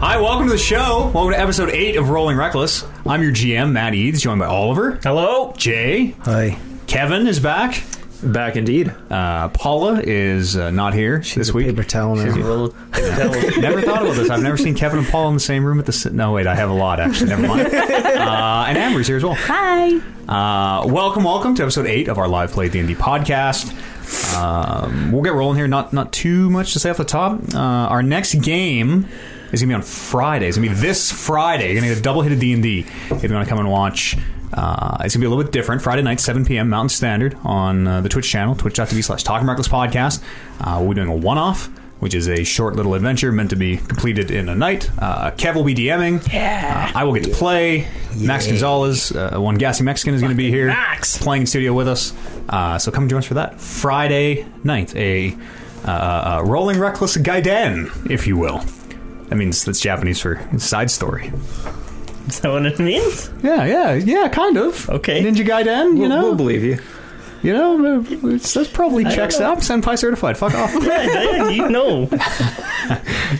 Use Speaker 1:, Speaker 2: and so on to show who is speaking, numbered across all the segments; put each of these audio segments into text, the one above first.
Speaker 1: Hi, welcome to the show. Welcome to episode eight of Rolling Reckless. I'm your GM, Matt Eads, joined by Oliver.
Speaker 2: Hello.
Speaker 1: Jay.
Speaker 3: Hi.
Speaker 1: Kevin is back.
Speaker 2: Back indeed.
Speaker 1: Uh, Paula is uh, not here this week.
Speaker 3: Paper towel now.
Speaker 1: never thought about this. I've never seen Kevin and Paul in the same room at the. s- No, wait, I have a lot actually. Never mind. Uh, and Amber's here as well.
Speaker 4: Hi.
Speaker 1: Uh, welcome, welcome to episode eight of our live play D and D podcast. Um, we'll get rolling here. Not not too much to say off the top. Uh, our next game is gonna be on Friday. It's gonna be this Friday. You're gonna get a double hit of D and D if you want to come and watch. Uh, it's gonna be a little bit different. Friday night, 7 p.m. Mountain Standard on uh, the Twitch channel, twitch.tv slash Talking Reckless Podcast. Uh, we're doing a one-off, which is a short little adventure meant to be completed in a night. Uh, Kev will be DMing. Yeah. I will get to play. Max Gonzalez, uh, one gassy Mexican, is going to be here
Speaker 2: Max.
Speaker 1: playing in studio with us. Uh, so come join us for that Friday night. A uh, uh, rolling reckless gaiden, if you will. That means that's Japanese for side story.
Speaker 2: Is that what it means?
Speaker 1: Yeah, yeah, yeah, kind of.
Speaker 2: Okay.
Speaker 1: Ninja Gaiden, you
Speaker 2: We'll-
Speaker 1: know,
Speaker 2: we'll
Speaker 1: believe you. You know, uh, it's, that's probably checks out. Senpai certified. Fuck off.
Speaker 2: Yeah, you know.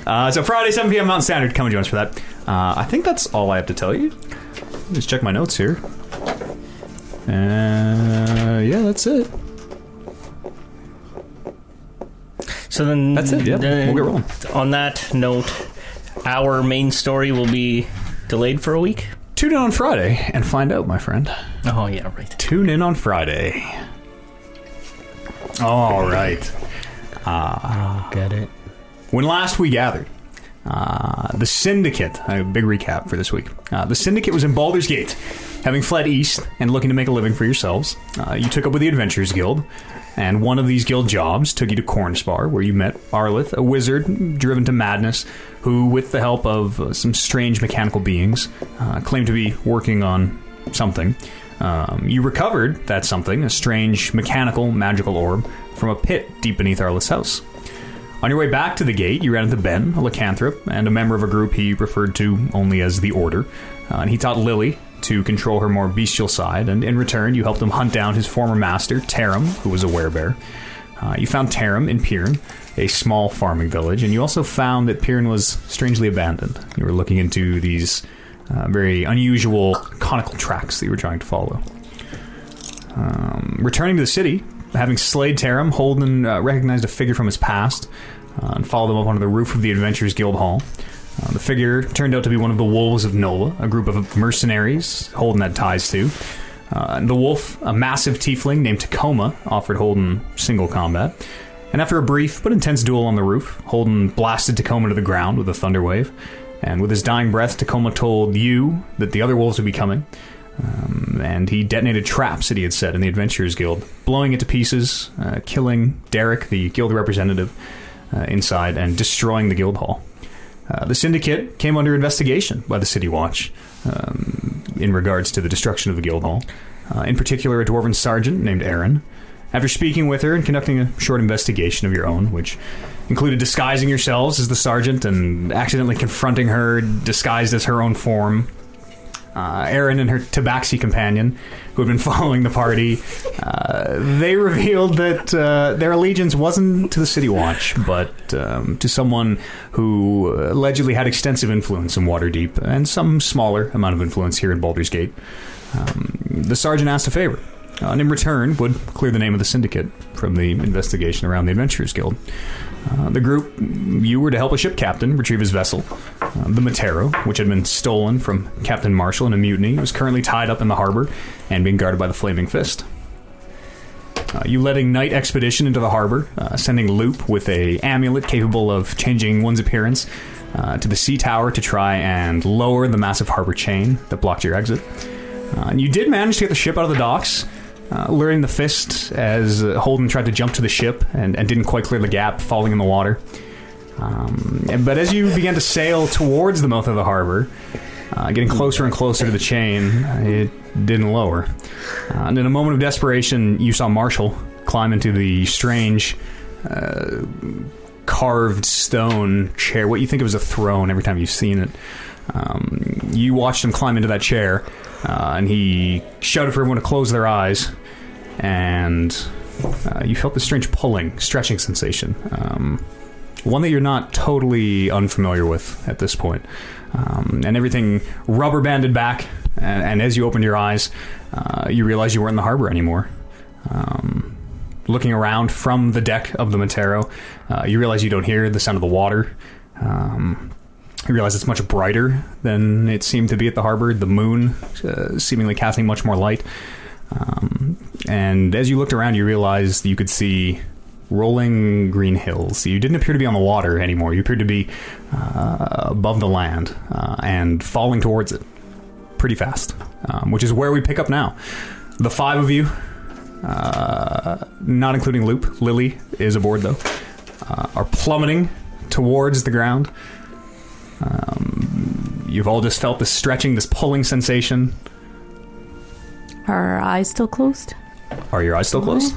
Speaker 1: Uh, so Friday, 7 p.m. Mountain Standard. Come and join us for that. Uh, I think that's all I have to tell you. Just check my notes here. Uh, yeah, that's it.
Speaker 2: So then
Speaker 1: That's it, yeah.
Speaker 2: then
Speaker 1: We'll get rolling.
Speaker 2: On that note, our main story will be delayed for a week.
Speaker 1: Tune in on Friday and find out, my friend.
Speaker 2: Oh yeah, right.
Speaker 1: Tune in on Friday. All right.
Speaker 3: Get it.
Speaker 1: When last we gathered, uh, the Syndicate, a big recap for this week. Uh, the Syndicate was in Baldur's Gate. Having fled east and looking to make a living for yourselves, uh, you took up with the Adventurers Guild, and one of these guild jobs took you to Cornspar, where you met Arlith, a wizard driven to madness, who, with the help of uh, some strange mechanical beings, uh, claimed to be working on something. Um, you recovered that something, a strange mechanical magical orb, from a pit deep beneath Arlith's house. On your way back to the gate, you ran into Ben, a lycanthrope, and a member of a group he referred to only as the Order. Uh, and he taught Lily to control her more bestial side, and in return, you helped him hunt down his former master, Tarim, who was a werebear. Uh, you found Tarim in Piran, a small farming village, and you also found that Piran was strangely abandoned. You were looking into these uh, very unusual conical tracks that you were trying to follow returning to the city, having slayed Tarim, Holden uh, recognized a figure from his past uh, and followed them up onto the roof of the Adventurers Guild Hall. Uh, the figure turned out to be one of the Wolves of Nola, a group of mercenaries Holden had ties to. Uh, and the wolf, a massive tiefling named Tacoma, offered Holden single combat. And after a brief but intense duel on the roof, Holden blasted Tacoma to the ground with a thunder wave. And with his dying breath, Tacoma told you that the other wolves would be coming, and he detonated traps that he had set in the Adventurers Guild, blowing it to pieces, uh, killing Derek, the guild representative, uh, inside, and destroying the guild hall. Uh, the syndicate came under investigation by the City Watch um, in regards to the destruction of the guild hall, uh, in particular, a dwarven sergeant named Aaron. After speaking with her and conducting a short investigation of your own, which included disguising yourselves as the sergeant and accidentally confronting her disguised as her own form, uh, Erin and her tabaxi companion, who had been following the party, uh, they revealed that uh, their allegiance wasn't to the City Watch, but um, to someone who allegedly had extensive influence in Waterdeep and some smaller amount of influence here in Baldur's Gate. Um, the sergeant asked a favor, uh, and in return would clear the name of the syndicate from the investigation around the Adventurers Guild. Uh, the group, you were to help a ship captain retrieve his vessel, uh, the Matero, which had been stolen from Captain Marshall in a mutiny. It was currently tied up in the harbor and being guarded by the Flaming Fist. Uh, you led a night expedition into the harbor, uh, sending Loop with a amulet capable of changing one's appearance uh, to the sea tower to try and lower the massive harbor chain that blocked your exit. Uh, and you did manage to get the ship out of the docks, uh, luring the fist as uh, Holden tried to jump to the ship and, and didn't quite clear the gap, falling in the water. Um, and- but as you began to sail towards the mouth of the harbor, uh, getting closer and closer to the chain, uh, it didn't lower. Uh, and in a moment of desperation, you saw Marshall climb into the strange uh, carved stone chair, what you think of as a throne every time you've seen it. Um, you watched him climb into that chair, uh, and he shouted for everyone to close their eyes, and uh, you felt this strange pulling, stretching sensation. Um, one that you're not totally unfamiliar with at this point. Um, and everything rubber banded back, and, and as you opened your eyes, uh, you realized you weren't in the harbor anymore. Um, looking around from the deck of the Matero, uh, you realize you don't hear the sound of the water. Um, you realize it's much brighter than it seemed to be at the harbor, the moon uh, seemingly casting much more light. Um, and as you looked around, you realized you could see rolling green hills. You didn't appear to be on the water anymore. You appeared to be uh, above the land uh, and falling towards it pretty fast, um, which is where we pick up now. The five of you, uh, not including Loop, Lily is aboard though, uh, are plummeting towards the ground. Um, you've all just felt this stretching, this pulling sensation.
Speaker 4: Are our eyes still closed?
Speaker 1: Are your eyes still closed?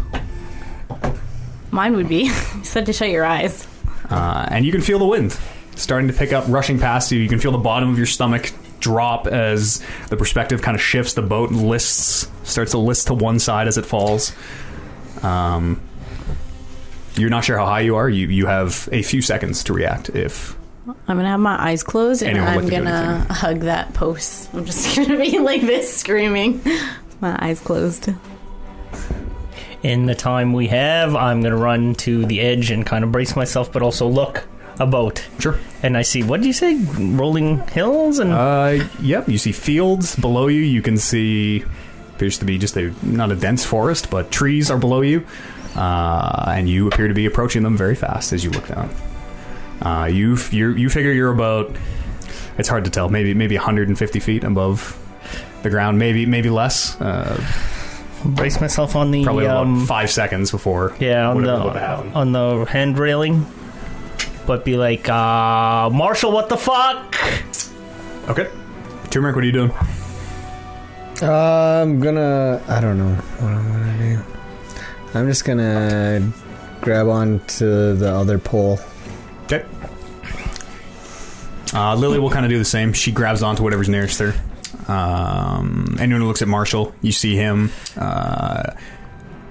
Speaker 4: Mine would be. you said to shut your eyes.
Speaker 1: Uh, and you can feel the wind starting to pick up, rushing past you. You can feel the bottom of your stomach drop as the perspective kind of shifts. The boat lists, starts to list to one side as it falls. Um, you're not sure how high you are. You you have a few seconds to react. If
Speaker 4: I'm gonna have my eyes closed and
Speaker 1: Anyone would like
Speaker 4: I'm
Speaker 1: to do
Speaker 4: gonna
Speaker 1: anything.
Speaker 4: hug that post. I'm just gonna be like this, screaming. My eyes closed.
Speaker 2: In the time we have, I'm going to run to the edge and kind of brace myself, but also look a boat.
Speaker 1: sure,
Speaker 2: And I see, what do you say? Rolling hills? And
Speaker 1: uh, yep, you see fields below you. You can see appears to be just a not a dense forest, but trees are below you, uh, and you appear to be approaching them very fast as you look down. Uh, you f- you you figure you're about it's hard to tell maybe maybe 150 feet above the ground maybe maybe less uh,
Speaker 2: brace myself on the.
Speaker 1: probably
Speaker 2: um,
Speaker 1: about five seconds before
Speaker 2: Yeah, on the,
Speaker 1: whatever's about to happen.
Speaker 2: on the hand railing. But be like, uh, Marshall, what the fuck?
Speaker 1: okay turmeric what are you doing
Speaker 3: I'm gonna. I don't know what I'm gonna do. I'm just gonna grab onto the other pole.
Speaker 1: okay uh, Lily will kind of do the same. She grabs onto whatever's nearest her. Um, anyone who looks at Marshall, you see him. Uh,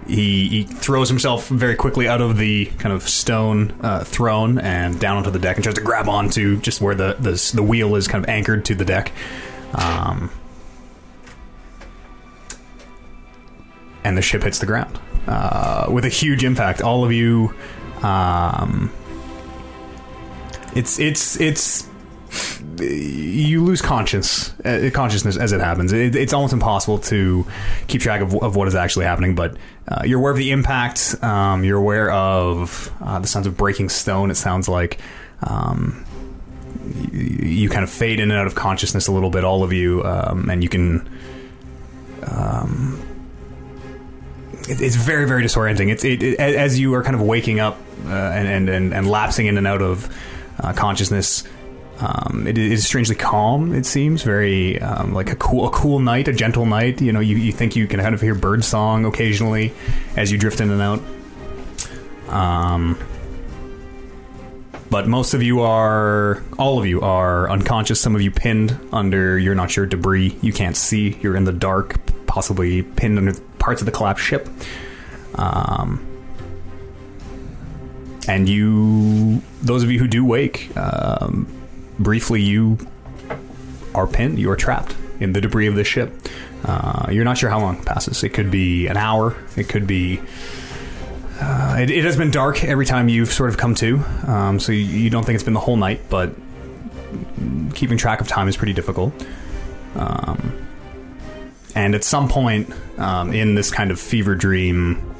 Speaker 1: he, he throws himself very quickly out of the kind of stone uh, throne and down onto the deck and tries to grab onto just where the, the, the wheel is kind of anchored to the deck. Um, and the ship hits the ground uh, with a huge impact. All of you. Um, it's it's it's you lose conscience uh, consciousness as it happens. It, it's almost impossible to keep track of, of what is actually happening, but uh, you're aware of the impact. Um, you're aware of uh, the sounds of breaking stone. It sounds like. Um, you, you kind of fade in and out of consciousness a little bit, all of you, um, and you can. Um, it, it's very, very disorienting. It's it, it, a- as you are kind of waking up uh, and, and and and lapsing in and out of uh, consciousness. Um, it is strangely calm. It seems very um, like a cool, a cool night, a gentle night. You know, you, you think you can kind of hear bird song occasionally as you drift in and out. Um, but most of you are, all of you are unconscious. Some of you pinned under. You're not sure debris. You can't see. You're in the dark, possibly pinned under parts of the collapsed ship. Um, and you, those of you who do wake, um, briefly you are pinned you are trapped in the debris of the ship uh, you're not sure how long passes it could be an hour it could be uh, it, it has been dark every time you've sort of come to um, so you, you don't think it's been the whole night but keeping track of time is pretty difficult um, and at some point um, in this kind of fever dream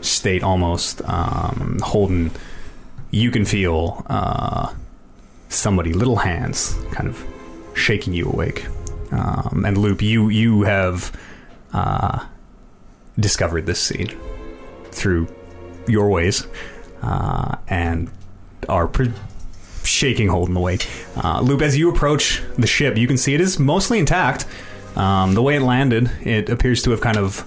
Speaker 1: state almost um, holden you can feel uh, somebody, little hands, kind of shaking you awake. Um, and Loop, you you have uh, discovered this scene through your ways, uh, and are pre- shaking Holden awake. Uh, Loop, as you approach the ship, you can see it is mostly intact. Um, the way it landed, it appears to have kind of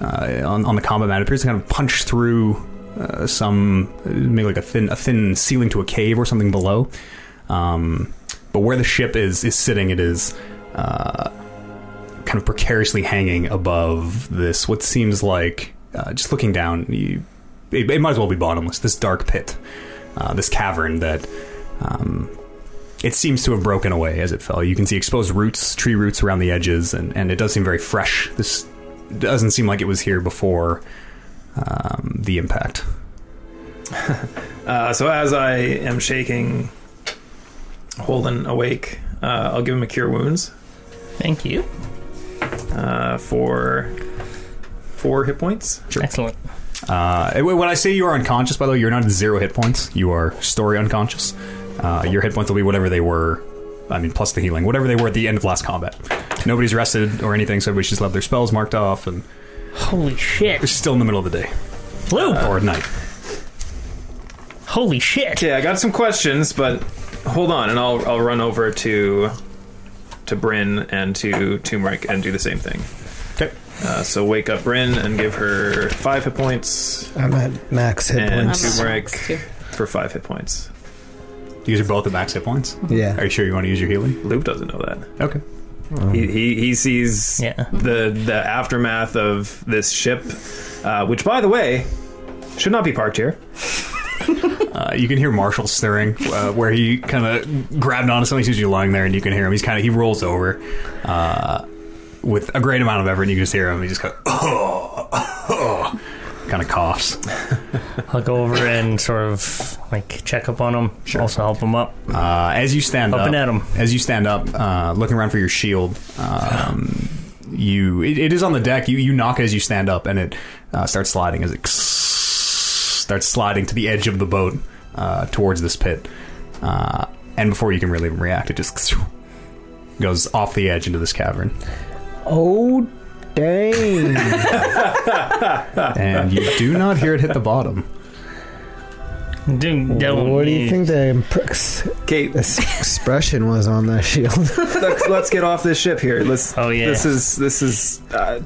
Speaker 1: uh, on, on the combat map. It appears to kind of punch through uh, some uh, maybe like a thin a thin ceiling to a cave or something below. Um, but where the ship is is sitting, it is uh, kind of precariously hanging above this what seems like uh, just looking down. You, it, it might as well be bottomless. This dark pit. uh, this cavern that um, it seems to have broken away as it fell. You can see exposed roots, tree roots around the edges, and, and it does seem very fresh. This doesn't seem like it was here before um, the impact.
Speaker 5: Uh, so as I am shaking Holden awake, uh, I'll give him a cure wounds
Speaker 2: Thank you.
Speaker 5: uh, for four hit points.
Speaker 2: Excellent.
Speaker 1: Uh, and when I say you are unconscious, by the way, you're not at zero hit points. You are story unconscious. Uh, your hit points will be whatever they were. I mean, plus the healing, whatever they were at the end of last combat. Nobody's rested or anything, so everybody's just left their spells marked off, and
Speaker 2: Holy
Speaker 1: we're
Speaker 2: shit.
Speaker 1: still in the middle of the day
Speaker 2: Lou!
Speaker 1: or at night.
Speaker 2: holy shit.
Speaker 5: Okay, I got some questions, but hold on, and I'll I'll run over to to Bryn and to Turmeric and do the same thing.
Speaker 1: Okay.
Speaker 5: Uh, so wake up Bryn and give her five hit points,
Speaker 3: I'm at max hit
Speaker 5: and
Speaker 4: I'm
Speaker 3: points.
Speaker 4: at
Speaker 5: Turmeric
Speaker 4: max, too.
Speaker 5: for five hit points.
Speaker 1: These are both at max hit points. Are
Speaker 3: Yeah.
Speaker 1: you sure you want to use your healing?
Speaker 5: Luke doesn't know that.
Speaker 1: Okay.
Speaker 5: He, he, he sees
Speaker 2: Yeah.
Speaker 5: the the aftermath of this ship, uh, which, by the way, should not be parked here.
Speaker 1: Uh, you can hear Marshall stirring, uh, where he kind of grabbed onto something. He's usually lying there, and you can hear him. He's kind of he rolls over uh, with a great amount of effort, and you can just hear him. He just kind of kind of coughs.
Speaker 2: I'll go over and sort of like check up on him.
Speaker 1: Sure.
Speaker 2: Also help him up.
Speaker 1: Uh, as you stand
Speaker 2: Up
Speaker 1: up,
Speaker 2: and at 'em.
Speaker 1: as you stand up, uh, looking around for your shield, um, you it, it is on the deck. You you knock as you stand up, and it uh, starts sliding as it starts sliding to the edge of the boat uh, towards this pit. Uh, and before you can really react, it just goes off the edge into this cavern,
Speaker 3: Oh, dang.
Speaker 1: and you do not hear it hit the bottom.
Speaker 2: Dude, don't
Speaker 3: what do you think the imprex-
Speaker 5: Kate,
Speaker 3: this expression was on that shield?
Speaker 5: let's, let's get off this ship here. Let's.
Speaker 2: Oh, yeah.
Speaker 5: This is this is. Uh,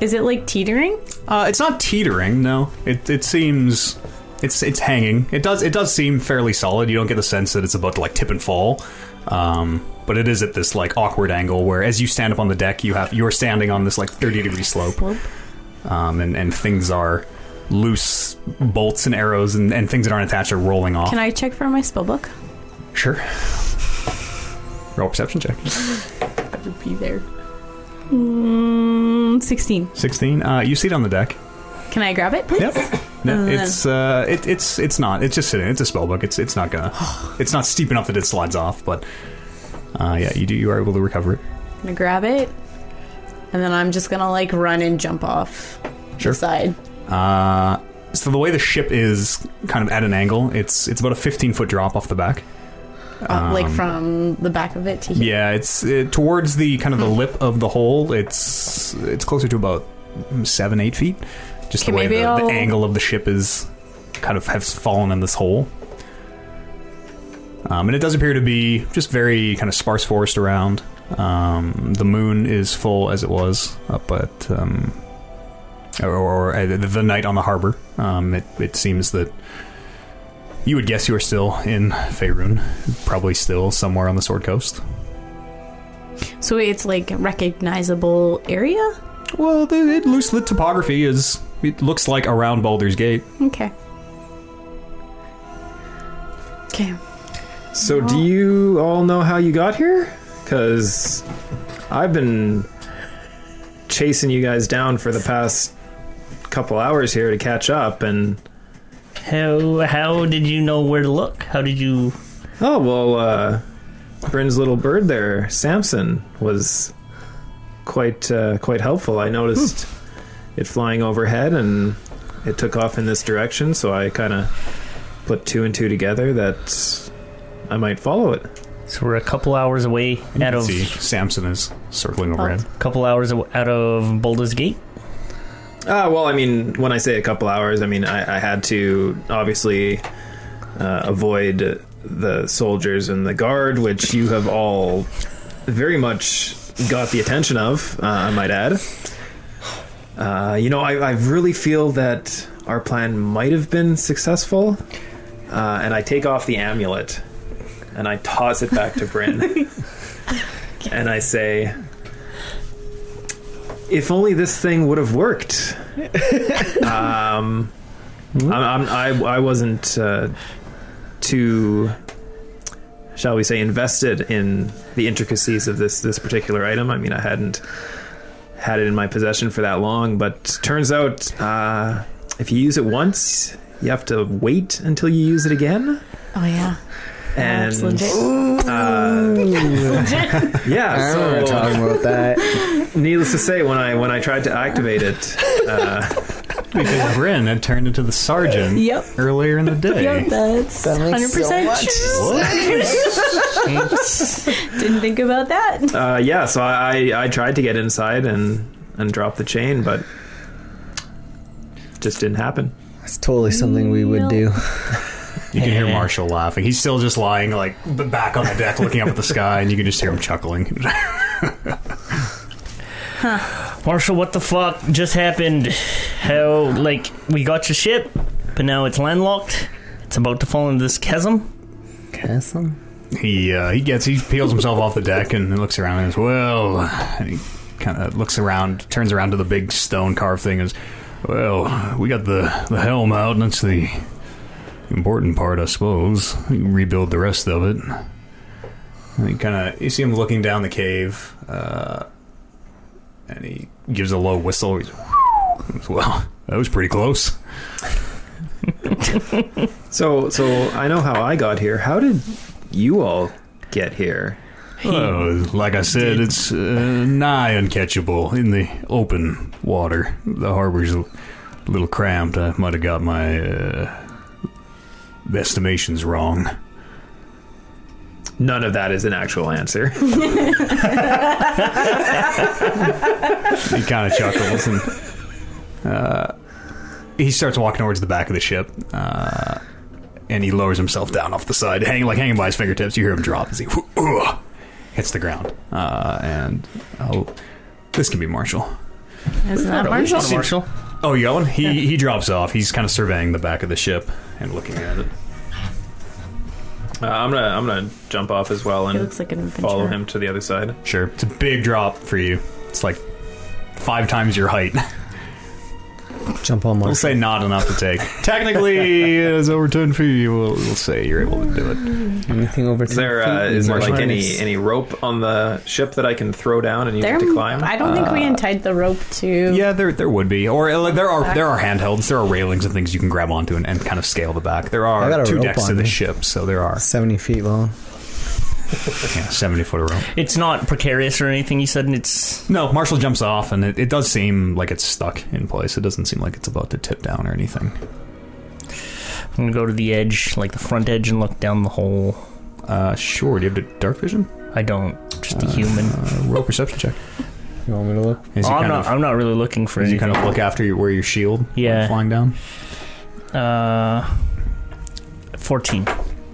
Speaker 4: Is it like teetering?
Speaker 1: Uh, it's not teetering, no. It it seems it's it's hanging. It does it does seem fairly solid. You don't get the sense that it's about to like tip and fall. Um, but it is at this like awkward angle where as you stand up on the deck, you have you're standing on this like 30 degree slope.
Speaker 4: Slope.
Speaker 1: Um, and and things are loose bolts and arrows and, and things that aren't attached are rolling off.
Speaker 4: Can I check for my spell book?
Speaker 1: sure. Roll perception check.
Speaker 4: Better be there. Mm, 16.
Speaker 1: 16. Uh, you see it on the deck.
Speaker 4: Can I grab it, please?
Speaker 1: Yep. No,
Speaker 4: Uh.
Speaker 1: it's uh, it, it's it's not. It's just sitting. It's a spell book. It's it's not gonna. It's not steep enough that it slides off. But uh, yeah, you do. You are able to recover it.
Speaker 4: I'm gonna grab it, and then I'm just gonna like run and jump off
Speaker 1: Sure.
Speaker 4: the side.
Speaker 1: Uh, so the way the ship is kind of at an angle, it's it's about a fifteen foot drop off the back.
Speaker 4: Uh, like
Speaker 1: Um,
Speaker 4: from the back of it to Hmm. here.
Speaker 1: Yeah, it's uh towards the kind of the lip of the hole. It's it's closer to about mm, seven eight feet. Just
Speaker 4: Okay,
Speaker 1: the way
Speaker 4: maybe
Speaker 1: the,
Speaker 4: I'll-
Speaker 1: the angle of the ship is kind of has fallen in this hole. Um, and it does appear to be just very kind of sparse forest around. Um, the moon is full as it was up at um, or, or uh, the- the night on the harbor. Um, it, it seems that you would guess you are still in Faerun, probably still somewhere on the Sword Coast.
Speaker 4: So it's like recognizable area.
Speaker 1: Well, the it, loose the topography is. It looks like around Baldur's Gate.
Speaker 4: Okay. Okay.
Speaker 5: so do you all know how you got here? Because I've been chasing you guys down for the past couple hours here to catch up, and
Speaker 2: How how did you know where to look? How did you
Speaker 5: oh well, uh, Bryn's little bird there, Samson, was quite uh, quite helpful. I noticed it flying overhead, and it took off in this direction, so I kind of put two and two together that I might follow it.
Speaker 2: So we're a couple hours away out of
Speaker 1: See, Samson is circling over him.
Speaker 2: couple hours aw- out of Baldur's Gate.
Speaker 5: Uh, well, I mean, when I say a couple hours, I mean I, I had to obviously uh, avoid the soldiers and the guard, which you have all very much got the attention of. Uh, I might add. Uh, you know, I, I really feel that our plan might have been successful, uh, and I take off the amulet and I toss it back to Bryn, and I say. If only this thing would have worked. Um, I'm, I'm, I, I wasn't uh, too, shall we say, invested in the intricacies of this this particular item. I mean, I hadn't had it in my possession for that long, but turns out uh, if you use it once, you have to wait until you use it again.
Speaker 4: Oh yeah.
Speaker 5: And
Speaker 4: That's legit.
Speaker 5: uh,
Speaker 3: I
Speaker 5: yeah,
Speaker 3: remember
Speaker 5: so
Speaker 3: talking about that.
Speaker 5: needless to say, when I when I tried to activate it, uh,
Speaker 1: Because Bryn had turned into the sergeant
Speaker 4: Yep.
Speaker 1: earlier in the day.
Speaker 4: Yep, that's
Speaker 3: That makes
Speaker 4: hundred
Speaker 3: so
Speaker 4: percent
Speaker 3: much
Speaker 4: true. Didn't think about that.
Speaker 5: uh, yeah, so I, I I tried to get inside and and drop the chain, but just didn't happen.
Speaker 3: It's totally something we would
Speaker 4: No.
Speaker 3: do.
Speaker 1: You can hear Marshall laughing. He's still just lying, like b- back on the deck, looking up at the sky, and you can just hear him chuckling.
Speaker 2: Marshall, what the fuck just happened? How, like, we got your ship, but now it's landlocked. It's about to fall into this chasm.
Speaker 3: Castle?
Speaker 1: he uh, he gets he peels himself off the deck and looks around and says, "Well," and he kind of looks around, turns around to the big stone carved thing, and says, "Well, we got the the helm out, and that's the important part, I suppose. We can rebuild the rest of it." And he kind of you see him looking down the cave, uh, and he gives a low whistle. He's, well, that was pretty close.
Speaker 5: So so I know how I got here. How did you all get here?
Speaker 1: Oh, like I said,
Speaker 2: did.
Speaker 1: it's uh, nigh uncatchable in the open water. The harbor's a little cramped. I might have got my uh, estimations wrong.
Speaker 5: None of that is an actual answer. Uh,
Speaker 1: He kind of chuckles and uh, he starts walking towards the back of the ship. Uh, and he lowers himself down off the side, hanging like hanging by his fingertips. You hear him drop as he "Ugh," hits the ground. Uh, and oh, this can be Marshall.
Speaker 4: Isn't that Marshall?
Speaker 2: Marshall. Marshall.
Speaker 1: Oh, you got one? He he drops off. He's kind of surveying the back of the ship and looking at it.
Speaker 5: Uh, I'm gonna I'm gonna jump off as well
Speaker 4: He
Speaker 5: and
Speaker 4: looks like Mm-hmm. an adventurer.
Speaker 5: follow him to the other side.
Speaker 1: Sure, it's a big drop for you. It's like five times your height.
Speaker 3: Jump on
Speaker 1: we'll
Speaker 3: Marshall.
Speaker 1: say not enough to take. Technically, it's over ten feet. We'll, we'll say you're able to do it.
Speaker 3: Anything over
Speaker 5: Is there uh, is there like any
Speaker 3: Harness.
Speaker 5: any rope on the ship that I can throw down and you
Speaker 4: There,
Speaker 5: have to climb? Uh,
Speaker 4: I don't think we untied the rope to.
Speaker 1: Yeah, there there would be, or uh, like, there are there are handhelds, there are railings and things you can grab onto and, and kind of scale the back. There
Speaker 3: I got
Speaker 1: are
Speaker 3: a
Speaker 1: two
Speaker 3: rope
Speaker 1: decks
Speaker 3: on
Speaker 1: to the
Speaker 3: me.
Speaker 1: ship, so there are
Speaker 3: 70 feet long.
Speaker 1: yeah, seventy foot rope.
Speaker 2: It's not precarious or anything, you said, and it's.
Speaker 1: No, Marshall jumps off, and it, it does seem like it's stuck in place. It doesn't seem like it's about to tip down or anything.
Speaker 2: I'm gonna go to the edge, like the front edge, and look down the hole.
Speaker 1: Uh, sure. Do you have the dark vision?
Speaker 2: I don't. Just a human.
Speaker 1: Uh, roll a perception check.
Speaker 3: You want me to look?
Speaker 1: As you
Speaker 2: Oh, I'm
Speaker 1: kind
Speaker 2: not.
Speaker 1: of,
Speaker 2: I'm not really looking for
Speaker 1: as you
Speaker 2: anything.
Speaker 1: kind of look after your, where your shield went
Speaker 2: Yeah.
Speaker 1: flying down.
Speaker 2: Uh, fourteen.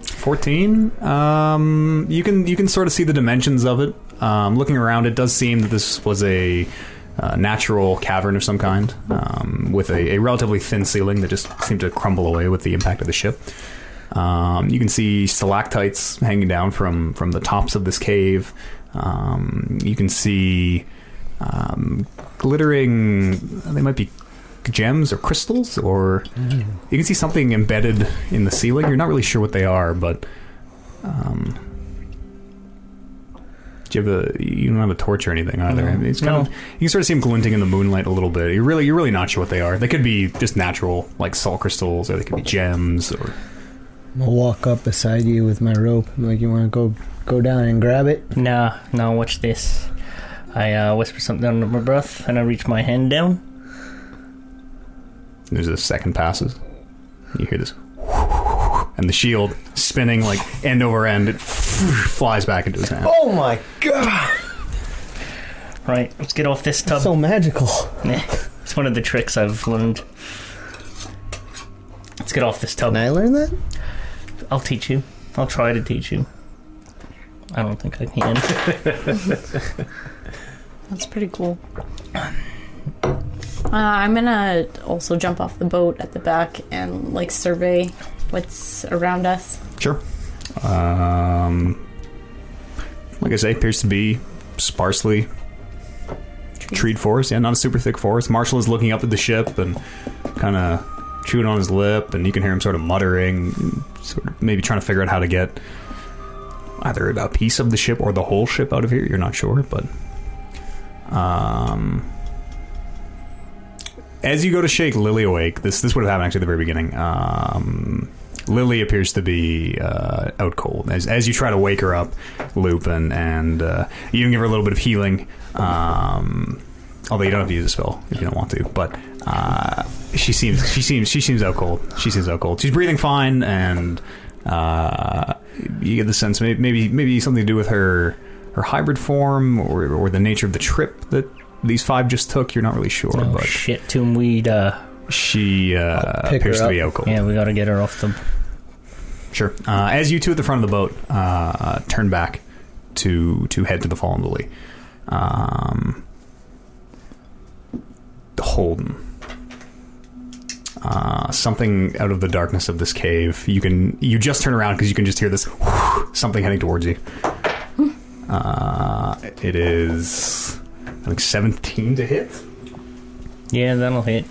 Speaker 1: Fourteen. Um, you can you can sort of see the dimensions of it. Um, looking around, it does seem that this was a uh, natural cavern of some kind, um, with a, a relatively thin ceiling that just seemed to crumble away with the impact of the ship. Um, you can see stalactites hanging down from from the tops of this cave. Um, you can see um, glittering. They might be gems or crystals, or you can see something embedded in the ceiling. You're not really sure what they are, but um, do you have a? You don't have a torch or anything either. I mean, it's kind
Speaker 2: No.
Speaker 1: of you can sort of see them glinting in the moonlight a little bit. You're really you're really not sure what they are. They could be just natural like salt crystals, or they could be gems, or
Speaker 3: I'm going to walk up beside you with my rope. I'm like, you want to go go down and grab it?
Speaker 2: Nah, nah. Watch this. I uh, whisper something under my breath, and I reach my hand down.
Speaker 1: There's a second passes. You hear this, and the shield spinning like end over end. It flies back into his hand.
Speaker 3: Oh my god!
Speaker 2: Right. Let's get off this tub.
Speaker 3: So magical.
Speaker 2: Eh, it's one of the tricks I've learned. Let's get off this tub.
Speaker 3: Can I learn that?
Speaker 2: I'll teach you. I'll try to teach you. I don't think I can.
Speaker 4: That's pretty cool. Uh, I'm gonna also jump off the boat at the back and like survey what's around us.
Speaker 1: Sure. Um, like I say, appears to be sparsely treed forest. Yeah, not a super thick forest. Marshall is looking up at the ship and kind of chewing on his lip, and you can hear him sort of muttering, sort of maybe trying to figure out how to get either a piece of the ship or the whole ship out of here. You're not sure, but um, as you go to shake Lily awake, this this would have happened actually at the very beginning. Um, Lily appears to be uh, out cold. As, as you try to wake her up, Lupin, and uh, you can give her a little bit of healing. Um, although you don't have to use a spell if you don't want to, but uh, she seems she seems she seems out cold. She seems out cold. She's breathing fine, and uh, you get the sense maybe maybe, maybe something to do with her her hybrid form or, or the nature of the trip that these five just took. You're not really sure,
Speaker 2: Oh,
Speaker 1: but
Speaker 2: shit, tomb weed. Uh,
Speaker 1: she uh,
Speaker 3: Pick her
Speaker 1: appears to be
Speaker 3: up.
Speaker 1: out cold.
Speaker 2: yeah, we gotta get her off the.
Speaker 1: Sure. Uh, as you two at the front of the boat uh, turn back to to head to the fallen lily, um, Holden. Uh, something out of the darkness of this cave. You can you just turn around because you can just hear this something heading towards you. Uh, it is I think seventeen to hit.
Speaker 2: Yeah, that'll hit.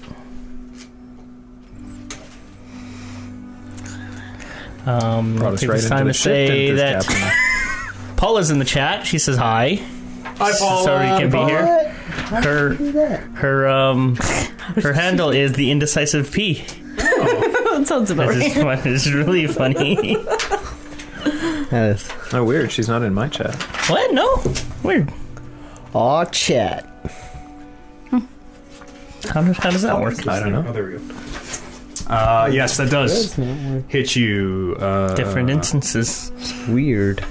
Speaker 2: Um, I'll take this time to say that Paula's in the chat. She says hi.
Speaker 1: Hi,
Speaker 2: Sorry you can't be here. Her her um her handle is the indecisive P.
Speaker 4: that sounds about
Speaker 2: This
Speaker 4: right.
Speaker 2: is, fun- this is really funny.
Speaker 3: That is.
Speaker 5: Oh, weird. She's not in my chat.
Speaker 2: what? No, weird.
Speaker 3: Aw, chat.
Speaker 2: How does, how does that work?
Speaker 5: I don't know.
Speaker 1: Oh, there we go. Uh, yes, that does hit you. Uh,
Speaker 2: Different instances.
Speaker 3: Weird.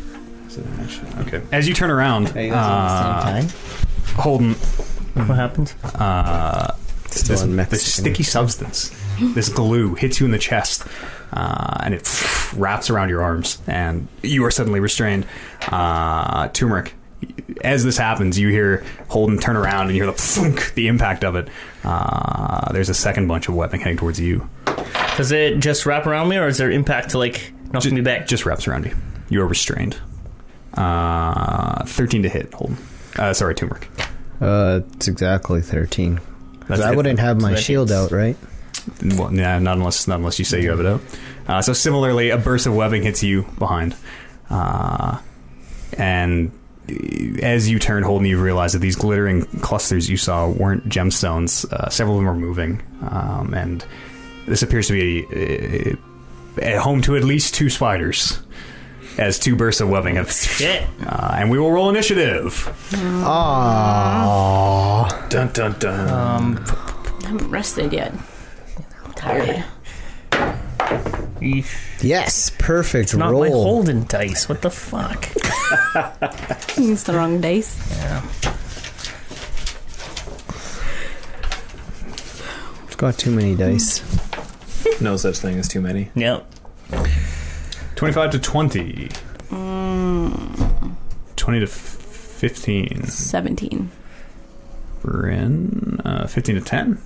Speaker 1: Okay. As you turn around,
Speaker 3: Hey, that's
Speaker 1: uh,
Speaker 3: on the same time.
Speaker 1: Holden,
Speaker 2: What happens?
Speaker 1: uh,
Speaker 3: Still
Speaker 1: this,
Speaker 3: in Mexican.
Speaker 1: this sticky substance, this glue, hits you in the chest, uh, and it wraps around your arms, and you are suddenly restrained. Uh, turmeric. As this happens, you hear Holden turn around, and you hear the thunk, the impact of it. Uh, there's a second bunch of weapon heading towards you.
Speaker 2: Does it just wrap around me, or is there impact to like knock
Speaker 1: Ju-
Speaker 2: me back?
Speaker 1: Just wraps around you. You are restrained. Uh, Thirteen to hit. Holden. Uh, sorry, turmeric.
Speaker 3: Uh, it's exactly 13. 'Cause
Speaker 1: That's
Speaker 3: I
Speaker 1: it.
Speaker 3: wouldn't have my
Speaker 2: So that
Speaker 3: shield
Speaker 2: hits.
Speaker 3: out, right?
Speaker 1: Well, nah, not unless not unless you say you have it out. Uh, so similarly, a burst of webbing hits you behind, uh, and as you turn, Holden, you realize that these glittering clusters you saw weren't gemstones. Uh, several of them are moving, um, and this appears to be a, a, home to at least two spiders. As two bursts of webbing have,
Speaker 2: Shit.
Speaker 1: uh, and we will roll initiative.
Speaker 3: Aww.
Speaker 5: Dun dun dun.
Speaker 2: Um,
Speaker 4: I haven't rested yet. I'm tired.
Speaker 3: Yes, perfect
Speaker 2: not
Speaker 3: roll.
Speaker 2: my Holden dice. What the fuck?
Speaker 4: It's the wrong dice.
Speaker 3: I've got too many dice.
Speaker 5: no such thing as too many.
Speaker 2: Yep.
Speaker 1: Twenty-five to twenty. Twenty to f- fifteen.
Speaker 4: 17.
Speaker 1: Bryn, uh, 15 to 10.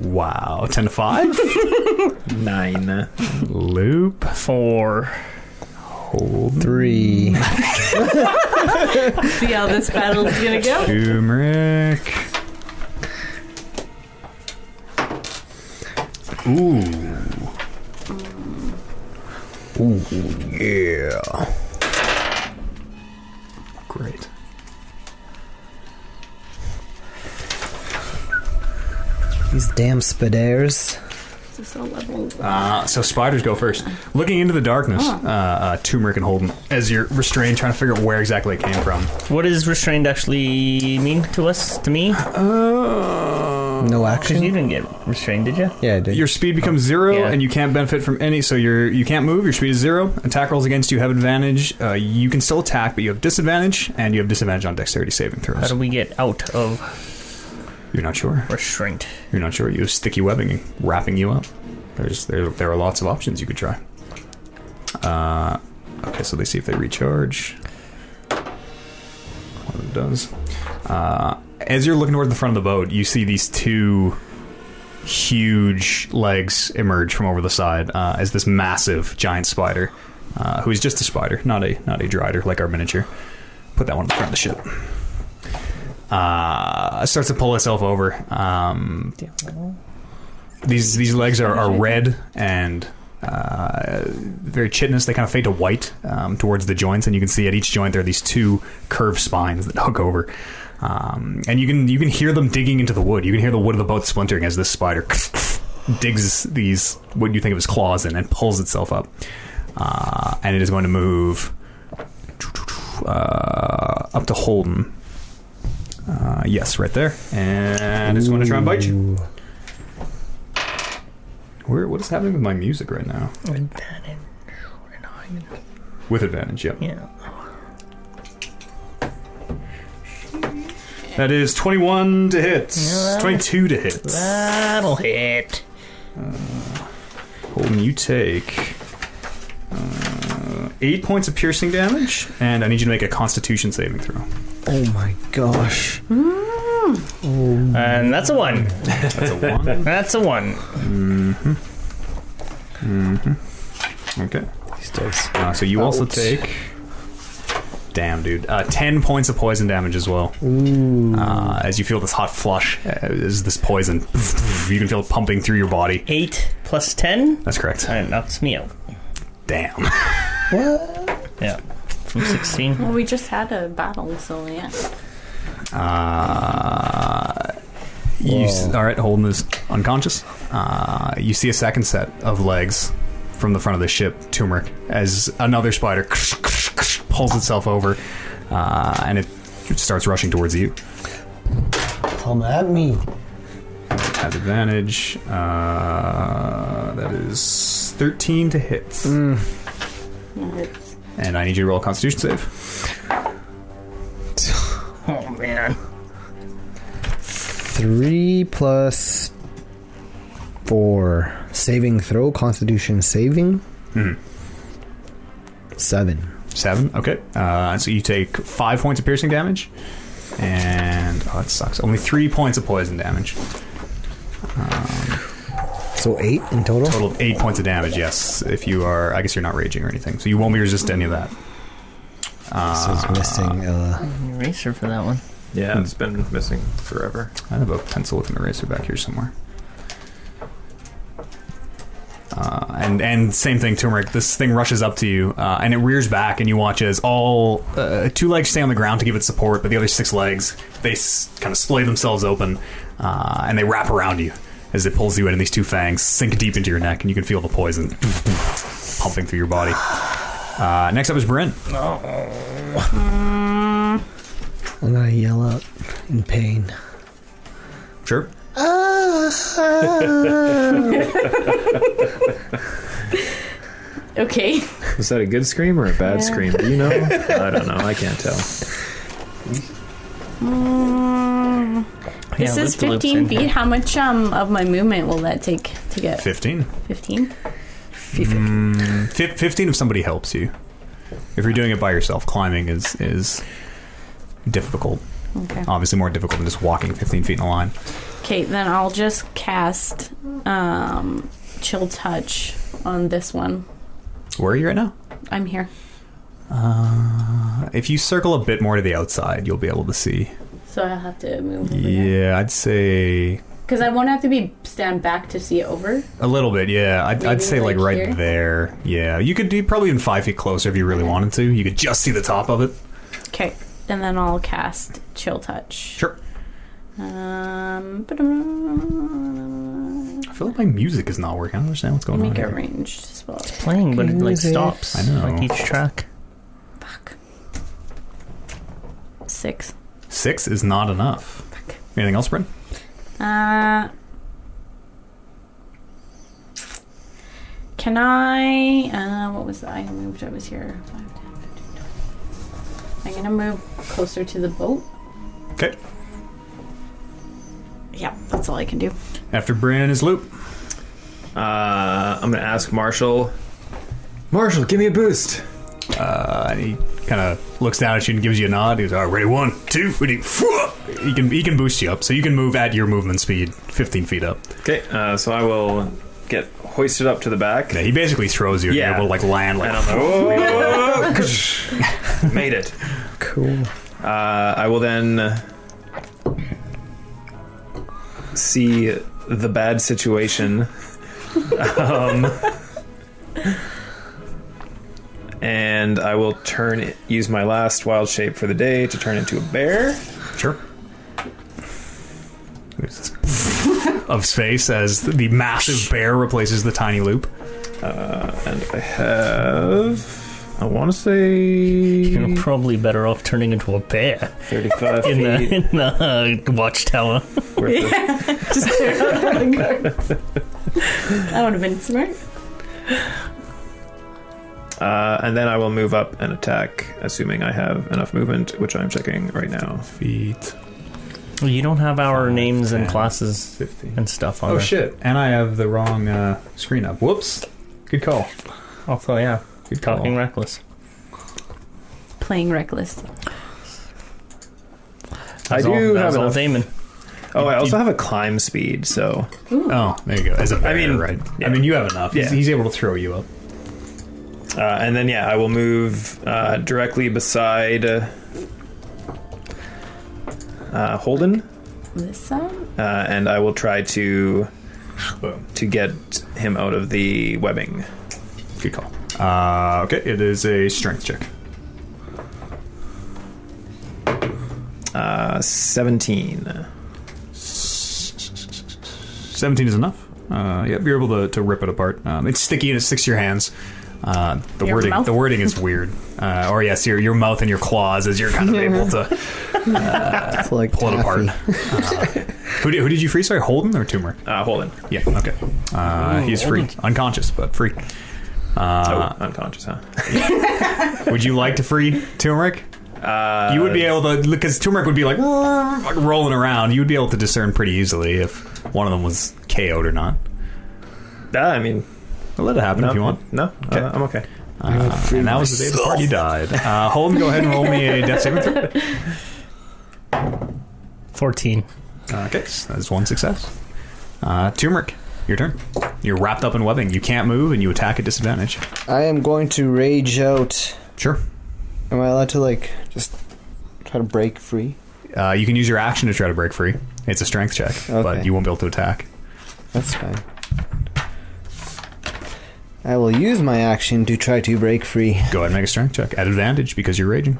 Speaker 1: Wow, 10 to 5.
Speaker 5: Nine.
Speaker 1: Loop.
Speaker 2: Four.
Speaker 1: Hold.
Speaker 3: Three.
Speaker 4: See how this battle is gonna go?
Speaker 1: Turmeric. Ooh. Ooh, yeah. Great.
Speaker 3: These damn spadairs.
Speaker 4: Is this a level?
Speaker 1: Uh, so spiders go first. Looking into the darkness, uh, uh, Turmeric and Holden, as you're restrained, trying to figure out where exactly it came from.
Speaker 2: What does restrained actually mean to us? To me?
Speaker 1: Oh,
Speaker 3: No
Speaker 2: Because you
Speaker 3: action?
Speaker 2: didn't get restrained, did you?
Speaker 3: Yeah, dude.
Speaker 1: Your speed becomes zero,
Speaker 2: Yeah.
Speaker 1: and you can't benefit from any. So you're you can't move. Your speed is zero. Attack rolls against you have advantage. Uh, you can still attack, but you have disadvantage, and you have disadvantage on dexterity saving
Speaker 2: How
Speaker 1: throws.
Speaker 2: do we get out of
Speaker 1: You're not sure.
Speaker 2: restraint?
Speaker 1: You're not sure. You have sticky webbing wrapping you up. There's there there are lots of options you could try. Uh, okay, so they see if they recharge. One of them does. Uh, as you're looking toward the front of the boat, you see these two huge legs emerge from over the side uh, as this massive giant spider, uh, who is just a spider, not a not a drider like our miniature. Put that one in the front of the ship. Uh, starts to pull itself over. Um, These these legs are, are red and uh, very chitinous. They kind of fade to white um, towards the joints, and you can see at each joint there are these two curved spines that hook over. Um, and you can you can hear them digging into the wood. You can hear the wood of the boat splintering as this spider digs these what you think of as claws in and pulls itself up. Uh, and it is going to move uh, up to Holden. Uh, yes, right there. And it's going to try and bite you.
Speaker 3: Ooh.
Speaker 1: Where, what is happening with my music right now? With advantage, yep.
Speaker 2: Yeah.
Speaker 1: That is 21 to hit.
Speaker 2: Yeah.
Speaker 1: 22 to hit.
Speaker 2: That'll hit.
Speaker 1: Holden, you take uh, 8 points of piercing damage, and I need you to make a constitution saving throw.
Speaker 3: Oh my gosh.
Speaker 2: And that's a one.
Speaker 1: That's a 1.
Speaker 2: That's a one.
Speaker 1: okay.
Speaker 3: These dice.
Speaker 1: Uh, so you also
Speaker 3: Ouch.
Speaker 1: take. Damn, dude. Uh, 10 points of poison damage as well. Uh, as you feel this hot flush, uh, as this poison, you can feel it pumping through your body.
Speaker 2: Eight plus ten.
Speaker 1: That's correct.
Speaker 2: And it knocks me out.
Speaker 1: Damn.
Speaker 2: Yeah. From sixteen.
Speaker 4: Well, Oh, we just had a battle, so yeah.
Speaker 1: Uh, you s-
Speaker 3: Whoa.
Speaker 1: all right? Holden is unconscious. Uh, you see a second set of legs from the front of the ship, turmeric, as another spider pulls itself over, uh, and it starts rushing towards you.
Speaker 3: Come at me.
Speaker 1: Has advantage. Uh, that is thirteen to hit,
Speaker 4: It's
Speaker 1: and I need you to roll a Constitution save.
Speaker 2: Oh man.
Speaker 3: Three plus four. Saving throw, constitution saving.
Speaker 1: Hmm.
Speaker 3: Seven.
Speaker 1: Seven. Okay. Uh, so you take five points of piercing damage, and oh, that sucks. Only three points of poison damage.
Speaker 3: So eight in total?
Speaker 1: Total of eight points of damage. Yes, if you are, I guess you're not raging or anything, so you won't be resist to any of that.
Speaker 3: So it's missing. Uh,
Speaker 2: Eraser for that one.
Speaker 5: Yeah, it's been missing forever.
Speaker 1: I have a pencil with an eraser back here somewhere. Uh, and and same thing, turmeric. This thing rushes up to you, uh, and it rears back, and you watch as all uh, two legs stay on the ground to give it support, but the other six legs they s- kind of splay themselves open, uh, and they wrap around you as it pulls you in, and these two fangs sink deep into your neck, and you can feel the poison pumping through your body. Uh, next up is Bryn.
Speaker 3: I'm gonna yell out in pain.
Speaker 1: Sure.
Speaker 4: okay.
Speaker 5: Was that a good scream or a bad
Speaker 4: Yeah.
Speaker 5: scream? Do you know? I don't know. I can't tell.
Speaker 4: This
Speaker 2: Yeah,
Speaker 4: is
Speaker 2: loop the loops in
Speaker 4: 15 feet.
Speaker 2: here.
Speaker 4: How much um of my movement will that take to get Mm.
Speaker 1: 15.
Speaker 4: 15?
Speaker 1: Fif- 15 if somebody helps you. If you're doing it by yourself, climbing is is difficult.
Speaker 4: Okay.
Speaker 1: Obviously, more difficult than just walking 15 feet in a line.
Speaker 4: Okay, then I'll just cast um chill touch on this one.
Speaker 1: Where are you right now?
Speaker 4: I'm here.
Speaker 1: Uh, if you circle a bit more to the outside, you'll be able to see.
Speaker 4: So I'll have to move over
Speaker 1: Yeah, I'd say
Speaker 4: Because I won't have to be stand back to see it over.
Speaker 1: a little bit. Yeah, I'd, I'd
Speaker 4: Maybe
Speaker 1: say like
Speaker 4: like
Speaker 1: right
Speaker 4: here?
Speaker 1: there. Yeah, you could do probably even five feet closer if you really wanted to. You could just see the top of it.
Speaker 4: Okay. And then I'll cast chill touch.
Speaker 1: Sure.
Speaker 4: Um ba-dum.
Speaker 1: I feel like my music is not working. I don't understand what's going on.
Speaker 4: make it
Speaker 1: here.
Speaker 4: ranged as well.
Speaker 2: Playing, but it like
Speaker 3: Music.
Speaker 2: stops.
Speaker 1: I know.
Speaker 2: Like each track.
Speaker 4: Fuck. Six.
Speaker 1: Six is not enough.
Speaker 4: Fuck.
Speaker 1: Anything else, Bryn?
Speaker 4: Uh, can I? Uh, what was I moved? I was here. Five, 10, 15, 20. I'm gonna move closer to the boat.
Speaker 1: Okay.
Speaker 4: Yeah, that's all I can do.
Speaker 1: After Bryn is Loop.
Speaker 5: Uh, I'm gonna ask Marshall. Marshall, give me a boost.
Speaker 1: Uh, and he kind of looks down at you and gives you a nod. He goes, "All right, ready, one, two, ready." four." He can he can boost you up, so you can move at your movement speed, fifteen feet up.
Speaker 5: Okay, uh, so I will get hoisted up to the back.
Speaker 1: Yeah, he basically throws you. and
Speaker 5: Yeah.
Speaker 1: you're able to like land like.
Speaker 5: And I'm like, "Whoa!" made it.
Speaker 3: Cool.
Speaker 5: Uh, I will then see the bad situation. um, and I will turn it, use my last wild shape for the day to turn into a bear.
Speaker 1: Sure. There's this of space as the massive bear replaces the tiny loop.
Speaker 5: Uh, and I have, I want to say
Speaker 2: You're probably better off turning into a bear
Speaker 5: 35
Speaker 2: in the,
Speaker 5: feet.
Speaker 2: in the uh, watchtower.
Speaker 5: worth of-
Speaker 4: Just clear out all the guards. That would have been smart.
Speaker 5: Uh, and then I will move up and attack, assuming I have enough movement, which I'm checking right now.
Speaker 1: Feet.
Speaker 2: Well, you don't have our names and
Speaker 1: ten,
Speaker 2: classes
Speaker 1: 15.
Speaker 2: and stuff on
Speaker 1: Oh,
Speaker 2: there.
Speaker 1: shit. And I have the wrong uh, screen up. Whoops. Good call.
Speaker 2: Also, yeah,
Speaker 1: Good call.
Speaker 2: talking reckless.
Speaker 4: Playing reckless.
Speaker 5: I
Speaker 2: That's
Speaker 5: do
Speaker 2: all,
Speaker 5: have
Speaker 2: that's all
Speaker 5: enough-
Speaker 2: Damon.
Speaker 5: Oh, I also have a climb speed, so
Speaker 1: Oh, there you go. As a bear,
Speaker 5: I mean,
Speaker 1: right?
Speaker 5: yeah.
Speaker 1: I mean, you have enough. He's,
Speaker 5: Yeah.
Speaker 1: he's able to throw you up.
Speaker 5: uh, and then yeah, I will move uh, directly beside uh, uh, Holden,
Speaker 4: This side?
Speaker 5: uh, and I will try to to get him out of the webbing.
Speaker 1: Good call. Uh, okay, it is a strength check.
Speaker 5: Uh, Seventeen.
Speaker 1: 17 is enough. Uh, yep, you're able to, to rip it apart. Um, it's sticky and it sticks to your hands. Uh, the
Speaker 4: Your
Speaker 1: wording
Speaker 4: mouth?
Speaker 1: the wording is weird. Uh, or yes, your your mouth and your claws as you're kind of able to
Speaker 3: It's like
Speaker 1: pull it apart. Uh, who, did, who did you free? Sorry, Holden or Tumor?
Speaker 5: Uh, Holden.
Speaker 1: Yeah, okay. Uh, he's free, unconscious but free.
Speaker 5: Oh,
Speaker 1: Uh,
Speaker 5: unconscious, huh?
Speaker 1: Would you like to free Turmeric?
Speaker 5: Uh,
Speaker 1: You would be able to because Turmeric would be like like rolling around. You would be able to discern pretty easily if one of them was KO'd or not.
Speaker 5: Ah, I mean,
Speaker 1: I'll let it happen
Speaker 5: no,
Speaker 1: if you want.
Speaker 5: no,
Speaker 1: Okay.
Speaker 5: uh, I'm okay.
Speaker 1: Uh, and that was the day the party died. Uh, Holden, go ahead and roll me a death saving throw.
Speaker 2: Fourteen.
Speaker 1: Uh, okay, so that's one success. Uh, turmeric, your turn. You're wrapped up in webbing. You can't move, and you attack at disadvantage.
Speaker 3: I am going to rage out.
Speaker 1: Sure.
Speaker 3: Am I allowed to like just try to break free?
Speaker 1: Uh, you can use your action to try to break free. It's a strength check,
Speaker 3: Okay.
Speaker 1: but you won't be able to attack.
Speaker 3: That's fine. I will use my action to try to break free.
Speaker 1: Go ahead and make a strength check at advantage because you're raging.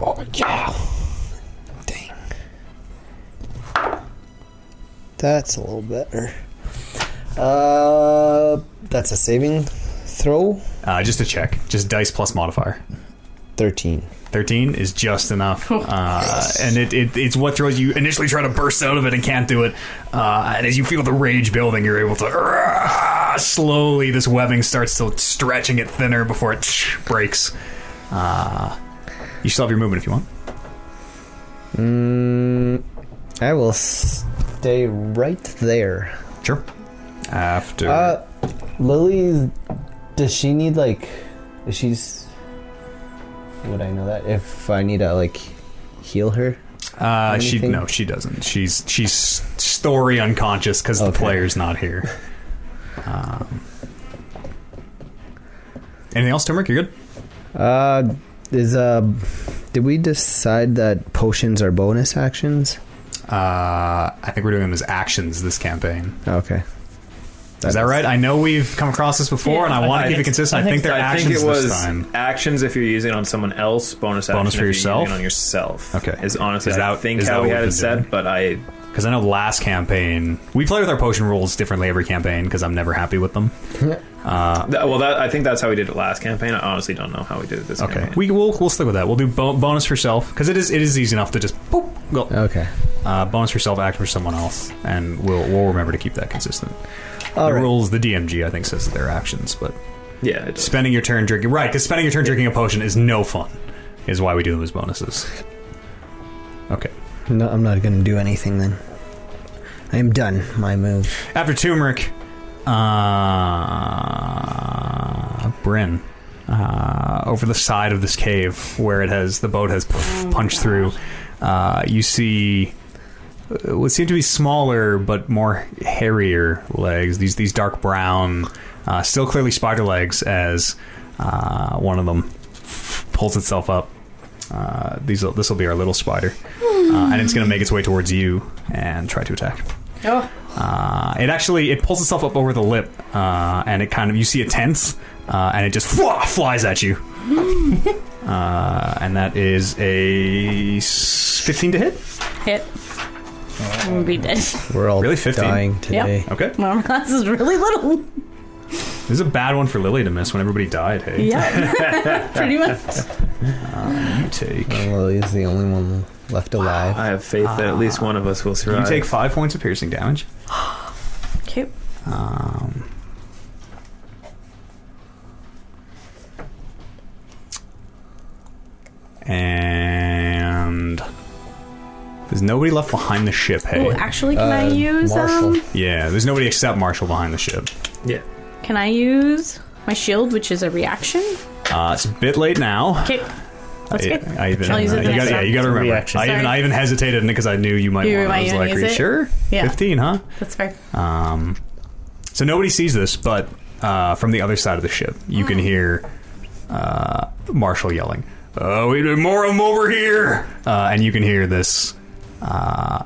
Speaker 3: Oh yeah. Dang. That's a little better. Uh, that's a saving throw.
Speaker 1: Uh, just a check, just dice plus modifier.
Speaker 3: Thirteen.
Speaker 1: 13 is just enough. Uh, and it, it, it's what throws you initially try to burst out of it and can't do it. Uh, and as you feel the rage building, you're able to. uh, slowly, this webbing starts to stretching it thinner before it breaks. Uh, you still have your movement if you want.
Speaker 3: Mm, I will stay right there.
Speaker 1: Sure. After.
Speaker 3: Uh, Lily, does she need like? If she's. Would I know that if I need to like heal her?
Speaker 1: Uh, she
Speaker 3: anything?
Speaker 1: no, she doesn't. She's she's story unconscious because the
Speaker 3: Okay.
Speaker 1: player's not here. Um, anything else, Turmeric? You're good.
Speaker 3: Uh, is uh, did we decide that potions are bonus actions?
Speaker 1: Uh, I think we're doing them as actions this campaign.
Speaker 3: Okay.
Speaker 1: Is that right? I know we've come across this before, and I
Speaker 2: Yeah,
Speaker 1: want
Speaker 2: I
Speaker 1: to keep it
Speaker 2: think-
Speaker 1: consistent. I
Speaker 2: I
Speaker 1: think,
Speaker 2: think-
Speaker 1: they're
Speaker 5: I
Speaker 1: actions
Speaker 5: think it was
Speaker 1: this time.
Speaker 5: actions if you're using it on someone else. Bonus action
Speaker 1: Bonus for
Speaker 5: if you're
Speaker 1: yourself?
Speaker 5: using it on yourself.
Speaker 1: Okay.
Speaker 5: is honestly
Speaker 1: Is
Speaker 5: I
Speaker 1: that-
Speaker 5: think
Speaker 1: is that
Speaker 5: how we
Speaker 1: what
Speaker 5: had
Speaker 1: we've
Speaker 5: it
Speaker 1: been doing?
Speaker 5: set, but I
Speaker 1: Because I know last campaign we play with our potion rules differently every campaign because I'm never happy with them. Ah.
Speaker 5: th- well that I think that's how we did it last campaign. I honestly don't know how we did it this
Speaker 1: Okay,
Speaker 5: campaign.
Speaker 1: we we'll, we'll stick with that. We'll do bo- bonus for self because it is it is easy enough to just boop go.
Speaker 3: Okay.
Speaker 1: Uh, bonus for self, act for someone else, and we'll we'll remember to keep that consistent.
Speaker 3: All
Speaker 1: the
Speaker 3: right.
Speaker 1: rules, the DMG, I think says that they're actions, but
Speaker 5: yeah, it just,
Speaker 1: spending your turn drinking right because spending your turn drinking a potion is no fun. Is why we do them as bonuses. Okay.
Speaker 3: No, I'm not gonna do anything then. I am done. My move.
Speaker 1: After Turmeric, uh, Bryn, uh, over the side of this cave where it has the boat has punched through, uh, you see uh, what seem to be smaller but more hairier legs. These these dark brown, uh, still clearly spider legs. As uh, one of them pulls itself up. Uh, these this will be our little spider, uh, and it's going to make its way towards you and try to attack.
Speaker 4: Oh,
Speaker 1: Uh, it actually it pulls itself up over the lip, uh, and it kind of you see it tense, uh, and it just fwa- flies at you. uh, and that is a s- fifteen to hit.
Speaker 4: hit. I'm gonna be dead.
Speaker 3: We're all
Speaker 1: Really? 15?
Speaker 3: dying today.
Speaker 1: Okay,
Speaker 4: My armor class is really little.
Speaker 1: this is a bad one for Lily to miss when everybody died. Hey,
Speaker 4: Yeah, pretty much.
Speaker 1: you take
Speaker 3: And Lily's Oh, the only one left alive.
Speaker 5: I have faith that at least one of us will survive.
Speaker 1: Ah. you take five points of piercing damage.
Speaker 4: Okay.
Speaker 1: Um, and there's nobody left behind the ship. Hey,
Speaker 4: Oh, actually, can I
Speaker 3: Uh,
Speaker 4: use
Speaker 3: Marshall.
Speaker 4: um?
Speaker 1: yeah, there's nobody except Marshall behind the ship.
Speaker 5: yeah.
Speaker 4: Can I use my shield, which is a reaction?
Speaker 1: Uh, it's a bit late now.
Speaker 4: Okay. That's
Speaker 1: I,
Speaker 4: good.
Speaker 1: I even, uh,
Speaker 4: I'll use it
Speaker 1: you
Speaker 4: the next
Speaker 1: gotta, yeah,
Speaker 4: round.
Speaker 1: you gotta remember.
Speaker 2: Reaction.
Speaker 1: I even,
Speaker 4: Sorry.
Speaker 1: I even hesitated because I knew you might
Speaker 4: You
Speaker 1: want.
Speaker 4: might
Speaker 1: I was
Speaker 4: wanna
Speaker 1: like,
Speaker 4: use
Speaker 1: "Are you
Speaker 4: it?"
Speaker 1: sure?
Speaker 4: Yeah.
Speaker 1: Fifteen, huh?"
Speaker 4: That's fair.
Speaker 1: Um, so nobody sees this, but uh, from the other side of the ship, you can hear uh, Marshall yelling, "Oh, we need more of 'em over here!" Uh, and you can hear this. Uh,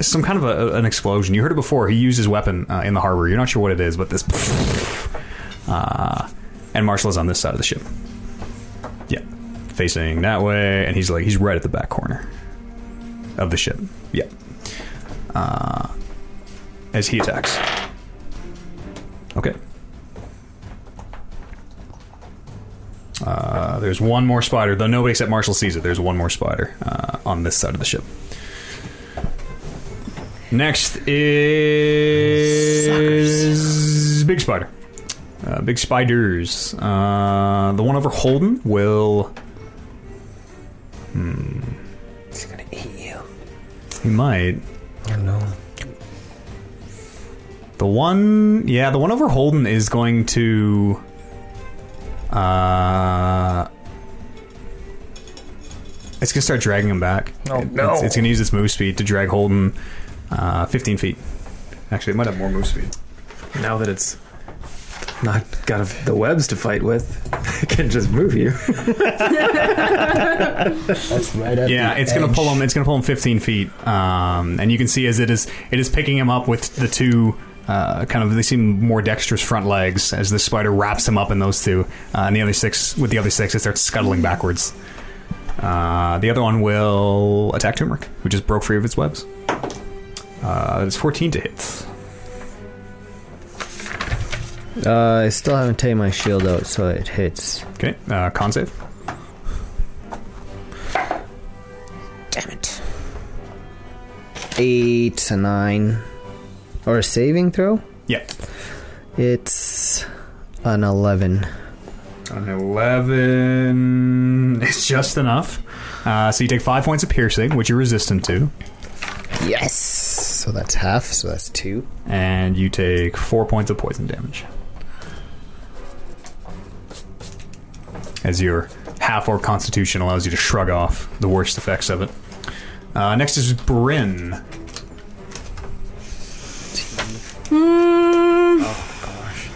Speaker 1: some kind of a, an explosion. You heard it before. He used his weapon uh, in the harbor. You're not sure what it is, but this. Uh, and Marshall is on this side of the ship. Yeah, facing that way, and he's like he's right at the back corner of the ship. Yeah. Uh, as he attacks. Okay. Uh, there's one more spider, though nobody except Marshall sees it. There's one more spider uh, on this side of the ship. Next is big spider. Uh, big spiders. Uh, the one over Holden will. hmm,
Speaker 3: He's gonna eat you.
Speaker 1: He might.
Speaker 3: Oh no.
Speaker 1: The one, yeah, the one over Holden is going to. Uh, it's gonna start dragging him back.
Speaker 2: Oh,
Speaker 1: It-
Speaker 2: no.
Speaker 1: It's, it's gonna use its move speed to drag Holden, uh, fifteen feet. Actually, it might have more move speed.
Speaker 5: Now that it's not got a, the webs to fight with, it can just move you.
Speaker 3: That's right at
Speaker 1: Yeah,
Speaker 3: the
Speaker 1: it's gonna
Speaker 3: edge.
Speaker 1: pull him. It's gonna pull him fifteen feet. Um, and you can see as it is, it is picking him up with the two. Uh, kind of, they seem more dexterous front legs as the spider wraps him up in those two, uh, and the other six with the other six, it starts scuttling backwards. Uh, the other one will attack Turmeric, who just broke free of its webs. Uh, it's fourteen to hit.
Speaker 3: Uh, I still haven't taken my shield out, so it hits.
Speaker 1: Okay, uh, con save.
Speaker 3: Damn it. Eight to nine. Or a saving throw?
Speaker 1: Yeah,
Speaker 3: It's an 11.
Speaker 1: An 11 It's just enough. Uh, so you take five points of piercing, which you're resistant to,
Speaker 3: Yes! So that's half, so that's two.
Speaker 1: and you take four points of poison damage. As your half orc constitution allows you to shrug off the worst effects of it. Uh, next is Bryn.
Speaker 4: Mm. Oh gosh.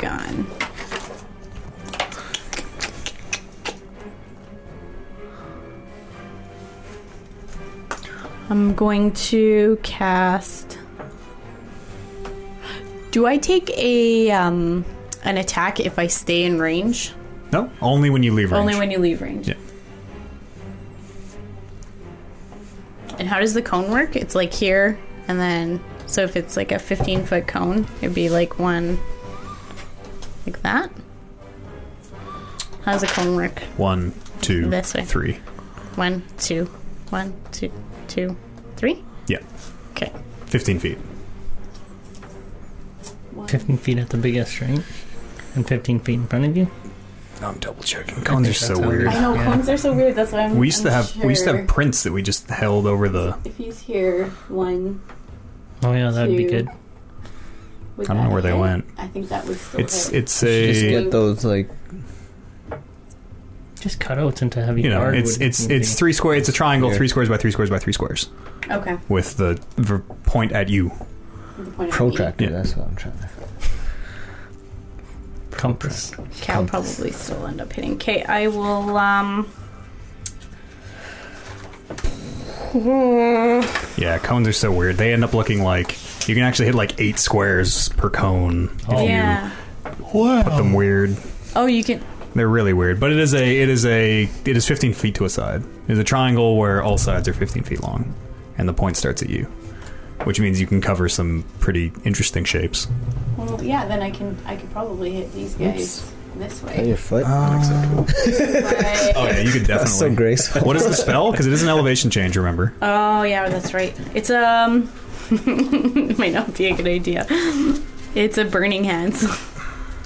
Speaker 4: Gone. I'm going to cast. Do I take a um an attack if I stay in range?
Speaker 1: No, only when you leave range.
Speaker 4: Only when you leave range.
Speaker 1: Yeah.
Speaker 4: And how does the cone work? It's like here, and then so if it's like a 15 foot cone, it'd be like one, like that. How does the cone work?
Speaker 1: One, two,
Speaker 4: This way.
Speaker 1: three.
Speaker 4: One, two, one, two, two, three.
Speaker 1: Yeah,
Speaker 4: Okay.
Speaker 1: 15 feet.
Speaker 2: 15 feet at the biggest, right? And 15 feet in front of you?
Speaker 1: I'm double checking. Cons are
Speaker 2: think
Speaker 1: so
Speaker 2: that's how it
Speaker 1: weird.
Speaker 2: is.
Speaker 4: I know
Speaker 2: Yeah.
Speaker 4: cones are so weird. That's why I'm.
Speaker 1: We used to
Speaker 4: I'm
Speaker 1: have we used to
Speaker 4: sure
Speaker 1: have prints that we just held over the
Speaker 4: If he's here, one.
Speaker 2: Oh, yeah, that'd be
Speaker 4: Two.
Speaker 2: good.
Speaker 4: would
Speaker 1: I don't know
Speaker 4: that
Speaker 1: where they
Speaker 4: hit?
Speaker 1: went.
Speaker 4: I think that was still
Speaker 1: It's
Speaker 4: hit.
Speaker 1: it's
Speaker 3: Just
Speaker 1: a
Speaker 3: get those, like,
Speaker 2: Just cut out into heavy
Speaker 1: you know
Speaker 2: hardwood
Speaker 1: it's it's
Speaker 2: would be-
Speaker 1: it's three square. It's a triangle,
Speaker 3: Yeah.
Speaker 1: three squares by three squares by three squares,
Speaker 4: okay.
Speaker 1: with the, the point at you.
Speaker 4: The point of
Speaker 3: protractor.
Speaker 1: Yeah.
Speaker 3: That's what I'm trying to.
Speaker 2: compass.
Speaker 4: Okay, I'll probably still end up hitting. Okay, I will. Um,
Speaker 1: Yeah, cones are so weird. They end up looking like you can actually hit like eight squares per cone. if
Speaker 4: yeah.
Speaker 1: you put them weird.
Speaker 4: Oh, you can.
Speaker 1: They're really weird. But it is a it is a it is 15 feet to a side. It's a triangle where all sides are 15 feet long, and the point starts at you, which means you can cover some pretty interesting shapes.
Speaker 4: Well, yeah. Then I can. I could probably hit these guys this
Speaker 3: Hey,
Speaker 4: way.
Speaker 3: your foot.
Speaker 4: but-
Speaker 1: Oh yeah, you could definitely.
Speaker 3: Ah. That's so graceful.
Speaker 1: What is the spell? Because it is an elevation change. Remember?
Speaker 4: Oh yeah, that's right. It's um might not be a good idea. It's a burning hands.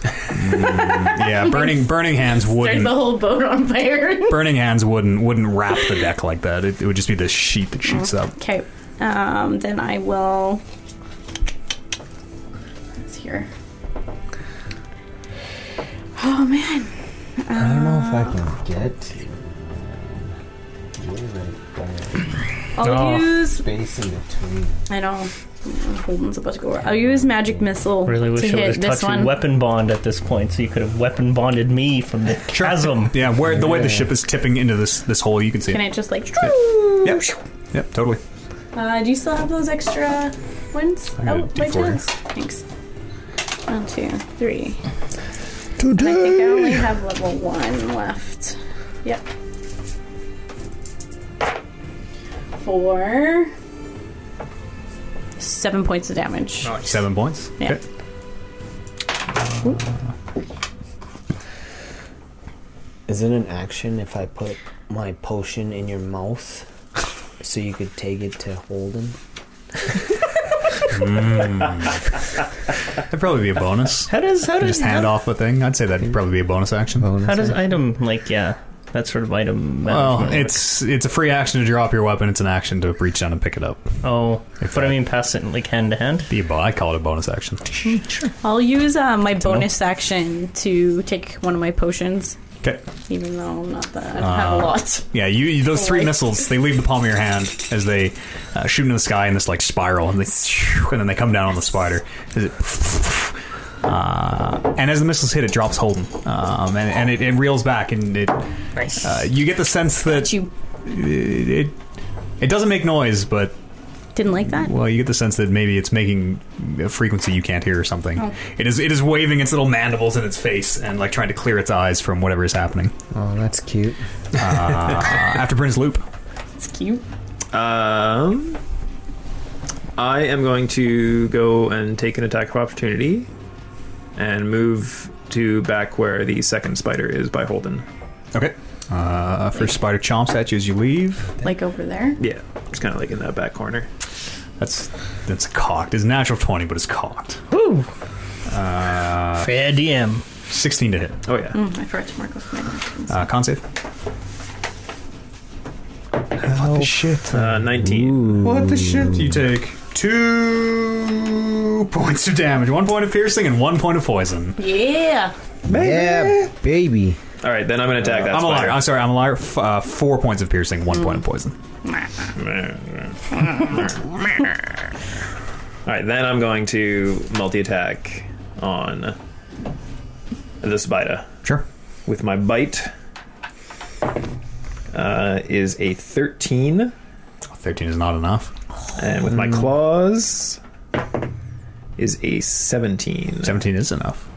Speaker 1: Yeah, burning burning hands
Speaker 4: Start
Speaker 1: wouldn't
Speaker 4: the whole boat on fire.
Speaker 1: burning hands wouldn't wouldn't wrap the deck like that. It, it would just be the sheet that shoots up.
Speaker 4: okay. Um then I will it's here. Oh man.
Speaker 3: I don't know if I can get to Where the fuck
Speaker 4: I'll
Speaker 2: Oh.
Speaker 4: use
Speaker 3: space in between.
Speaker 4: I know Holden's about to go over. I'll use magic missile
Speaker 2: Really wish
Speaker 4: to
Speaker 2: I would
Speaker 4: hit
Speaker 2: have
Speaker 4: this
Speaker 2: touched you
Speaker 4: one.
Speaker 2: weapon bond at this point, so you could have weapon bonded me from the chasm.
Speaker 1: Yeah, where the way the ship is tipping into this this hole, you can see.
Speaker 4: Can
Speaker 1: it.
Speaker 4: I just like
Speaker 1: Yep. Yep. Totally.
Speaker 4: Uh, do you still have those extra ones?
Speaker 1: I got a
Speaker 4: oh, by
Speaker 1: D4.
Speaker 4: chance. Thanks. One, two, three. I think I only have level one left. Yep. Four. Seven points of
Speaker 2: Oh.
Speaker 4: damage.
Speaker 1: Seven points.
Speaker 4: Yeah.
Speaker 1: Okay.
Speaker 3: Is it an action if I put my potion in your mouth so you could take it to Holden?
Speaker 1: That'd probably be a bonus.
Speaker 2: How does how does
Speaker 1: Just hand
Speaker 2: how,
Speaker 1: off a thing. I'd say that'd probably be a bonus action.
Speaker 3: Bonus
Speaker 2: how does
Speaker 3: action?
Speaker 2: item like yeah that sort of item?
Speaker 1: Well,
Speaker 2: management work?
Speaker 1: it's it's a free action to drop your weapon. It's an action to reach down and pick it up.
Speaker 2: oh,
Speaker 1: If
Speaker 2: but
Speaker 1: I-
Speaker 2: I mean pass it like hand to hand.
Speaker 1: Be a bo- I call it a bonus action.
Speaker 4: I'll use uh, my bonus action to take one of my potions,
Speaker 1: Okay.
Speaker 4: even though I'm not that. I don't
Speaker 1: Uh,
Speaker 4: have a lot.
Speaker 1: Yeah, you, you those three
Speaker 4: Alright.
Speaker 1: missiles they leave the palm of your hand as they uh, shoot into the sky in this like spiral, and they and then they come down on the spider. As it, uh, and as the missiles hit, it drops Holden, um, and, and it, it reels back, and it
Speaker 2: Nice.
Speaker 1: uh, you get the sense that
Speaker 4: You
Speaker 1: it, it it doesn't make noise, but
Speaker 4: didn't like that?
Speaker 1: well, you get the sense that maybe it's making a frequency you can't hear or something. It is it is waving its little mandibles in its face and like trying to clear its eyes from whatever is happening.
Speaker 3: Oh, that's cute.
Speaker 1: Uh, after Prince Loop,
Speaker 4: It's cute.
Speaker 5: Um, I am going to go and take an attack of opportunity and move to back where the second spider is by Holden.
Speaker 1: okay. Uh, first spider chomps at you as you leave.
Speaker 4: Like over there.
Speaker 5: Yeah, just kind of like in that back corner.
Speaker 1: That's that's cocked. It's a natural twenty, but it's cocked.
Speaker 2: Woo.
Speaker 1: Uh,
Speaker 2: Fair DM.
Speaker 1: Sixteen to hit.
Speaker 5: Oh yeah,
Speaker 4: Mm, I forgot to mark off my markings.
Speaker 1: Uh, con save. What the shit?
Speaker 5: uh, nineteen.
Speaker 1: What the shit? You take two points of damage, one point of piercing, and one point of poison.
Speaker 4: yeah.
Speaker 3: Yeah, baby.
Speaker 5: All right, then I'm gonna attack that.
Speaker 1: I'm a liar.
Speaker 5: spider.
Speaker 1: I'm sorry. I'm a liar. F- uh, four points of piercing, one point of poison.
Speaker 5: All right, then I'm going to multi attack on the spider
Speaker 1: Sure.
Speaker 5: with my bite. Uh, is a thirteen.
Speaker 1: Thirteen is not enough.
Speaker 5: And with my claws is a 17.
Speaker 1: Seventeen is enough.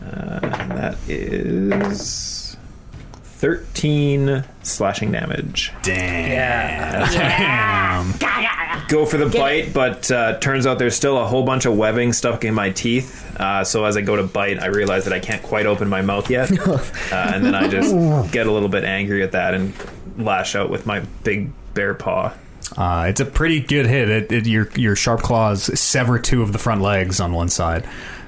Speaker 5: And that is 13 slashing damage.
Speaker 1: Damn.
Speaker 5: Go for the bite, but uh, turns out there's still a whole bunch of webbing stuck in my teeth. Uh, so as I go to bite, I realize that I can't quite open my mouth yet. uh, and then I just get a little bit angry at that and lash out with my big bear paw.
Speaker 1: Uh, it's a pretty good hit. It, it, your your sharp claws sever two of the front legs on one side,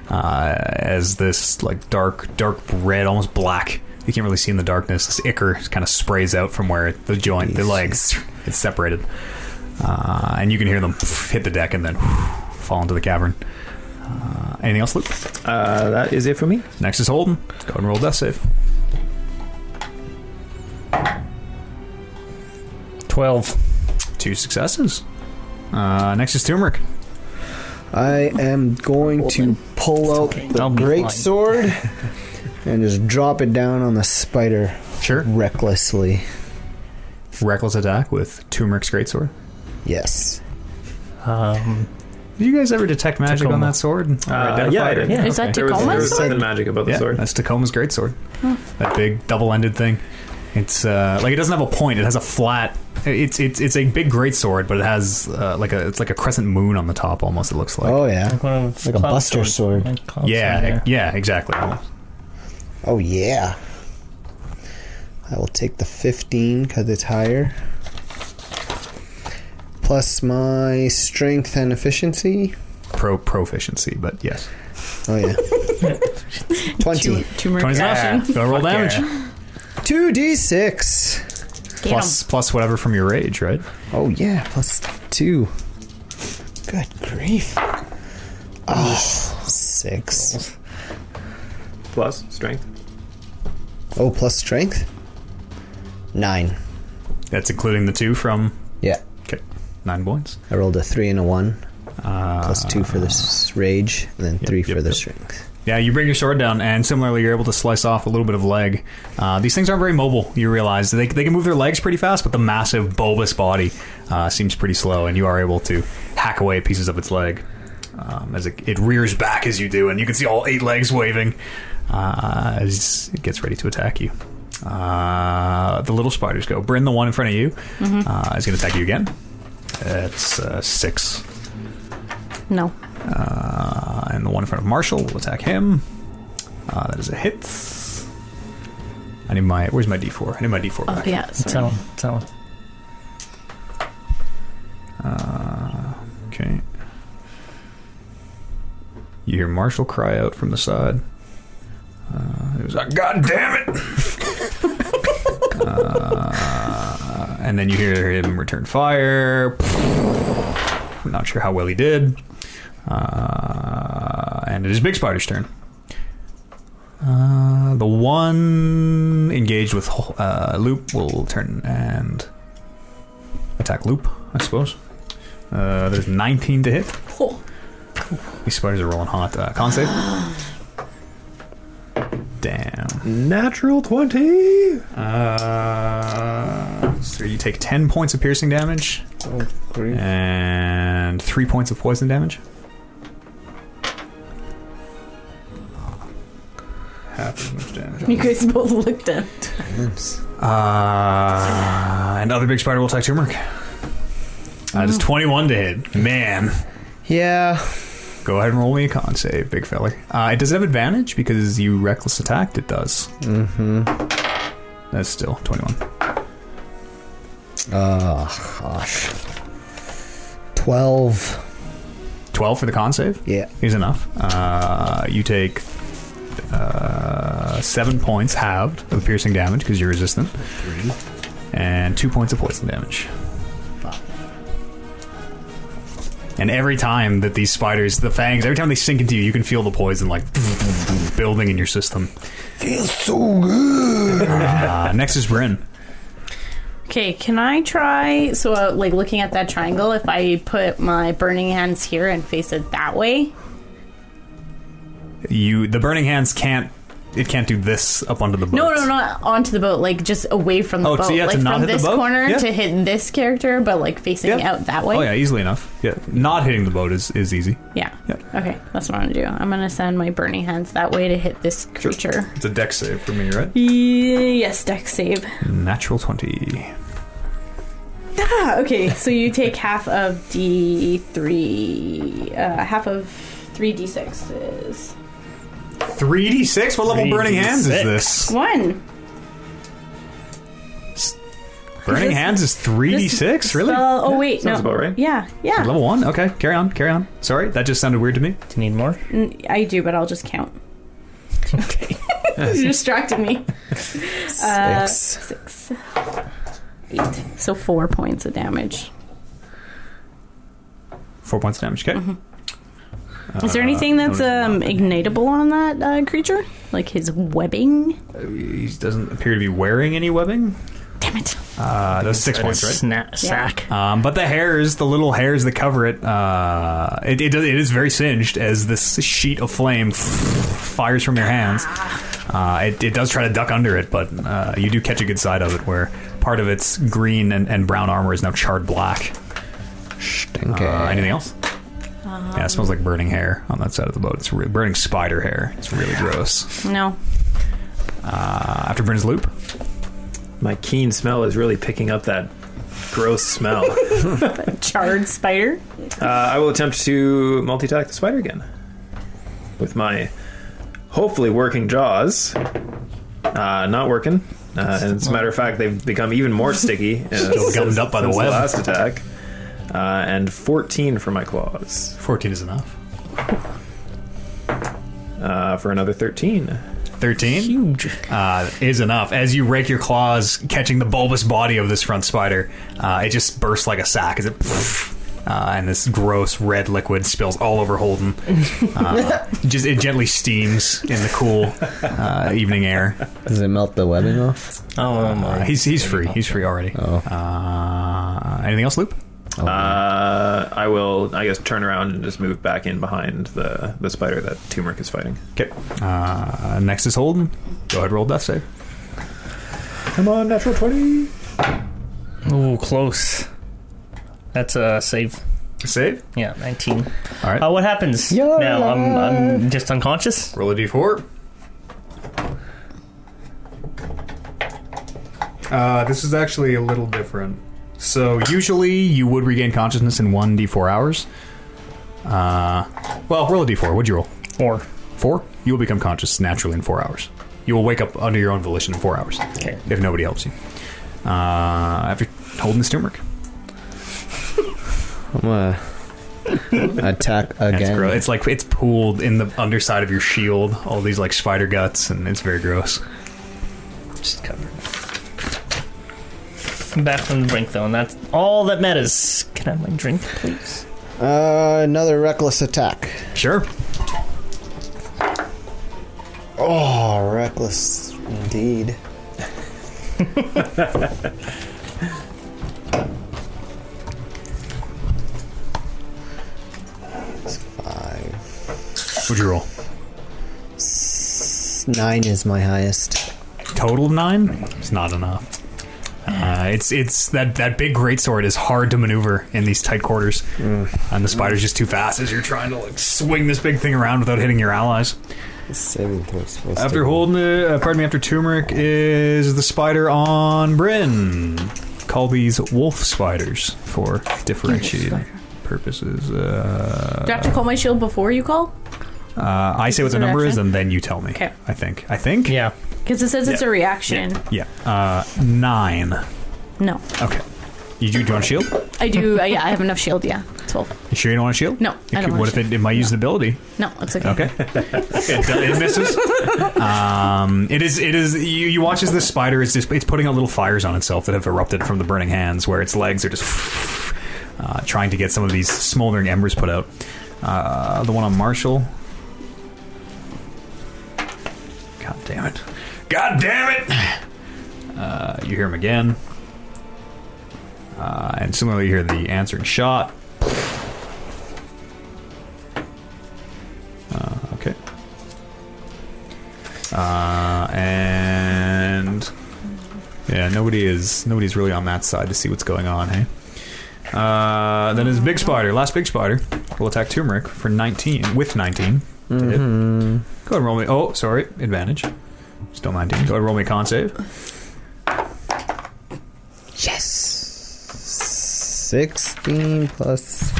Speaker 1: uh, as this like dark dark red, almost black. You can't really see in the darkness. This ichor kind of sprays out from where the joint, the legs, it's separated, uh, and you can hear them hit the deck and then fall into the cavern. Uh, anything else, Luke?
Speaker 5: Uh, that is it for me.
Speaker 1: Next is Holden. Go ahead and roll death save.
Speaker 2: Twelve.
Speaker 1: Two successes. Uh, next is Turmeric.
Speaker 3: I am going to pull out the
Speaker 2: I'll be
Speaker 3: great
Speaker 2: fine.
Speaker 3: sword and just drop it down on the spider
Speaker 1: Sure.
Speaker 3: recklessly.
Speaker 1: reckless attack with Turmeric's greatsword.
Speaker 3: Yes.
Speaker 2: Um,
Speaker 1: Did you guys ever detect magic on
Speaker 2: Tacoma.
Speaker 1: that sword? Or
Speaker 5: Uh, yeah,
Speaker 1: identify
Speaker 5: I
Speaker 1: it?
Speaker 5: did.
Speaker 2: Yeah.
Speaker 4: Is that
Speaker 5: There was,
Speaker 4: Tacoma?
Speaker 5: there was
Speaker 4: sword?
Speaker 5: something magic about the
Speaker 1: Yeah,
Speaker 5: sword.
Speaker 1: that's Tacoma's greatsword. That big double-ended thing. It's uh, like it doesn't have a point. It has a flat. It's it's it's a big greatsword, but it has uh, like a it's like a crescent moon on the top. Almost it looks like.
Speaker 3: Oh yeah.
Speaker 2: like one of
Speaker 3: Like a
Speaker 2: Cloud's
Speaker 3: buster
Speaker 2: swords.
Speaker 3: sword.
Speaker 2: Like Cloud's
Speaker 1: yeah,
Speaker 2: sword,
Speaker 1: yeah, yeah, exactly.
Speaker 3: Oh yeah. I will take the 15 because it's higher. Plus my strength and efficiency.
Speaker 1: Pro proficiency, but yes.
Speaker 3: Oh yeah. 20.
Speaker 4: Tumor
Speaker 1: Twenty's
Speaker 4: action.
Speaker 1: enough. Go roll damage.
Speaker 3: 2d6.
Speaker 4: Damn.
Speaker 1: Plus plus whatever from your rage, right?
Speaker 3: Oh yeah, plus 2. Good grief. Oh, 6.
Speaker 5: Plus strength.
Speaker 3: Oh, plus strength? 9.
Speaker 1: That's including the two from
Speaker 3: Yeah.
Speaker 1: okay, nine points.
Speaker 3: I rolled a 3 and a 1.
Speaker 1: Uh,
Speaker 3: Plus 2 for the s- rage, and then 3
Speaker 1: Ah. yep,
Speaker 3: for the
Speaker 1: yep.
Speaker 3: strength.
Speaker 1: Yeah, you bring your sword down, and similarly, you're able to slice off a little bit of leg. Uh, these things aren't very mobile, you realize. They, they can move their legs pretty fast, but the massive, bulbous body uh, seems pretty slow, and you are able to hack away at pieces of its leg um, as it, it rears back as you do, and you can see all eight legs waving uh, as it gets ready to attack you. Uh, the little spiders go. Bryn, the one in front of you, uh, is going to attack you again. It's uh, six.
Speaker 4: No.
Speaker 1: Uh, and the one in front of Marshall will attack him. Uh, that is a hit. I need my. Where's my d4? I need my d4
Speaker 4: Oh
Speaker 1: back.
Speaker 4: yeah.
Speaker 2: yeah.
Speaker 4: Sorry.
Speaker 2: Tell him. Tell him.
Speaker 1: Okay. You hear Marshall cry out from the side. Uh, it was like, God damn it! uh, and then you hear him return fire. I'm not sure how well he did. Uh, and it is Big Spider's turn. Uh, the one engaged with uh, Loop will turn and attack Loop, I suppose. Uh, there's 19 to hit.
Speaker 4: Oh,
Speaker 1: These spiders are rolling hot. Uh, con save. Damn.
Speaker 5: Natural twenty.
Speaker 1: Uh, so you take 10 points of piercing damage and 3 points of poison damage. Half as much damage.
Speaker 4: you guys both looked at.
Speaker 1: Uh, and other big spider will attack Turmeric. Uh, That is 21 to hit. Man.
Speaker 3: Yeah.
Speaker 1: Go ahead and roll me a con save, big fella. Uh, it does it have advantage because you reckless attacked? It does. Mm-hmm. That's still twenty-one.
Speaker 3: Oh, gosh. 12.
Speaker 1: Twelve for the con save
Speaker 3: Yeah.
Speaker 1: is enough. Uh, you take uh, seven points halved of piercing damage because you're resistant, and two points of poison damage. And every time that these spiders, the fangs, every time they sink into you, you can feel the poison like building in your system.
Speaker 3: Feels so good.
Speaker 1: Uh, next is Bryn.
Speaker 4: Okay, can I try? So, uh, like looking at that triangle, if I put my burning hands here and face it that way,
Speaker 1: you the burning hands can't it can't do this up onto the boat.
Speaker 4: No, no, not onto the boat. Like just away from the
Speaker 1: Oh, so
Speaker 4: boat.
Speaker 1: you have
Speaker 4: like
Speaker 1: to not hit
Speaker 4: from
Speaker 1: the
Speaker 4: this
Speaker 1: boat?
Speaker 4: corner
Speaker 1: Yeah.
Speaker 4: to hit this character, but like facing
Speaker 1: Yeah.
Speaker 4: out that way.
Speaker 1: Oh yeah, easily enough. Yeah, not hitting the boat is is easy.
Speaker 4: Yeah.
Speaker 1: Yeah.
Speaker 4: Okay, that's what I'm gonna do. I'm gonna send my burning hands that way to hit this creature.
Speaker 1: It's a deck save for me, right?
Speaker 4: Yes, deck save.
Speaker 1: Natural twenty.
Speaker 4: Ah, okay, so you take half of D3, uh, half of 3D6 is
Speaker 1: Three d six. What level burning hands is
Speaker 2: 3d6.
Speaker 1: this?
Speaker 4: one.
Speaker 1: Burning
Speaker 4: This-
Speaker 1: hands is three d
Speaker 4: This
Speaker 1: six. Really?
Speaker 4: spell- oh wait,
Speaker 5: sounds
Speaker 4: no.
Speaker 5: about right.
Speaker 4: Yeah, yeah.
Speaker 1: Level one. Okay, carry on, carry on. Sorry, that just sounded weird to me.
Speaker 2: Do you need more?
Speaker 4: N- I do, but I'll just count.
Speaker 2: Okay.
Speaker 4: you distracted me. Uh,
Speaker 3: Six.
Speaker 4: six, eight. So four points of damage.
Speaker 1: Four points of damage. Okay.
Speaker 4: Is
Speaker 1: Uh,
Speaker 4: there anything that's
Speaker 1: notice
Speaker 4: um, ignitable on that uh, creature? Like his webbing?
Speaker 1: He doesn't appear to be wearing any webbing.
Speaker 4: Damn it.
Speaker 1: Uh, that's six
Speaker 2: Got a
Speaker 1: points, right?
Speaker 2: Sna- Sack.
Speaker 1: Um, but the hairs, the little hairs that cover it, uh, it, it, does- it is very singed as this sheet of flame fires from your hands. Uh, it, it does try to duck under it, but uh, you do catch a good side of it where part of its green and, and brown armor is now charred black.
Speaker 3: Stinky.
Speaker 1: Uh, anything else? yeah, it smells like burning hair on that side of the boat. It's re- burning spider hair. It's really gross.
Speaker 4: No.
Speaker 1: Uh, after Bryn's loop,
Speaker 5: My keen smell is really picking up that gross smell. uh,
Speaker 4: Charred spider?
Speaker 5: I will attempt to multi attack the spider again with my hopefully working jaws. Uh, not working. Uh, and as a matter of fact, they've become even more sticky. Uh,
Speaker 1: Still gummed up by the
Speaker 5: since
Speaker 1: web.
Speaker 5: last attack. Uh, and 14 for my claws
Speaker 1: 14 is enough.
Speaker 5: uh, for another 13.
Speaker 1: 13?
Speaker 2: Huge.
Speaker 1: uh, is enough. As you rake your claws, catching the bulbous body of this front spider, uh, it just bursts like a sack as it. uh, and this gross red liquid spills all over Holden. Uh, just it gently steams in the cool uh, evening air.
Speaker 3: Does it melt the webbing off?
Speaker 2: Oh my.
Speaker 1: Uh, he's he's free. He's free already.
Speaker 3: Oh.
Speaker 1: Uh, anything else, Loop?
Speaker 5: Uh, I will, I guess, turn around and just move back in behind the, the spider that Turmeric is fighting.
Speaker 1: Okay. Uh, next is Holden. Go ahead, roll death save.
Speaker 5: Come on, natural 20!
Speaker 2: Ooh, close. That's a save.
Speaker 1: Save.
Speaker 2: Yeah, 19.
Speaker 1: All right.
Speaker 2: Uh, what happens
Speaker 3: Yeah.
Speaker 2: now? I'm, I'm just unconscious?
Speaker 1: Roll a d4. Uh, this is actually a little different. So usually you would regain consciousness in one d4 hours. Uh, well, roll a d4. What'd you roll?
Speaker 2: Or.
Speaker 1: Four. You will become conscious naturally in four hours. You will wake up under your own volition in four hours
Speaker 2: Okay.
Speaker 1: if nobody helps you. Uh, after holding this turmeric,
Speaker 3: I'm gonna attack
Speaker 1: And it's
Speaker 3: again.
Speaker 1: gross. It's like it's pooled in the underside of your shield. All these like spider guts, and it's very gross.
Speaker 2: Just covered. I'm back from the brink, though, and that's all that matters. Can I have my drink, please?
Speaker 3: Uh, another reckless attack.
Speaker 1: Sure.
Speaker 3: Oh, reckless indeed. It's five.
Speaker 1: What'd you roll?
Speaker 3: S- Nine is my highest.
Speaker 1: total of nine is not enough. Uh, it's it's that that big greatsword is hard to maneuver in these tight quarters, and the spider's just too fast as you're trying to like swing this big thing around without hitting your allies.
Speaker 3: Saving throw is supposed
Speaker 1: After
Speaker 3: to be-
Speaker 1: holding, it, uh, pardon me, after turmeric is the spider on Bryn. Call these wolf spiders for differentiating purposes. Uh,
Speaker 4: Do I have to call my shield before you call?
Speaker 1: uh, I say what
Speaker 4: Is
Speaker 1: the
Speaker 4: it
Speaker 1: number is,
Speaker 4: action?
Speaker 1: and then you tell me.
Speaker 4: Okay.
Speaker 1: I think. I think.
Speaker 2: Yeah.
Speaker 4: Because it says it's a reaction.
Speaker 1: Yeah. Uh, nine.
Speaker 4: No.
Speaker 1: Okay. You do, do you want a shield?
Speaker 4: I do. I, yeah, I have enough shield. Yeah. 12.
Speaker 1: You sure you don't want a shield?
Speaker 4: No,
Speaker 1: It
Speaker 4: I don't
Speaker 1: could-
Speaker 4: want
Speaker 1: what
Speaker 4: a
Speaker 1: if it, it might use an ability?
Speaker 4: No, it's okay.
Speaker 1: Okay. it, it misses. Um, it is. It is. You, you watch as this spider is just. It's putting out little fires on itself that have erupted from the burning hands, where its legs are just uh, trying to get some of these smoldering embers put out. Uh, the one on Marshall. God damn it! God damn it! Uh, you hear him again. Uh, and similarly, you hear the answering shot. Okay. Uh, and yeah, nobody is nobody's really on that side to see what's going on. Hey. Uh, then is big spider. Last big spider will attack turmeric for nineteen with 19 to hit.
Speaker 3: Mm-hmm.
Speaker 1: Go ahead and roll me. Oh, sorry, advantage. Still nineteen. Go ahead and roll me a con save.
Speaker 3: Yes. Sixteen plus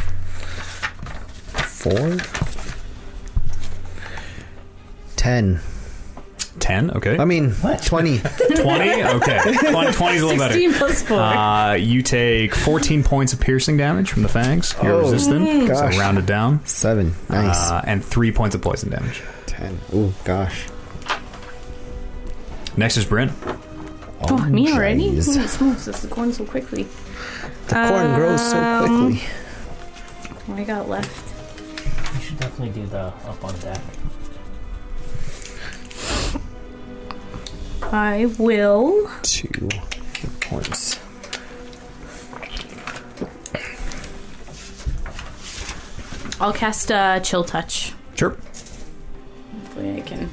Speaker 3: four. Ten.
Speaker 1: Ten. Okay.
Speaker 3: I mean,
Speaker 1: Twenty.
Speaker 3: twenty.
Speaker 1: Okay. Twenty. 20 is a little better.
Speaker 4: 16 plus 4.
Speaker 1: Uh, you take 14 points of piercing damage from the fangs. You're
Speaker 3: Oh,
Speaker 1: resistant,
Speaker 3: gosh.
Speaker 1: so rounded down.
Speaker 3: Seven. Nice.
Speaker 1: Uh, and three points of poison damage.
Speaker 3: Ten. Ooh, gosh.
Speaker 1: Next is Bryn.
Speaker 4: oh, me already?
Speaker 3: jeez.
Speaker 4: Holy smokes, this is going so quickly.
Speaker 3: The corn grows so
Speaker 4: Um,
Speaker 3: quickly.
Speaker 4: What I got left?
Speaker 2: You should definitely do the up on deck.
Speaker 4: I will.
Speaker 3: Two points.
Speaker 4: I'll cast uh, Chill Touch.
Speaker 1: Sure.
Speaker 4: Hopefully I can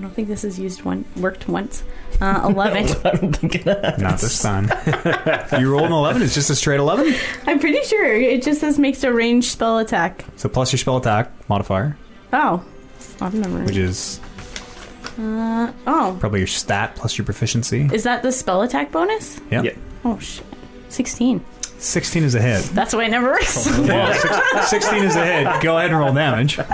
Speaker 4: don't think this has used one worked once. Uh, Eleven.
Speaker 1: Not this time. you roll an 11. It's just a straight 11.
Speaker 4: I'm pretty sure it just says makes a ranged spell attack.
Speaker 1: So plus your spell attack modifier,
Speaker 4: Oh, I've never.
Speaker 1: which is
Speaker 4: Uh, oh,
Speaker 1: probably your stat plus your proficiency.
Speaker 4: is that the spell attack bonus?
Speaker 1: Yeah.
Speaker 5: Yeah.
Speaker 4: Oh shit, sixteen.
Speaker 1: 16 is a hit.
Speaker 4: That's why it never works.
Speaker 1: Yeah, six- 16 is a hit. Go ahead and roll damage.
Speaker 4: okay.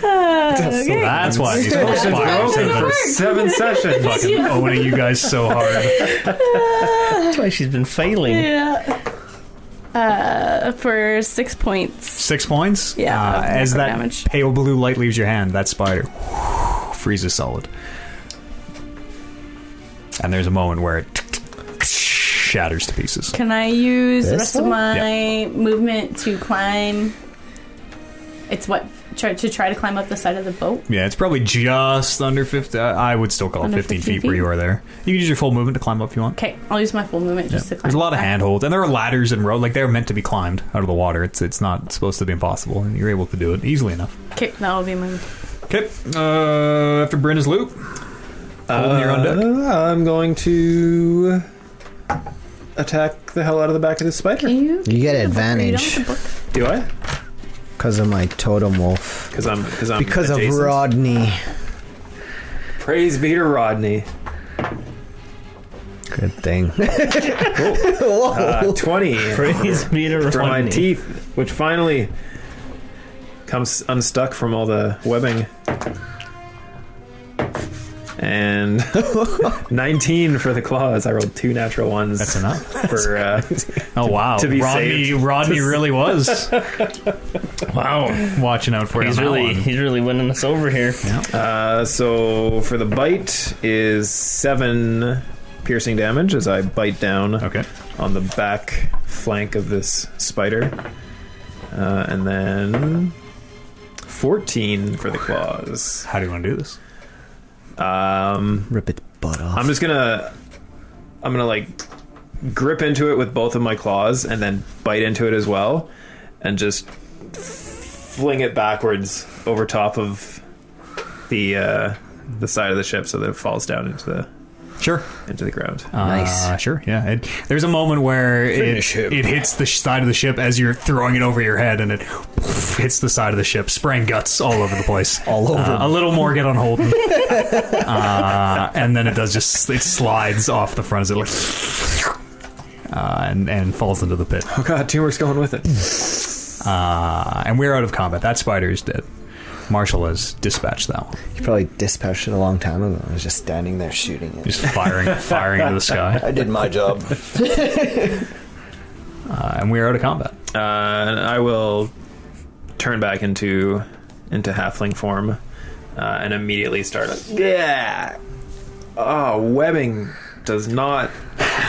Speaker 1: That's why these spell spires
Speaker 5: Open for
Speaker 1: are
Speaker 5: seven sessions.
Speaker 1: fucking owning you guys so hard.
Speaker 2: That's why she's been failing.
Speaker 4: Yeah. Uh, for six points.
Speaker 1: Six points.
Speaker 4: Yeah,
Speaker 1: Uh,
Speaker 4: of
Speaker 1: as that
Speaker 4: necro damage.
Speaker 1: pale blue light leaves your hand, that spider freezes solid. And there's a moment where it shatters to pieces.
Speaker 4: Can I use the
Speaker 3: This
Speaker 4: rest of
Speaker 3: one?
Speaker 4: my movement to climb? It's what try, to try to climb up the side of the boat.
Speaker 1: Yeah, it's probably just under 50. uh, I would still call it
Speaker 4: Under
Speaker 1: 15,
Speaker 4: 15
Speaker 1: feet where
Speaker 4: feet?
Speaker 1: you are there. You can use your full movement to climb up if you want.
Speaker 4: Okay, I'll use my full movement just to climb.
Speaker 1: There's a lot of
Speaker 4: up.
Speaker 1: handholds, and there are ladders and road. Like they're meant to be climbed out of the water. It's it's not supposed to be impossible, and you're able to do it easily enough.
Speaker 4: Okay, that'll be my.
Speaker 1: Okay, uh, after Brenda's loop, Holden, you're on deck.
Speaker 5: Uh, I'm going to attack the hell out of the back of this spider.
Speaker 4: Can you?
Speaker 3: You get
Speaker 4: You
Speaker 3: advantage
Speaker 4: don't have the book.
Speaker 5: Do I?
Speaker 3: because I'm like totem wolf.
Speaker 5: Because I'm because I'm
Speaker 3: Because of
Speaker 5: adjacent.
Speaker 3: Rodney.
Speaker 5: Praise be to Rodney.
Speaker 3: Good thing.
Speaker 5: Uh, Twenty
Speaker 2: Praise be to
Speaker 5: for my
Speaker 2: Rodney.
Speaker 5: teeth, which finally comes unstuck from all the webbing. And 19 for the claws. I rolled two natural ones.
Speaker 1: That's enough.
Speaker 5: for uh,
Speaker 1: Oh wow,
Speaker 5: To be
Speaker 1: Rodney,
Speaker 5: saved.
Speaker 1: Rodney really was
Speaker 2: Wow,
Speaker 1: watching out for you.
Speaker 2: he's
Speaker 1: on that
Speaker 2: really
Speaker 1: one.
Speaker 2: he's really winning us over here.
Speaker 5: uh, so for the bite is seven piercing damage as I bite down
Speaker 1: Okay,
Speaker 5: on the back flank of this spider, uh, and then fourteen for the claws.
Speaker 1: how do you want to do this?
Speaker 5: Um,
Speaker 3: Rip its butt off.
Speaker 5: I'm just gonna, I'm gonna like grip into it with both of my claws and then bite into it as well, and just fling it backwards over top of the uh, the side of the ship so that it falls down into the
Speaker 1: Sure.
Speaker 5: into the ground.
Speaker 3: Nice.
Speaker 1: Uh, sure. Yeah. It, there's a moment where it,
Speaker 5: Finish him.
Speaker 1: it hits the sh- side of the ship as you're throwing it over your head, and it hits the side of the ship, spraying guts all over the place.
Speaker 3: All over.
Speaker 1: Uh, a little more get on hold. uh, and then it does just it slides off the front as it like uh, and and falls into the pit.
Speaker 5: Oh god, teamwork's going with it.
Speaker 1: Uh, and we're out of combat. That spider is dead. Marshall has dispatched that one.
Speaker 3: You probably dispatched it a long time ago. I was just standing there shooting it.
Speaker 1: Just firing firing into the sky.
Speaker 3: I did my job.
Speaker 1: Uh, and we're out of combat.
Speaker 5: Uh, and I will turn back into into halfling form uh, and immediately start. A, yeah. Oh, webbing does not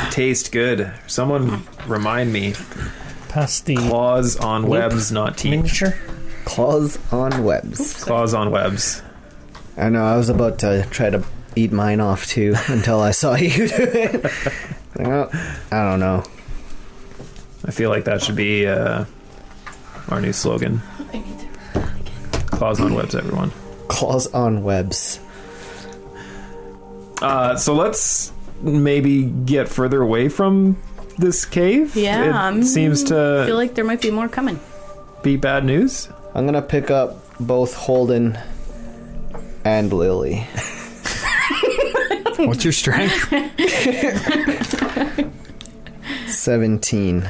Speaker 5: taste good. Someone remind me.
Speaker 2: Past the
Speaker 5: Claws on
Speaker 2: Loop.
Speaker 5: webs, not teeth.
Speaker 2: miniature.
Speaker 3: Claws on webs.
Speaker 5: Claws on webs.
Speaker 3: I know. I was about to try to eat mine off too until I saw you do it. Like, well, I don't know.
Speaker 5: I feel like that should be uh, our new slogan. Claws on webs, everyone.
Speaker 3: Claws on webs.
Speaker 5: Uh, so let's maybe get further away from this cave.
Speaker 4: Yeah, I'm-
Speaker 5: it seems
Speaker 4: I feel
Speaker 5: to
Speaker 4: like there might be more coming.
Speaker 5: be bad news.
Speaker 3: I'm gonna pick up both Holden and Lily.
Speaker 1: What's your strength?
Speaker 3: Seventeen.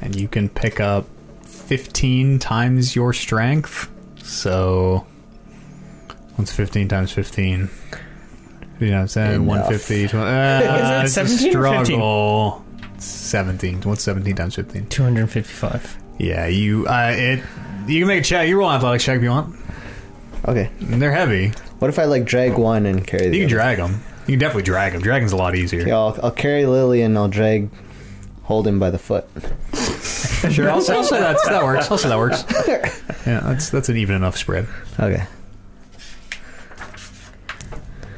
Speaker 1: and you can pick up 15 times your strength. So what's 15 times 15? You know what I'm saying?
Speaker 3: Enough.
Speaker 1: 150. Tw- uh,
Speaker 2: Is it 17 or 15?
Speaker 1: struggle. 17. What's 17 times 15?
Speaker 2: 255.
Speaker 1: Yeah, you uh, it you can make a check. You roll an athletic check if you want.
Speaker 3: Okay.
Speaker 1: They're heavy.
Speaker 3: What if I like drag one and carry the
Speaker 1: You can
Speaker 3: other?
Speaker 1: drag them. You can definitely drag them. Dragging's a lot easier.
Speaker 3: Yeah, I'll, I'll carry Lily and I'll drag Holden by the foot.
Speaker 1: Sure, I'll, I'll say that's, that works. I'll say that works. Yeah, that's that's an even enough spread.
Speaker 3: Okay.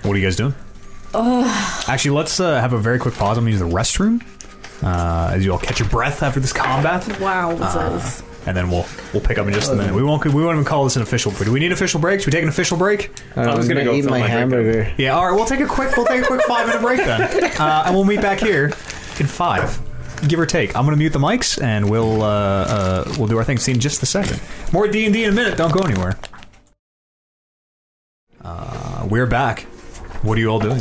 Speaker 1: What are you guys doing? Actually, let's uh, have a very quick pause. I'm going to use the restroom uh, as you all catch your breath after this combat.
Speaker 4: Wow, this is-
Speaker 1: and then we'll we'll pick up in just a minute. We won't we won't even call this an official break. Do we need official breaks? We take an official break?
Speaker 5: I was gonna go
Speaker 3: eat
Speaker 5: fill
Speaker 3: my
Speaker 5: my drink up.
Speaker 3: hamburger.
Speaker 1: Yeah. All right. We'll take a quick we'll take a quick five minute break then, uh, and we'll meet back here in five, give or take. I'm gonna mute the mics and we'll uh, uh, we'll do our thing. See you in just a second. More D and D in a minute. Don't go anywhere. Uh, we're back. What are you all doing?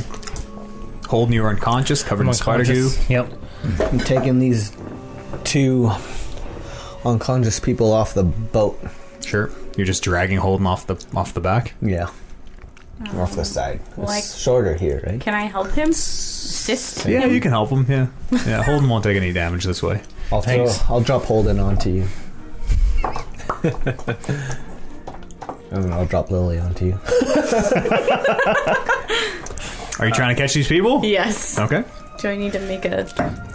Speaker 1: Holding you were unconscious, covered in spider goo.
Speaker 2: unconscious. Yep.
Speaker 3: I'm taking these two unconscious people off the boat.
Speaker 1: Sure. You're just dragging Holden off the off the back.
Speaker 3: Yeah.
Speaker 2: Mm-hmm.
Speaker 3: off the side. It's
Speaker 4: like-
Speaker 3: shorter here, right?
Speaker 4: Can I help him? Assist
Speaker 1: Yeah,
Speaker 4: him?
Speaker 1: you can help him. Yeah, yeah. Holden won't take any damage this way.
Speaker 3: I'll throw,
Speaker 2: Thanks.
Speaker 3: I'll drop Holden onto you. and I'll drop Lily onto you.
Speaker 1: Are you trying to catch these people?
Speaker 4: Yes.
Speaker 1: Okay.
Speaker 4: Do I need to make a?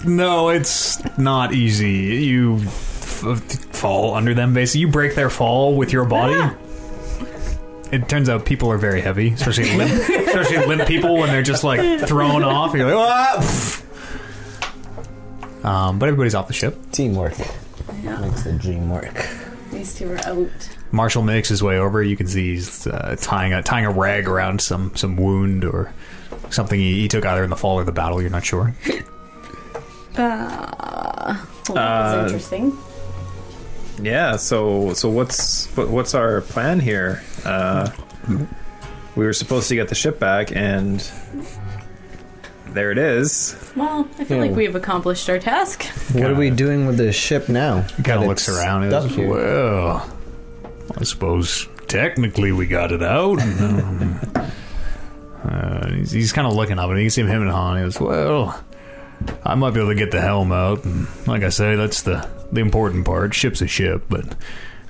Speaker 1: No, it's not easy. You f- fall under them, basically. You break their fall with your body. It turns out people are very heavy, especially limp, especially limp people when they're just like thrown off. You're like, ah! pff." Um, but everybody's off the ship.
Speaker 3: Teamwork
Speaker 4: No,
Speaker 3: makes the dream work.
Speaker 4: these two are out.
Speaker 1: Marshall makes his way over. You can see he's uh, tying a tying a rag around some some wound or something he, he took either in the fall or the battle. You're not sure.
Speaker 4: Uh, well, that
Speaker 5: Uh,
Speaker 4: was interesting.
Speaker 5: Yeah. So so what's what, what's our plan here? Uh, we were supposed to get the ship back, and there it is.
Speaker 4: Well, I feel
Speaker 3: yeah.
Speaker 4: like we have accomplished our task.
Speaker 3: What
Speaker 1: Kinda-
Speaker 3: are we doing with the ship now?
Speaker 1: Kind
Speaker 3: That
Speaker 1: of looks
Speaker 3: it's
Speaker 1: around. and
Speaker 3: stuck
Speaker 1: is,
Speaker 3: here?
Speaker 1: well, I suppose technically we got it out. Um, uh, he's he's kind of looking up, and you can see him, him and Han. He goes, "Well, I might be able to get the helm out." And like I say, that's the the important part. Ship's a ship, but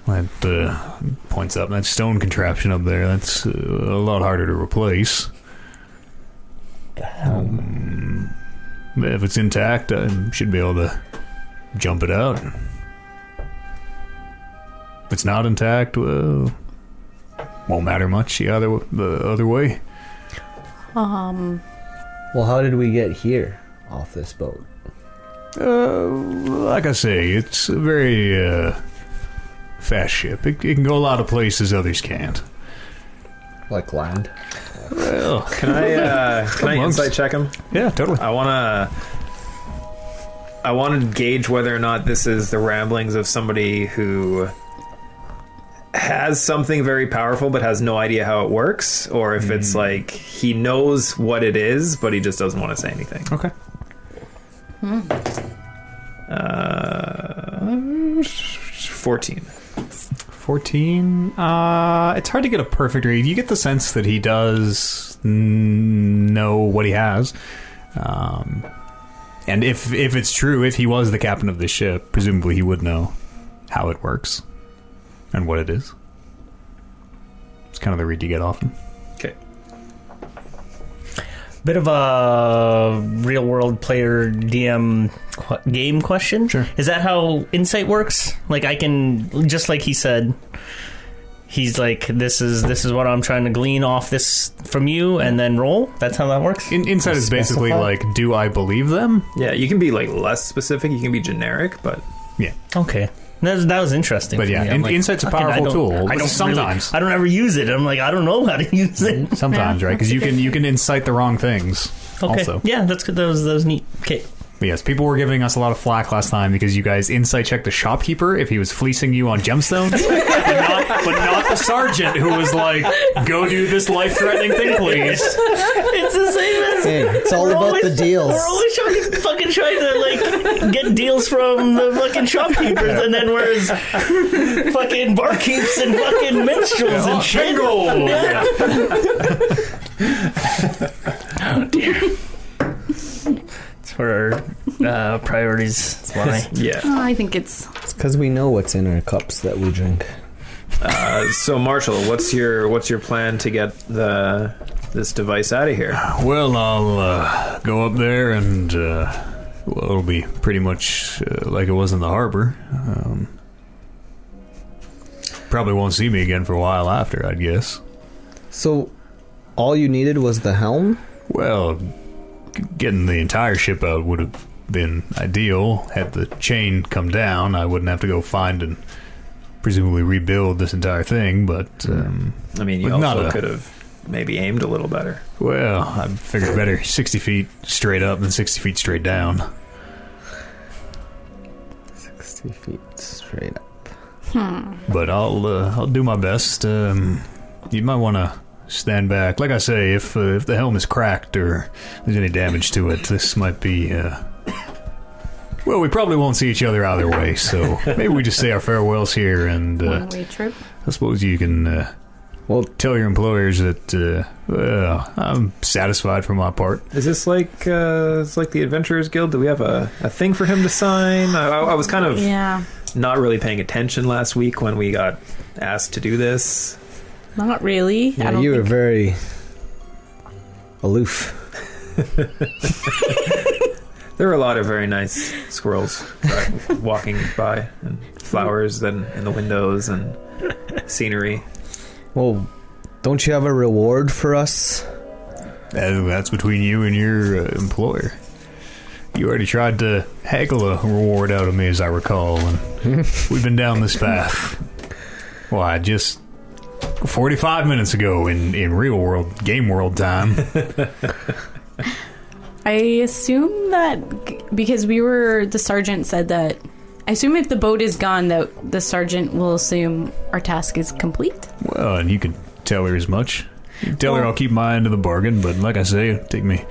Speaker 1: that uh, points up that stone contraption up there. That's uh, a lot harder to replace. Um, if it's intact, I should be able to jump it out. If it's not intact, well, won't matter much the other the other way.
Speaker 4: Um,
Speaker 3: Well, how did we get here off this boat?
Speaker 1: Uh, like I say, it's a very uh, fast ship. It, it can go a lot of places others can't.
Speaker 3: Like land?
Speaker 1: Well,
Speaker 5: Can I uh, can I
Speaker 1: Amongst-
Speaker 5: insight check him?
Speaker 1: yeah, totally.
Speaker 5: I wanna. I want to gauge whether or not this is the ramblings of somebody who has something very powerful but has no idea how it works, or if
Speaker 1: Hmm.
Speaker 5: it's like he knows what it is but he just doesn't want to say anything.
Speaker 1: Okay.
Speaker 5: Uh, Fourteen.
Speaker 1: 14 uh it's hard to get a perfect read you get the sense that he does n- know what he has um and if if it's true if he was the captain of the ship presumably he would know how it works and what it is it's kind of the read you get off him
Speaker 5: Okay.
Speaker 2: Bit of a real world player DM qu- game question.
Speaker 1: Sure.
Speaker 2: Is that how insight works? Like I can just like he said. He's like, this is this is what I'm trying to glean off this from you, and then roll. That's how that works.
Speaker 1: In, insight is basically
Speaker 3: Specify?
Speaker 1: like do i believe them
Speaker 5: Yeah, you can be like less specific. You can be generic, but
Speaker 1: yeah
Speaker 2: Okay. That was, that was interesting.
Speaker 1: But
Speaker 2: for
Speaker 1: yeah,
Speaker 2: me. I'm
Speaker 1: in- insight's a
Speaker 2: "Fucking, I
Speaker 1: powerful
Speaker 2: don't-
Speaker 1: tool,
Speaker 2: I
Speaker 1: but
Speaker 2: don't
Speaker 1: sometimes-
Speaker 2: really- I don't ever use it. I'm like, I don't know how to use it.
Speaker 1: sometimes
Speaker 4: Yeah,
Speaker 1: right because
Speaker 4: that's
Speaker 1: you
Speaker 4: a good
Speaker 1: can you can incite the wrong things
Speaker 2: Okay.
Speaker 1: also
Speaker 2: Yeah, that's good. That was, that was neat. Okay.
Speaker 1: But yes, people were giving us a lot of flack last time because you guys insight checked the shopkeeper if he was fleecing you on gemstones, but, not, but not the sergeant who was like, "Go do this life-threatening thing, please."
Speaker 2: It's the same as.
Speaker 3: Hey, it's all
Speaker 2: we're
Speaker 3: about
Speaker 2: always-
Speaker 3: the deals.
Speaker 2: We're always trying to fucking trying to like get deals from the fucking shopkeepers, and then we're as fucking barkeeps and fucking minstrels and shit.
Speaker 1: Shingle.
Speaker 2: Oh, That's where our uh, priorities lie.
Speaker 5: yeah.
Speaker 4: oh, I think it's
Speaker 3: It's because we know what's in our cups that we drink.
Speaker 5: Uh, so Marshall, what's your what's your plan to get the this device out of here?
Speaker 1: Well, I'll uh, go up there and uh, well, it'll be pretty much uh, like it was in the harbor. Um, probably won't see me again for a while after, I'd guess.
Speaker 3: So, all you needed was the helm?
Speaker 1: Well, g- getting the entire ship out would have been ideal. Had the chain come down, I wouldn't have to go find an presumably rebuild this entire thing, but um,
Speaker 5: I mean, you
Speaker 1: But not
Speaker 5: also
Speaker 1: a-
Speaker 5: could have maybe aimed a little better.
Speaker 1: well, I figured better sixty feet straight up than sixty feet straight down.
Speaker 3: 60 feet straight up.
Speaker 1: But I'll uh, I'll do my best. Um, you might want to stand back. Like I say, if uh, if the helm is cracked or there's any damage to it, this might be. Uh, well, we probably won't see each other either way, so maybe we just say our farewells here and. Uh,
Speaker 4: One way trip.
Speaker 1: I suppose you can, uh, well, tell your employers that, uh, well, I'm satisfied for my part.
Speaker 5: Is this like uh, it's like the Adventurers Guild? Do we have a, a thing for him to sign? I, I, I was kind of
Speaker 4: Yeah,
Speaker 5: not really paying attention last week when we got asked to do this.
Speaker 4: not really. I
Speaker 3: Yeah,
Speaker 4: don't
Speaker 3: you were
Speaker 4: think
Speaker 3: very aloof.
Speaker 5: There were a lot of very nice squirrels uh, walking by, and flowers then in the windows and scenery.
Speaker 3: Well, don't you have a reward for us?
Speaker 1: Uh, that's between you and your uh, employer. You already tried to haggle a reward out of me, as I recall, and we've been down this path. Why, just 45 minutes ago in, in real world, game world time.
Speaker 4: I assume that because we were the sergeant said that. I assume if the boat is gone, that the sergeant will assume our task is complete.
Speaker 1: well, and you can tell her as much. You can Tell her
Speaker 4: Well-
Speaker 1: I'll keep my end of the bargain, but like I say, it'll take me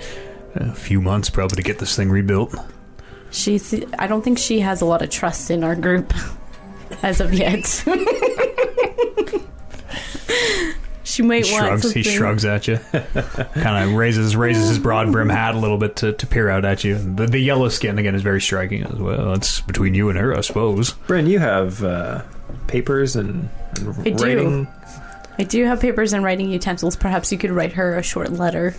Speaker 1: a few months probably to get this thing rebuilt.
Speaker 4: She's. I don't think she has a lot of trust in our group as of yet. she might
Speaker 1: he
Speaker 4: want
Speaker 1: shrugs.
Speaker 4: something.
Speaker 1: He shrugs at you. kind of raises raises his broad brim hat a little bit to, to peer out at you. The, the yellow skin again is very striking as well. It's between you and her, I suppose.
Speaker 5: Bryn, you have uh, papers and, and
Speaker 4: I do.
Speaker 5: writing.
Speaker 4: I do have papers and writing utensils. Perhaps you could write her a short letter.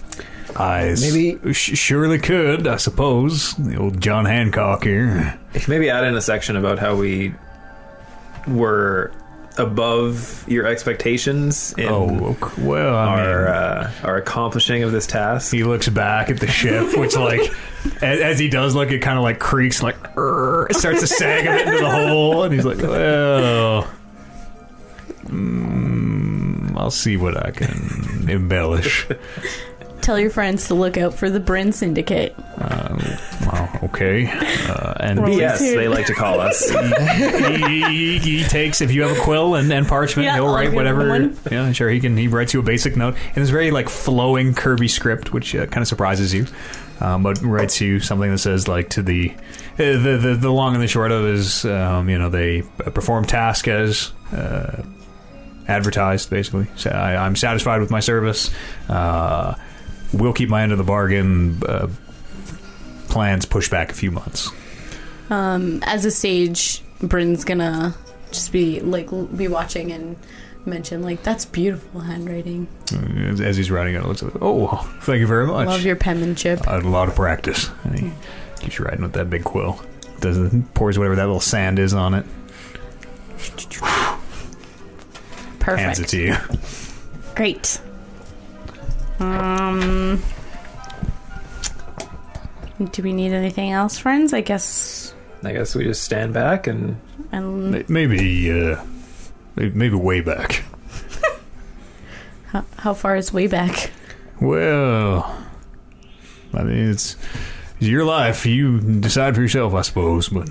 Speaker 1: I s-
Speaker 3: Maybe-
Speaker 1: sh- surely could, I suppose. The old John Hancock here.
Speaker 5: Maybe add in a section about how we were above your expectations in
Speaker 1: oh well, I mean,
Speaker 5: our uh, our accomplishing of this task.
Speaker 1: He looks back at the ship, which like as, as he does look, it kind of like creaks, like "Err," it starts to sag a bit into the hole, and he's like, "Well, mm, I'll see what I can embellish."
Speaker 4: Tell your friends to look out for the Bryn Syndicate.
Speaker 1: Well, okay, uh, and
Speaker 4: Well,
Speaker 5: Yes,
Speaker 4: Dude.
Speaker 5: they like to call us.
Speaker 1: he, he, he takes if you have a quill and, and parchment,
Speaker 4: Yeah,
Speaker 1: he'll
Speaker 4: I'll
Speaker 1: write
Speaker 4: give him
Speaker 1: whatever.
Speaker 4: one.
Speaker 1: Yeah, sure. He can. He writes you a basic note, and it's very like flowing, curvy script, which uh, kind of surprises you. Um, but writes you something that says like to the uh, the the, the long and the short of is um, you know they perform task as. Uh, advertised basically Sa- I, i'm satisfied with my service uh, will keep my end of the bargain uh, plans push back a few months
Speaker 4: Um, as a sage, Bryn's gonna just be like l- be watching and mention like that's beautiful handwriting.
Speaker 1: As as he's writing it, it looks like, oh, thank you very much.
Speaker 4: Love your penmanship.
Speaker 1: I had a lot of practice. And he keeps writing with that big quill. Does it, pours whatever that little sand is on it, hands it
Speaker 4: Perfect.
Speaker 1: to you.
Speaker 4: Great. Um, do we need anything else, friends? I guess.
Speaker 5: I guess we just stand back and
Speaker 4: Um,
Speaker 1: May- Maybe, uh, may- maybe way back.
Speaker 4: how, how far is way back?
Speaker 1: Well, I mean, it's, it's your life. You decide for yourself, I suppose. But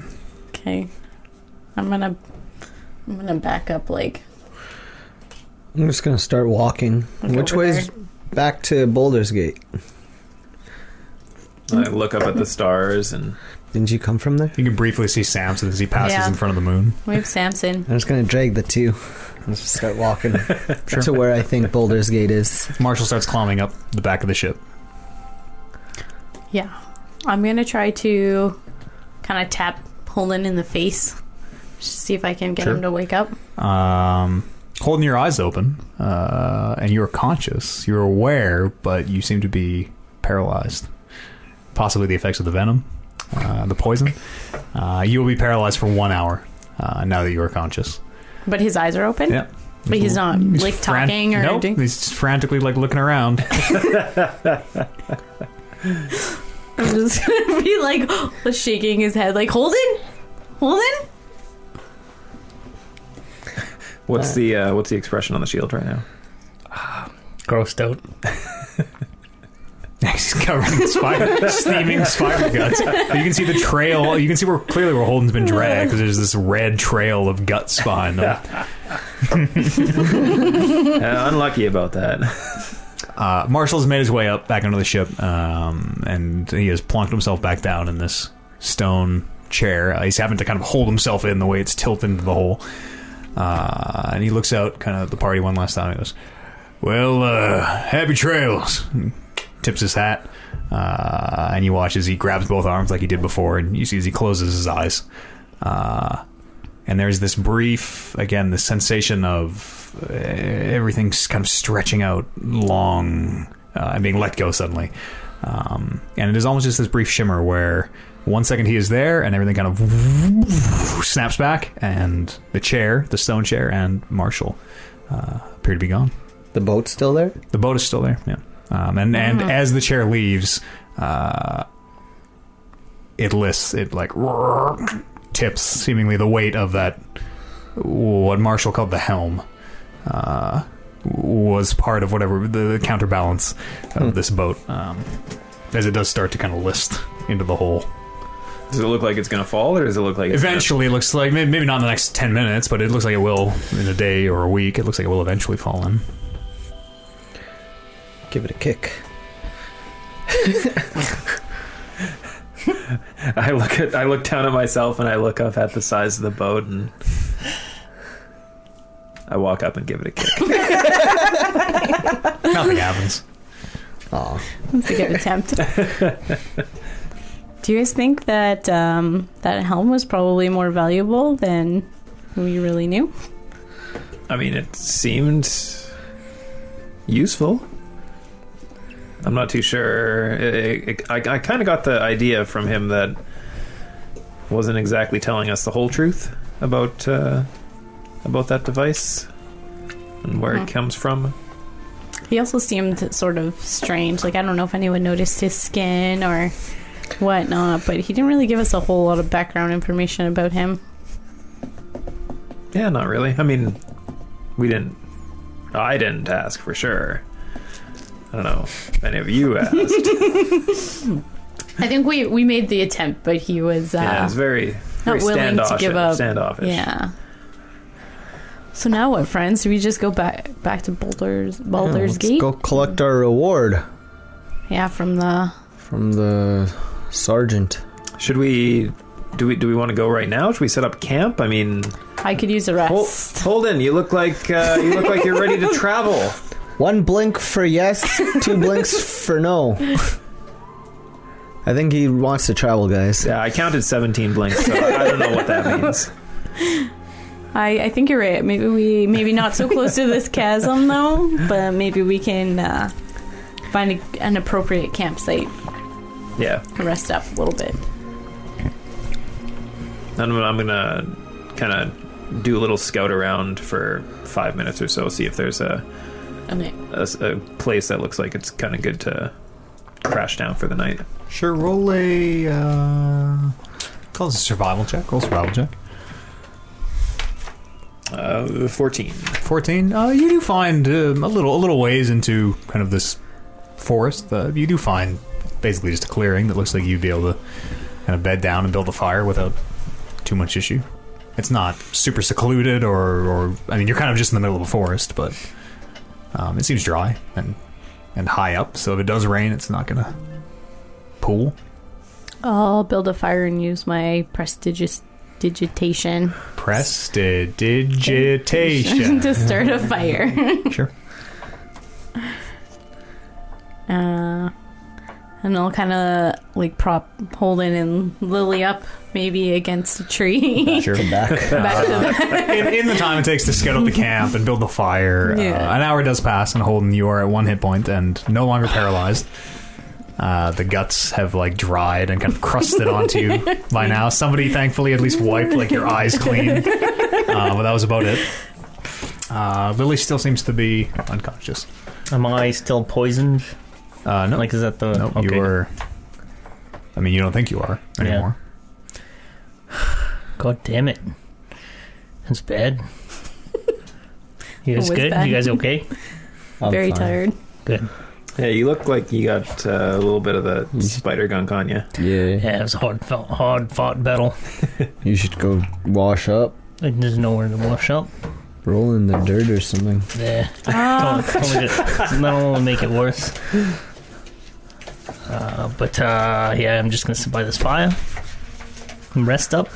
Speaker 4: Okay, I'm gonna I'm gonna back up like
Speaker 3: I'm just gonna start walking.
Speaker 4: Look
Speaker 3: Which
Speaker 4: over
Speaker 3: way's
Speaker 4: there.
Speaker 3: back to Boulder's Gate?
Speaker 5: I uh, look up at the stars and
Speaker 3: Didn't you come from there?
Speaker 1: you can briefly see Samson as he passes
Speaker 4: Yeah.
Speaker 1: in front of the moon.
Speaker 4: we have Samson.
Speaker 3: I'm just gonna drag the two and just start walking to where I think Boulder's Gate is.
Speaker 1: Marshall starts climbing up the back of the ship.
Speaker 4: Yeah. I'm going to try to kind of tap Holden in the face. Just see if I can get
Speaker 1: Sure.
Speaker 4: him to wake up.
Speaker 1: um, holding your eyes open, uh, and you're conscious. You're aware, but you seem to be paralyzed. Possibly the effects of the venom, uh, the poison. Uh, you will be paralyzed for one hour uh, now that you are conscious.
Speaker 4: But his eyes are open.
Speaker 1: Yep.
Speaker 4: But he's not, like, talking or
Speaker 1: nope,
Speaker 4: anything?
Speaker 1: He's just frantically like looking around.
Speaker 4: I'm just going to be like shaking his head, like, Holden? Holden?
Speaker 5: What's the uh, what's the expression on the shield right now?
Speaker 2: Grossed out.
Speaker 1: He's covered in spider, steaming spider guts. But you can see the trail. You can see where clearly where Holden's been dragged because there's this red trail of guts behind them.
Speaker 5: Uh, unlucky about that.
Speaker 1: Uh, Marshall's made his way up back onto the ship, um, and he has plunked himself back down in this stone chair. Uh, he's having to kind of hold himself in the way it's tilted into the hole. Uh, and he looks out, kind of at the party one last time. He goes, "Well, uh, happy trails." And Tips his hat, uh, and you watch as he grabs both arms like he did before, and you see as he closes his eyes. Uh, and there's this brief again the sensation of uh, everything's kind of stretching out long uh, and being let go suddenly um, and it is almost just this brief shimmer where one second he is there and everything kind of snaps back and the chair the stone chair and marshall uh, appear to be gone
Speaker 3: The boat's still there?
Speaker 1: the boat is still there yeah um, and and as the chair leaves uh, it lists it like tips seemingly the weight of that what Marshall called the helm uh, was part of whatever the, the counterbalance of this boat um, as it does start to kind of list into the hole
Speaker 5: Does it look like it's gonna fall, or does it look like it's gonna-
Speaker 1: eventually it looks like may- maybe not in the next 10 minutes but it looks like it will in a day or a week it looks like it will eventually fall in
Speaker 3: Give it a kick.
Speaker 5: I look at I look down at myself and I look up at the size of the boat and I walk up and give it a kick.
Speaker 1: nothing happens
Speaker 3: Aw.
Speaker 4: It's a good attempt. Do you guys think that um, that helm was probably more valuable than we really knew?
Speaker 5: I mean, it seemed useful. I'm not too sure. It- it- I, I kind of got the idea from him that wasn't exactly telling us the whole truth about uh, about that device and where
Speaker 4: Mhm.
Speaker 5: it comes from.
Speaker 4: He also seemed sort of strange. Like I don't know if anyone noticed his skin or whatnot, but he didn't really give us a whole lot of background information about him.
Speaker 5: Yeah, not really. I mean, we didn't. I didn't ask for sure. I don't know. If any of you asked?
Speaker 4: I think we we made the attempt, but he was uh,
Speaker 5: yeah, it's very, very
Speaker 4: willing to
Speaker 5: standoffish.
Speaker 4: give up.
Speaker 5: Standoffish.
Speaker 4: Yeah. So now what, friends? Do we just go back back to Boulder's Boulder's
Speaker 3: Let's
Speaker 4: Gate?
Speaker 3: go collect our reward
Speaker 4: Yeah, from the
Speaker 3: from the sergeant.
Speaker 5: Should we? Do we? Do we want to go right now? Should we set up camp? I mean,
Speaker 4: I could use a
Speaker 5: Hol-
Speaker 4: rest.
Speaker 5: Holden, you look like uh, you look like you're ready to travel.
Speaker 3: One blink for yes, two blinks for no. I think he wants to travel, guys.
Speaker 5: Yeah, I counted 17 blinks, so I don't know what that means.
Speaker 4: I, I think you're right. Maybe we maybe not so close to this chasm though, but maybe we can uh, find a, an appropriate campsite
Speaker 5: Yeah,
Speaker 4: and rest up a little bit.
Speaker 5: I'm, I'm gonna kind of do a little scout around for five minutes or so, see if there's a
Speaker 4: Okay.
Speaker 5: a, a place that looks like it's kind of good to crash down for the night.
Speaker 1: Sure, roll a uh, call it a survival check. Roll survival check.
Speaker 5: Uh, 14.
Speaker 1: Fourteen. Uh, you do find um, a little a little ways into kind of this forest. Uh, you do find basically just a clearing that looks like you'd be able to kind of bed down and build a fire without too much issue. It's not super secluded or, or I mean, you're kind of just in the middle of a forest, but um, it seems dry and and high up. So if it does rain, it's not gonna pool.
Speaker 4: I'll build a fire and use my prestigious digitation
Speaker 1: Prestidigitation.
Speaker 4: to start a fire.
Speaker 1: sure.
Speaker 4: Uh, and I'll kind of like prop Holden and Lily up maybe against a tree.
Speaker 1: Sure.
Speaker 3: Back.
Speaker 4: Back to the-
Speaker 1: in, in the time it takes to scout out the camp and build the fire, uh,
Speaker 4: Yeah.
Speaker 1: an hour does pass, and Holden, you are at one hit point and no longer paralyzed. Uh, the guts have like dried and kind of crusted onto you by now. Somebody thankfully at least wiped like your eyes clean, uh, but that was about it. Uh, Lily still seems to be unconscious.
Speaker 2: Am I still poisoned?
Speaker 1: Uh, no,
Speaker 2: Like, is that the?
Speaker 1: no, you were. I mean, you don't think you are
Speaker 2: Yeah.
Speaker 1: anymore.
Speaker 2: God damn it! That's bad. You guys
Speaker 4: It was
Speaker 2: good?
Speaker 4: bad.
Speaker 2: You guys okay?
Speaker 3: I'm
Speaker 4: Very
Speaker 3: fine.
Speaker 4: tired.
Speaker 2: Good.
Speaker 5: Yeah, you look like you got uh, a little bit of the spider gunk on you.
Speaker 3: Yeah.
Speaker 2: Yeah, it was a hard, fought, hard fought battle.
Speaker 3: You should go wash up,
Speaker 2: And There's nowhere to wash up.
Speaker 3: roll in the dirt or something.
Speaker 2: Yeah. Don't, don't make it, not only make it worse. Uh, but uh, yeah, I'm just gonna sit by this fire and rest up.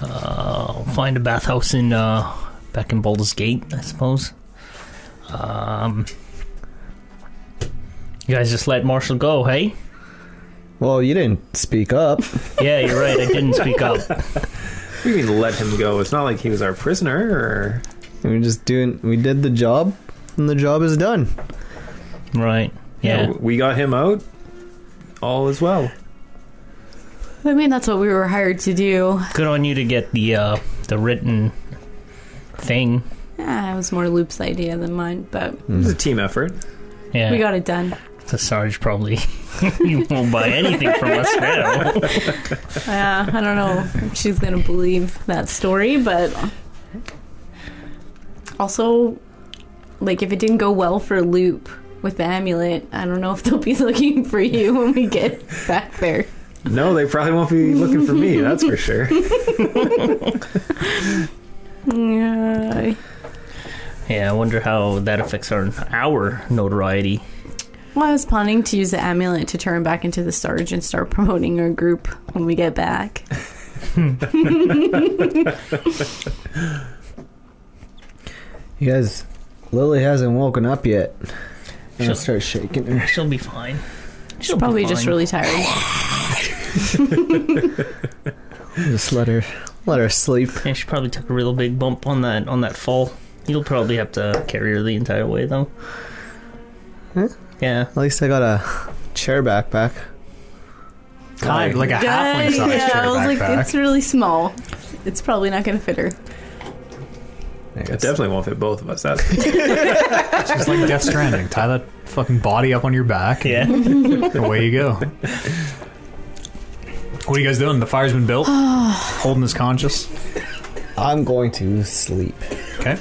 Speaker 2: Uh, I'll find a bathhouse in uh, back in Baldur's Gate, I suppose. Um, you guys just let Marshall go, hey?
Speaker 3: Well, you didn't speak up.
Speaker 2: Yeah, you're right. I didn't speak up.
Speaker 5: What do You mean let him go. It's not like he was our prisoner. Or...
Speaker 3: we were just doing. We did the job, and the job is done.
Speaker 2: Right. Yeah.
Speaker 5: No, we got him out. All is well.
Speaker 4: I mean, that's what we were hired to do.
Speaker 2: Good on you to get the uh, the written thing.
Speaker 4: Yeah, it was more Loop's idea than mine, but
Speaker 5: It was a team effort.
Speaker 2: Yeah.
Speaker 4: we got it done.
Speaker 2: The Sarge probably you won't buy anything from us now.
Speaker 4: Uh, I don't know if she's gonna believe that story, but also, like, if it didn't go well for Loop with the amulet, I don't know if they'll be looking for you when we get back there.
Speaker 5: No, they probably won't be looking for me. That's for sure.
Speaker 4: Yeah.
Speaker 2: Yeah, I wonder how that affects our our notoriety.
Speaker 4: Well, I was planning to use the amulet to turn back into the Sarge and start promoting our group when we get back.
Speaker 3: You guys, Lily hasn't woken up yet. I'm
Speaker 2: Sure.
Speaker 3: gonna start shaking her.
Speaker 2: She'll be fine.
Speaker 4: She's
Speaker 2: be
Speaker 4: probably just
Speaker 2: fine.
Speaker 4: really tired.
Speaker 3: Just let her, let her sleep.
Speaker 2: Yeah, she probably took a real big bump on that on that fall. You'll probably have to carry her the entire way though.
Speaker 3: Huh?
Speaker 2: Yeah.
Speaker 3: At least I got a chair backpack.
Speaker 1: God, like a halfling
Speaker 4: Yeah,
Speaker 1: size
Speaker 4: yeah,
Speaker 1: chair
Speaker 4: I was like,
Speaker 1: backpack.
Speaker 4: it's really small. It's probably not gonna fit her.
Speaker 3: I
Speaker 5: It
Speaker 3: guess.
Speaker 5: definitely won't fit both of us. That's
Speaker 1: It's just like Death Stranding. Tie that fucking body up on your back.
Speaker 2: Yeah.
Speaker 1: And away you go. What are you guys doing? The fire's been built. Holding us conscious.
Speaker 3: I'm going to sleep.
Speaker 1: Okay.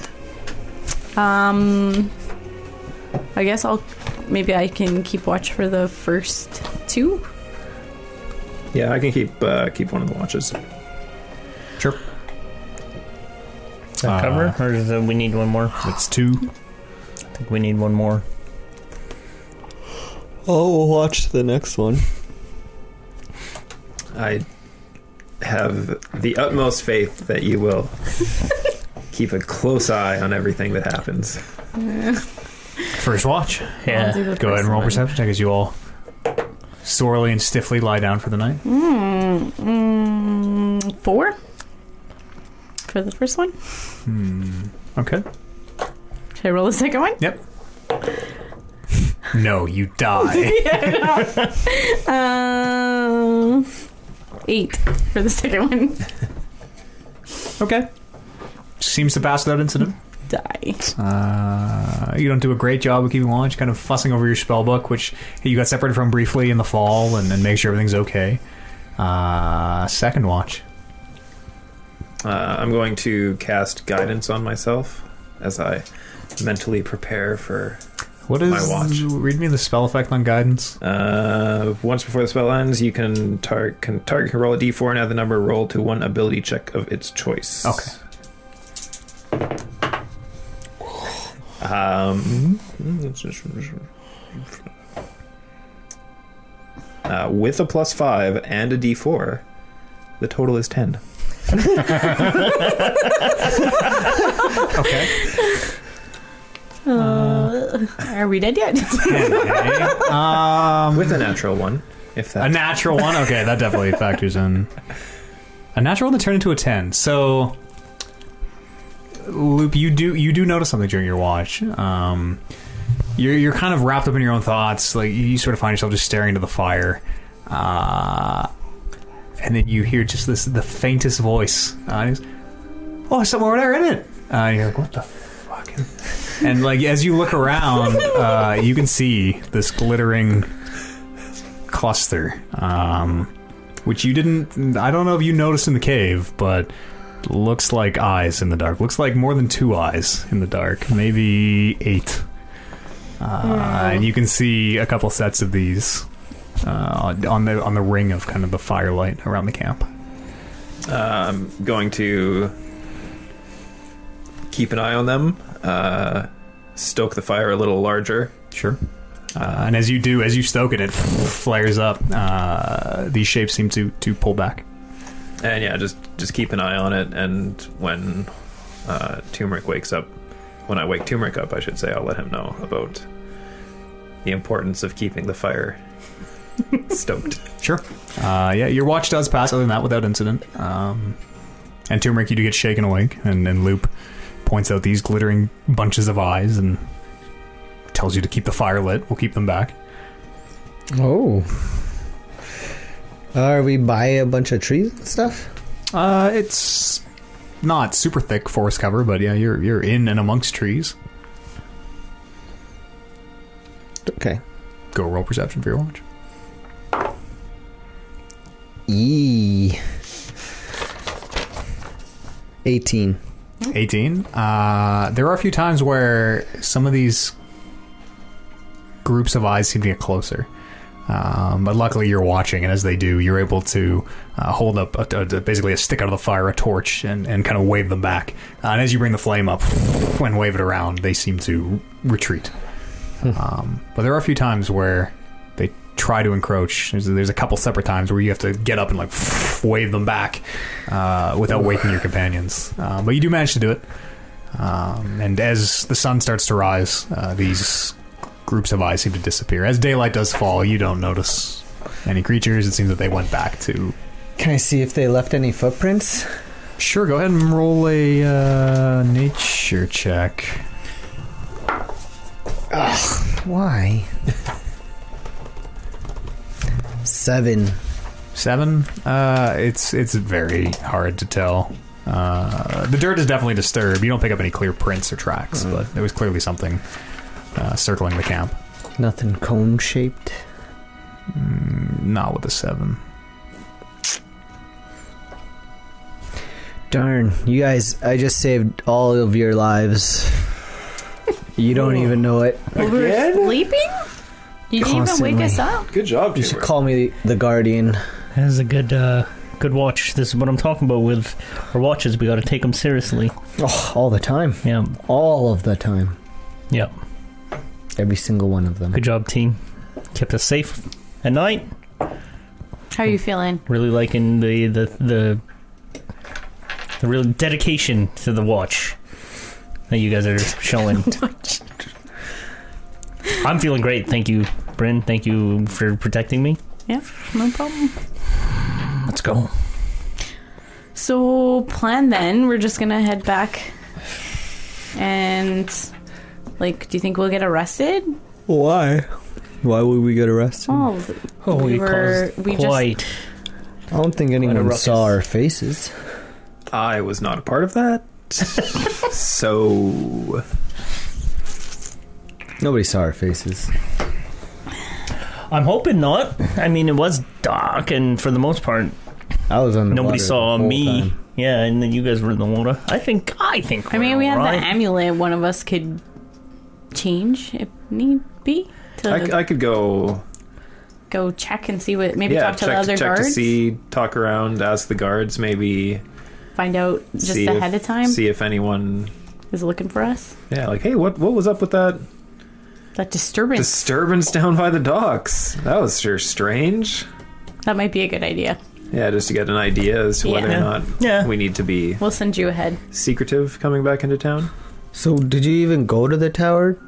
Speaker 4: Um, I guess I'll maybe I can keep watch for the first two.
Speaker 5: yeah, I can keep uh, keep one of the watches.
Speaker 1: Sure.
Speaker 2: Does that cover? Or is it, we need one more?
Speaker 1: That's two.
Speaker 2: I think we need one more.
Speaker 3: Oh, we'll watch the next one.
Speaker 5: I have the utmost faith that you will keep a close eye on everything that happens.
Speaker 1: First watch.
Speaker 4: I'll do
Speaker 2: Yeah.
Speaker 1: Go
Speaker 4: the
Speaker 1: ahead
Speaker 4: first
Speaker 1: and roll
Speaker 4: one.
Speaker 1: perception check as you all sorely and stiffly lie down for the night.
Speaker 4: Mm, mm, four for the first one.
Speaker 1: Hmm. Okay.
Speaker 4: Should I roll the second one?
Speaker 1: Yep. No, you die.
Speaker 4: Um, eight for the second one.
Speaker 1: okay. Seems to pass without incident.
Speaker 4: Die.
Speaker 1: Uh, you don't do a great job of keeping watch, kind of fussing over your spell book, which you got separated from briefly in the fall, and, and make sure everything's okay. Uh, second watch.
Speaker 5: Uh, I'm going to cast guidance on myself as I mentally prepare for.
Speaker 1: What is
Speaker 5: My watch.
Speaker 1: Read me the spell effect on guidance.
Speaker 5: Uh, once before the spell ends, you can target can target can roll a d4 and add the number rolled to one ability check of its choice.
Speaker 1: Okay.
Speaker 5: Um, uh, with a plus five and a d4, the total is ten.
Speaker 1: Okay.
Speaker 4: Uh, are we dead yet?
Speaker 1: Okay. um,
Speaker 5: With a natural one, if
Speaker 1: a
Speaker 5: that.
Speaker 1: natural one. Okay, that definitely factors in. A natural one to turn into a ten. So, Loop, you do you do notice something during your watch. Um, you're you're kind of wrapped up in your own thoughts. Like you, you sort of find yourself just staring into the fire. Uh, and then you hear just this the faintest voice. Uh, and it's, oh, it's somewhere over there, isn't it? Uh, and you're like, what the fucking. And like as you look around, uh, you can see this glittering cluster, um, which you didn't. I don't know if you noticed in the cave, but Looks like eyes in the dark. Looks like more than two eyes in the dark. Maybe eight. Uh, and you can see a couple sets of these uh, on the on the ring of kind of the firelight around the camp.
Speaker 5: um, going to keep an eye on them, uh, stoke the fire a little larger.
Speaker 1: Sure. Uh, and as you do, as you stoke it, it flares up. Uh, these shapes seem to to pull back.
Speaker 5: and yeah, just just keep an eye on it. And when uh, Turmeric wakes up, when I wake Turmeric up, I should say, I'll let him know about the importance of keeping the fire stoked.
Speaker 1: Sure. Uh, yeah, your watch does pass, other than that, without incident. Um, and Turmeric, you do get shaken awake, and, and Loop points out these glittering bunches of eyes and tells you to keep the fire lit. We'll keep them back.
Speaker 3: Oh. Uh, Are we by a bunch of trees and stuff?
Speaker 1: Uh, it's not super thick forest cover, but yeah, you're you're in and amongst trees.
Speaker 3: Okay.
Speaker 1: Go roll perception for your watch.
Speaker 3: E. 18.
Speaker 1: 18. Uh, there are a few times where some of these groups of eyes seem to get closer. Um, but luckily, you're watching, and as they do, you're able to uh, hold up a, a- basically a stick out of the fire, a torch, and, and kind of wave them back. Uh, and as you bring the flame up and wave it around, they seem to retreat. um, but there are a few times where they try to encroach. There's, there's a couple separate times where you have to get up and like wave them back uh, without waking your companions. Uh, but you do manage to do it. Um, and as the sun starts to rise, uh, these groups of eyes seem to disappear. As daylight does fall, you don't notice any creatures. It seems that they went back to.
Speaker 3: Can I see if they left any footprints?
Speaker 1: Sure, go ahead and roll a uh, nature check.
Speaker 3: Why? Seven.
Speaker 1: Seven. Uh, it's it's very hard to tell. Uh, the dirt is definitely disturbed. You don't pick up any clear prints or tracks, but there was clearly something uh, circling the camp.
Speaker 3: Nothing cone shaped.
Speaker 1: Not with a seven.
Speaker 3: Darn, you guys, I just saved all of your lives. You don't even know it.
Speaker 4: Well, we were sleeping? You didn't even
Speaker 3: Constantly.
Speaker 4: wake us up.
Speaker 5: Good job,
Speaker 3: You should call me the guardian.
Speaker 2: That is a good, uh, good watch. This is what I'm talking about with our watches. We got to take them seriously.
Speaker 3: Oh, all the time.
Speaker 2: Yeah,
Speaker 3: All of the time.
Speaker 2: yeah.
Speaker 3: Every single one of them.
Speaker 2: Good job, team. Kept us safe at night.
Speaker 4: How are you feeling?
Speaker 2: Really liking the the the, the real dedication to the watch that you guys are showing. I'm feeling great. Thank you, Bryn. Thank you for protecting me.
Speaker 4: Yeah, no problem.
Speaker 2: Let's go.
Speaker 4: So plan then. We're just gonna head back, and like, do you think we'll get arrested?
Speaker 3: Why? Why would we get arrested?
Speaker 4: Oh,
Speaker 2: Oh,
Speaker 4: We
Speaker 2: we
Speaker 4: were-
Speaker 2: caused
Speaker 4: we just-
Speaker 2: quite.
Speaker 3: I don't think anyone
Speaker 2: ruckus.
Speaker 3: saw our faces.
Speaker 5: I was not a part of that. so
Speaker 3: Nobody saw our faces.
Speaker 2: I'm hoping not. I mean, it was dark, and for the most part,
Speaker 3: I was on the
Speaker 2: Nobody
Speaker 3: water the
Speaker 2: saw
Speaker 3: whole
Speaker 2: me.
Speaker 3: time.
Speaker 2: Yeah, and then you guys were in the water. I think. I think.
Speaker 4: I mean,
Speaker 2: we're
Speaker 4: we have
Speaker 2: alright.
Speaker 4: the amulet. One of us could change if need be to
Speaker 5: I, I could go,
Speaker 4: go check and see what. Maybe
Speaker 5: yeah,
Speaker 4: talk to the
Speaker 5: check,
Speaker 4: other
Speaker 5: check to
Speaker 4: guards.
Speaker 5: see, talk around, ask the guards, maybe
Speaker 4: Find out just
Speaker 5: see
Speaker 4: ahead
Speaker 5: if,
Speaker 4: of time
Speaker 5: see if anyone,
Speaker 4: is looking for us.
Speaker 5: yeah, like, hey, what what was up with that
Speaker 4: That disturbance.
Speaker 5: disturbance down by the docks? That was sure strange.
Speaker 4: that might be a good idea.
Speaker 5: Yeah, just to get an idea as to whether
Speaker 4: Yeah.
Speaker 5: or not
Speaker 2: Yeah.
Speaker 5: we need to be
Speaker 4: We'll send you ahead.
Speaker 5: secretive coming back into town.
Speaker 3: So, did you even go to the tower?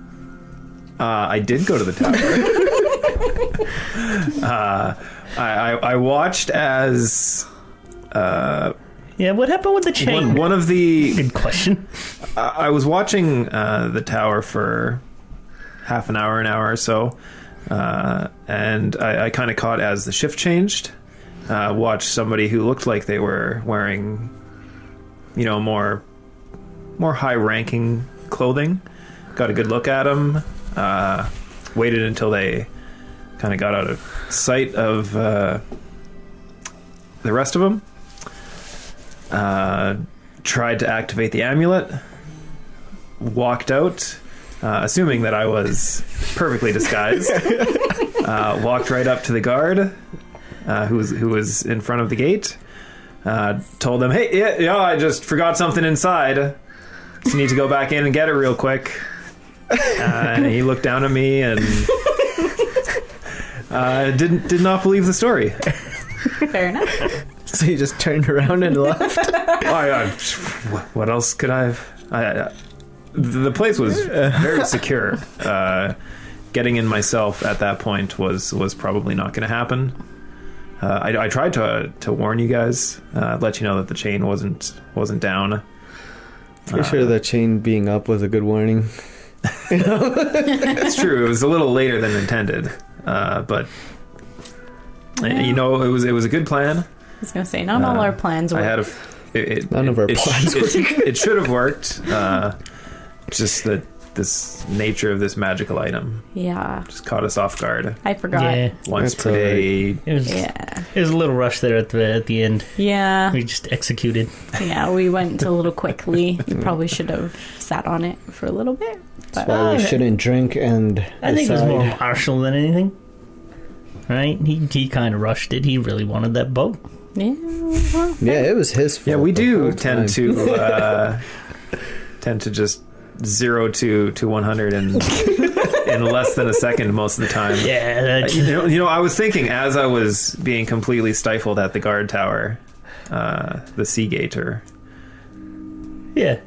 Speaker 5: Uh, I did go to the tower. uh, I, I, I watched as uh,
Speaker 2: Yeah, what happened with the chain?
Speaker 5: one, one of the.
Speaker 2: Good question.
Speaker 5: I, I was watching uh, the tower for half an hour, an hour or so, uh, and I, I kind of caught as the shift changed. Uh, watched somebody who looked like they were wearing, you know, more more high ranking clothing. Got a good look at them. Uh, waited until they kind of got out of sight of uh, the rest of them. Uh, tried to activate the amulet, walked out, uh, assuming that I was perfectly disguised. uh, walked right up to the guard, uh, who was who was in front of the gate. Uh, told them, "Hey, yeah, yeah, I just forgot something inside. Just need to go back in and get it real quick." Uh, and he looked down at me and uh, didn't did not believe the story.
Speaker 4: Fair enough.
Speaker 3: So you just turned around and left.
Speaker 5: I, I, what else could I have? I, I, the place was very secure. Uh, getting in myself at that point was was probably not going to happen. Uh, I, I tried to to warn you guys, uh, let you know that the chain wasn't wasn't down. Uh,
Speaker 3: For sure, the chain being up was a good warning.
Speaker 5: It's true. It was a little later than intended, uh, but uh, you know it was it was a good plan.
Speaker 4: I was gonna say not all
Speaker 5: Uh,
Speaker 4: our plans were.
Speaker 5: I had a. It, it,
Speaker 3: None of our
Speaker 5: it,
Speaker 3: plans
Speaker 5: It, it, it should have worked. Uh, just that this nature of this magical item
Speaker 4: yeah,
Speaker 5: just caught us off guard.
Speaker 4: I forgot.
Speaker 2: Yeah,
Speaker 4: Yeah.
Speaker 5: Once
Speaker 3: That's
Speaker 5: per
Speaker 3: all right.
Speaker 5: day,
Speaker 2: it was
Speaker 4: Yeah.
Speaker 2: it was a little rush there at the at the end.
Speaker 4: Yeah.
Speaker 2: We just executed.
Speaker 4: we went a little quickly. You probably should have sat on it for a little bit.
Speaker 3: That's
Speaker 4: But
Speaker 3: why
Speaker 2: I-
Speaker 3: we shouldn't drink and.
Speaker 2: I think it was
Speaker 3: decide.
Speaker 2: more Marshall than anything. Right? He he kind of rushed it. He really wanted that boat.
Speaker 4: yeah, well,
Speaker 3: Yeah, it was his fault.
Speaker 5: yeah, we
Speaker 3: the
Speaker 5: do
Speaker 3: whole time.
Speaker 5: tend to uh, tend to just zero to to one hundred in in less than a second most of the time.
Speaker 2: Yeah,
Speaker 5: You know, you know, I was thinking as I was being completely stifled at the guard tower, uh, the sea gator.
Speaker 2: yeah,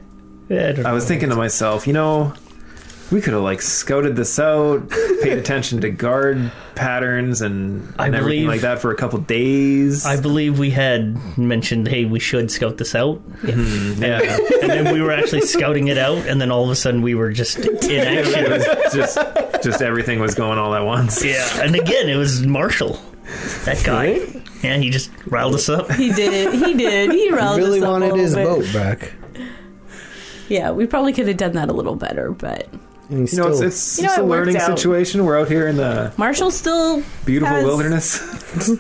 Speaker 2: yeah. I, don't
Speaker 5: I was
Speaker 2: know.
Speaker 5: thinking to myself, you know, we could have like scouted this out, paid attention to guard patterns and,
Speaker 2: I
Speaker 5: and everything
Speaker 2: believe-
Speaker 5: like that for a couple days.
Speaker 2: I believe we had mentioned, hey, we should scout this out, Hmm,
Speaker 5: yeah,
Speaker 2: and then we were actually scouting it out, and then all of a sudden we were just in action.
Speaker 5: it was just just everything was going all at once.
Speaker 2: Yeah, and again, it was Marshall, that guy. Yeah, he just riled us up.
Speaker 4: he did it. He did. He
Speaker 3: He
Speaker 4: riled
Speaker 3: really
Speaker 4: us up a
Speaker 3: wanted
Speaker 4: little
Speaker 3: his
Speaker 4: bit.
Speaker 3: boat back.
Speaker 4: Yeah, we probably could have done that a little better, but
Speaker 3: And he
Speaker 5: You know, it's
Speaker 3: still-
Speaker 5: it's,
Speaker 4: You know,
Speaker 5: it's a
Speaker 4: it worked
Speaker 5: learning
Speaker 4: out.
Speaker 5: situation. We're out here in the
Speaker 4: Marshall's still
Speaker 5: beautiful
Speaker 4: Has-
Speaker 5: wilderness.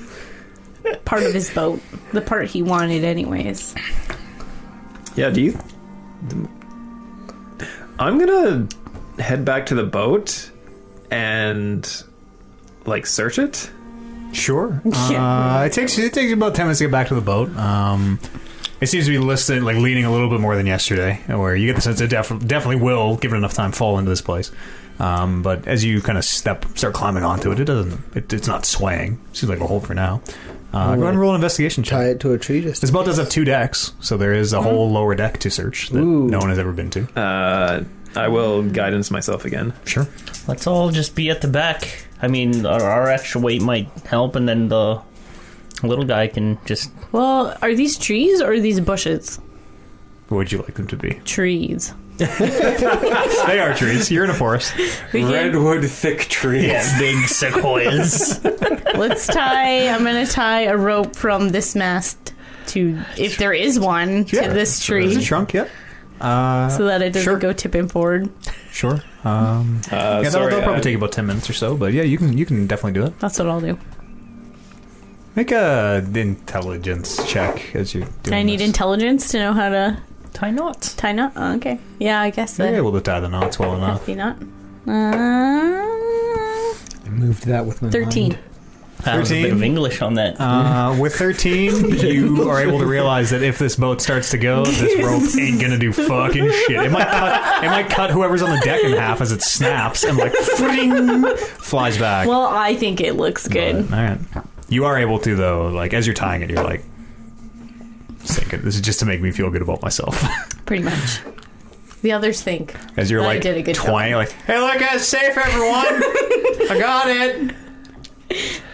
Speaker 4: part of his boat. The part he wanted, anyways.
Speaker 5: Yeah, do you? I'm gonna head back to the boat and like search it.
Speaker 1: Sure.
Speaker 4: Yeah.
Speaker 1: Uh, it takes it takes you about ten minutes to get back to the boat. Um, it seems to be listed like leaning a little bit more than yesterday, where you get the sense it def- definitely will, given enough time, fall into this place. Um, but as you kind of step, start climbing onto it, it doesn't. It, it's not swaying. Seems like a hold for now. Uh, go ahead and roll an investigation
Speaker 3: tie
Speaker 1: check.
Speaker 3: it to a tree just
Speaker 1: This boat does have two decks, so there is a
Speaker 4: Mm-hmm.
Speaker 1: whole lower deck to search that
Speaker 3: Ooh.
Speaker 1: no one has ever been to.
Speaker 5: Uh, I will guidance myself again.
Speaker 1: Sure.
Speaker 2: Let's all just be at the back. I mean, our, our extra weight might help, and then the little guy can just
Speaker 4: Well, are these trees or are these bushes?
Speaker 1: What would you like them to be?
Speaker 4: Trees.
Speaker 1: they are trees. You're in a forest.
Speaker 4: We can,
Speaker 5: Redwood thick tree.
Speaker 2: big sequoias.
Speaker 4: let's tie. I'm gonna tie a rope from this mast to, if there is one,
Speaker 1: Yeah.
Speaker 4: to this
Speaker 1: Is it
Speaker 4: tree,
Speaker 1: shrunk yet? Uh,
Speaker 4: so that it doesn't
Speaker 1: Sure.
Speaker 4: go tipping forward.
Speaker 1: sure. Um,
Speaker 5: Uh,
Speaker 1: yeah, that'll,
Speaker 5: sorry,
Speaker 1: that'll probably
Speaker 5: I-
Speaker 1: take about ten minutes or so. But yeah, you can you can definitely do it.
Speaker 4: That's what I'll do.
Speaker 1: Make a intelligence check as you.
Speaker 4: Do I need intelligence to know how to
Speaker 2: Tie knots.
Speaker 4: tie knot? Oh, okay. Yeah, I guess
Speaker 1: You're
Speaker 4: that.
Speaker 1: able to tie the knots well enough.
Speaker 4: Hefty knot. Uh,
Speaker 3: I moved that with my
Speaker 4: Thirteen.
Speaker 2: That was a bit
Speaker 1: 13.
Speaker 2: of English on that.
Speaker 1: Uh, with 13, you are able to realize that if this boat starts to go, this rope ain't gonna do fucking shit. It might cut, it might cut whoever's on the deck in half as it snaps and like fling, flies back.
Speaker 4: Well, I think it looks good.
Speaker 1: All right. You are able to though. Like as you're tying it, you're like, "Sink it." This is just to make me feel good about myself.
Speaker 4: Pretty much. The others think.
Speaker 1: As you're
Speaker 4: I
Speaker 1: like
Speaker 4: did a good job.
Speaker 1: twanging, like, "Hey, look, it's safe, everyone. I got it."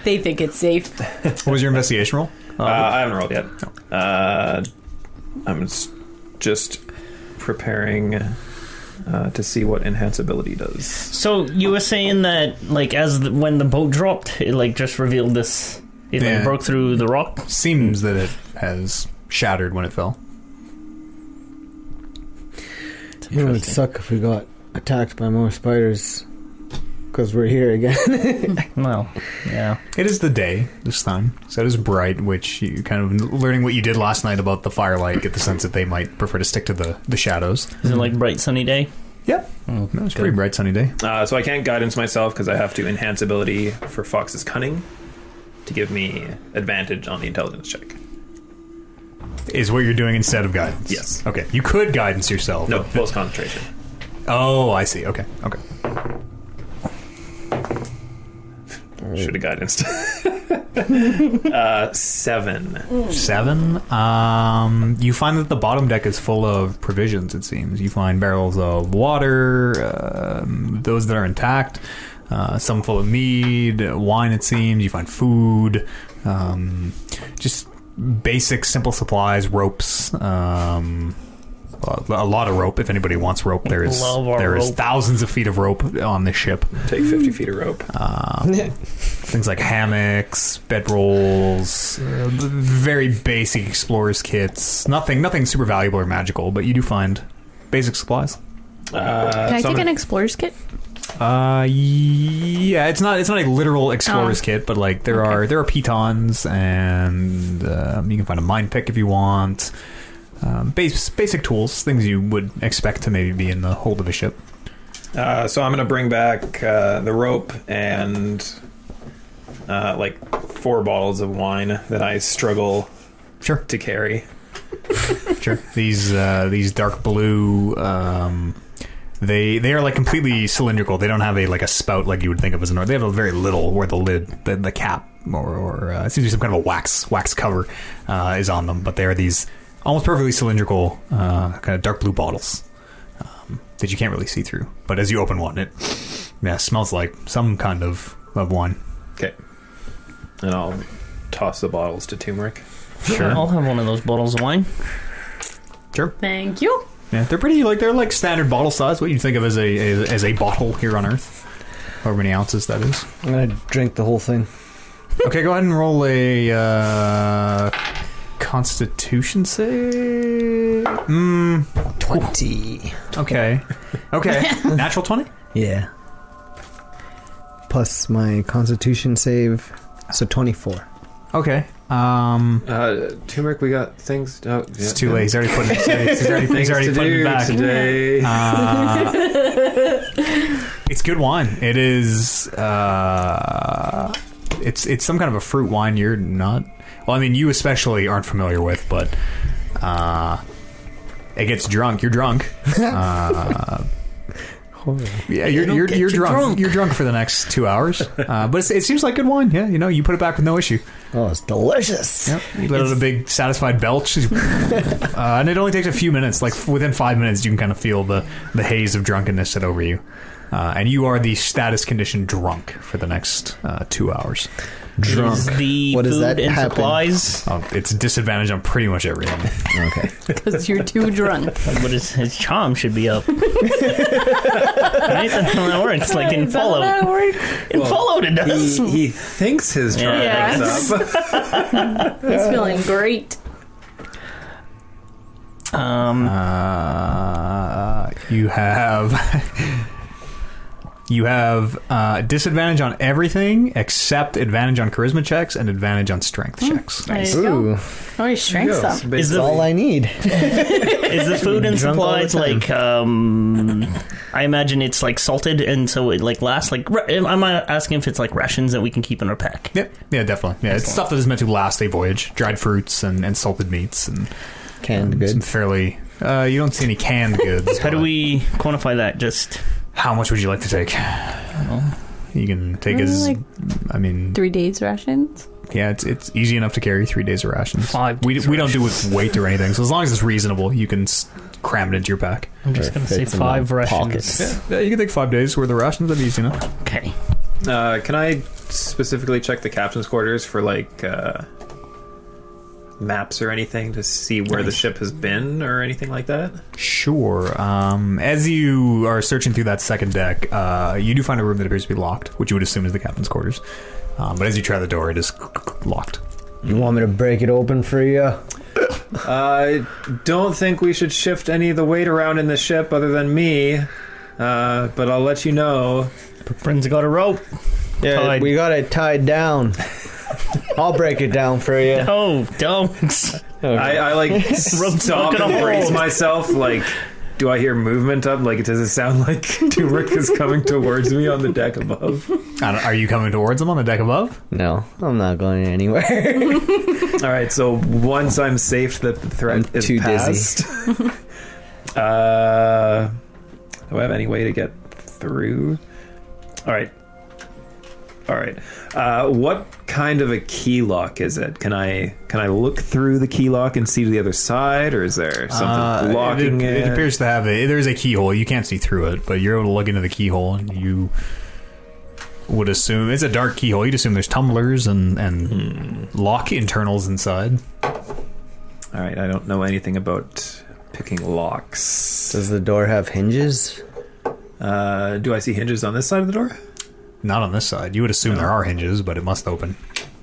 Speaker 4: They think it's safe.
Speaker 1: What was your investigation roll?
Speaker 5: Uh, I haven't rolled yet. Uh, I'm s- just preparing uh, to see what enhance ability does.
Speaker 2: So you were saying that, like, as the, when the boat dropped, it like just revealed this. It
Speaker 1: Yeah.
Speaker 2: like broke through the rock.
Speaker 1: Seems that it has shattered when it fell.
Speaker 3: You know, it'd suck if we got attacked by more spiders. because we're here again.
Speaker 2: Well, yeah.
Speaker 1: It is the day this time, so it is bright. Which you kind of learning what you did last night about the firelight, get the sense that they might prefer to stick to the the shadows.
Speaker 2: Is it like bright sunny day?
Speaker 1: Yep,
Speaker 2: Oh,
Speaker 1: no, it's a pretty bright sunny day.
Speaker 5: Uh, so I can't guidance myself because I have to enhance ability for Fox's cunning to give me advantage on the intelligence check.
Speaker 1: Is what you're doing instead of guidance?
Speaker 5: Yes.
Speaker 1: Okay, you could guidance yourself.
Speaker 5: No, close concentration.
Speaker 1: Oh, I see. Okay, okay.
Speaker 5: Should have guidance. uh, seven.
Speaker 1: Seven. Um, you find that the bottom deck is full of provisions. It seems you find barrels of water, um, those that are intact, uh, some full of mead, wine. It seems you find food, um, just basic, simple supplies, ropes. Um, a a lot of rope. If anybody wants rope, there is
Speaker 2: Love our
Speaker 1: there is
Speaker 2: rope.
Speaker 1: thousands of feet of rope on this ship.
Speaker 5: Take fifty feet of rope.
Speaker 3: Ah.
Speaker 1: things like hammocks, bedrolls, uh, very basic explorers kits. Nothing, nothing super valuable or magical, but you do find basic supplies.
Speaker 4: Can I
Speaker 5: Uh, so I'm
Speaker 4: take an
Speaker 5: gonna-
Speaker 4: explorer's kit?
Speaker 1: Uh, yeah, it's not it's not a literal explorers
Speaker 4: Oh.
Speaker 1: kit, but like there are there are pitons, and um, you can find a mine pick if you want. Um, base, basic tools, things you would expect to maybe be in the hold of a ship.
Speaker 5: Uh, so I'm gonna bring back uh, the rope and uh, like four bottles of wine that I struggle
Speaker 1: Sure,
Speaker 5: to carry.
Speaker 1: sure. These uh, these dark blue. Um, they they are like completely cylindrical. They don't have a like a spout like you would think of as an. They have a very little where the lid, the, the cap, or, or uh, it seems to be some kind of a wax wax cover uh, is on them. But they are these almost perfectly cylindrical uh, kind of dark blue bottles um, that you can't really see through. But as you open one, it yeah smells like some kind of of wine.
Speaker 5: Okay, and I'll toss the bottles to Turmeric.
Speaker 1: Sure.
Speaker 2: I'll have one of those bottles of wine.
Speaker 1: Sure.
Speaker 4: Thank you.
Speaker 1: Yeah, they're pretty like they're like standard bottle size. What you think of as a as, as a bottle here on Earth, however many ounces that is.
Speaker 3: I'm gonna drink the whole thing.
Speaker 1: Okay, go ahead and roll a uh, Constitution save. Mm,
Speaker 3: Twenty.
Speaker 1: okay, okay, natural twenty.
Speaker 3: Yeah. Plus my Constitution save, so twenty-four.
Speaker 1: Okay, um,
Speaker 5: Uh, turmeric, we got things. Oh,
Speaker 1: it's too late. He's already putting it. He's already, he's already putting it back.
Speaker 5: today.
Speaker 1: Uh, It's good wine. It is. Uh, it's it's some kind of a fruit wine. You're not. Well, I mean, you especially aren't familiar with, but uh, it gets drunk. You're drunk. Uh, Yeah, you're you're, you're, drunk. You're drunk for the next two hours. Uh, but it's, it seems like good wine. Yeah, you know, you put it back with no issue.
Speaker 3: Oh, it's delicious.
Speaker 1: Yep. You let out a big satisfied belch, uh, and it only takes a few minutes. Like within five minutes, you can kind of feel the the haze of drunkenness set over you, uh, and you are the status condition drunk for the next uh, two hours.
Speaker 3: Drunk.
Speaker 2: Is the
Speaker 3: What
Speaker 2: food
Speaker 3: does that
Speaker 2: and
Speaker 3: happen?
Speaker 2: supplies?
Speaker 1: Um, it's disadvantage on pretty much everything.
Speaker 3: Okay.
Speaker 4: Because you're too drunk.
Speaker 2: But his, his charm should be up. right? That's how that works. Like in
Speaker 4: Is that how
Speaker 2: Fallout.
Speaker 4: that works?
Speaker 2: In Fallout, it does.
Speaker 5: he, he thinks his charm
Speaker 2: Yeah.
Speaker 5: is up.
Speaker 4: He's feeling great.
Speaker 2: Um,
Speaker 1: Uh, you have you have uh, disadvantage on everything except advantage on charisma checks and advantage on strength checks.
Speaker 4: Nice.
Speaker 3: Ooh,
Speaker 4: Oh, he shrank some.
Speaker 2: is
Speaker 3: that's
Speaker 2: the
Speaker 3: all I need.
Speaker 2: is the food and
Speaker 3: Drunk all the
Speaker 2: supplies like um i imagine it's like salted and so it like lasts like ra- i'm uh, asking if it's like rations that we can keep in our pack
Speaker 1: Yep. Yeah, definitely. Yeah, it's stuff that is meant to last a voyage: dried fruits and, and salted meats and
Speaker 3: Canned
Speaker 1: some
Speaker 3: good.
Speaker 1: fairly. Uh, you don't see any canned goods.
Speaker 2: how do
Speaker 1: but
Speaker 2: we quantify that just
Speaker 1: How much would you like to take? You can take as.
Speaker 4: Like-
Speaker 1: I mean,
Speaker 4: Three days rations.
Speaker 1: yeah, it's it's easy enough to carry three days of rations.
Speaker 2: Five
Speaker 1: We,
Speaker 2: days
Speaker 1: we don't do with weight or anything, so as long as it's reasonable, you can s- cram it into your pack.
Speaker 2: i'm just gonna say
Speaker 3: Fits in my
Speaker 2: five rations
Speaker 3: pockets.
Speaker 1: Yeah, yeah, you can take five days worth of rations. That'd be easy enough.
Speaker 2: okay
Speaker 5: Uh, can I specifically check the captain's quarters for like uh, maps or anything to see where the ship has been or anything like that?
Speaker 1: Sure. Um, as you are searching through that second deck, uh, you do find a room that appears to be locked, which you would assume is the captain's quarters. Um, but as you try the door, it is locked.
Speaker 3: You want me to break it open for you?
Speaker 5: I don't think we should shift any of the weight around in the ship other than me, uh, but I'll let you know.
Speaker 2: Friends got a rope.
Speaker 3: Yeah,
Speaker 2: Tied.
Speaker 3: we got it tied down. I'll break it down for you.
Speaker 2: Oh, don't.
Speaker 5: I, I like
Speaker 2: Rope's not
Speaker 5: stop and
Speaker 2: gonna
Speaker 5: brace
Speaker 2: hold.
Speaker 5: myself. Like, do I hear movement up? Like, does it sound like Turek is coming towards me on the deck above?
Speaker 1: I don't- are you coming towards them on the deck above?
Speaker 3: No, I'm not going anywhere.
Speaker 5: All right, so once I'm safe that the threat
Speaker 3: I'm
Speaker 5: is
Speaker 3: too
Speaker 5: passed,
Speaker 3: dizzy.
Speaker 5: uh, do I have any way to get through? All right, all right. Uh, what kind of a key lock is it? Can I can I look through the key lock and see to the other side, or is there something
Speaker 1: Uh,
Speaker 5: blocking
Speaker 1: it,
Speaker 5: it?
Speaker 1: it appears to have a there's a keyhole. You can't see through it, but you're able to look into the keyhole and you would assume it's a dark keyhole. You'd assume there's tumblers and and lock internals inside.
Speaker 5: All right, I don't know anything about picking locks.
Speaker 3: Does the door have hinges?
Speaker 5: Uh, do I see hinges on this side of the door?
Speaker 1: Not on this side. You would assume there are hinges, but it must open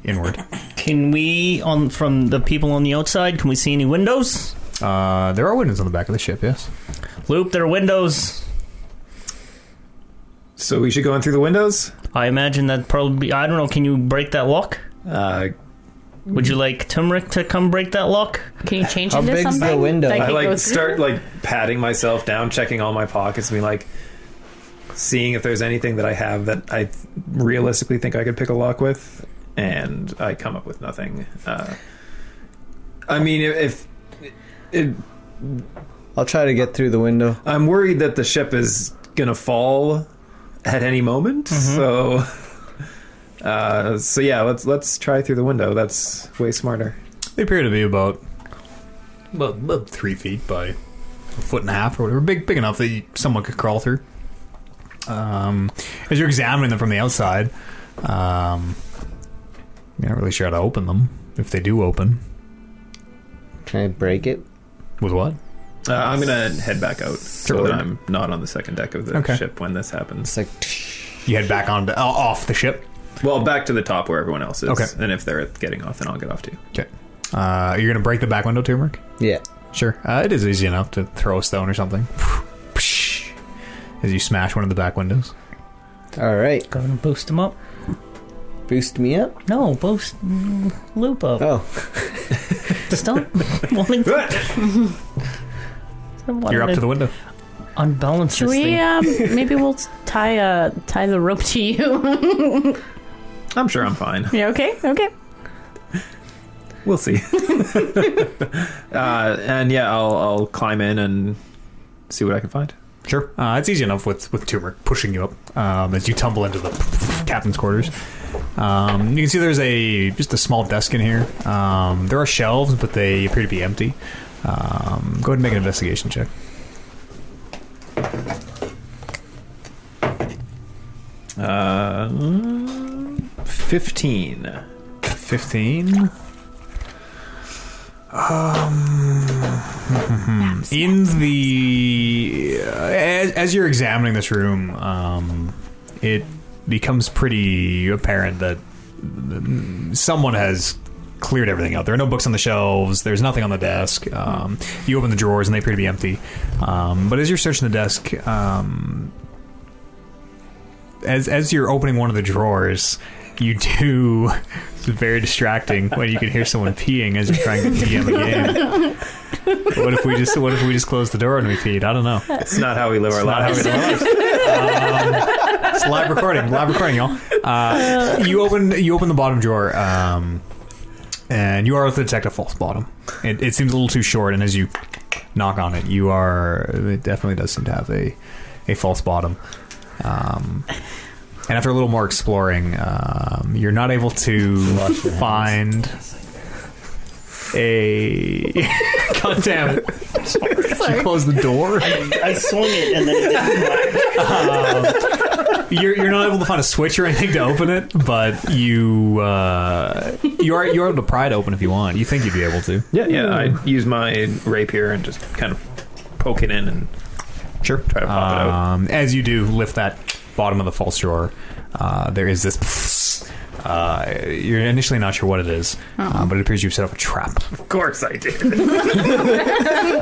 Speaker 1: inward.
Speaker 2: Can we on from the people on the outside? Can we see any windows?
Speaker 1: Uh, there are windows on the back of the ship. Yes.
Speaker 2: Loop, there are windows.
Speaker 5: So we should go in through the windows.
Speaker 2: I imagine that probably. I don't know. Can you break that lock?
Speaker 5: Uh,
Speaker 2: Would you like Turmeric to come break that lock?
Speaker 4: Can you change
Speaker 3: How
Speaker 4: into
Speaker 3: big's the
Speaker 4: something?
Speaker 3: window?
Speaker 4: that
Speaker 5: I
Speaker 4: can go
Speaker 5: like
Speaker 4: through?
Speaker 5: start like patting myself down, checking all my pockets, being like, seeing if there's anything that I have that I th- realistically think I could pick a lock with, and I come up with nothing. Uh, I mean, if, if it,
Speaker 3: I'll try to get through the window.
Speaker 5: I'm worried that the ship is gonna fall at any moment. So, uh, so yeah, let's let's try through the window. That's way smarter.
Speaker 1: They appear to be about, about, about three feet by a foot and a half or whatever, big big enough that you, someone could crawl through. Um, as you're examining them from the outside, um, you're not really sure how to open them if they do open.
Speaker 3: Can I break it?
Speaker 1: With what?
Speaker 5: Uh, I'm gonna head back out so
Speaker 1: Sure.
Speaker 5: that I'm not on the second deck of the
Speaker 1: Okay.
Speaker 5: ship when this happens.
Speaker 3: It's like
Speaker 1: You head back on to, uh, off the ship.
Speaker 5: Well, back to the top where everyone else is,
Speaker 1: Okay.
Speaker 5: and if they're getting off, then I'll get off too.
Speaker 1: Okay. Uh, you're gonna break the back window, turmeric.
Speaker 3: yeah.
Speaker 1: Sure. Uh, it is easy enough to throw a stone or something. As you smash one of the back windows.
Speaker 3: All right,
Speaker 2: Go and boost him up.
Speaker 3: boost me up.
Speaker 2: No, boost mm, Loop up.
Speaker 3: Oh,
Speaker 2: Stop wanting to.
Speaker 1: You're up to the window.
Speaker 2: unbalance
Speaker 4: Should
Speaker 2: this
Speaker 4: we?
Speaker 2: thing.
Speaker 4: Um, maybe we'll tie uh, tie the rope to you.
Speaker 5: I'm sure I'm fine.
Speaker 4: you okay? Okay.
Speaker 5: We'll see. uh, and yeah, I'll I'll climb in and see what I can find.
Speaker 1: Sure. Uh, it's easy enough with, with turmeric pushing you up um, as you tumble into the captain's quarters. Um, you can see there's a just a small desk in here. Um, there are shelves, but they appear to be empty. Um, go ahead and make an investigation check.
Speaker 5: Uh, Fifteen.
Speaker 1: 15. Um, Hmm. in the uh, as, as you're examining this room, um, it becomes pretty apparent that mm, someone has cleared everything out. There are no books on the shelves. There's nothing on the desk. Um, you open the drawers and they appear to be empty. Um, but as you're searching the desk, um, as as you're opening one of the drawers, you do. It's very distracting when you can hear someone peeing as you're trying to DM a game. What if we just What if we just close the door and we peed? I don't know.
Speaker 5: It's not how we live our
Speaker 1: Not how we
Speaker 5: lives.
Speaker 1: do it. Um, it's live recording. Live recording, y'all. Uh, you open you open the bottom drawer, um, and you are able to detect a false bottom. It, it seems a little too short, and as you knock on it, you are. It definitely does seem to have a a false bottom. Um, and after a little more exploring, um, you're not able to find a. God damn! it.
Speaker 4: Sorry.
Speaker 1: You closed the door.
Speaker 2: I swung it and then it didn't.
Speaker 1: you're, you're not able to find a switch or anything to open it, but you uh, you are you're able to pry it open if you want. You think you'd be able to?
Speaker 5: Yeah, yeah. I use my rapier and just kind of poke it in and
Speaker 1: Sure.
Speaker 5: try to pop it out.
Speaker 1: Um, as you do lift that bottom of the false drawer, uh, there is this. Uh, you're initially not sure what it is, uh, but it appears you've set up a trap.
Speaker 5: Of course, I did.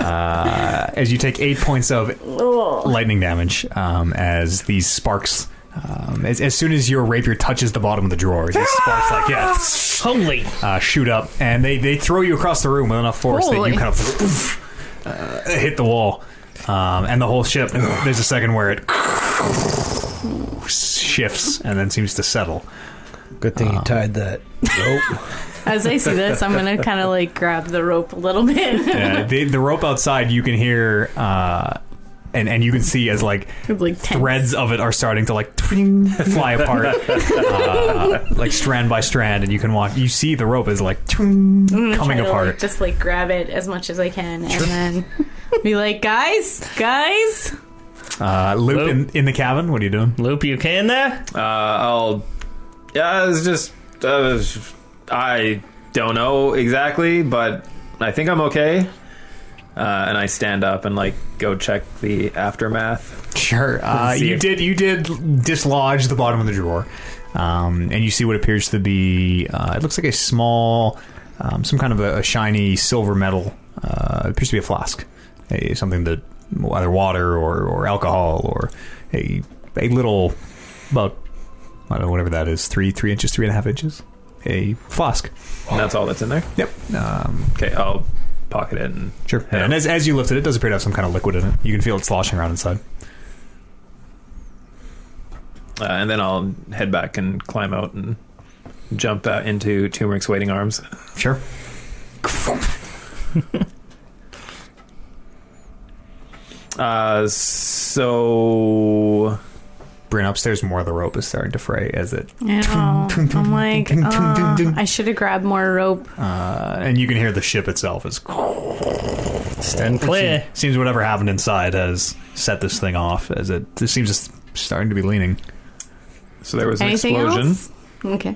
Speaker 1: Uh, as you take eight points of lightning damage um, as these sparks Um, as, as soon as your rapier touches the bottom of the drawer, these sparks like yeah,
Speaker 2: Holy!
Speaker 1: uh, shoot up, and they, they throw you across the room with enough force that
Speaker 4: Holy.
Speaker 1: you kind of uh, hit the wall, um, and the whole ship. There's a second where it shifts and then seems to settle.
Speaker 6: Good thing you
Speaker 3: oh.
Speaker 6: tied that rope.
Speaker 4: As I see this, I'm gonna kind of like grab the rope a little bit.
Speaker 1: Uh, the, the rope outside, you can hear, uh, and and you can see as like
Speaker 4: It's like tense.
Speaker 1: threads of it are starting to like fly apart, uh, like strand by strand, and you can watch. You see the rope is like
Speaker 4: I'm gonna
Speaker 1: coming
Speaker 4: try to,
Speaker 1: apart.
Speaker 4: like, just like grab it as much as I can, and then be like, guys, guys.
Speaker 1: uh, Luke
Speaker 2: Luke?
Speaker 1: in, in the cabin. What are you doing?
Speaker 2: Loop, you okay in there?
Speaker 5: Uh, I'll. Yeah, it's just. Uh, I don't know exactly, but I think I'm okay. Uh, and I stand up and like go check the aftermath.
Speaker 1: Sure. Uh,
Speaker 5: See
Speaker 1: you
Speaker 5: if-
Speaker 1: did. You did dislodge the bottom of the drawer, um, and you see what appears to be. Uh, it looks like a small, um, some kind of a, a shiny silver metal. Uh, it appears to be a flask, a, something that either water or, or alcohol or a a little about I don't know whatever that is three three inches three and a half inches a flask.
Speaker 5: And that's all that's in there.
Speaker 1: Yep. Um,
Speaker 5: Okay, I'll pocket it and
Speaker 1: sure.
Speaker 5: Yeah.
Speaker 1: And as as you lift it, it does appear to have some kind of liquid in it. You can feel it sloshing around inside.
Speaker 5: uh, and then I'll head back and climb out and jump uh, into Turmeric's waiting arms.
Speaker 1: Sure.
Speaker 5: Uh, so
Speaker 1: Bryn upstairs, more of the rope is starting to fray as it
Speaker 4: I know. um, I'm like,
Speaker 1: tum, tum, tum,
Speaker 4: "Oh,
Speaker 1: tum."
Speaker 4: I should have grabbed more rope.
Speaker 1: Uh, and you can hear the ship itself is
Speaker 2: Stand clear.
Speaker 1: seems whatever happened inside has set this thing off as it this seems it's starting to be leaning.
Speaker 5: so there was an
Speaker 4: Anything
Speaker 5: explosion.
Speaker 4: else? Okay.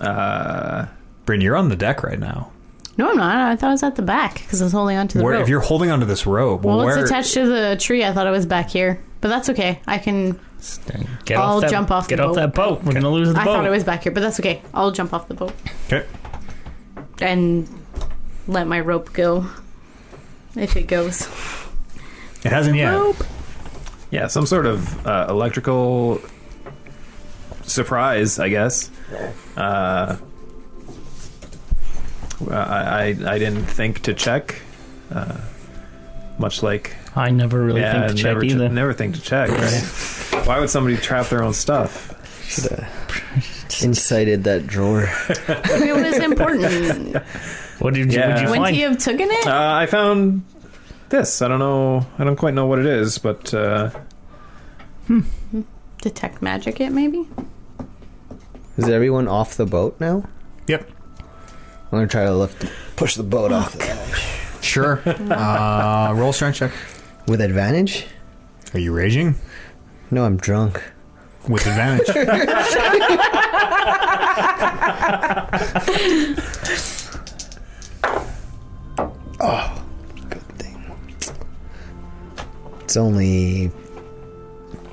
Speaker 5: Uh,
Speaker 1: Bryn, you're on the deck right now.
Speaker 4: No, I'm not. I thought I was at the back because I was holding onto the
Speaker 1: Where
Speaker 4: rope.
Speaker 1: if you're holding onto this rope,
Speaker 4: well,
Speaker 1: where
Speaker 4: it's attached to the tree. I thought it was back here, but that's okay. I can.
Speaker 2: Stand. Get
Speaker 4: I'll
Speaker 2: off that,
Speaker 4: jump off
Speaker 2: Get
Speaker 4: the
Speaker 2: off
Speaker 4: boat.
Speaker 2: that boat. We're gonna lose the
Speaker 4: I
Speaker 2: boat.
Speaker 4: thought it was back here, but that's okay. I'll jump off the boat
Speaker 1: Okay.
Speaker 4: and let my rope go if it goes.
Speaker 1: It hasn't yet.
Speaker 4: Rope.
Speaker 5: yeah, some sort of uh, electrical surprise, I guess. Uh, I, I I didn't think to check, uh, much like
Speaker 2: I never really
Speaker 5: yeah,
Speaker 2: think to check
Speaker 5: never ch-
Speaker 2: either.
Speaker 5: never think to check. Right? Why would somebody trap their own stuff?
Speaker 3: Incited that drawer.
Speaker 4: it was important.
Speaker 2: What did you,
Speaker 5: Yeah.
Speaker 2: what'd you
Speaker 4: Wouldn't
Speaker 2: find?
Speaker 4: he have taken it?
Speaker 5: Uh, I found this. I don't know. I don't quite know what it is, but uh,
Speaker 4: Detect magic, it maybe.
Speaker 3: Is everyone off the boat now?
Speaker 1: Yep.
Speaker 3: I'm gonna try to lift, push the boat off the edge.
Speaker 1: Sure. uh, roll strength check.
Speaker 3: with advantage.
Speaker 1: Are you raging?
Speaker 3: No, I'm drunk.
Speaker 1: With advantage.
Speaker 3: Good thing. It's only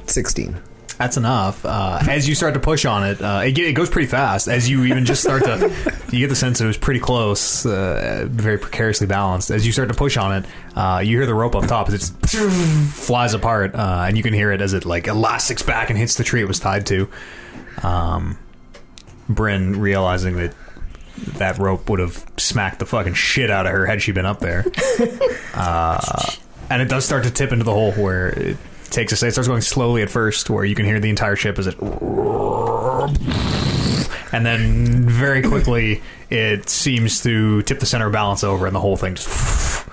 Speaker 3: sixteen.
Speaker 1: That's enough. Uh, as you start to push on it, uh, it, ge- it goes pretty fast. As you even just start to, you get the sense that it was pretty close, uh, very precariously balanced. As you start to push on it, uh, you hear the rope up top as it flies apart, uh, and you can hear it as it like elastics back and hits the tree it was tied to. Um, Bryn realizing that that rope would have smacked the fucking shit out of her had she been up there. Uh, and it does start to tip into the hole where it takes a. It starts going slowly at first, where you can hear the entire ship as it. And then very quickly, it seems to tip the center balance over, and the whole thing just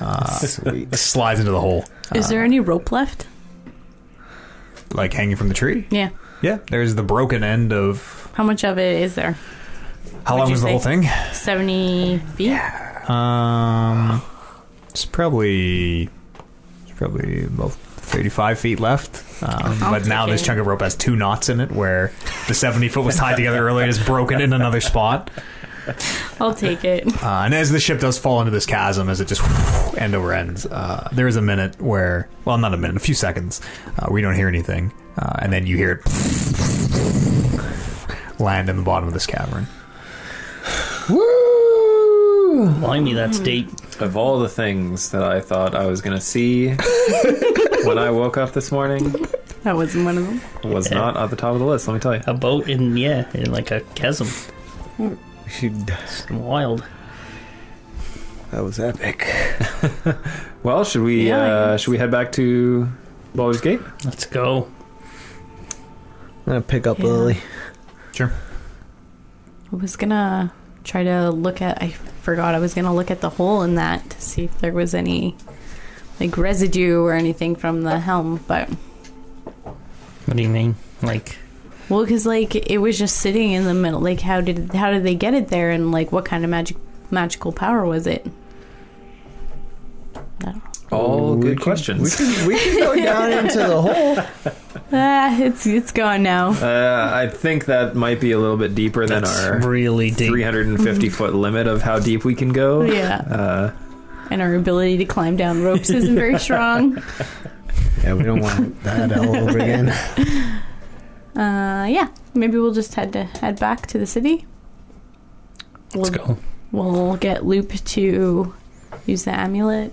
Speaker 1: uh,
Speaker 3: Sweet.
Speaker 1: slides into the hole,
Speaker 4: Is there any rope left?
Speaker 1: like hanging from the tree.
Speaker 4: Yeah.
Speaker 1: Yeah, there's the broken end of.
Speaker 4: How much of it is there?
Speaker 1: How
Speaker 4: What'd
Speaker 1: long
Speaker 4: you
Speaker 1: was the
Speaker 4: say?
Speaker 1: whole thing?
Speaker 4: Seventy feet.
Speaker 1: Um, it's probably it's probably about thirty-five feet left. Um, but now this
Speaker 4: okay.
Speaker 1: chunk of rope has two knots in it, where the seventy foot was tied together earlier is broken in another spot.
Speaker 4: I'll take it.
Speaker 1: Uh, and as the ship does fall into this chasm, as it just end over ends, uh, there is a minute where, well, not a minute, a few seconds, uh, where you don't hear anything, uh, and then you hear it land in the bottom of this cavern.
Speaker 2: Blimey, that's deep.
Speaker 5: of all the things that I thought I was going to see when I woke up this morning,
Speaker 4: That wasn't one of them.
Speaker 5: Was
Speaker 2: Yeah.
Speaker 5: not at the top of the list, let me tell you.
Speaker 2: A boat in yeah, in like a chasm.
Speaker 6: We should-
Speaker 2: It's wild.
Speaker 6: That was epic.
Speaker 5: Well, should we
Speaker 4: Yeah,
Speaker 5: uh, should we head back to Baldur's Gate?
Speaker 2: Let's go.
Speaker 6: I'm gonna pick up
Speaker 4: Yeah.
Speaker 6: Lily.
Speaker 4: I was gonna try to look at. I forgot. I was gonna look at the hole in that to see if there was any like residue or anything from the helm, but
Speaker 2: What do you mean? Like
Speaker 4: well, because like it was just sitting in the middle. Like, how did how did they get it there, and like what kind of magic magical power was it?
Speaker 5: All
Speaker 6: We
Speaker 5: good
Speaker 6: can-
Speaker 5: questions.
Speaker 6: We can, we can go down into the hole.
Speaker 4: Ah, it's it's gone now.
Speaker 5: Uh, I think that might be a little bit deeper than
Speaker 2: that's
Speaker 5: our
Speaker 2: really deep.
Speaker 5: 350 foot limit of how deep we can
Speaker 4: Oh.
Speaker 5: go.
Speaker 4: Yeah,
Speaker 5: Uh,
Speaker 4: and our ability to climb down ropes isn't very strong.
Speaker 6: Yeah, we don't want that all over again.
Speaker 4: Uh, yeah, maybe we'll just head to head back to the city. We'll,
Speaker 2: Let's go.
Speaker 4: We'll get Loop to use the amulet.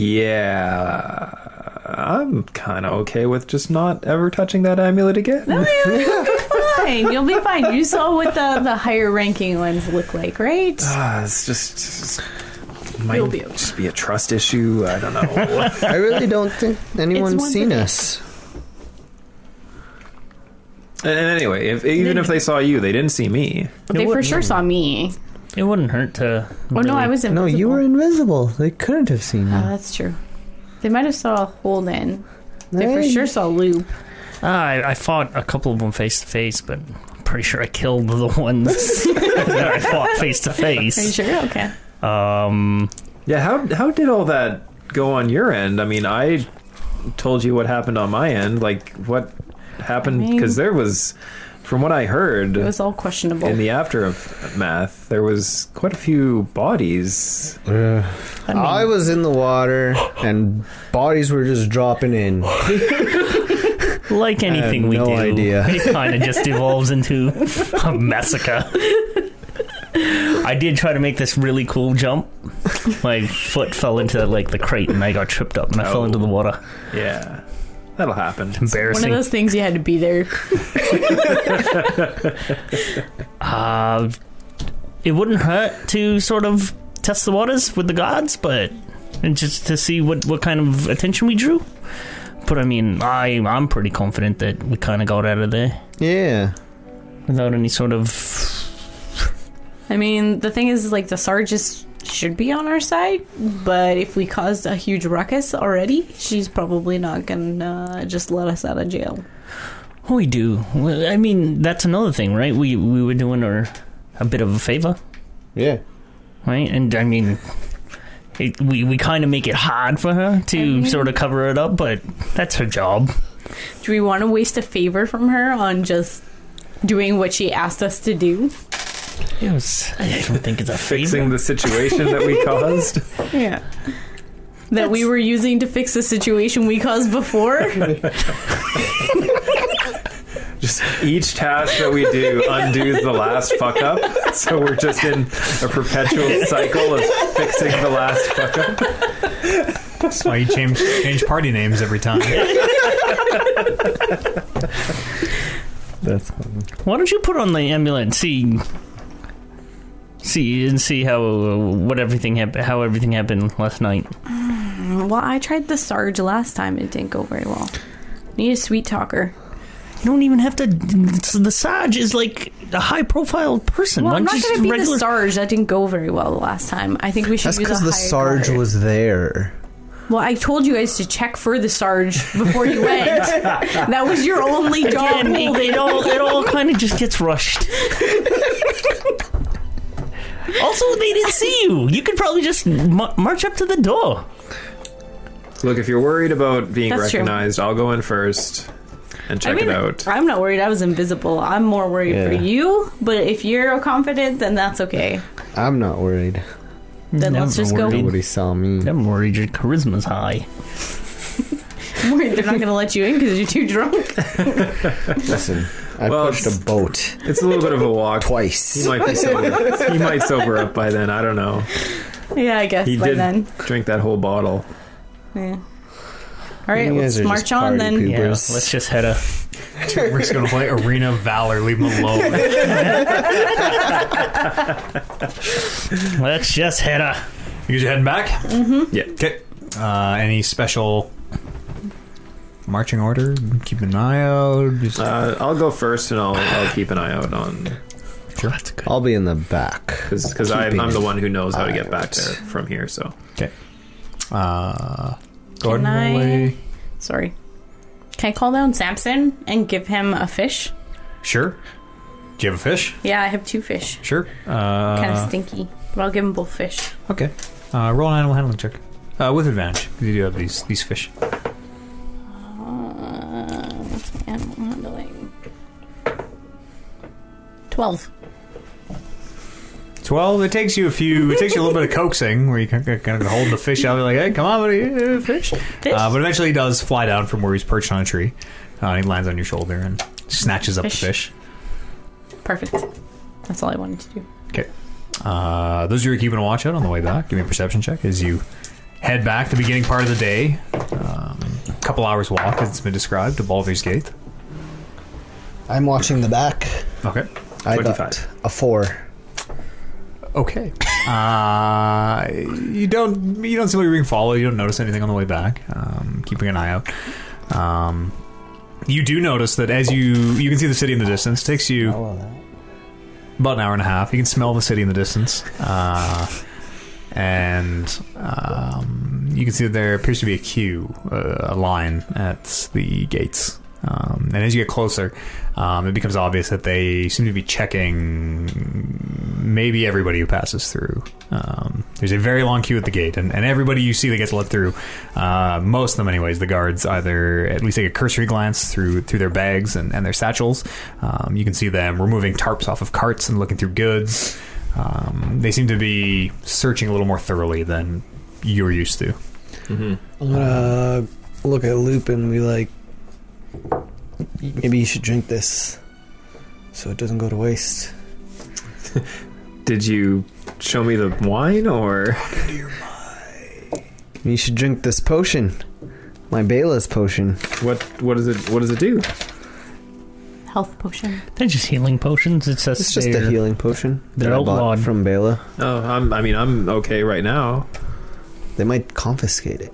Speaker 5: yeah. I'm kind of okay with just not ever touching that amulet again.
Speaker 4: Fine, you'll be fine. You saw what the, the higher ranking ones look like, right?
Speaker 6: Uh,
Speaker 5: Ah, it's just. just- might
Speaker 4: You'll be okay.
Speaker 5: just be a trust issue. I don't know.
Speaker 6: I really don't think anyone's
Speaker 4: one
Speaker 6: seen
Speaker 4: thing.
Speaker 6: us.
Speaker 5: and anyway, if, even if they saw you, they didn't see me.
Speaker 4: But they
Speaker 2: It
Speaker 4: for
Speaker 2: wouldn't-
Speaker 4: sure saw me.
Speaker 2: It wouldn't hurt to.
Speaker 4: Oh no, I was
Speaker 6: No,
Speaker 4: invisible.
Speaker 6: you were invisible. They couldn't have seen
Speaker 4: Oh,
Speaker 6: you.
Speaker 4: that's true. They might have saw Holden. They for
Speaker 6: Hey.
Speaker 4: sure saw Loop.
Speaker 2: Ah, I, I fought a couple of them face to face, but I'm pretty sure I killed the ones that I fought face to
Speaker 4: Are you
Speaker 2: face.
Speaker 4: sure? Okay.
Speaker 2: Um,
Speaker 5: Yeah, how how did all that go on your end? I mean, I told you what happened on my end. Like what happened
Speaker 4: I mean-
Speaker 5: because there was, from what I heard,
Speaker 4: It was all questionable.
Speaker 5: in the aftermath, there was quite a few bodies.
Speaker 6: I, was in the water, and bodies were just dropping in.
Speaker 2: like anything we
Speaker 6: no
Speaker 2: do,
Speaker 6: idea.
Speaker 2: it kind of just evolves into a massacre. I did try to make this really cool jump. My foot fell into like the crate, and I got tripped up, and I fell
Speaker 5: Oh.
Speaker 2: into the water.
Speaker 5: Yeah, that'll happen.
Speaker 4: One of
Speaker 2: Embarrassing.
Speaker 4: those things you had to be there.
Speaker 2: Uh, it wouldn't hurt to sort of test the waters with the gods, but and just to see what, what kind of attention we drew. But I mean, I I'm pretty confident that we kind of got out of there
Speaker 6: Yeah.
Speaker 2: without any sort of
Speaker 4: I mean, the thing is, like, the Sargis should be on our side, but if we caused a huge ruckus already, she's probably not gonna uh, just let us out of jail.
Speaker 2: We do. Well, I mean, that's another thing, right? We we were doing her a bit of a favor,
Speaker 6: Yeah.
Speaker 2: right? And I mean, it, we we kind of make it hard for her to
Speaker 4: I mean-
Speaker 2: sort of cover it up, but that's her job.
Speaker 4: Do we want to waste a favor from her on just doing what she asked us to do?
Speaker 2: It was. I don't think it's a
Speaker 5: Fixing
Speaker 2: favor.
Speaker 5: the situation that we caused.
Speaker 4: Yeah. That we
Speaker 2: That's-
Speaker 4: were using to fix the situation we caused before?
Speaker 5: Just each task that we do undoes the last fuck up. So we're just in a perpetual cycle of fixing the last fuck up.
Speaker 1: That's why you change change party names every time.
Speaker 6: That's
Speaker 2: Why don't you put on the amulet and see, see and see how uh, what everything hap- how everything happened last night?
Speaker 4: well, I tried the Sarge last time, it didn't go very well. Need a sweet talker.
Speaker 2: You don't even have to. The Sarge is like a high profile person.
Speaker 4: Well,
Speaker 2: Why
Speaker 4: I'm
Speaker 2: don't
Speaker 4: not
Speaker 2: you
Speaker 4: going
Speaker 2: just
Speaker 4: to be
Speaker 2: regular
Speaker 4: the Sarge. That didn't go very well the last time. I think we should
Speaker 6: That's
Speaker 4: use a
Speaker 6: because the
Speaker 4: higher
Speaker 6: Sarge
Speaker 4: guard.
Speaker 6: was there.
Speaker 4: Well, I told you guys to check for the Sarge before you went. that was your only job.
Speaker 2: and it, it all it all kind of just gets rushed. also, they didn't see you. You could probably just m- march up to the door.
Speaker 5: Look, if you're worried about being
Speaker 4: That's true.
Speaker 5: recognized, I'll go in first and check
Speaker 4: I mean,
Speaker 5: it out.
Speaker 4: I'm not worried. I was invisible. I'm more worried for
Speaker 6: Yeah.
Speaker 4: you. But if you're confident, then that's okay.
Speaker 6: I'm not worried.
Speaker 4: Then let's just go.
Speaker 2: worried.
Speaker 4: I'm
Speaker 6: Nobody saw me.
Speaker 2: I'm worried your charisma's high.
Speaker 4: worried they're not going to let you in because you're too drunk.
Speaker 6: Listen, I
Speaker 5: Well,
Speaker 6: pushed a boat
Speaker 5: It's a little bit of a walk. He
Speaker 6: twice.
Speaker 5: might be sober. he might sober up by then. I don't know.
Speaker 4: yeah, I guess
Speaker 5: He
Speaker 4: by
Speaker 5: did
Speaker 4: then.
Speaker 5: drink that whole bottle.
Speaker 4: Yeah. All right,
Speaker 6: You guys
Speaker 4: let's
Speaker 6: are just
Speaker 4: march on
Speaker 6: party
Speaker 4: then.
Speaker 6: poopers.
Speaker 2: Yeah, let's just head a.
Speaker 1: We're just gonna play Arena of Valor. Leave him alone.
Speaker 2: Let's just head a.
Speaker 1: You guys are heading back.
Speaker 5: Yeah.
Speaker 1: Okay. Uh, any special marching order? Keep an eye out. Just-
Speaker 5: Uh, I'll go first, and I'll, I'll keep an eye out on
Speaker 2: That's good.
Speaker 6: I'll be in the back.
Speaker 5: because I'm,
Speaker 6: Keeping
Speaker 5: I'm the one who knows how to get
Speaker 6: eye
Speaker 5: back
Speaker 6: out.
Speaker 5: there from here. So
Speaker 1: okay. Uh, Gordon
Speaker 4: Can I-
Speaker 1: will lay-
Speaker 4: Sorry. Can I call down Samson and give him a fish?
Speaker 1: Sure. Do you have a fish?
Speaker 4: Yeah, I have two fish.
Speaker 1: Sure. Uh,
Speaker 4: Kind of stinky, but I'll give him both fish.
Speaker 1: okay. Uh, roll an animal handling check uh, with advantage because you do have these these fish.
Speaker 4: Uh, what's my animal handling? Twelve.
Speaker 1: Twelve. It takes you a few. It takes you a little bit of coaxing where you kind of, kind of hold the fish out. Be like, hey, come on, buddy, uh, fish.
Speaker 4: Fish.
Speaker 1: Uh, but eventually, he does fly down from where he's perched on a tree. Uh, and he lands on your shoulder and snatches up
Speaker 4: Fish.
Speaker 1: the fish.
Speaker 4: Perfect. That's all I wanted to do.
Speaker 1: Uh, those of you who are keeping a watch out on the way back, give me a perception check as you head back the beginning part of the day. Um, a couple hours walk, as it's been described, to Baldur's Gate.
Speaker 6: I'm watching the back.
Speaker 1: Okay.
Speaker 6: I got
Speaker 5: 25.
Speaker 6: a four.
Speaker 1: Okay. Uh, you don't you don't see anybody being followed. You don't notice anything on the way back. Um, keeping an eye out. Um, you do notice that as you you can see the city in the distance. Takes you about an hour and a half. You can smell the city in the distance. Uh, and um, you can see that there appears to be a queue, uh, a line at the gates. Um, and as you get closer, um, it becomes obvious that they seem to be checking maybe everybody who passes through. Um, there's a very long queue at the gate, and, and everybody you see that gets let through, uh, most of them, anyways, the guards either at least take a cursory glance through through their bags and, and their satchels. Um, you can see them removing tarps off of carts and looking through goods. Um, they seem to be searching a little more thoroughly than you're used to.
Speaker 6: Mm-hmm.
Speaker 7: I'm gonna look at Loop and be like, maybe you should drink this so it doesn't go to waste.
Speaker 5: did you show me the wine or
Speaker 6: You should drink this potion. My Bela's potion.
Speaker 5: what? What does it? What does it do?
Speaker 4: Health potion.
Speaker 2: They're just healing potions. It's, us
Speaker 6: It's just
Speaker 2: they're,
Speaker 6: a healing potion that
Speaker 2: they're
Speaker 6: I bought
Speaker 2: outlawed.
Speaker 6: from Bela.
Speaker 5: Oh, I'm, I mean, I'm okay right now.
Speaker 6: They might confiscate it.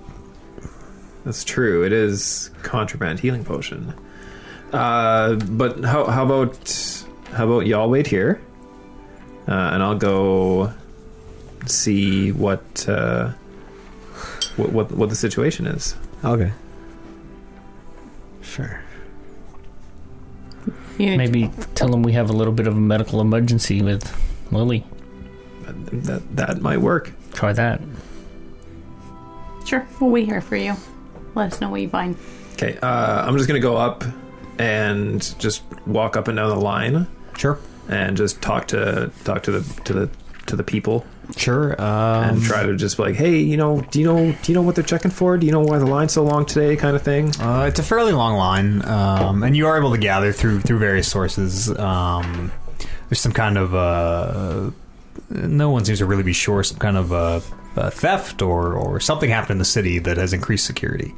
Speaker 5: That's true. It is contraband healing potion. Uh, but how how about how about y'all wait here, uh, and I'll go see what uh, what, what what the situation is.
Speaker 6: Okay. Sure.
Speaker 4: You need
Speaker 2: Maybe tell them we have a little bit of a medical emergency with Lily.
Speaker 5: That that might work.
Speaker 2: Try that.
Speaker 4: Sure, we'll wait here for you. Let us know what you find.
Speaker 5: Okay, uh, I'm just gonna go up and just walk up and down the line
Speaker 1: Sure,
Speaker 5: and just talk to talk to the to the to the people
Speaker 1: sure. Um,
Speaker 5: and try to just be like, hey, you know, do you know do you know what they're checking for? Do you know why the line's so long today? Kind of thing.
Speaker 1: Uh, it's a fairly long line, um, and you are able to gather through through various sources. Um, there's some kind of uh, no one seems to really be sure. Some kind of uh, uh, theft or or something happened in the city that has increased security,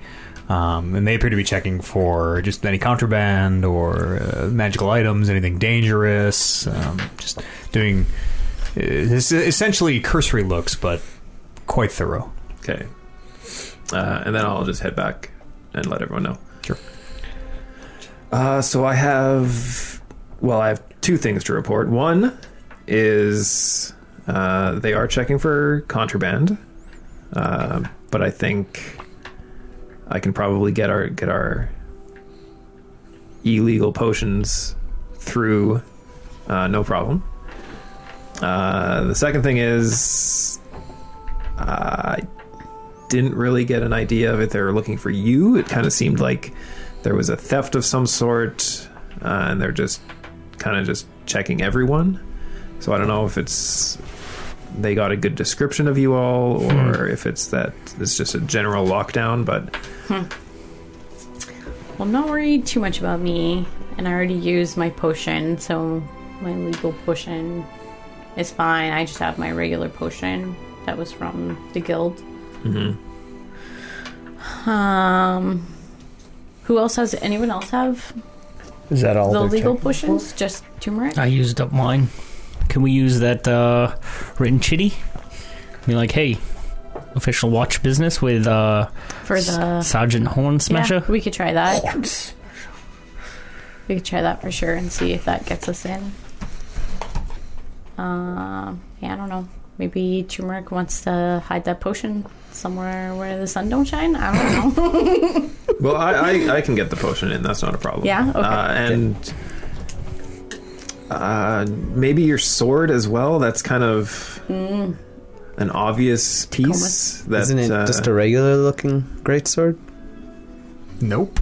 Speaker 1: um, and they appear to be checking for just any contraband or uh, magical items, anything dangerous. Um, just doing uh, es- essentially cursory looks, but quite thorough.
Speaker 5: Okay. Uh, and then I'll just head back and let everyone know.
Speaker 1: Sure.
Speaker 5: Uh, so I have, well, I have two things to report. One is uh, they are checking for contraband, uh, but I think I can probably get our get our illegal potions through uh, no problem. Uh, the second thing is uh, I didn't really get an idea of it. They were looking for you. It kind of seemed like there was a theft of some sort, uh, and they're just kind of just checking everyone. So I don't know if it's they got a good description of you all, or if it's that it's just a general lockdown. But
Speaker 4: Well, I'm not worried too much about me, and I already used my potion, so my legal potion is fine. I just have
Speaker 5: Mm-hmm.
Speaker 4: my regular potion that was from the guild. Um, who else has anyone else have
Speaker 6: Is that all?
Speaker 4: the
Speaker 6: they're
Speaker 4: legal
Speaker 6: taking?
Speaker 4: potions? Just turmeric.
Speaker 2: I used up mine. Can we use that uh, written chitty? Be like, hey, official watch business with uh,
Speaker 4: for the
Speaker 2: Sergeant Horn Smasher.
Speaker 4: Yeah, we could try
Speaker 6: Oh,
Speaker 4: that. We could try that for sure and see if that gets us in. Um, yeah, I don't know. Maybe turmeric wants to hide that potion somewhere where the sun don't shine. I don't know.
Speaker 5: Well, I, I, I can get the potion in. That's not a problem.
Speaker 4: Yeah? Okay.
Speaker 5: Uh, and uh, maybe your sword as well. That's kind of
Speaker 4: Mm.
Speaker 5: an obvious piece. That
Speaker 6: Isn't it
Speaker 5: uh,
Speaker 6: just a regular looking greatsword?
Speaker 1: Nope.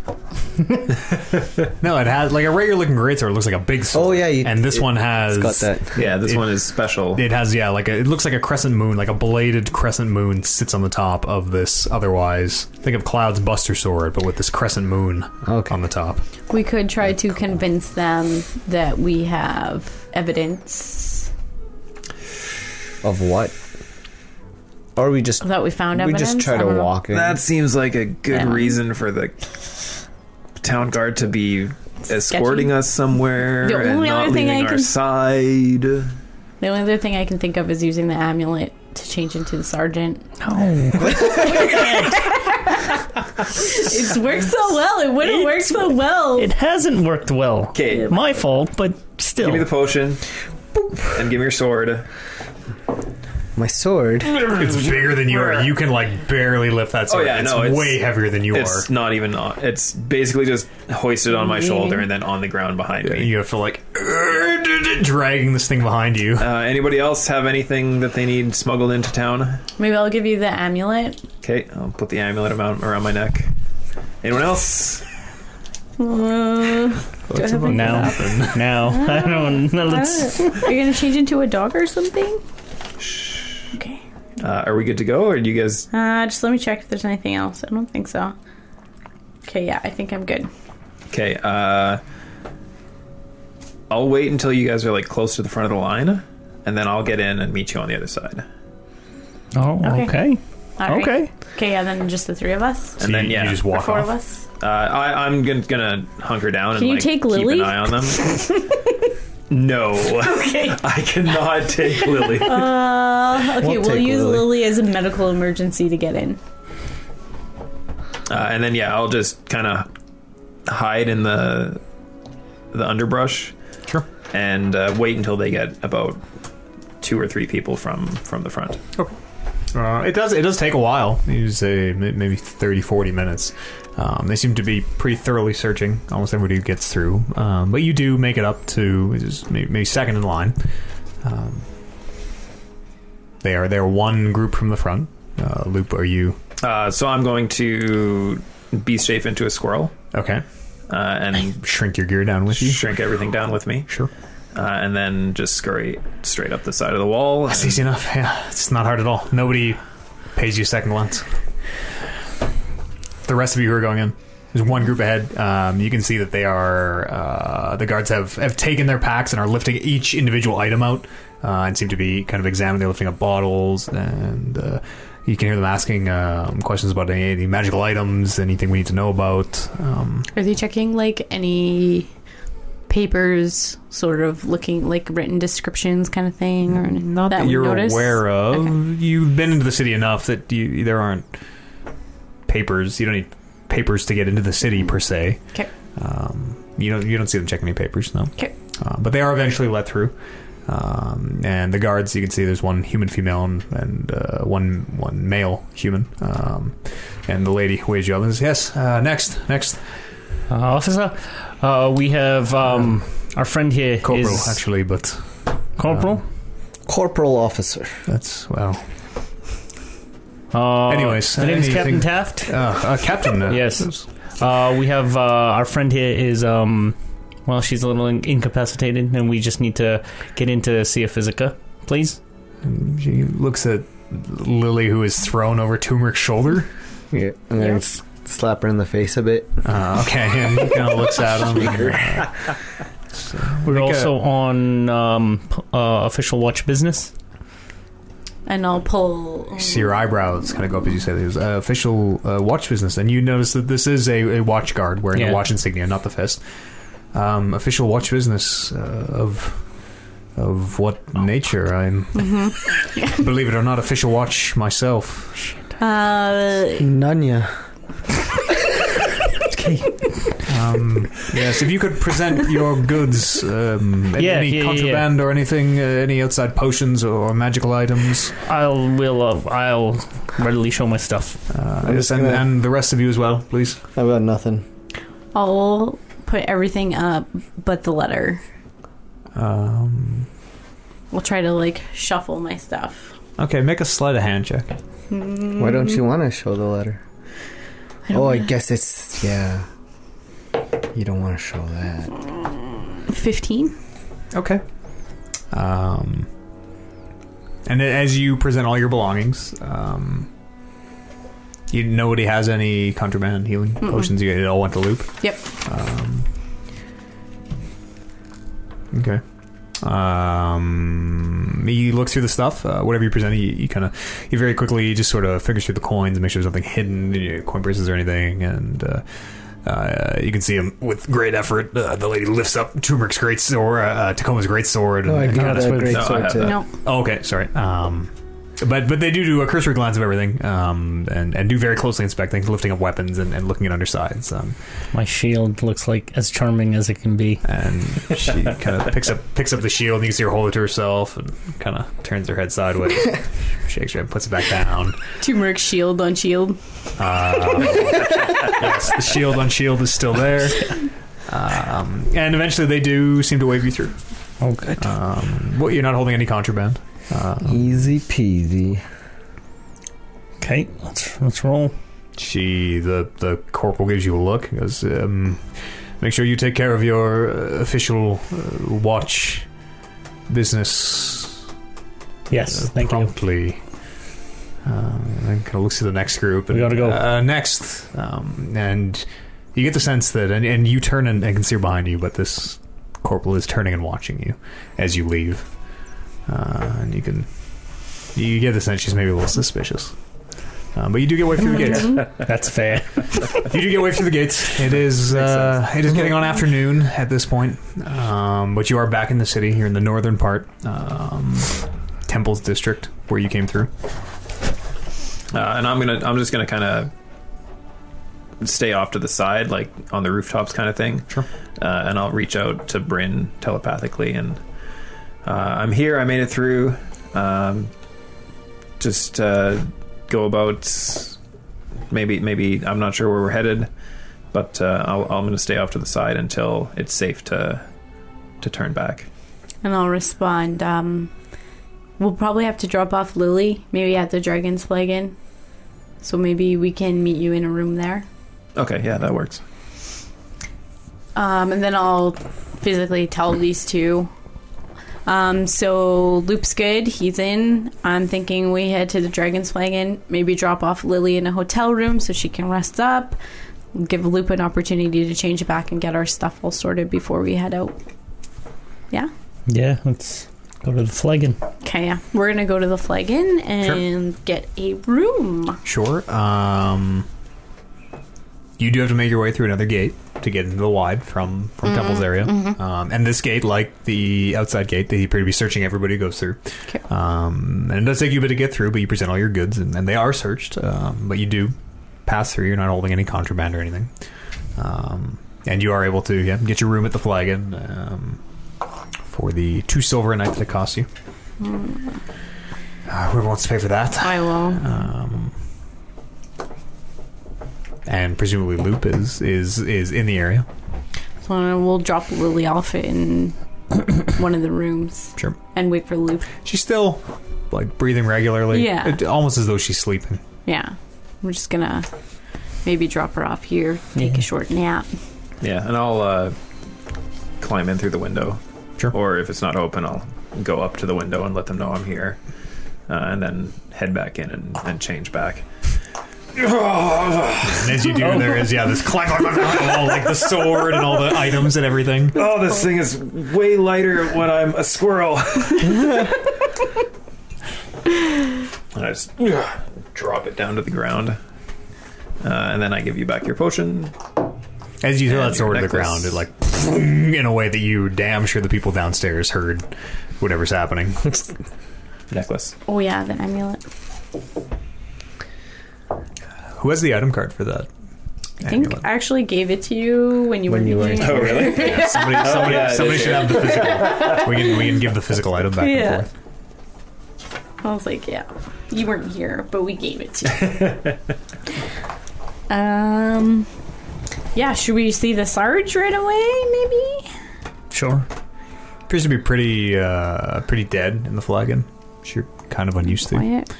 Speaker 1: no, it has like a regular looking greatsword. Looks like a big sword.
Speaker 6: Oh, yeah, you-
Speaker 1: and this
Speaker 6: it-
Speaker 1: one has
Speaker 6: It's got that.
Speaker 5: yeah? This
Speaker 1: it-
Speaker 5: one is special.
Speaker 1: It has yeah, like a, it looks like a crescent moon, like a bladed crescent moon sits on the top of this. Otherwise, think of Cloud's Buster Sword, but with this crescent moon
Speaker 6: Okay.
Speaker 1: on the top.
Speaker 4: we could try to convince them that we have evidence
Speaker 6: Of what? Or we just
Speaker 4: that we found
Speaker 6: we
Speaker 4: evidence.
Speaker 6: just try
Speaker 4: I
Speaker 6: to
Speaker 4: don't know.
Speaker 6: walk in.
Speaker 5: that seems like a good
Speaker 4: Yeah.
Speaker 5: reason for the town guard to be escorting us somewhere
Speaker 4: The
Speaker 5: and
Speaker 4: only
Speaker 5: not
Speaker 4: other thing
Speaker 5: leaving
Speaker 4: I
Speaker 5: our
Speaker 4: can-
Speaker 5: side.
Speaker 4: The only other thing I can think of is using the amulet to change into the sergeant.
Speaker 2: No.
Speaker 4: It's worked so well. It wouldn't work so well.
Speaker 2: It hasn't worked well.
Speaker 5: 'Kay.
Speaker 2: My fault, but still.
Speaker 5: Give me the potion and give me your sword.
Speaker 6: My sword.
Speaker 1: It's bigger than you are. You can like barely lift that sword.
Speaker 5: Oh, yeah,
Speaker 1: it's,
Speaker 5: no, it's-
Speaker 1: way heavier than you are.
Speaker 5: It's not even. on- It's basically just hoisted on my shoulder and then on the ground behind me.
Speaker 1: You have to like dragging this thing behind you.
Speaker 5: Uh, anybody else have anything that they need smuggled into town?
Speaker 4: Maybe I'll give you the amulet.
Speaker 5: Okay, I'll put the amulet around, around my neck. Anyone else?
Speaker 4: Uh, do I have anything
Speaker 2: No.
Speaker 4: else?
Speaker 2: No. I don't
Speaker 4: Oh.
Speaker 2: know. Let's,
Speaker 4: Are you gonna change into a dog or something? Okay.
Speaker 5: Uh, are we good to go, or do you guys?
Speaker 4: Uh, just let me check if there's anything else. I don't think so. Okay, yeah, I think I'm good.
Speaker 5: Okay, uh, I'll wait until you guys are like close to the front of the line, and then I'll get in and meet you on the other side.
Speaker 2: oh,
Speaker 4: Okay.
Speaker 2: okay.
Speaker 4: All right.
Speaker 2: Okay.
Speaker 4: Okay, yeah, then just the three of us.
Speaker 1: So
Speaker 5: then,
Speaker 1: you,
Speaker 5: yeah.
Speaker 1: you just
Speaker 4: Or
Speaker 1: walk
Speaker 4: four
Speaker 1: off.
Speaker 4: of us.
Speaker 5: Uh, I, I'm gonna, gonna hunker down and
Speaker 4: Can you
Speaker 5: like,
Speaker 4: take
Speaker 5: keep
Speaker 4: Lily?
Speaker 5: an eye on them. no,
Speaker 4: Okay.
Speaker 5: I cannot take Lily.
Speaker 4: Uh, okay,
Speaker 6: We'll
Speaker 4: we'll,
Speaker 6: take
Speaker 4: use
Speaker 6: Lily.
Speaker 4: Lily. as a medical emergency to get in.
Speaker 5: Uh, and then yeah, I'll just kind of hide in the the underbrush.
Speaker 1: Sure.
Speaker 5: And uh, wait until they get about two or three people from from the front.
Speaker 1: Uh, it does. It does take a while. You say may- maybe 30, 40 minutes. Um, they seem to be pretty thoroughly searching. Almost everybody gets through, um, but you do make it up to it's just may- maybe second in line. Um, they are they're one group from the front. Uh, Loop, are you
Speaker 5: Uh, so I'm going to be safe into a squirrel
Speaker 1: okay?
Speaker 5: uh, and
Speaker 1: Shrink your gear down with you.
Speaker 5: shrink everything down with me,
Speaker 1: Sure,
Speaker 5: uh, and then just scurry straight up the side of the wall.
Speaker 1: that's
Speaker 5: and-
Speaker 1: easy enough. Yeah, it's not hard at all. Nobody pays you second glance. The rest of you who are going in. There's one group ahead. Um, you can see that they are uh, the guards have have taken their packs and are lifting each individual item out uh, and seem to be kind of examining. They're lifting up bottles and uh, you can hear them asking um, questions about any, any magical items, anything we need to know about. Um,
Speaker 4: Are they checking like any papers, sort of looking like written descriptions, kind of thing, or anything
Speaker 1: not that,
Speaker 4: we
Speaker 1: you're
Speaker 4: notice?
Speaker 1: aware of.
Speaker 4: Okay.
Speaker 1: You've been into the city enough that you there aren't papers. You don't need papers to get into the city per se.
Speaker 4: 'Kay.
Speaker 1: Um, you don't you don't see them checking any papers, no.
Speaker 4: 'Kay.
Speaker 1: Uh, but they are eventually let through. Um, and the guards, you can see there's one human female and, and uh, one one male human. Um, and the lady waves you up and says, "Yes, uh, next, next."
Speaker 2: Uh, officer, uh, we have um, our friend here.
Speaker 1: Corporal,
Speaker 2: is-
Speaker 1: actually, but
Speaker 2: Corporal?
Speaker 6: Corporal officer.
Speaker 1: that's well.
Speaker 2: Uh,
Speaker 1: Anyways,
Speaker 2: my name is Captain
Speaker 1: anything-
Speaker 2: Taft.
Speaker 1: Uh, uh, Captain. Uh,
Speaker 2: Yes. Uh, we have uh, our friend here is um, well, she's a little in- incapacitated, and we just need to get in to see a physica, please.
Speaker 1: And She looks at Lily, who is thrown over Turmeric's shoulder.
Speaker 6: Yeah. I'm gonna
Speaker 4: Yeah.
Speaker 6: s- slap her in the face a bit.
Speaker 1: Uh, okay, and he kind of looks at him.
Speaker 2: We're
Speaker 1: Make a-
Speaker 2: also on um, p- uh, official watch business.
Speaker 4: and I'll pull.
Speaker 1: You see your eyebrows kind of go up as you say these. Uh, official uh, watch business. And you notice that this is a, a watch guard wearing
Speaker 2: Yeah.
Speaker 1: a watch insignia, not the fist. Um, official watch business uh, of of what nature? I'm
Speaker 4: Mm-hmm.
Speaker 1: believe it or not, official watch myself.
Speaker 4: Uh,
Speaker 6: Nunya.
Speaker 1: Um, yes, if you could present your goods, um, and
Speaker 2: Yeah,
Speaker 1: any
Speaker 2: yeah, yeah,
Speaker 1: contraband or anything, uh, any outside potions or, or magical items,
Speaker 2: I'll will uh, I'll readily show my stuff.
Speaker 1: uh,
Speaker 6: I'm just
Speaker 1: and,
Speaker 6: gonna-
Speaker 1: and the rest of you as well, please.
Speaker 6: I've got nothing.
Speaker 4: I'll put everything up but the letter.
Speaker 1: Um,
Speaker 4: We'll try to like shuffle my stuff.
Speaker 1: okay, make a sleight of hand check.
Speaker 6: Why don't you want to show the letter?
Speaker 4: Mm-hmm. I don't
Speaker 6: oh, I
Speaker 4: know.
Speaker 6: guess it's yeah. You don't want to show that.
Speaker 4: Fifteen.
Speaker 1: Okay. Um, and a- as you present all your belongings, um, you nobody has any contraband healing
Speaker 4: Mm-mm.
Speaker 1: potions. You it all went to loop.
Speaker 4: Yep.
Speaker 1: Um, okay. Um, he looks through the stuff. Uh, whatever you present, he, he kind of he very quickly just sort of figures through the coins and makes sure there's nothing hidden, you know, coin purses or anything, and. Uh, uh, you can see him with great effort. Uh, the lady lifts up Turmeric's great sword, uh, Tacoma's great sword.
Speaker 6: Oh, I
Speaker 1: and he
Speaker 6: got
Speaker 1: kinda
Speaker 6: that
Speaker 1: swings-
Speaker 6: great
Speaker 5: No, I
Speaker 6: sword
Speaker 5: have
Speaker 6: too.
Speaker 5: that.
Speaker 4: No.
Speaker 1: Oh, okay, sorry. Um, but but they do do a cursory glance of everything, um, and and do very closely inspect things, lifting up weapons and, and looking at undersides. Um,
Speaker 2: My shield looks like as charming as it can be.
Speaker 1: and she kind of picks up picks up the shield, and you can see her hold it to herself, and kind of turns her head sideways, shakes her head, puts it back down.
Speaker 4: Turmeric shield on shield.
Speaker 1: Um, yes, the shield on shield is still there. Um, and eventually, they do seem to wave you through.
Speaker 2: Oh, good.
Speaker 1: Um, well, you're not holding any contraband. Um,
Speaker 6: Easy peasy.
Speaker 2: Okay, let's let's roll.
Speaker 1: she the the corporal gives you a look and goes um, make sure you take care of your uh, official uh, watch business
Speaker 2: Yes,
Speaker 1: uh,
Speaker 2: thank you.
Speaker 1: promptly um, and kind of looks to the next group and,
Speaker 2: We gotta go.
Speaker 1: uh, next um, and you get the sense that and, and you turn and, and can see her behind you but this corporal is turning and watching you as you leave uh, and you can you get the sense she's maybe a little suspicious um, but you do get way through the gates
Speaker 2: That's fair.
Speaker 1: you do get away through the gates. It is uh, it is getting on afternoon at this point, um, but you are back in the city. You're in the northern part, um, Temple's district, where you came through.
Speaker 5: Uh, and I'm gonna, I'm just gonna kind of stay off to the side, like on the rooftops, kind of thing.
Speaker 1: Sure.
Speaker 5: Uh, and I'll reach out to Bryn telepathically, and uh, I'm here. I made it through. Um, just uh, go about. Maybe, maybe I'm not sure where we're headed, but uh, I'll, I'm gonna stay off to the side until it's safe to to turn back.
Speaker 4: And I'll respond. Um, we'll probably have to drop off Lily, maybe at the Dragon's Flag Inn. So maybe we can meet you in a room there.
Speaker 5: Okay, yeah, that works.
Speaker 4: Um, and then I'll physically tell these two. Um, so Loop's good. He's in. I'm thinking we head to the Dragon's Flag Inn, maybe drop off Lily in a hotel room so she can rest up. Give Loop an opportunity to change back and get our stuff all sorted before we head out.
Speaker 2: Yeah, let's go to the flagon.
Speaker 4: Okay, yeah. We're going to go to the Flag Inn and get a room.
Speaker 1: Sure. Um, you do have to make your way through another gate to get into the wide from from Temple's area, um, and this gate, like the outside gate that you appear to be searching, everybody who goes through.
Speaker 4: Okay.
Speaker 1: Um, and it does take you a bit to get through, but you present all your goods, and, and they are searched. Um, but you do pass through. You're not holding any contraband or anything. Um, and you are able to yeah, get your room at the Flagon um, for the two silver a night that it costs you. Uh, whoever wants to pay for that.
Speaker 4: I will.
Speaker 1: Um, and presumably Loop is, is is in the area.
Speaker 4: So we'll drop Lily off in one of the rooms.
Speaker 1: Sure.
Speaker 4: And wait for Loop.
Speaker 1: She's still like breathing regularly.
Speaker 4: Yeah.
Speaker 1: It- almost as though she's sleeping.
Speaker 4: Yeah. We're just going to maybe drop her off here, take
Speaker 2: Yeah.
Speaker 4: a short nap.
Speaker 5: Yeah, and I'll uh, climb in through the window.
Speaker 1: Sure.
Speaker 5: Or if it's not open, I'll go up to the window and let them know I'm here, uh, and then head back in and, and change back. Oh,
Speaker 1: And as you do, there is yeah this clack clack clack, clack all like the sword and all the items and everything.
Speaker 5: this thing is way lighter when I'm a squirrel. And I just drop it down to the ground. Uh, and then I give you back your potion.
Speaker 1: As you throw
Speaker 5: And
Speaker 1: that sword to
Speaker 5: your
Speaker 1: the
Speaker 5: necklace.
Speaker 1: ground, it like in a way that you damn sure the people downstairs heard whatever's happening.
Speaker 5: Necklace.
Speaker 4: Oh yeah, that amulet.
Speaker 1: Who has the item card for that?
Speaker 4: I think I actually gave it to you when you were doing it.
Speaker 5: really?
Speaker 1: somebody somebody,
Speaker 5: Oh, yeah, it
Speaker 1: somebody
Speaker 5: is,
Speaker 1: should
Speaker 5: yeah.
Speaker 1: have the physical. We can, we can give the physical item back
Speaker 4: Yeah.
Speaker 1: and forth.
Speaker 4: I was like, yeah, you weren't here, but we gave it to you. um, yeah, should we see the Sarge right away, maybe?
Speaker 1: Sure. Appears to be pretty uh, pretty dead in the flagon. which You're kind of unused to.
Speaker 4: Quiet.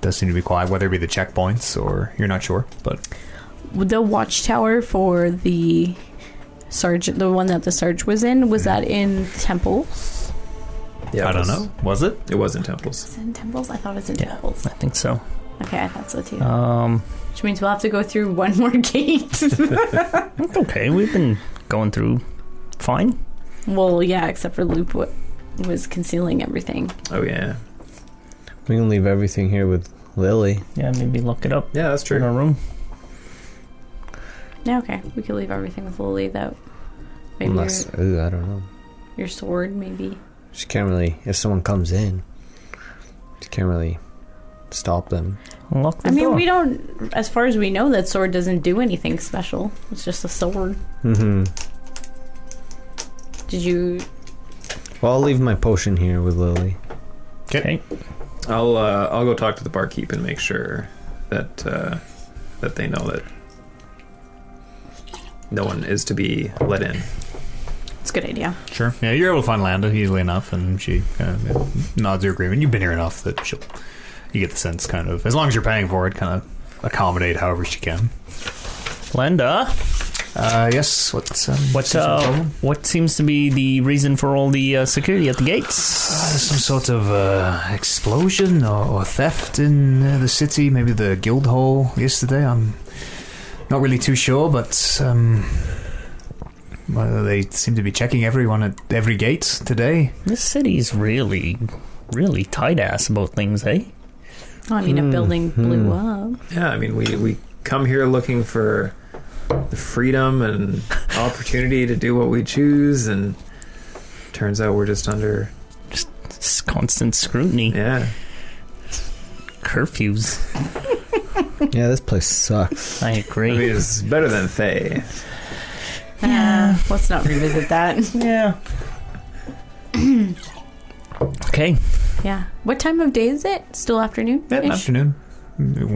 Speaker 1: Does seem to be quiet, whether it be the checkpoints or you're not sure, but
Speaker 4: The watchtower for the Sarge, the one that the Sarge was in, was that in temples?
Speaker 5: Yeah,
Speaker 1: I
Speaker 5: it
Speaker 1: don't
Speaker 5: was-
Speaker 1: know. Was it?
Speaker 5: It was in temples.
Speaker 4: Is it in temples? I thought it was in
Speaker 2: Yeah.
Speaker 4: temples.
Speaker 2: I think so.
Speaker 4: Okay, I thought so too.
Speaker 2: Um,
Speaker 4: Which means we'll have to go through one more gate.
Speaker 2: it's okay. We've been going through fine.
Speaker 4: well, yeah, except for Loop wa- was concealing everything.
Speaker 5: Oh yeah,
Speaker 3: We can leave everything here with Lily.
Speaker 2: Yeah, maybe look it up
Speaker 5: yeah, that's
Speaker 2: in
Speaker 5: true.
Speaker 2: our room.
Speaker 4: Yeah, okay. We could leave everything with Lily, though. Maybe
Speaker 3: Unless, ooh, I don't know.
Speaker 4: your, your sword, maybe.
Speaker 3: She can't really. If someone comes in, she can't really stop them.
Speaker 2: Lock the
Speaker 4: I mean,
Speaker 2: door.
Speaker 4: we don't, as far as we know, that sword doesn't do anything special. It's just a sword.
Speaker 3: Mm-hmm.
Speaker 4: Did you.
Speaker 3: Well, I'll leave my potion here with Lily.
Speaker 2: Okay.
Speaker 5: I'll uh, I'll go talk to the barkeep and make sure that uh, that they know that no one is to be let in.
Speaker 4: It's a good idea.
Speaker 1: Sure. Yeah, you're able to find Landa easily enough, and she kind of nods your agreement. You've been here enough that she'll, you get the sense, kind of, as long as you're paying for it, kind of accommodate however she can.
Speaker 2: Linda,
Speaker 1: Uh, yes. What's um,
Speaker 2: what uh, what seems to be the reason for all the uh, security at the gates?
Speaker 1: some sort of uh, explosion or, or theft in uh, the city? Maybe the guild hall yesterday. I'm not really too sure, but um, well, they seem to be checking everyone at every gate today.
Speaker 2: This city's really, really tight ass about things, eh?
Speaker 4: Oh, I mean, a building blew up.
Speaker 5: Yeah, I mean we we come here looking for the freedom and opportunity to do what we choose, and turns out we're just under
Speaker 2: It's constant scrutiny,
Speaker 5: yeah.
Speaker 2: curfews.
Speaker 3: yeah, this place sucks.
Speaker 2: I
Speaker 5: I mean
Speaker 2: agree.
Speaker 5: it's better than Thay.
Speaker 4: Yeah. let's not revisit that.
Speaker 2: yeah. okay.
Speaker 4: yeah. What time of day is it? Still afternoon?
Speaker 1: afternoon,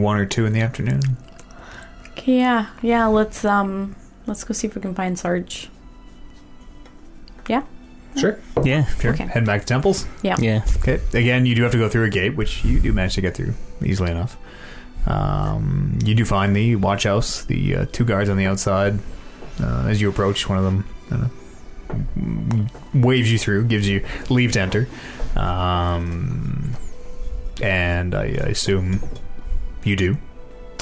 Speaker 1: one or two in the afternoon.
Speaker 4: Okay, yeah. Yeah, let's, um, let's go see if we can find Sarge.
Speaker 5: Sure.
Speaker 2: Yeah.
Speaker 1: Sure.
Speaker 4: Okay.
Speaker 1: Head back to temples.
Speaker 2: Yeah.
Speaker 1: Okay. Again, you do have to go through a gate, which you do manage to get through easily enough. Um, you do find the watch house, the uh, two guards on the outside. Uh, as you approach, one of them uh, w- waves you through, gives you leave to enter. Um, and I, I assume you do.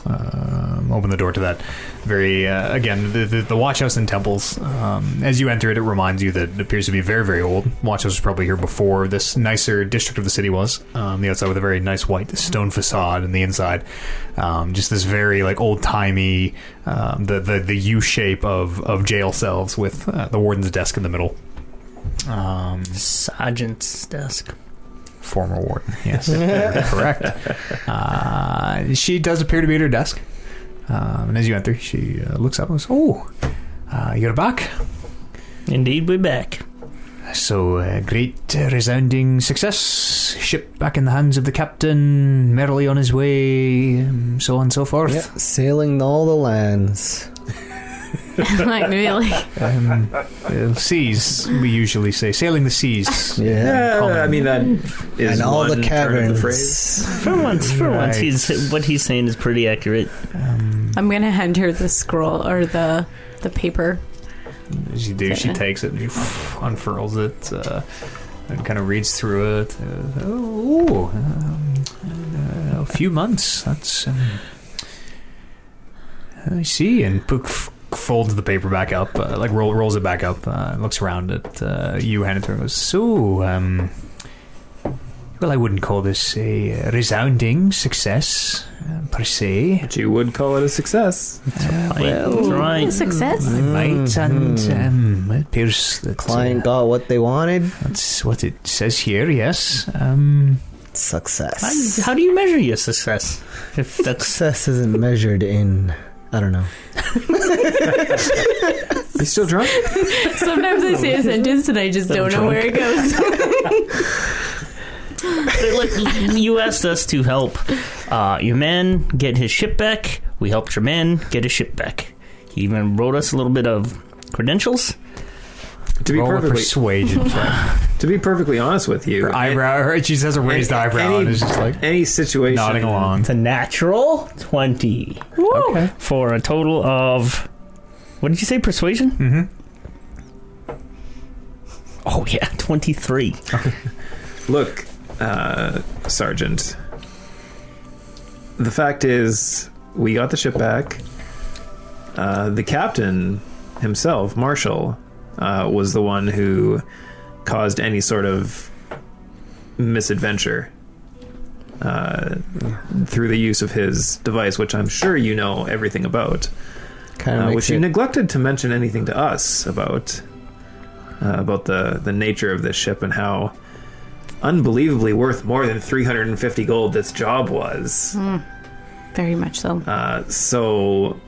Speaker 1: Um, open the door to that very uh, again the, the, the watch house in temples um, as you enter it it reminds you that it appears to be very very old watch house was probably here before this nicer district of the city was um, the outside with a very nice white stone facade and the inside um, just this very like old timey um, the, the the u shape of of jail cells with uh, the warden's desk in the middle um,
Speaker 2: Sergeant's desk.
Speaker 1: former warden. Yes, correct. Uh, she does appear to be at her desk, um, and as you enter, she uh, looks up and goes, "Oh, uh, you're back!
Speaker 2: Indeed, we're back.
Speaker 1: So uh, great, uh, resounding success. Ship back in the hands of the captain, merrily on his way, um, so on and so forth.
Speaker 3: Yeah, sailing all the lands.
Speaker 4: like, maybe, like,
Speaker 1: Um, uh, seas, we usually say, sailing the seas.
Speaker 3: Yeah.
Speaker 1: Common.
Speaker 5: I mean that is
Speaker 3: and all
Speaker 5: one
Speaker 3: the
Speaker 5: turn of
Speaker 3: caverns.
Speaker 5: the phrase.
Speaker 2: For once, for once,
Speaker 1: Right.
Speaker 2: he's what he's saying is pretty accurate.
Speaker 1: Um,
Speaker 4: I'm gonna hand her the scroll or the the paper.
Speaker 1: As you do, she takes it and she unfurls it uh, and kind of reads through it. Uh, oh, um, uh, a few months. That's. Um, I see. And Pook f- folds the paper back up, uh, like roll, rolls it back up, uh, looks around at uh, you, hand it to her, and goes, So, um, Well, I wouldn't call this a uh, resounding success uh, per se.
Speaker 5: But you would call it a success.
Speaker 2: That's right.
Speaker 4: Success.
Speaker 1: I might, and
Speaker 5: Hmm.
Speaker 1: um, it appears that uh,
Speaker 3: Client got what they wanted.
Speaker 1: that's what it says here. Yes. Um,
Speaker 3: Success.
Speaker 2: How, how do you measure your success? If that's
Speaker 3: Success isn't measured in. I don't know.
Speaker 5: Are you still drunk?
Speaker 4: Sometimes I say a sentence and I just
Speaker 2: I'm
Speaker 4: don't know where it goes.
Speaker 2: Look, you asked us to help uh, your man get his ship back. We helped your man get his ship back. He even wrote us a little bit of credentials.
Speaker 5: To be
Speaker 1: roll a
Speaker 5: perfectly
Speaker 1: persuasion. check.
Speaker 5: to be perfectly honest with you,
Speaker 1: her eyebrow. Her, she has a raised
Speaker 5: any-
Speaker 1: eyebrow and is just like
Speaker 5: any situation
Speaker 1: nodding along.
Speaker 2: It's a natural 20
Speaker 1: Okay.
Speaker 2: for a total of. What did you say? Persuasion? Mm
Speaker 1: Mhm.
Speaker 2: Oh, yeah, 23.
Speaker 5: Look, uh, Sergeant. The fact is, we got the ship back. Uh, the captain himself, Marshall, uh, was the one who caused any sort of misadventure uh, through the use of his device, which I'm sure you know everything about,
Speaker 3: Kind
Speaker 5: uh,
Speaker 3: of
Speaker 5: which
Speaker 3: makes
Speaker 5: you
Speaker 3: it.
Speaker 5: neglected to mention anything to us about uh, about the the nature of this ship and how unbelievably worth more than 350 gold this job was.
Speaker 3: Hmm.
Speaker 4: Very much so.
Speaker 5: Uh, so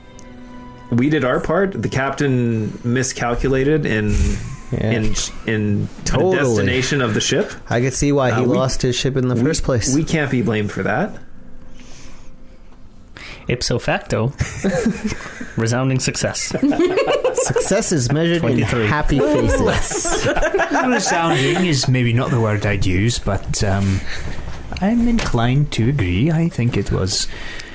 Speaker 5: we did our part. The captain miscalculated in
Speaker 3: Yeah.
Speaker 5: in in
Speaker 3: Totally.
Speaker 5: the destination of the ship.
Speaker 3: I could see why he
Speaker 5: Uh, we-
Speaker 3: lost his ship in the first place.
Speaker 5: We can't be blamed for that.
Speaker 2: Ipso facto, resounding success.
Speaker 3: Success is measured in
Speaker 2: 23.
Speaker 3: happy faces.
Speaker 1: Resounding is maybe not the word I'd use, but um, I'm inclined to agree. I think it was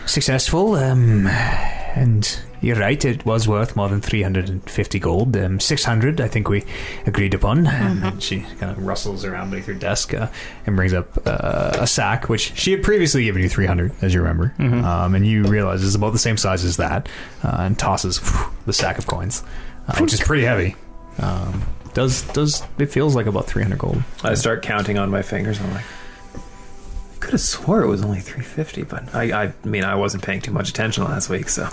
Speaker 1: successful, um, and you're right, it was worth more than 350 gold. Um, 600, I think we agreed upon. And she kind of rustles around beneath her desk uh, and brings up uh, a sack, which she had previously given you 300, as you remember.
Speaker 2: Mm-hmm. Uh,
Speaker 1: Um, and you realize it's about the same size as that, uh, and tosses whew, the sack of coins, uh, which is pretty heavy. Um, does does it feels like about 300 gold?
Speaker 5: I start counting on my fingers. I'm like, could have swore it was only 350, but I, I mean, I wasn't paying too much attention last week, so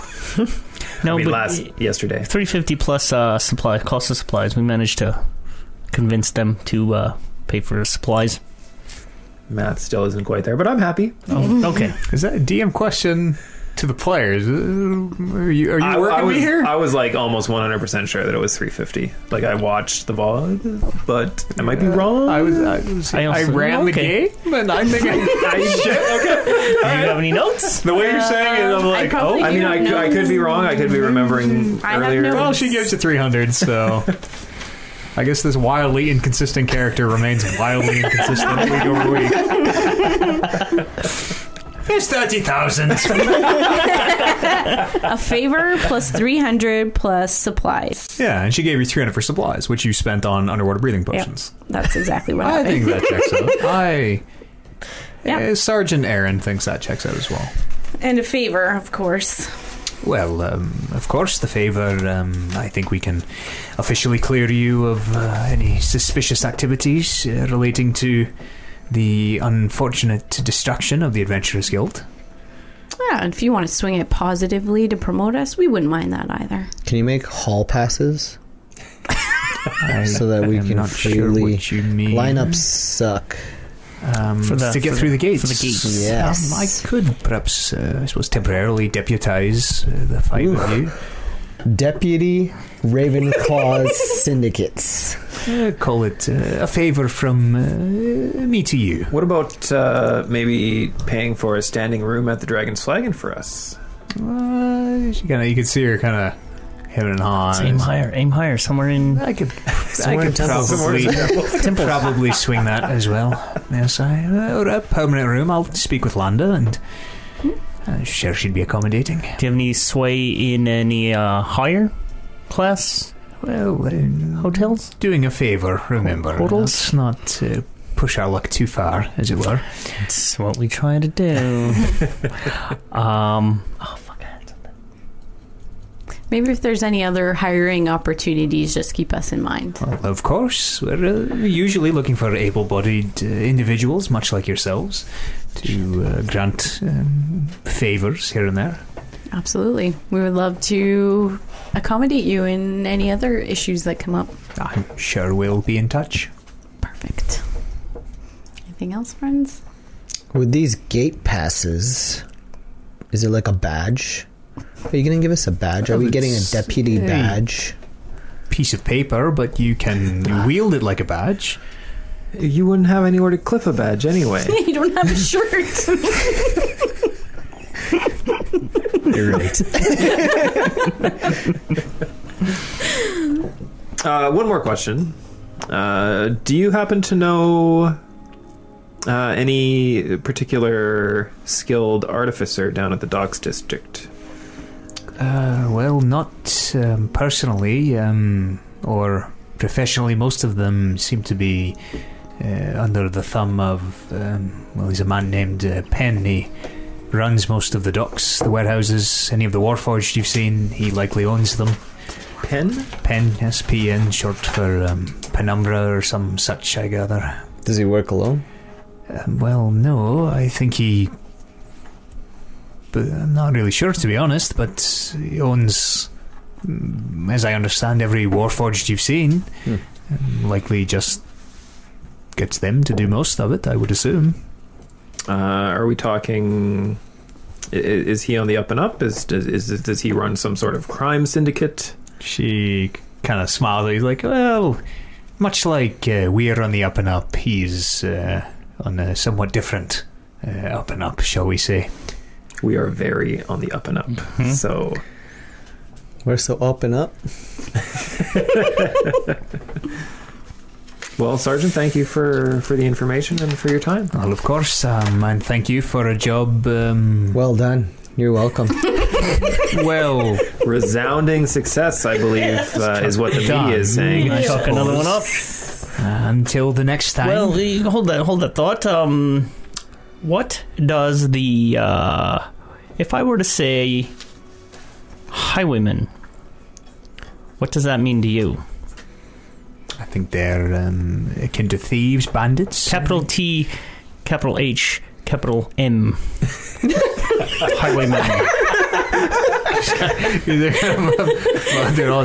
Speaker 2: No,
Speaker 5: I mean,
Speaker 2: but
Speaker 5: last yesterday.
Speaker 2: 350 plus uh, supply cost of supplies. We managed to convince them to uh, pay for supplies.
Speaker 5: Math still isn't quite there, but I'm happy.
Speaker 2: Oh, okay.
Speaker 1: Is that a DM question to the players? Uh, Are you, are you
Speaker 5: I,
Speaker 1: working
Speaker 5: I was,
Speaker 1: me here?
Speaker 5: I was like almost 100% sure that it was 350. Like I watched the vlog, but I might be wrong.
Speaker 1: I was. I, was,
Speaker 2: I also- okay.
Speaker 1: game, and I'm thinking. I,
Speaker 2: Do you have any notes?
Speaker 1: the way you're saying it, I'm
Speaker 4: I
Speaker 1: like,
Speaker 4: probably
Speaker 1: oh,
Speaker 5: I mean,
Speaker 4: do
Speaker 5: I,
Speaker 4: have
Speaker 5: could- I could be
Speaker 4: notes.
Speaker 5: wrong. I could be remembering
Speaker 4: I have
Speaker 5: earlier.
Speaker 4: notes.
Speaker 1: well, she gives you 300, so. I guess this wildly inconsistent character remains wildly inconsistent week over week. It's 30,000.
Speaker 4: A favor plus 300 plus supplies.
Speaker 1: yeah, and she gave you 300 for supplies, which you spent on underwater breathing potions.
Speaker 4: That's exactly what
Speaker 1: I think
Speaker 4: happened.
Speaker 1: that checks out. I.
Speaker 4: Yeah.
Speaker 1: Eh, Sergeant Aaron thinks that checks out as well.
Speaker 4: And a favor, of course.
Speaker 1: Well, um, of course, the favor. Um, I think we can officially clear you of uh, any suspicious activities uh, relating to the unfortunate destruction of the Adventurers Guild.
Speaker 4: Yeah, and if you want to swing it positively to promote us, we wouldn't mind that either.
Speaker 3: Can you make hall passes?
Speaker 1: I
Speaker 3: So that we
Speaker 1: am
Speaker 3: can
Speaker 1: not sure
Speaker 3: freely
Speaker 1: what you mean.
Speaker 3: Lineups suck.
Speaker 1: um,
Speaker 2: For the-
Speaker 1: to get
Speaker 2: for
Speaker 1: through the,
Speaker 2: the-
Speaker 1: gates.
Speaker 2: for the gates.
Speaker 3: Yes.
Speaker 1: Um, I could perhaps, uh, I suppose, temporarily deputize uh, the five of you.
Speaker 3: Deputy Ravenclaw's syndicates.
Speaker 1: Uh, call it uh, a favor from uh, me to you.
Speaker 5: What about uh, maybe paying for a standing room at the Dragon's Flagon for us?
Speaker 1: Uh, she kinda, you could see her kind of hemming and
Speaker 2: Aim
Speaker 1: hawing.
Speaker 2: higher. Aim higher. Somewhere in
Speaker 1: I could, I
Speaker 3: Somewhere in
Speaker 1: could
Speaker 3: temples.
Speaker 1: probably, probably swing that as well. Yes, I, uh, or a permanent room. I'll speak with Landa and uh, sure she'd be accommodating.
Speaker 2: Do you have any sway in any uh, higher class
Speaker 1: Well, um,
Speaker 2: hotels?
Speaker 1: doing a favor, remember.
Speaker 2: Hotels?
Speaker 1: Let's not uh, push our luck too far, as it were.
Speaker 2: That's what we try to do. um, oh, fuck, I had something.
Speaker 4: Maybe if there's any other hiring opportunities, just keep us in mind.
Speaker 1: Of course, we're uh, usually looking for able bodied uh, individuals, much like yourselves, to uh, grant um, favors here and there.
Speaker 4: Absolutely. We would love to accommodate you in any other issues that come up.
Speaker 1: I'm sure we'll be in touch.
Speaker 4: Perfect. Anything else, friends?
Speaker 6: With these gate passes, is it like a badge? Are you going to give us a badge? Are we getting a
Speaker 1: It's-
Speaker 6: deputy
Speaker 1: hey.
Speaker 6: badge?
Speaker 1: Piece of paper, but you can wield it like a badge.
Speaker 5: You wouldn't have anywhere to clip a badge anyway.
Speaker 4: you don't have a shirt.
Speaker 6: You're right.
Speaker 5: Uh, one more question. Uh, do you happen to know uh, any particular skilled artificer down at the docks district?
Speaker 1: Uh, well, not um, personally um, or professionally. Most of them seem to be uh, under the thumb of, um, well, he's a man named uh, Penn. He runs most of the docks, the warehouses, any of the warforged you've seen. He likely owns them.
Speaker 5: Pen?
Speaker 1: Penn, S P N, short for um, Penumbra or some such, I gather.
Speaker 6: Does he work alone?
Speaker 1: Um, well, no, I think he. But I'm not really sure, to be honest. But he owns, mm, as I understand, every warforged you've seen.
Speaker 6: Hmm.
Speaker 1: Um, likely just gets them to do most of it, I would assume.
Speaker 5: Uh, are we talking? i- i- Is he on the up and up? Is does, is does he run some sort of crime syndicate?
Speaker 1: She kind of smiles. He's like, well, much like uh, we're on the up and up, he's uh, on a somewhat different uh, up and up, shall we say.
Speaker 5: We are very on the up and up.
Speaker 2: Mhm.
Speaker 5: So
Speaker 6: We're so up and up.
Speaker 5: Well, Sergeant, thank you for, for the information and for your time.
Speaker 1: Well, of course, um, and thank you for a job. Um,
Speaker 6: Well done. You're welcome.
Speaker 1: well
Speaker 5: Resounding success, I believe, uh, is what the
Speaker 1: Done.
Speaker 5: media is saying.
Speaker 2: I chuck another one up.
Speaker 1: until the next time.
Speaker 2: Well, eh, hold that, hold that thought. Um, what does the uh, if I were to say highwayman, what does that mean to you?
Speaker 1: I think they're um, akin to thieves, bandits.
Speaker 2: Capital T, capital H, capital M. highwayman.
Speaker 1: They're kind of- well, they're all-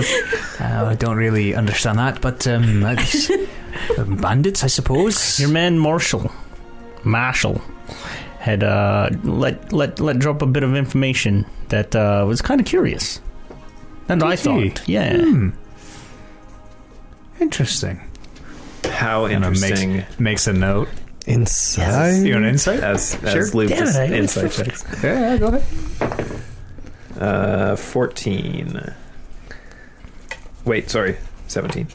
Speaker 1: uh, I don't really understand that, but um, that's- um, bandits, I suppose.
Speaker 2: Your man Marshall, Marshall, had uh, let let let drop a bit of information that uh, was kind of curious. And I
Speaker 1: Did he?
Speaker 2: thought, yeah.
Speaker 1: Hmm. Interesting.
Speaker 5: How
Speaker 1: And it makes-
Speaker 5: interesting.
Speaker 1: Makes a note.
Speaker 6: Inside?
Speaker 1: You want insight?
Speaker 5: As, as
Speaker 1: Sure.
Speaker 5: Luke
Speaker 2: Damn
Speaker 5: just
Speaker 2: it, I always
Speaker 5: insight
Speaker 2: forget.
Speaker 5: checks.
Speaker 1: Yeah, go ahead.
Speaker 5: Uh, 14. Wait, sorry. 17.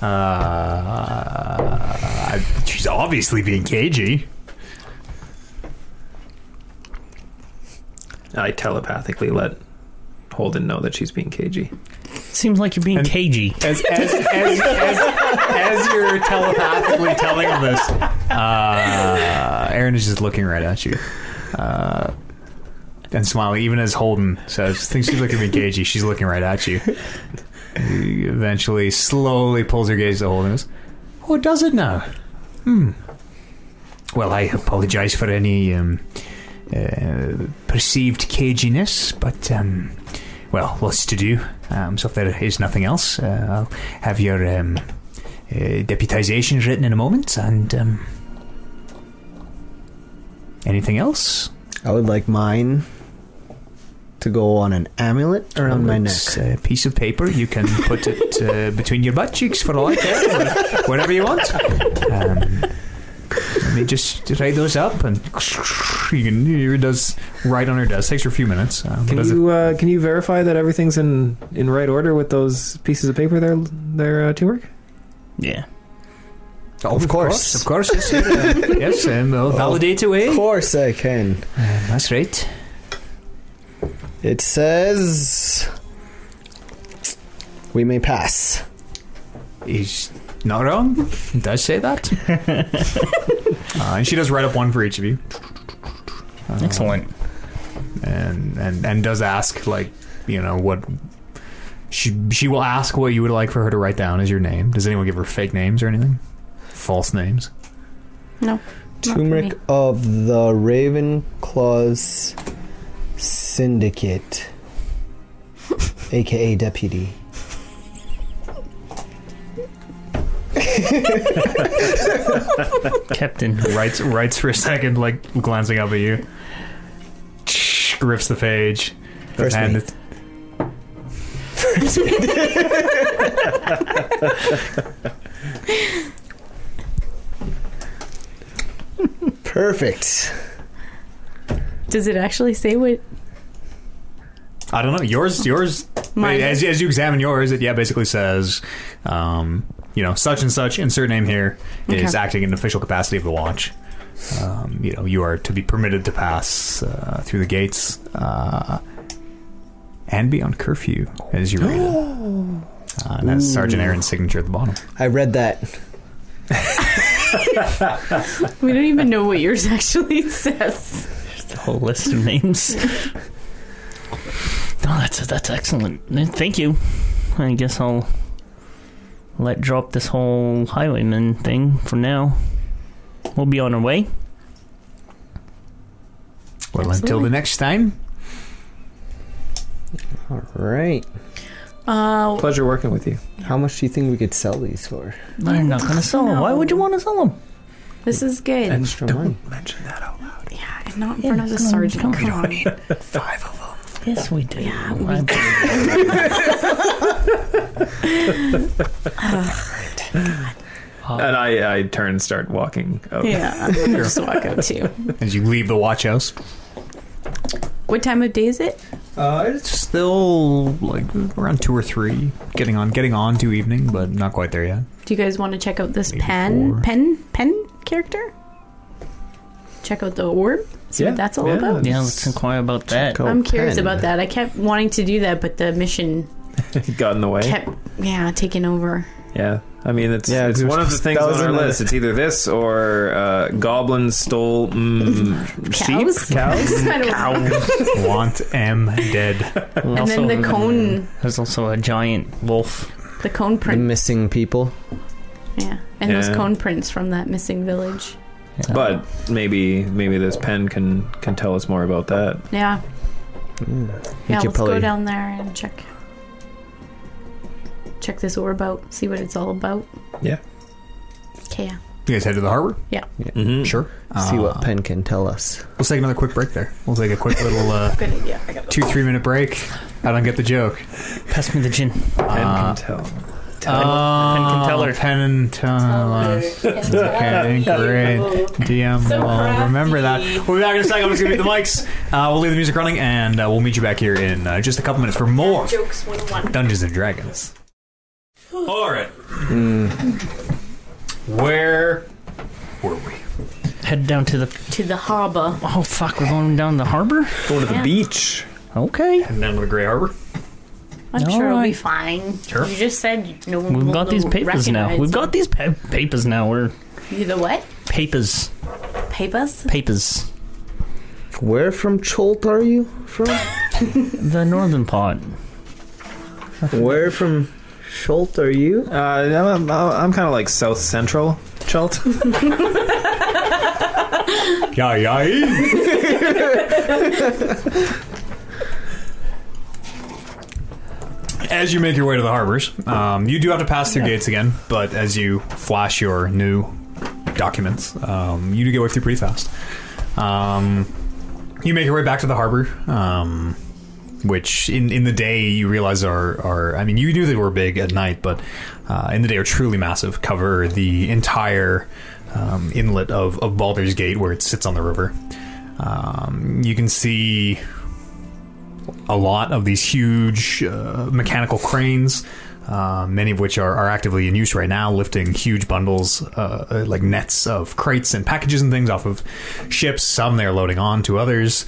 Speaker 1: Uh, she's obviously being cagey.
Speaker 5: I telepathically let Holden know that she's being cagey.
Speaker 2: Seems like you're being
Speaker 1: And-
Speaker 2: cagey.
Speaker 1: as as as, as, as you're telepathically telling him this, uh, Aaron is just looking right at you. Uh, and smiling, even as Holden says, thinks she's looking at me cagey, she's looking right at you. He eventually, slowly pulls her gaze to Holden. and goes, Oh, does it now? Hmm. Well, I apologize for any um, uh, perceived caginess, but um, well, lots to do. Um, so if there is nothing else, uh, I'll have your um, uh, deputization written in a moment. And um, anything else
Speaker 6: I would like mine to go on an amulet around my neck.
Speaker 1: It's A piece of paper. You can put it uh, between your butt cheeks for all I care, where- wherever you want. Um, let me just write those up, and you can. It does right on her desk. Takes her a few minutes. Um, but
Speaker 5: Can
Speaker 1: does it-
Speaker 5: you uh, can you verify that everything's in, in right order with those pieces of paper there, there uh, to work?
Speaker 2: Yeah.
Speaker 1: Oh, of,
Speaker 6: course. Oh.
Speaker 1: of course, yes, sir. Uh, yes, um, I'll validate
Speaker 6: Of
Speaker 1: away.
Speaker 6: course I can.
Speaker 1: That's right.
Speaker 6: It says we may pass.
Speaker 1: He's not wrong. He does say that. uh, and she does write up one for each of you. Uh,
Speaker 2: Excellent.
Speaker 1: And, and and does ask like you know what she she will ask what you would like for her to write down as your name. Does anyone give her fake names or anything? False names.
Speaker 4: No. not for me.
Speaker 3: Turmeric of the Ravenclaw's Syndicate, aka Deputy.
Speaker 2: Captain.
Speaker 1: Writes writes for a second, like glancing up at you. Grips the page.
Speaker 3: First
Speaker 1: And
Speaker 3: mate.
Speaker 1: it's-
Speaker 6: Perfect.
Speaker 4: Does it actually say what?
Speaker 1: I don't know. Yours yours
Speaker 4: Mine
Speaker 1: as,
Speaker 4: is-
Speaker 1: as you examine yours, it yeah basically says, um, you know, such and such insert name here is
Speaker 4: Okay.
Speaker 1: acting in official capacity of the watch. Um, you know, you are to be permitted to pass uh, through the gates uh, and be on curfew as you read it. Uh, and that's Sergeant Aaron's signature at the bottom.
Speaker 3: I read that.
Speaker 4: We don't even know what yours actually says.
Speaker 2: The whole list of names. no, that's that's excellent. Thank you. I guess I'll let drop this whole highwayman thing for now. We'll be on our way.
Speaker 1: Well, until the next time,
Speaker 3: All right.
Speaker 4: Uh,
Speaker 5: Pleasure working with you.
Speaker 3: How much do you think we could sell these for?
Speaker 2: They're not going to sell them. Why would you want to sell them?
Speaker 4: this is good.
Speaker 3: Extra money.
Speaker 5: Mention that out loud.
Speaker 4: yeah, and not in
Speaker 2: Yeah,
Speaker 4: front of the
Speaker 2: come on,
Speaker 4: sergeant.
Speaker 2: come
Speaker 4: Come
Speaker 2: on.
Speaker 4: on.
Speaker 5: Five of them.
Speaker 2: Yes, we do.
Speaker 4: Yeah, we
Speaker 2: I-
Speaker 5: And I, I turn and start walking Oh. up.
Speaker 4: Yeah, I'm gonna just walk out too.
Speaker 1: as you leave the watch house,
Speaker 4: What time of day is it?
Speaker 1: uh, it's still like around two or three, getting on, getting on to evening, but not quite there yet.
Speaker 4: Do you guys want to check out this
Speaker 1: Maybe
Speaker 4: pen
Speaker 1: four.
Speaker 4: pen pen character? Check out the orb. See
Speaker 5: Yeah,
Speaker 4: what that's all
Speaker 5: yeah.
Speaker 4: about.
Speaker 2: yeah, let's inquire about that.
Speaker 3: Go
Speaker 4: I'm curious
Speaker 3: Oh, pen.
Speaker 4: about that. I kept wanting to do that, but the mission
Speaker 5: Got in the way.
Speaker 4: kept yeah taking over.
Speaker 5: Yeah, I mean it's
Speaker 3: Yeah,
Speaker 5: it's
Speaker 3: it was-
Speaker 5: one of the things
Speaker 3: that
Speaker 5: on
Speaker 3: was
Speaker 5: our
Speaker 3: another-
Speaker 5: list. It's either this or uh, goblins stole mm,
Speaker 4: Cows?
Speaker 5: sheep. Cows.
Speaker 4: I don't know.
Speaker 1: Want M dead.
Speaker 4: And then the cone,
Speaker 2: There's also a giant wolf.
Speaker 4: the cone
Speaker 3: The
Speaker 4: print,
Speaker 3: missing people.
Speaker 4: yeah, and those
Speaker 5: Yeah.
Speaker 4: cone prints from that missing village.
Speaker 2: Yeah.
Speaker 5: But maybe maybe this pen can can tell us more about that.
Speaker 4: Yeah,
Speaker 3: Hmm. We
Speaker 4: yeah.
Speaker 3: could
Speaker 4: Let's go
Speaker 3: probably-
Speaker 4: down there and check check this orb out. See what it's all about.
Speaker 5: Yeah.
Speaker 4: Okay. Yeah.
Speaker 1: You guys head to the harbor?
Speaker 5: Mm-hmm.
Speaker 1: Sure.
Speaker 3: See
Speaker 1: Uh,
Speaker 6: Ah.
Speaker 3: what Pen can tell us.
Speaker 1: Let's take another quick break there. We'll take a quick little uh,
Speaker 4: Good idea. I got
Speaker 1: two, three minute break. I don't get the joke.
Speaker 2: Pass me the gin.
Speaker 5: Pen
Speaker 1: Uh,
Speaker 5: can tell.
Speaker 1: Pen
Speaker 2: can tell her.
Speaker 1: Pen and tell us. Okay, great. DM
Speaker 4: So
Speaker 1: will remember that.
Speaker 4: crafty.
Speaker 1: We'll be back in a second. I'm just going to mute the mics. Uh, we'll leave the music running, and uh, we'll meet you back here in uh, just a couple minutes for more
Speaker 4: Jokes 101.
Speaker 1: Dungeons and Dragons. All right. Where were we?
Speaker 2: Head down to the.
Speaker 4: To the harbor.
Speaker 2: Oh fuck! We're going down the harbor.
Speaker 5: Going to the
Speaker 4: yeah.
Speaker 5: beach.
Speaker 2: Okay.
Speaker 1: And then to the Grey Harbor.
Speaker 4: I'm
Speaker 2: All
Speaker 4: sure it'll be
Speaker 2: right.
Speaker 4: fine.
Speaker 1: Sure.
Speaker 4: You just said no one
Speaker 2: We've
Speaker 4: will
Speaker 2: got these papers now.
Speaker 4: recognize
Speaker 2: We've got these pa- papers now. We're
Speaker 4: you. the what?
Speaker 2: papers.
Speaker 4: Papers?
Speaker 2: Papers.
Speaker 6: Where from Cholt are you from?
Speaker 2: The northern part.
Speaker 6: Where from Cholt are you?
Speaker 5: Uh, I'm, I'm, I'm kind of like South Central Chelt.
Speaker 1: Yeah, yeah. as you make your way to the harbors, um, you do have to pass through gates again, but as you flash your new documents, um, you do get way through pretty fast. Um, you make your way back to the harbor, um, which in, in the day you realize are, are I mean you knew they were big at night, but uh, in the day are truly massive. Cover the entire um, inlet of, of Baldur's Gate where it sits on the river. Um, you can see a lot of these huge uh, mechanical cranes. Uh, many of which are, are actively in use right now, lifting huge bundles, uh, uh, like nets of crates and packages and things off of ships. Some they're loading on to others.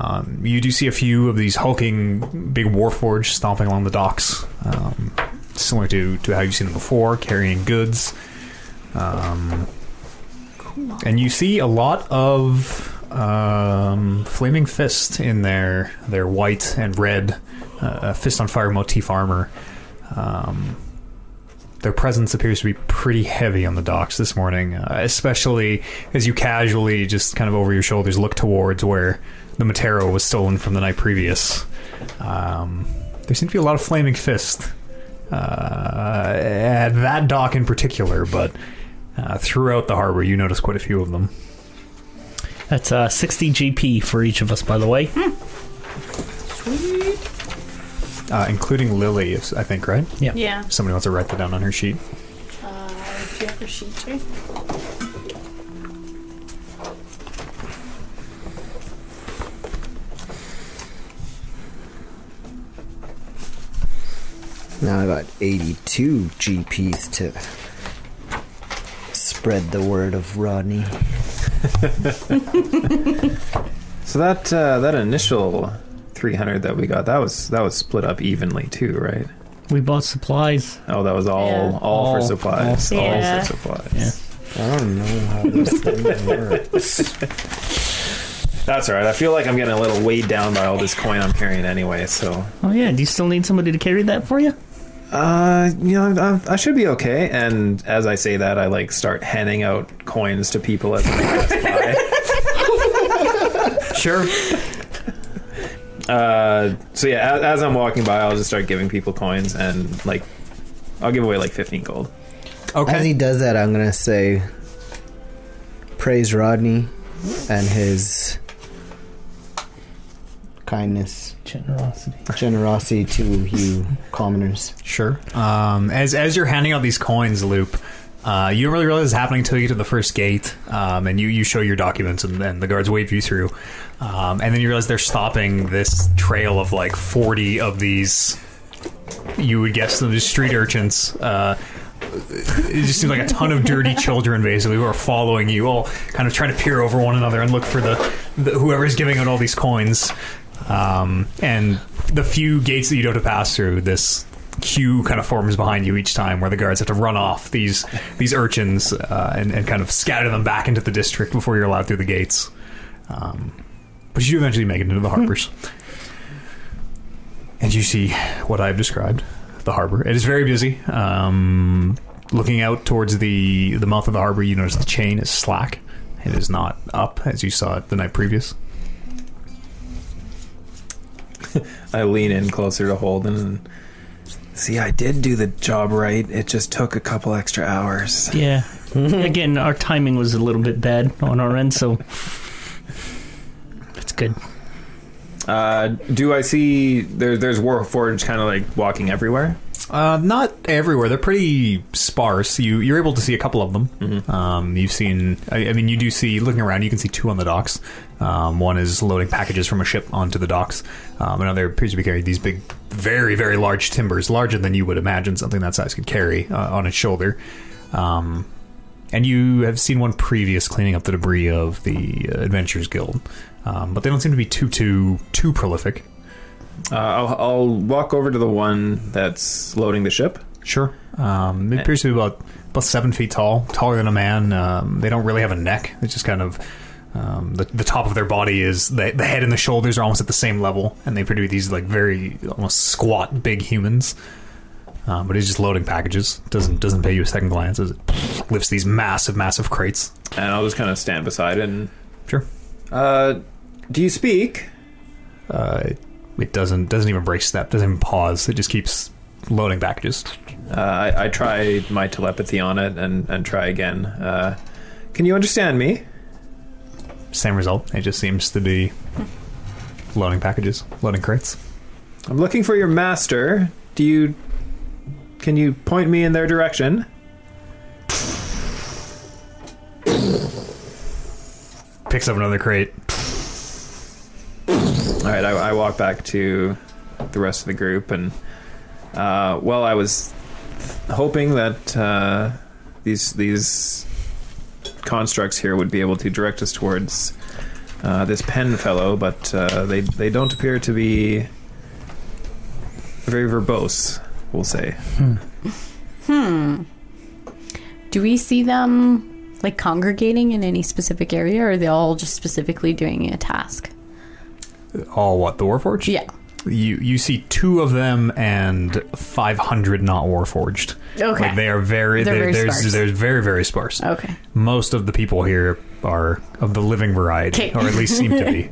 Speaker 1: Um, you do see a few of these hulking big warforged stomping along the docks, um, similar to, to how you've seen them before, carrying goods. Um, and you see a lot of um, flaming fist in their their white and red uh, fist on fire motif armor. Um, their presence appears to be pretty heavy on the docks this morning, uh, especially as you casually just kind of over your shoulders look towards where the Matero was stolen from the night previous. Um, there seem to be a lot of flaming fist uh, at that dock in particular, but uh, throughout the harbor, you notice quite a few of them.
Speaker 2: That's uh, 60 GP for each of us, by the way.
Speaker 1: uh, including Lily, is- I think, right?
Speaker 4: Yeah.
Speaker 1: Somebody wants to write that down on her sheet.
Speaker 4: Uh, do you have a sheet, Jay?
Speaker 6: Now I got 82 GPs to spread the word of Rodney.
Speaker 5: So that uh, that initial 300 that we got, that was that was split up evenly too, right?
Speaker 2: We bought supplies.
Speaker 5: Oh, that was all
Speaker 4: Yeah.
Speaker 5: all, for
Speaker 2: All-
Speaker 5: supplies.
Speaker 4: all-
Speaker 5: All,
Speaker 4: Yeah.
Speaker 5: for supplies.
Speaker 2: Yeah.
Speaker 6: I don't know how this thing works.
Speaker 5: That's all right. I feel like I'm getting a little weighed down by all this coin I'm carrying anyway. So,
Speaker 2: Oh, yeah. Do you still need somebody to carry that for you?
Speaker 5: uh, you know, I, I should be okay. And as I say that, I like start handing out coins to people as I pass
Speaker 1: Sure.
Speaker 5: by. Uh, so yeah, as, as I'm walking by, I'll just start giving people coins and like, I'll give away like 15 gold.
Speaker 6: As
Speaker 1: Okay.
Speaker 6: he does that, I'm gonna say, praise Rodney and his kindness,
Speaker 2: Generosity.
Speaker 6: generosity to you commoners.
Speaker 1: Sure. Um, as as you're handing out these coins, Loop, uh, you don't really realize it's happening until you get to the first gate, um, and you, you show your documents, and, and the guards wave you through, um, and then you realize they're stopping this trail of like 40 of these. You would guess them as street urchins. Uh, it just seems like a ton of dirty children, basically, who are following you, all kind of trying to peer over one another and look for the, the whoever's giving out all these coins. Um, and the few gates that you don't have to pass through, this queue kind of forms behind you each time, where the guards have to run off these these urchins uh, and, and kind of scatter them back into the district before you're allowed through the gates. Um, but you do eventually make it into the harbors, and you see what I've described the harbor. It is very busy. Um, looking out towards the the mouth of the harbor, you notice the chain is slack. It is not up as you saw it the night previous.
Speaker 5: I lean in closer to Holden and see, I did do the job right. It just took a couple extra hours.
Speaker 2: Yeah. Again, our timing was a little bit bad on our end, so. That's good.
Speaker 5: Uh, do I see there, there's Warforged kind of like walking everywhere?
Speaker 1: Uh, not everywhere. They're pretty sparse. You you're able to see a couple of them. Um, you've seen. I, I mean, you do see. Looking around, you can see two on the docks. Um, one is loading packages from a ship onto the docks. Um, another appears to be carrying these big, very very large timbers, larger than you would imagine something that size could carry uh, on its shoulder. Um, and you have seen one previous cleaning up the debris of the uh, Adventurers Guild, um, but they don't seem to be too too too prolific.
Speaker 5: Uh, I'll, I'll walk over to the one that's loading the ship.
Speaker 1: Sure. Um, it appears to be about about seven feet tall, taller than a man. Um, they don't really have a neck. It's just kind of um, the the top of their body is the, the head and the shoulders are almost at the same level, and they appear to be these like very almost squat big humans. Um, but he's just loading packages. Doesn't doesn't pay you a second glance as it lifts these massive massive crates.
Speaker 5: and I'll just kind of stand beside it. And,
Speaker 1: Sure.
Speaker 5: uh, do you speak?
Speaker 1: Uh, it doesn't doesn't even break step. Doesn't even pause. It just keeps loading packages.
Speaker 5: Uh, I, I try my telepathy on it and, and try again. Uh, can you understand me?
Speaker 1: Same result. It just seems to be loading packages, loading crates.
Speaker 5: I'm looking for your master. Do you? Can you point me in their direction?
Speaker 1: Picks up another crate.
Speaker 5: All right, I, I walk back to the rest of the group, and uh, well, I was hoping that uh, these these constructs here would be able to direct us towards uh, this pen fellow, but uh, they they don't appear to be very verbose. We'll say.
Speaker 4: Hmm. Do we see them like congregating in any specific area, or are they all just specifically doing a task?
Speaker 1: All what the Warforged?
Speaker 4: Yeah.
Speaker 1: You you see two of them and five hundred not Warforged.
Speaker 4: Okay.
Speaker 1: Like they are very
Speaker 4: They're
Speaker 1: they're,
Speaker 4: very
Speaker 1: there's
Speaker 4: sparse. Oh.
Speaker 1: there's very very sparse.
Speaker 4: Okay.
Speaker 1: Most of the people here are of the living variety,
Speaker 4: 'Kay.
Speaker 1: or at least seem to be.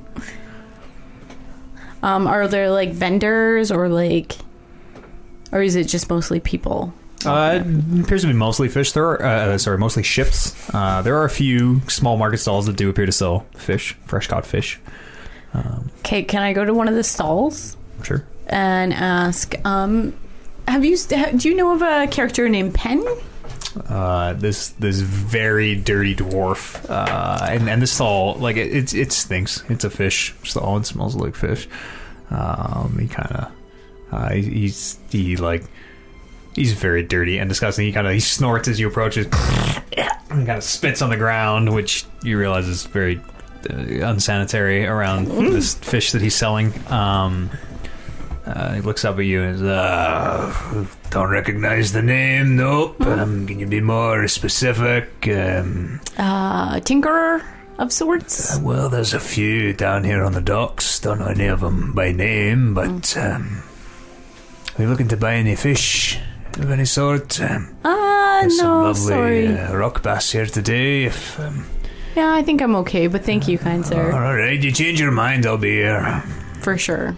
Speaker 4: Um, are there like vendors or like, or is it just mostly people?
Speaker 1: Uh, it appears to be mostly fish. There are uh, sorry, mostly ships. Uh, there are a few small market stalls that do appear to sell fish, fresh caught fish. Um,
Speaker 4: Okay, can I go to one of the stalls
Speaker 1: Sure.
Speaker 4: and ask? Um, have you ha- do you know of a character named Pen?
Speaker 1: uh, this this very dirty dwarf, uh, and and this all like it, it's it stinks. It's a fish. It's all it smells like fish. Um, he kind of uh, he- he's he like he's very dirty and disgusting. He kind of he snorts as you approach it, and kind of spits on the ground, which you realize is very uh, unsanitary around this fish that he's selling. Um, uh, he looks up at you and says, uh, "Don't recognize the name. Nope.
Speaker 4: Hmm?
Speaker 1: Um, can you be more specific?" Um, uh,
Speaker 4: Uh, tinkerer of sorts.
Speaker 1: well, there's a few down here on the docks. Don't know any of them by name,
Speaker 4: Hmm.
Speaker 1: but um, are you looking to buy any fish of any sort? Um,
Speaker 4: Uh,
Speaker 1: there's some
Speaker 4: no,
Speaker 1: lovely
Speaker 4: sorry.
Speaker 1: Uh, rock bass here today. If um,
Speaker 4: Yeah, I think I'm okay, but thank you, kind
Speaker 1: all
Speaker 4: sir,
Speaker 1: right, you change your mind, I'll be here.
Speaker 4: for sure.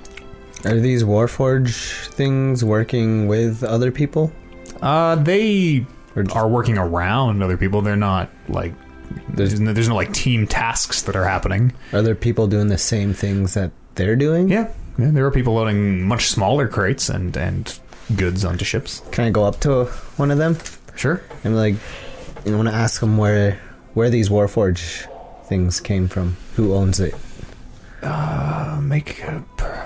Speaker 6: Are these Warforge things working with other people?
Speaker 1: Uh, they
Speaker 6: Or just-
Speaker 1: are working around other people. They're not like there's no, there's no like team tasks that are happening.
Speaker 6: Are there people doing the same things that they're doing?
Speaker 1: Yeah, yeah. There are people loading much smaller crates and and goods onto ships.
Speaker 6: Can I go up to one of them
Speaker 1: Sure.
Speaker 6: and like, I want to ask them where where these Warforge things came from? Who owns it?
Speaker 1: Uh, make a. per-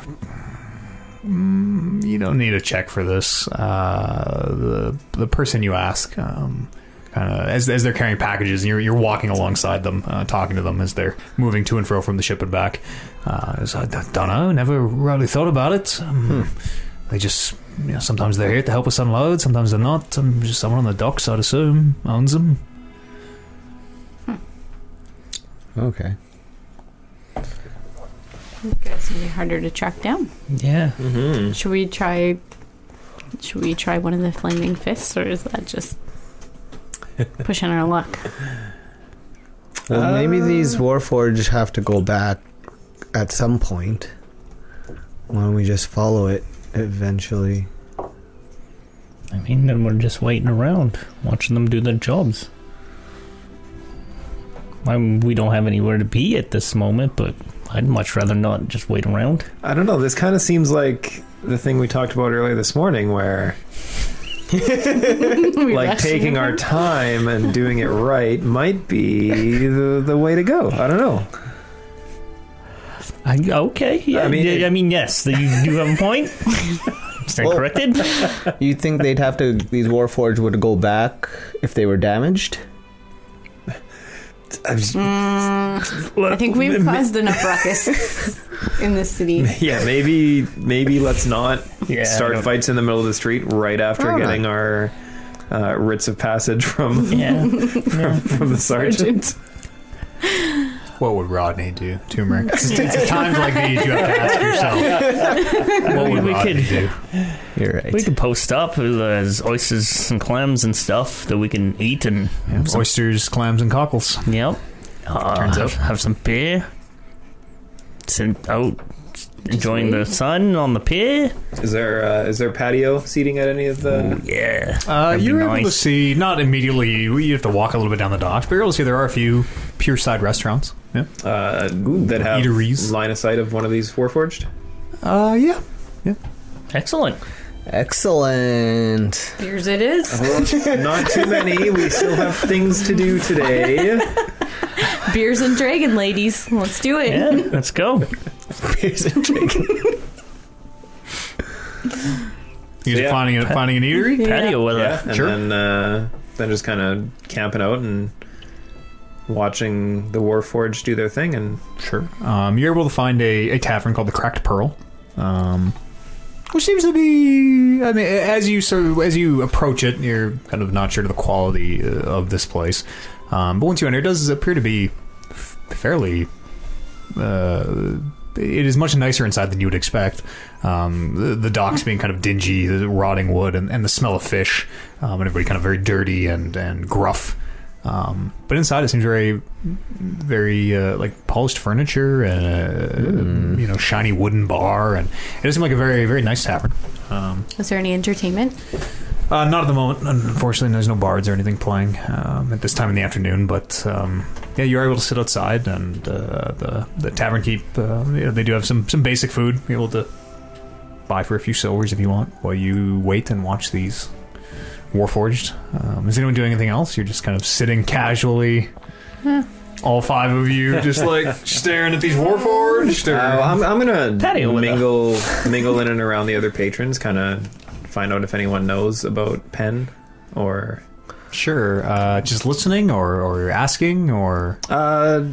Speaker 1: Mm, you don't need a check for this. Uh, the the person you ask, um, kind of as as they're carrying packages, and you're you're walking alongside them, uh, talking to them as they're moving to and fro from the ship and back. Uh, is, I don't know. Never really thought about it. Um, They just. You know, sometimes they're here to help us unload. Sometimes they're not. Um, just someone on the docks, I'd assume, owns them.
Speaker 6: Okay.
Speaker 4: It's gonna be harder to track down.
Speaker 2: Yeah.
Speaker 5: Mm-hmm.
Speaker 4: Should we try? Should we try one of the flaming fists, or is that just pushing our luck?
Speaker 6: Well,
Speaker 5: Uh.
Speaker 6: maybe these Warforge have to go back at some point. Why don't we just follow it eventually?
Speaker 2: I mean, then we're just waiting around, watching them do their jobs. I mean, we don't have anywhere to be at this moment, but I'd much rather not just wait around.
Speaker 5: I don't know. This kind of seems like the thing we talked about earlier this morning, where
Speaker 4: We
Speaker 5: like
Speaker 4: rush
Speaker 5: taking
Speaker 4: in.
Speaker 5: our time and doing it right might be the, the way to go. I don't know.
Speaker 2: I, okay. Yeah, I
Speaker 5: I mean,
Speaker 2: mean,
Speaker 5: it-
Speaker 2: I mean, yes, you do have a point. Stand
Speaker 6: Well-
Speaker 2: corrected.
Speaker 6: You think they'd have to? These Warforge would go back if they were damaged.
Speaker 4: Mm. I think we've caused enough ruckus in this city.
Speaker 5: Yeah, maybe maybe let's not
Speaker 2: Yeah, I
Speaker 5: start
Speaker 2: don't-
Speaker 5: fights in the middle of the street right after
Speaker 6: All
Speaker 5: getting our uh, writs of passage from
Speaker 2: Yeah. yeah.
Speaker 5: from the sergeant.
Speaker 1: What would Rodney do? Turmeric. it's, it's at times like these you have to ask yourself. What would
Speaker 2: We
Speaker 1: Rodney
Speaker 2: could-
Speaker 1: do?
Speaker 6: You're right.
Speaker 2: We can post up uh, as oysters and clams and stuff that we can eat and
Speaker 1: Yeah, oysters, clams, and cockles.
Speaker 2: Yep. Uh,
Speaker 1: Turns
Speaker 2: have,
Speaker 1: out.
Speaker 2: have some beer. Sit out enjoying the sun on the pier.
Speaker 5: Is there uh, is there patio seating at any of the?
Speaker 2: Yeah.
Speaker 1: Uh,
Speaker 2: That'd be
Speaker 1: you're able to
Speaker 2: nice.
Speaker 1: see, not immediately, you you have to walk a little bit down the docks, but you're able to see there are a few pure side restaurants. Yeah.
Speaker 5: Uh, that have
Speaker 1: eateries.
Speaker 5: line of sight of one of these Warforged.
Speaker 1: Uh, yeah.
Speaker 2: Excellent.
Speaker 6: Excellent.
Speaker 4: Here's it is.
Speaker 5: Not too many. We still have things to do today.
Speaker 4: Beers and dragon, ladies. Let's do it.
Speaker 2: Yeah, let's go.
Speaker 1: You're just
Speaker 5: Yeah.
Speaker 1: finding, a, finding an eatery?
Speaker 2: Patio weather.
Speaker 5: Yeah, and
Speaker 1: Sure.
Speaker 5: then uh, then just kind of camping out and watching the Warforged do their thing. And
Speaker 1: Sure. Um, you're able to find a, a tavern called the Cracked Pearl, um, which seems to be. I mean, as you sort of, as you approach it, you're kind of not sure of the quality uh, of this place. Um, but once you enter, it does appear to be f- fairly. Uh, it is much nicer inside than you would expect. Um, the, the docks being kind of dingy, the rotting wood, and, and the smell of fish, um, and everybody kind of very dirty and and gruff. Um, but inside, it seems very, very uh, like polished furniture and uh, you know shiny wooden bar, and it does seem like a very very nice tavern. Um,
Speaker 4: Is there any entertainment?
Speaker 1: uh, not at the moment, unfortunately. There's no bards or anything playing um, at this time in the afternoon. But um, yeah, you are able to sit outside, and uh, the the tavern keep uh, you know, they do have some some basic food. Be able to buy for a few silvers if you want while you wait and watch these warforged. Um, is anyone doing anything else? You're just kind of sitting casually. All five of you just like staring at these warforged. Or...
Speaker 5: Uh, well, I'm, I'm gonna
Speaker 2: Patio with a-
Speaker 5: mingle mingle in and around the other patrons, kind of find out if anyone knows about Penn or
Speaker 1: sure, uh, just listening or, or asking or
Speaker 5: uh,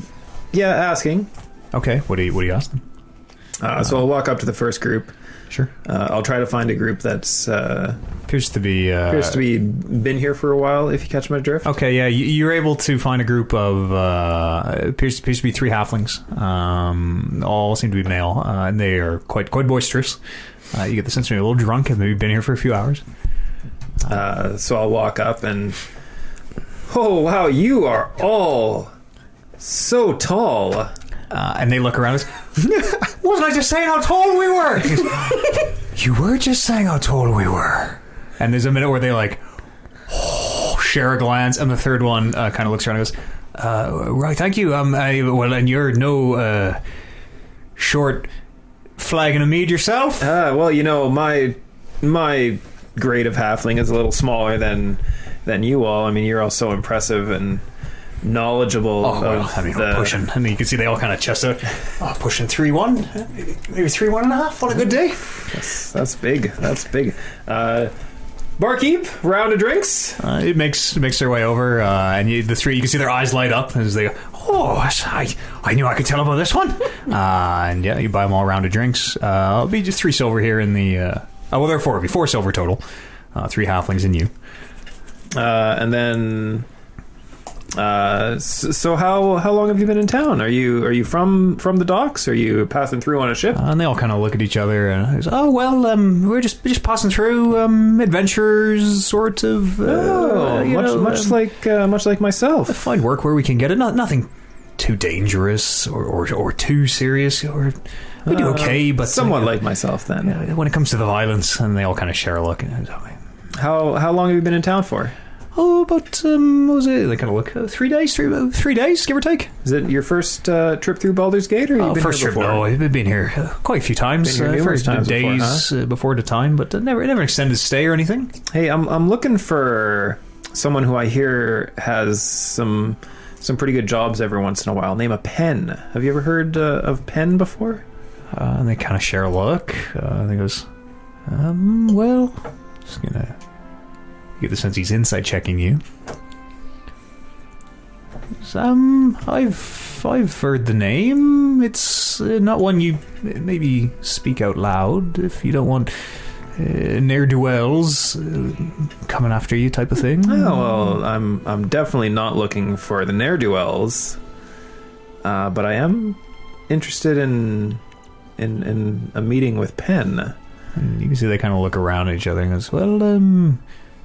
Speaker 5: yeah, asking.
Speaker 1: okay. What do you what do you ask them?
Speaker 5: Uh, so I'll walk up to the first group.
Speaker 1: Sure.
Speaker 5: Uh, I'll try to find a group that's uh,
Speaker 1: Appears to be uh,
Speaker 5: appears to be been here for a while. If you catch my drift,
Speaker 1: Okay, yeah, you- you're able to find a group of uh, appears appears to be three halflings. Um, all seem to be male, uh, and they are quite quite boisterous. Uh, you get the sense they're a little drunk, have maybe been here for a few hours.
Speaker 5: Uh, so I'll walk up and. Oh wow, you are all so tall.
Speaker 1: Uh, and they look around us. Wasn't I just saying how tall we were? He goes, you were just saying how tall we were. And there's a minute where they like share a glance, and the third one uh, kind of looks around and goes, uh, "Right, thank you. Um, I, well, and you're no uh, short flagon of mead yourself."
Speaker 5: Uh, well, you know my my grade of halfling is a little smaller than than you all. I mean, you're all so impressive and knowledgeable.
Speaker 1: Oh, well,
Speaker 5: of
Speaker 1: I mean,
Speaker 5: the,
Speaker 1: we're pushing. I mean, you can see they all kind of chest out. Oh, pushing 3 1, maybe 3 1 and a half on a good day.
Speaker 5: That's big. That's big. Uh, barkeep, round of drinks.
Speaker 1: Uh, it makes it makes their way over, uh, and you, the three, you can see their eyes light up as they go, Oh, I, I knew I could tell about this one. Uh, and yeah, you buy them all a round of drinks. Uh, it'll be just three silver here in the. Uh, oh, well, there are four of you, four silver total. Uh, three halflings and you.
Speaker 5: Uh, and then uh, s- so how how long have you been in town? Are you are you from from the docks? Are you passing through on a ship?
Speaker 1: Uh, and they all kind of look at each other and it's, oh well, um, we're just just passing through um, adventures, sort of. Uh,
Speaker 5: Oh,
Speaker 1: you
Speaker 5: much
Speaker 1: know,
Speaker 5: much
Speaker 1: um,
Speaker 5: like uh, much like myself.
Speaker 1: find work where we can get it. Not nothing too dangerous or or, or too serious. Or we do
Speaker 5: Uh,
Speaker 1: okay, but
Speaker 5: somewhat
Speaker 1: uh,
Speaker 5: like myself then.
Speaker 1: yeah, when it comes to the violence, and they all kind of share a look. And it's like,
Speaker 5: How how long have you been in town for?
Speaker 1: oh, but um, what was it? They kind of look uh, three days, three uh, three days, give or take.
Speaker 5: Is it your first uh, trip through Baldur's Gate, or have you been
Speaker 1: first
Speaker 5: here
Speaker 1: trip,
Speaker 5: before?
Speaker 1: Oh, no, I've been here uh, quite a few times,
Speaker 5: Been here
Speaker 1: uh,
Speaker 5: numerous
Speaker 1: for
Speaker 5: times before,
Speaker 1: days uh, before the time, but uh, never never an extended stay or anything.
Speaker 5: Hey, I'm I'm looking for someone who I hear has some some pretty good jobs every once in a while. Name a Penn. Have you ever heard uh, of Penn before?
Speaker 1: Uh, and they kind of share a look. Uh, and he goes, um, well, just gonna you get the sense he's inside checking you. He's, Um, I've I've heard the name. It's uh, not one you uh, maybe speak out loud if you don't want uh, ne'er do wells uh, coming after you type of thing.
Speaker 5: Oh well, I'm I'm definitely not looking for the ne'er do wells, uh, but I am interested in in in a meeting with Penn.
Speaker 1: And you can see they kind of look around at each other and goes, "Well, um,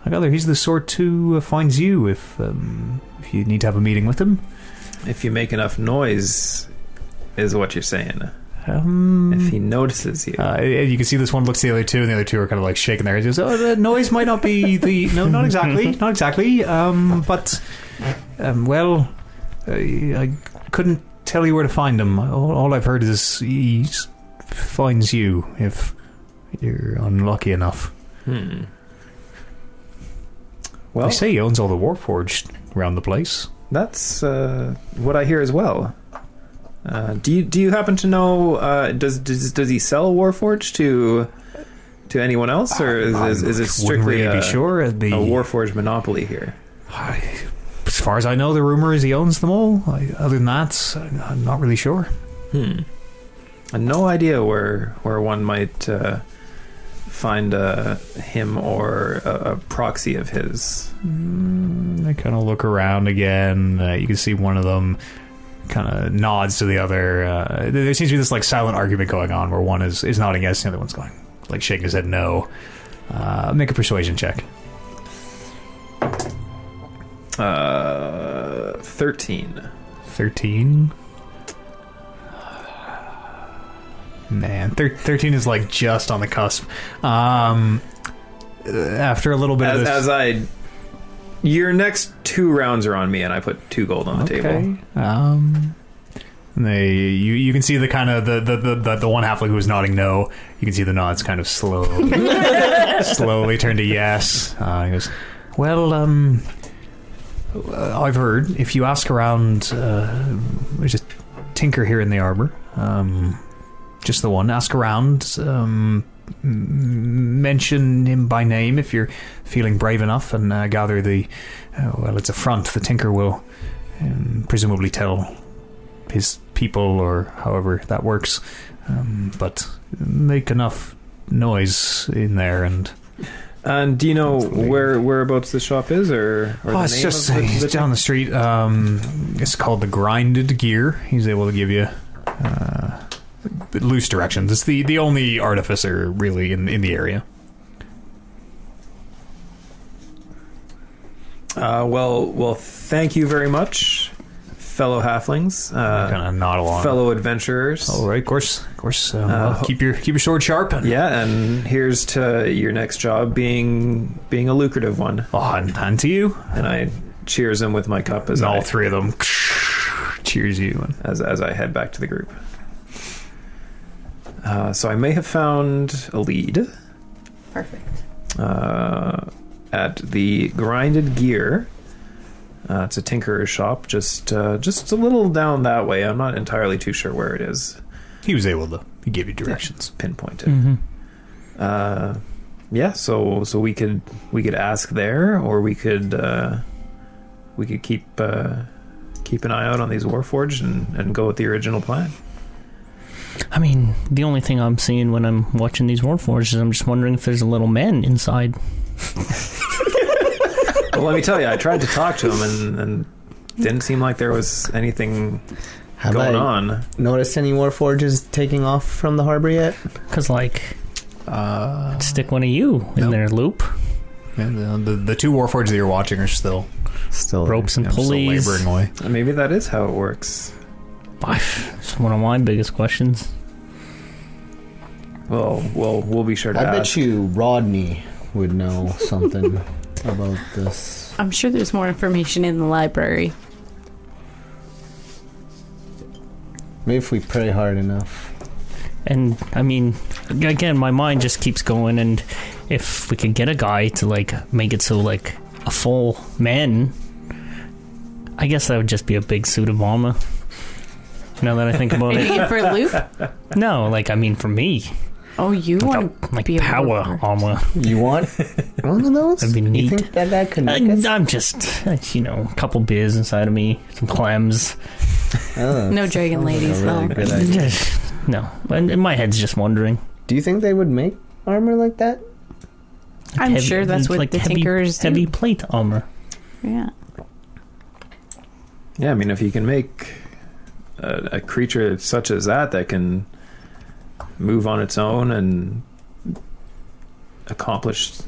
Speaker 1: I gather he's the sort who uh, finds you if um, if you need to have a meeting with him."
Speaker 5: If you make enough noise, is what you're saying.
Speaker 1: Um,
Speaker 5: If he notices you,
Speaker 1: uh, and you can see this one looks at the other two, and the other two are kind of like shaking their heads. He goes, "Oh, the noise might not be the no, not exactly, not exactly. Um, but um, well, uh, I, I couldn't tell you where to find him. All, all I've heard is he s- finds you if you're unlucky enough.
Speaker 5: hmm.
Speaker 1: I
Speaker 5: well,
Speaker 1: say he owns all the warforged around the place.
Speaker 5: That's uh, what I hear as well. Uh, do you do you happen to know? Uh, does, does does he sell Warforged to to anyone else, or is, is, is it
Speaker 1: Wouldn't
Speaker 5: strictly
Speaker 1: really
Speaker 5: a,
Speaker 1: be sure. It'd
Speaker 5: a
Speaker 1: be-
Speaker 5: Warforged monopoly here?
Speaker 1: As far as I know, the rumor is he owns them all. I, other than that, I- I'm not really sure.
Speaker 5: Hmm. I have no idea where where one might uh, find uh, him or a, a proxy of his.
Speaker 1: They kind of look around again. Uh, you can see one of them kind of nods to the other. Uh, there- there seems to be this like silent argument going on where one is, is nodding yes, and the other one's going like shaking his head no. Uh, make a persuasion check.
Speaker 5: Uh, Thirteen.
Speaker 1: Thirteen. Man, thir- thirteen is like just on the cusp. Um, uh, after a little bit of
Speaker 5: As,
Speaker 1: this,
Speaker 5: as I, your next two rounds are on me, and I put two gold on the table.
Speaker 1: Um, and they you you can see the kind of the the, the, the the one halfling who is nodding no. You can see the nods kind of slowly slowly turn to yes. Uh, he goes, well, um, uh, I've heard if you ask around, uh, there's a tinker here in the arbor. Um, just the one. Ask around. Um, m- mention him by name if you're feeling brave enough, and uh, gather the. Uh, well, it's a front. The tinker will and presumably tell his people or however that works. Um, but make enough noise in there, and
Speaker 5: And do you know
Speaker 1: That's amazing.
Speaker 5: where whereabouts the shop is, or,
Speaker 1: oh,
Speaker 5: or the
Speaker 1: it's
Speaker 5: name
Speaker 1: just
Speaker 5: of the-
Speaker 1: it's
Speaker 5: the-
Speaker 1: down the street. Um, it's called the Grinded Gear. He's able to give you. Uh, loose directions. It's the, the only artificer really in in the area.
Speaker 5: Uh, well, well, thank you very much, fellow halflings,
Speaker 1: kind
Speaker 5: uh,
Speaker 1: of nod along.
Speaker 5: fellow adventurers.
Speaker 1: All right, of course, of course. Um,
Speaker 5: Uh,
Speaker 1: well, keep your keep your sword sharp. And,
Speaker 5: Yeah, and here's to your next job being being a lucrative one.
Speaker 1: Oh, and, and to you,
Speaker 5: And I cheers him with my cup as
Speaker 1: and all
Speaker 5: I,
Speaker 1: three of them cheers you. And
Speaker 5: as as I head back to the group. Uh, so I may have found a lead.
Speaker 4: Perfect.
Speaker 5: uh, at the Grinded Gear. Uh, it's a tinkerer's shop, just uh, just a little down that way. I'm not entirely too sure where it is.
Speaker 1: he was able to. He gave you directions.
Speaker 5: Pinpointed.
Speaker 2: Mm-hmm.
Speaker 5: Uh, yeah, so so we could we could ask there, or we could uh, we could keep uh, keep an eye out on these Warforged and, and go with the original plan.
Speaker 2: I mean, the only thing I'm seeing when I'm watching these Warforges is I'm just wondering if there's a little man inside.
Speaker 5: well, let me tell you, I tried to talk to him and. and didn't seem like there was anything
Speaker 6: Have
Speaker 5: going
Speaker 6: I
Speaker 5: on.
Speaker 6: noticed any war forges taking off from the harbor yet?
Speaker 2: Because, like,
Speaker 1: Uh,
Speaker 2: stick one of you in
Speaker 1: Nope.
Speaker 2: there, Loop.
Speaker 1: uh, the, the, the two warforges that you're watching are still,
Speaker 6: Still there.
Speaker 2: Ropes and
Speaker 1: still
Speaker 2: pulleys.
Speaker 1: laboring away.
Speaker 5: Maybe that is how it works.
Speaker 2: It's one of my biggest questions.
Speaker 5: Well, well, we'll be sure to
Speaker 6: I
Speaker 5: ask.
Speaker 6: bet you Rodney would know something about this.
Speaker 4: I'm sure there's more information in the library.
Speaker 6: Maybe if we pray hard enough.
Speaker 2: And, I mean, again, my mind just keeps going. And if we could get a guy to, like, make it so, like, a full man, I guess that would just be a big suit of armor. Now that I think about
Speaker 4: Are you
Speaker 2: it.
Speaker 4: thinking for a loop?
Speaker 2: No, like, I mean, for me.
Speaker 4: Oh, you want to
Speaker 2: Like,
Speaker 4: be a
Speaker 2: power
Speaker 4: warforged.
Speaker 2: armor.
Speaker 6: You want one of those?
Speaker 2: That'd be
Speaker 6: You
Speaker 2: neat.
Speaker 6: think that that could make us?
Speaker 2: I, am just, uh, you know, a couple beers inside of me, some clams.
Speaker 6: Oh,
Speaker 4: No dragon
Speaker 6: sounds like a
Speaker 4: ladies,
Speaker 6: really
Speaker 4: though.
Speaker 6: good idea.
Speaker 2: no, and and my head's just wandering.
Speaker 6: Do you think they would make armor like that?
Speaker 4: I'm
Speaker 2: Heavy-
Speaker 4: sure that's
Speaker 2: it's
Speaker 4: what the
Speaker 2: heavy,
Speaker 4: tinkers do.
Speaker 2: heavy plate armor.
Speaker 4: Yeah.
Speaker 5: Yeah, I mean, if you can make a, a creature such as that that can move on its own and accomplish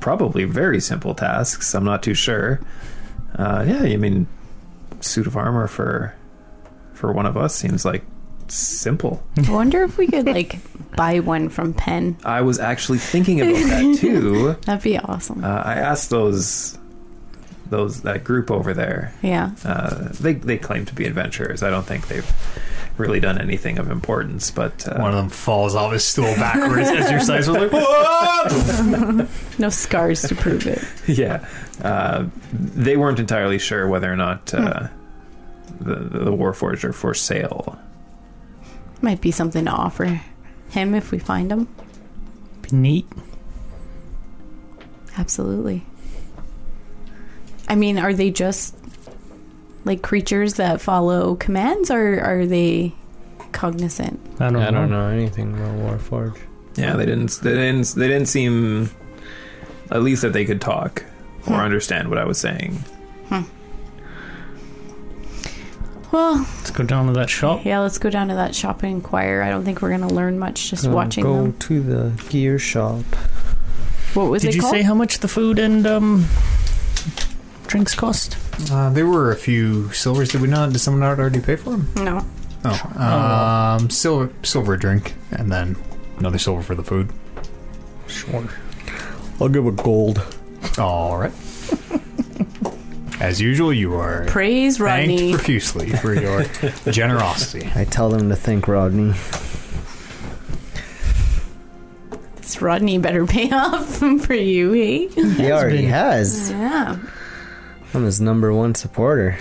Speaker 5: probably very simple tasks, I'm not too sure. Uh, yeah, I mean, suit of armor for for one of us seems like simple.
Speaker 4: I wonder if we could like buy one from Penn.
Speaker 5: I was actually thinking about that too.
Speaker 4: That'd be awesome.
Speaker 5: Uh, I asked those those that group over there
Speaker 4: yeah.
Speaker 5: Uh, they they claim to be adventurers. I don't think they've really done anything of importance, but uh,
Speaker 1: One of them falls off his stool backwards as your size was like,
Speaker 4: No scars to prove it.
Speaker 5: yeah, uh, they weren't entirely sure whether or not uh, the the Warforged are for sale.
Speaker 4: Might be something to offer him if we find him.
Speaker 2: Be neat.
Speaker 4: Absolutely. I mean, are they just like creatures that follow commands or are they cognizant?
Speaker 2: I don't, know.
Speaker 6: anything about Warforge.
Speaker 5: Yeah, they didn't. They didn't. They didn't seem, at least that they could talk or understand what I was saying.
Speaker 4: Well,
Speaker 2: Let's go down to that shop.
Speaker 4: yeah, let's go down to that shop and inquire. I don't think we're going to learn much just
Speaker 6: Gonna
Speaker 4: watching
Speaker 6: go
Speaker 4: them.
Speaker 6: to the gear shop.
Speaker 4: What was
Speaker 2: Did
Speaker 4: it
Speaker 2: you
Speaker 4: called?
Speaker 2: say how much the food and um, drinks cost?
Speaker 1: Uh, there were a few silvers. Did we not? Did someone not already pay for them?
Speaker 4: no.
Speaker 1: Oh, um, silver, silver drink, and then another silver for the food.
Speaker 2: Sure.
Speaker 6: I'll give a gold.
Speaker 1: All right. As usual, you are
Speaker 4: Praise
Speaker 1: thanked
Speaker 4: Rodney.
Speaker 1: profusely for your generosity.
Speaker 3: I tell them to thank Rodney.
Speaker 4: This Rodney better pay off for you, eh?
Speaker 3: He already
Speaker 2: been-
Speaker 3: has.
Speaker 4: Yeah.
Speaker 3: I'm his number one supporter.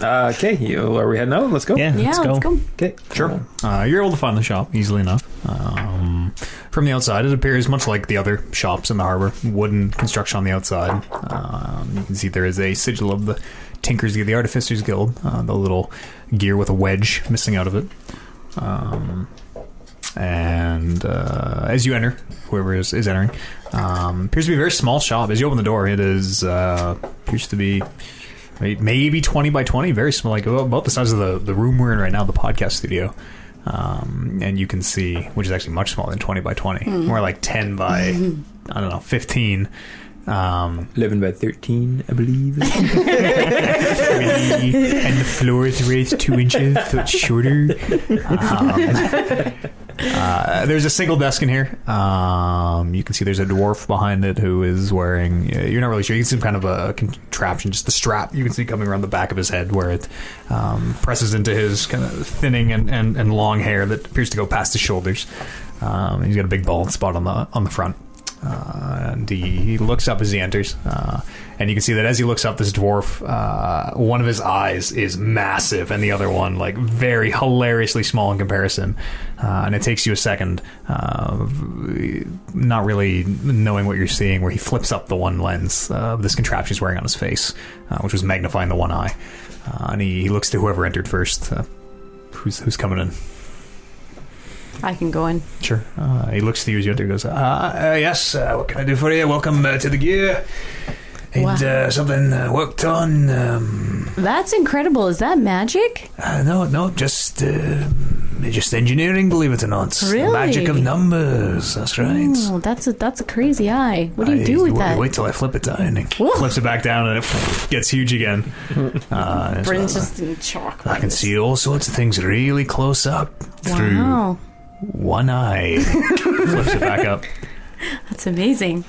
Speaker 5: Uh, okay, you are we heading out? Let's go.
Speaker 2: Yeah,
Speaker 4: Yeah,
Speaker 2: let's go.
Speaker 4: let's go.
Speaker 5: Okay. Sure.
Speaker 1: Uh, you're able to find the shop easily enough. Um, from the outside, it appears much like the other shops in the harbor. Wooden construction on the outside. Um, you can see there is a sigil of the Tinkers Guild, the Artificers Guild, uh, the little gear with a wedge missing out of it. Um, and uh, as you enter, whoever is, is entering, um, appears to be a very small shop. As you open the door, it is uh, appears to be may- maybe 20 by 20, very small, like about about the size of the, the room we're in right now, the podcast studio. Um, and you can see, which is actually much smaller than 20 by 20, more like 10 by, I don't know, 15. Um,
Speaker 5: Eleven by thirteen, I believe.
Speaker 1: and the floor is raised two inches, so it's shorter. Um, uh, there's a single desk in here. Um, you can see there's a dwarf behind it who is wearing. yeah, You're not really sure. You can see kind of a contraption, just the strap. You can see coming around the back of his head where it um, presses into his kind of thinning and, and, and long hair that appears to go past his shoulders. Um, he's got a big bald spot on the on the front. Uh, and he, he looks up as he enters, uh, and you can see that as he looks up, this dwarf, uh, one of his eyes is massive, and the other one, like, very hilariously small in comparison. Uh, and it takes you a second, uh, v- not really knowing what you're seeing, where he flips up the one lens uh, of this contraption he's wearing on his face, uh, which was magnifying the one eye. Uh, and he, he looks to whoever entered first. Uh, who's who's coming in?
Speaker 4: I can go in.
Speaker 1: Sure. Uh, he looks to you as you enter and goes, uh, uh, Yes, uh, what can I do for you? Welcome uh, to the gear. And
Speaker 4: Wow.
Speaker 1: uh, something uh, worked on. Um,
Speaker 4: That's incredible. Is that magic?
Speaker 1: uh, no, no, just uh, just engineering, believe it or not. The
Speaker 4: Really?
Speaker 1: Magic of numbers. That's right.
Speaker 4: Oh, that's a that's a crazy eye. What do you
Speaker 1: I-
Speaker 4: do with
Speaker 1: wait,
Speaker 4: that?
Speaker 1: Wait till I flip it down. And it
Speaker 4: Whoa.
Speaker 1: flips it back down and it gets huge again. Uh, and it's
Speaker 4: Bryn's
Speaker 1: like,
Speaker 4: just in chalk.
Speaker 1: I can see all sorts of things really close up through
Speaker 4: Wow,
Speaker 1: one eye. flips it back up.
Speaker 4: that's amazing.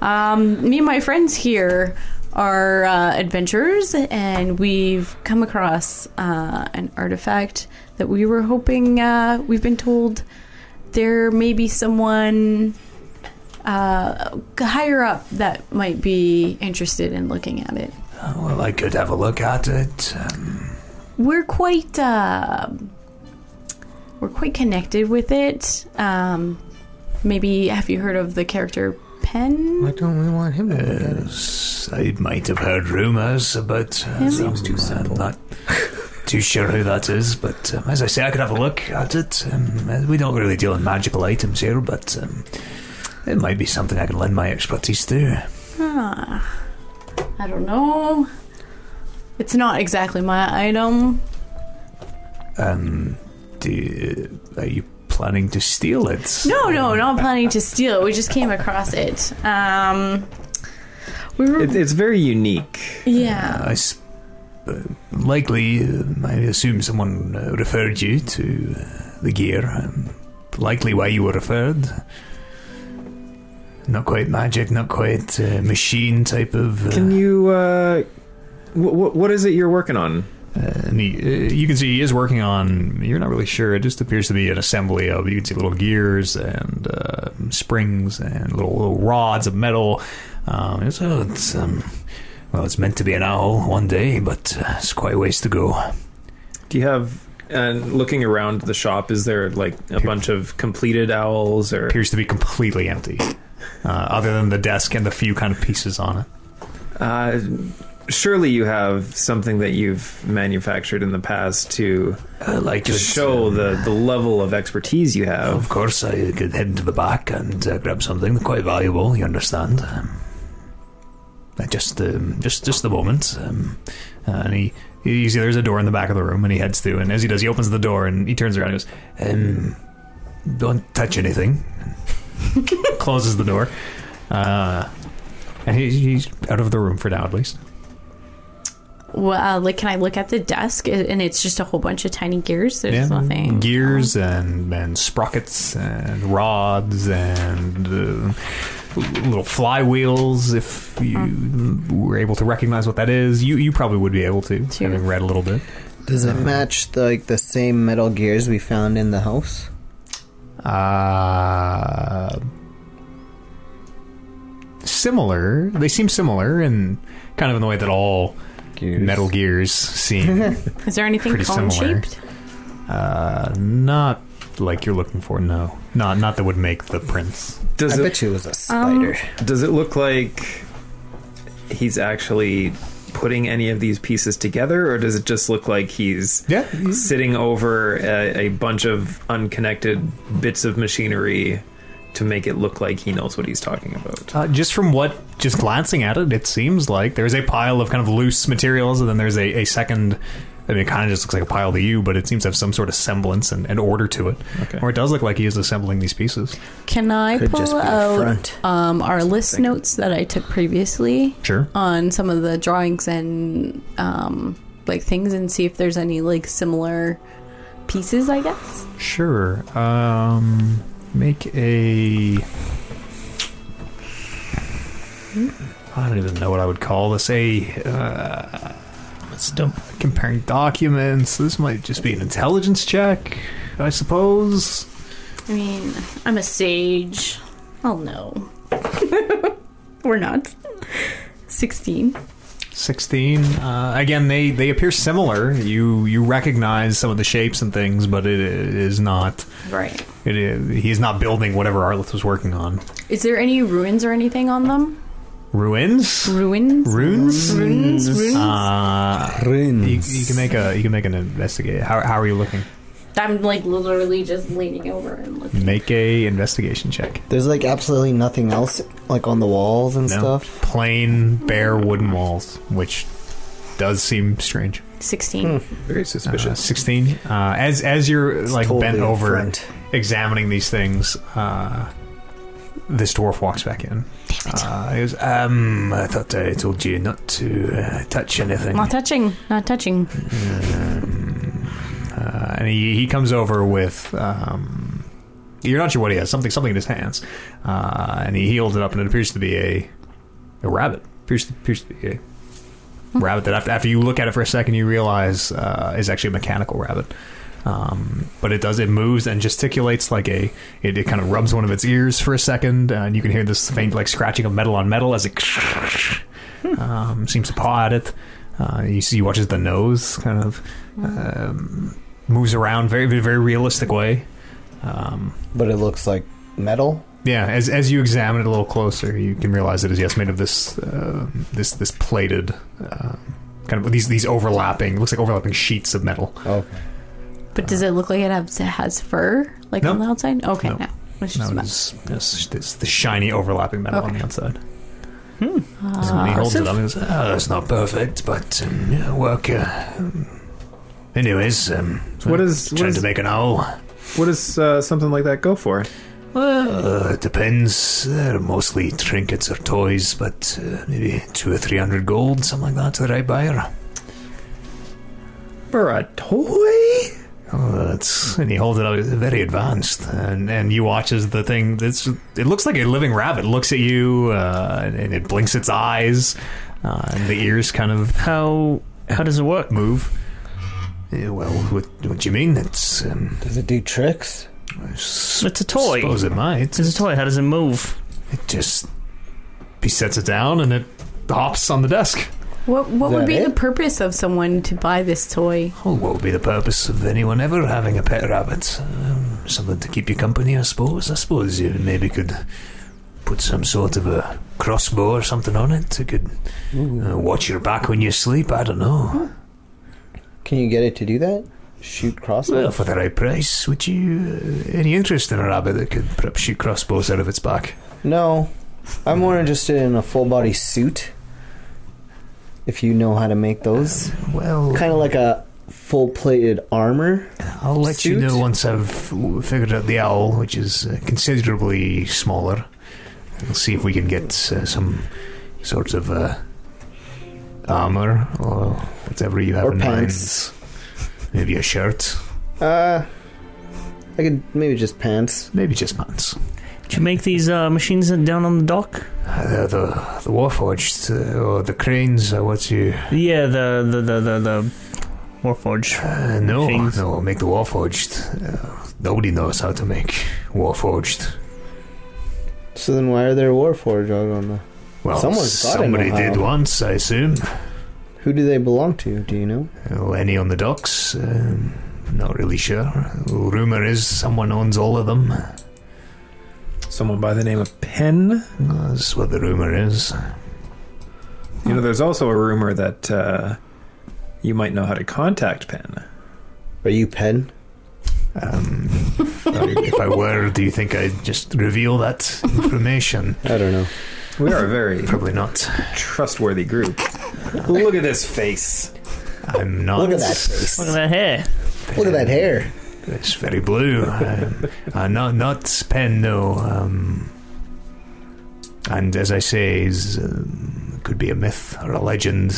Speaker 4: Um, me and my friends here are uh, adventurers, and we've come across uh, an artifact that we were hoping. Uh, we've been told there may be someone uh, higher up that might be interested in looking at it.
Speaker 1: Uh, well, I could have a look at it. Um,
Speaker 4: we're quite uh, we're quite connected with it. Um, maybe have you heard of the character Pen?
Speaker 6: Why don't we want him to look at it?
Speaker 1: Yes, I might have heard rumors, but uh,
Speaker 4: Him?
Speaker 1: I'm, I'm not too sure who that is. But um, as I say, I could have a look at it. Um, we don't really deal in magical items here, but um, it might be something I can lend my expertise to.
Speaker 4: Huh. I don't know. It's not exactly my item.
Speaker 1: Um, do, are you planning to steal it?
Speaker 4: No, no, not planning to steal. it. We just came across it. Um, we were,
Speaker 5: It, it's very unique.
Speaker 4: yeah.
Speaker 1: I s- uh, likely, uh, I assume someone uh, referred you to uh, the gear. Um, likely why you were referred. Not quite magic, not quite uh, machine type of. Uh,
Speaker 5: Can you? Uh, what what is it you're working on?
Speaker 1: uh, and he, uh, you can see he is working on. You're not really sure. It just appears to be an assembly of. You can see little gears and uh, springs and little, little rods of metal. Um, it's, uh, it's um, well, it's meant to be an owl one day, but uh, it's quite a ways to go.
Speaker 5: Do you have? And looking around the shop, is there like a bunch of completed owls or?
Speaker 1: appears to be completely empty, uh, other than the desk and the few kind of pieces on it.
Speaker 5: Uh, surely you have something that you've manufactured in the past to
Speaker 8: I like to
Speaker 1: uh,
Speaker 5: show the, the level of expertise you have.
Speaker 8: Of course, I could head into the back and uh, grab something quite valuable. You understand? Um, I just, um, just, just the moment. Um,
Speaker 1: Uh, and he, he- you see there's a door in the back of the room and he heads through. And as he does, he opens the door and he turns around and goes,
Speaker 8: um, don't touch anything.
Speaker 1: closes the door. Uh, and he, he's out of the room for now, at least.
Speaker 4: Well, uh, like, can I look at the desk? I- And it's just a whole bunch of tiny gears. There's nothing.
Speaker 1: Gears and, and sprockets and rods and uh, little flywheels, if you were able to recognize what that is. You, you probably would be able to,
Speaker 4: Sure.
Speaker 1: having read a little bit.
Speaker 6: Does it match the, like the same metal gears we found in the house?
Speaker 1: Uh, similar. They seem similar and kind of in the way that all Metal Gears seem.
Speaker 4: Is there anything
Speaker 1: Pretty
Speaker 4: cone
Speaker 1: similar.
Speaker 4: shaped?
Speaker 1: uh, not like you're looking for. No, not not that would make the prince.
Speaker 5: Does
Speaker 6: I
Speaker 5: it
Speaker 6: bet you it
Speaker 4: Um,
Speaker 6: was a spider.
Speaker 5: does it look like he's actually putting any of these pieces together, or does it just look like he's
Speaker 1: Yeah.
Speaker 5: sitting over a, a bunch of unconnected bits of machinery to make it look like he knows what he's talking about?
Speaker 1: Uh, just from what, just glancing at it, it seems like there's a pile of kind of loose materials, and then there's a, a second. I mean, it kind of just looks like a pile to you, but it seems to have some sort of semblance and, and order to it.
Speaker 5: Okay.
Speaker 1: Or it does look like he is assembling these pieces.
Speaker 4: Can I
Speaker 6: Could just
Speaker 4: pull
Speaker 6: be a
Speaker 4: out
Speaker 6: front.
Speaker 4: um, our list notes that I took previously
Speaker 1: Sure.
Speaker 4: on some of the drawings and um, like things, and see if there's any like similar pieces? I guess.
Speaker 1: Sure. Um, make a. I don't even know what I would call this. A uh,
Speaker 2: It's dumb.
Speaker 1: comparing documents. This might just be an intelligence check, I suppose.
Speaker 4: I mean, I'm a sage. I'll know. We're not. 16.
Speaker 1: 16 uh, again they they appear similar you you recognize some of the shapes and things but it is not
Speaker 4: Right.
Speaker 1: it is, he is not building whatever arleth was working on
Speaker 4: Is there any ruins or anything on them?
Speaker 1: ruins
Speaker 4: Ruins?
Speaker 1: runes
Speaker 4: Runes? Runes?
Speaker 1: uh, you, you can make a you can make an investigate how, how are you looking
Speaker 4: I'm like literally just leaning over and looking.
Speaker 1: make a investigation check
Speaker 6: There's like absolutely nothing else like on the walls and
Speaker 1: No.
Speaker 6: stuff.
Speaker 1: plain bare wooden walls which does seem strange
Speaker 4: 16.
Speaker 5: Very
Speaker 1: Uh,
Speaker 5: suspicious.
Speaker 1: 16 uh, as as you're like
Speaker 6: totally
Speaker 1: bent
Speaker 6: a
Speaker 1: over
Speaker 6: front.
Speaker 1: examining these things, uh, this dwarf walks back in.
Speaker 8: Uh, he goes, um, I thought I told you not to uh, touch anything.
Speaker 4: Not touching. Not touching.
Speaker 1: Uh, and he, he comes over with. Um, you're not sure what he has, something something in his hands. Uh, and he, he holds it up, and it appears to be a, a rabbit. Appears to, appears to be a rabbit that, after, after you look at it for a second, you realize uh, is actually a mechanical rabbit. Um, but it does, it moves and gesticulates like a. It, it kind of rubs one of its ears for a second, and you can hear this faint, like, scratching of metal on metal as it um, seems to paw at it. Uh, you see, he watches the nose kind of um, moves around very very, very realistic way. Um,
Speaker 6: But it looks like metal.
Speaker 1: yeah, as as you examine it a little closer, you can realize it is yes made of this uh, this this plated uh, kind of these these overlapping looks like overlapping sheets of metal.
Speaker 6: Okay.
Speaker 4: But does it look like it has, it has fur? Like
Speaker 1: No.
Speaker 4: on the outside? Okay,
Speaker 1: No.
Speaker 4: no. It's
Speaker 1: No,
Speaker 4: just metal.
Speaker 1: it's, it's, it's the shiny overlapping metal on
Speaker 4: Okay.
Speaker 1: the outside. So when he
Speaker 4: Uh,
Speaker 1: holds it up. he goes,
Speaker 8: Ah, that's not perfect, but um, yeah, work. Uh, um, anyways, um,
Speaker 5: What is- what
Speaker 8: trying
Speaker 5: is-
Speaker 8: to make an owl?
Speaker 5: What does uh, something like that go for?
Speaker 8: Uh, it depends. They're mostly trinkets or toys, but uh, maybe two or three hundred gold, something like that, to the right buyer.
Speaker 5: For a toy?
Speaker 8: Oh, that's
Speaker 1: and he holds it up. It's very advanced, and and you watch as the thing. It's it looks like a living rabbit looks at you, uh, and it blinks its eyes, uh, and the ears kind of
Speaker 2: How how does it work?
Speaker 1: move.
Speaker 8: yeah, well. What, what do you mean? It's um,
Speaker 6: Does it do tricks?
Speaker 8: it's
Speaker 2: It's a toy.
Speaker 1: Suppose it might.
Speaker 2: It's a toy. How does it move?
Speaker 1: It just he sets it down and it hops on the desk.
Speaker 4: what what
Speaker 6: Is
Speaker 4: would
Speaker 6: that
Speaker 4: be the
Speaker 6: it?
Speaker 4: purpose of someone to buy this toy?
Speaker 8: Oh, what would be the purpose of anyone ever having a pet rabbit? Um, something to keep you company, I suppose. I suppose you maybe could put some sort of a crossbow or something on it. It could uh, watch your back when you sleep. I don't know.
Speaker 3: Can you get it to do that? Shoot crossbow.
Speaker 8: Well, for the right price, would you uh, any interest in a rabbit that could perhaps shoot crossbows out of its back?
Speaker 3: No, I'm more interested in a full body suit. If you know how to make those,
Speaker 8: Well,
Speaker 3: kind of like a full plated armor.
Speaker 8: I'll let
Speaker 3: Suit?
Speaker 8: you know once I've figured out the owl, which is uh, considerably smaller. We'll see if we can get uh, some sort of uh, armor or whatever you have
Speaker 3: Or
Speaker 8: in
Speaker 3: pants.
Speaker 8: mind. Maybe a shirt,
Speaker 3: Uh, I could maybe just pants.
Speaker 8: maybe just pants.
Speaker 2: Did you make these uh, machines down on the dock?
Speaker 8: Uh, the the, the warforged uh, or the cranes or what you
Speaker 2: Yeah, the the the the, the Warforge.
Speaker 8: uh, no
Speaker 2: Things.
Speaker 8: no make the warforged. Uh, nobody knows how to make warforged.
Speaker 3: So then, why are there warforged out on the?
Speaker 8: Well,
Speaker 3: Someone's gotta know
Speaker 8: somebody did
Speaker 3: how.
Speaker 8: once, I assume.
Speaker 3: Who do they belong to? Do you know?
Speaker 8: Well, Uh, any on the docks? Um, not really sure. Rumor is someone owns all of them.
Speaker 5: Someone by the name of Penn.
Speaker 8: That's what the rumor is.
Speaker 5: You know, there's also a rumor that uh, you might know how to contact Penn.
Speaker 3: Are you Pen?
Speaker 8: Um, if I were, do you think I'd just reveal that information?
Speaker 3: I don't know.
Speaker 5: We are a very
Speaker 8: Probably not.
Speaker 5: trustworthy group. Look at this face.
Speaker 8: I'm not.
Speaker 3: Look at that face.
Speaker 2: Look at that hair.
Speaker 3: Look at that hair.
Speaker 8: It's very blue. um, uh, not not pen no. Um, and as I say, is um, could be a myth or a legend.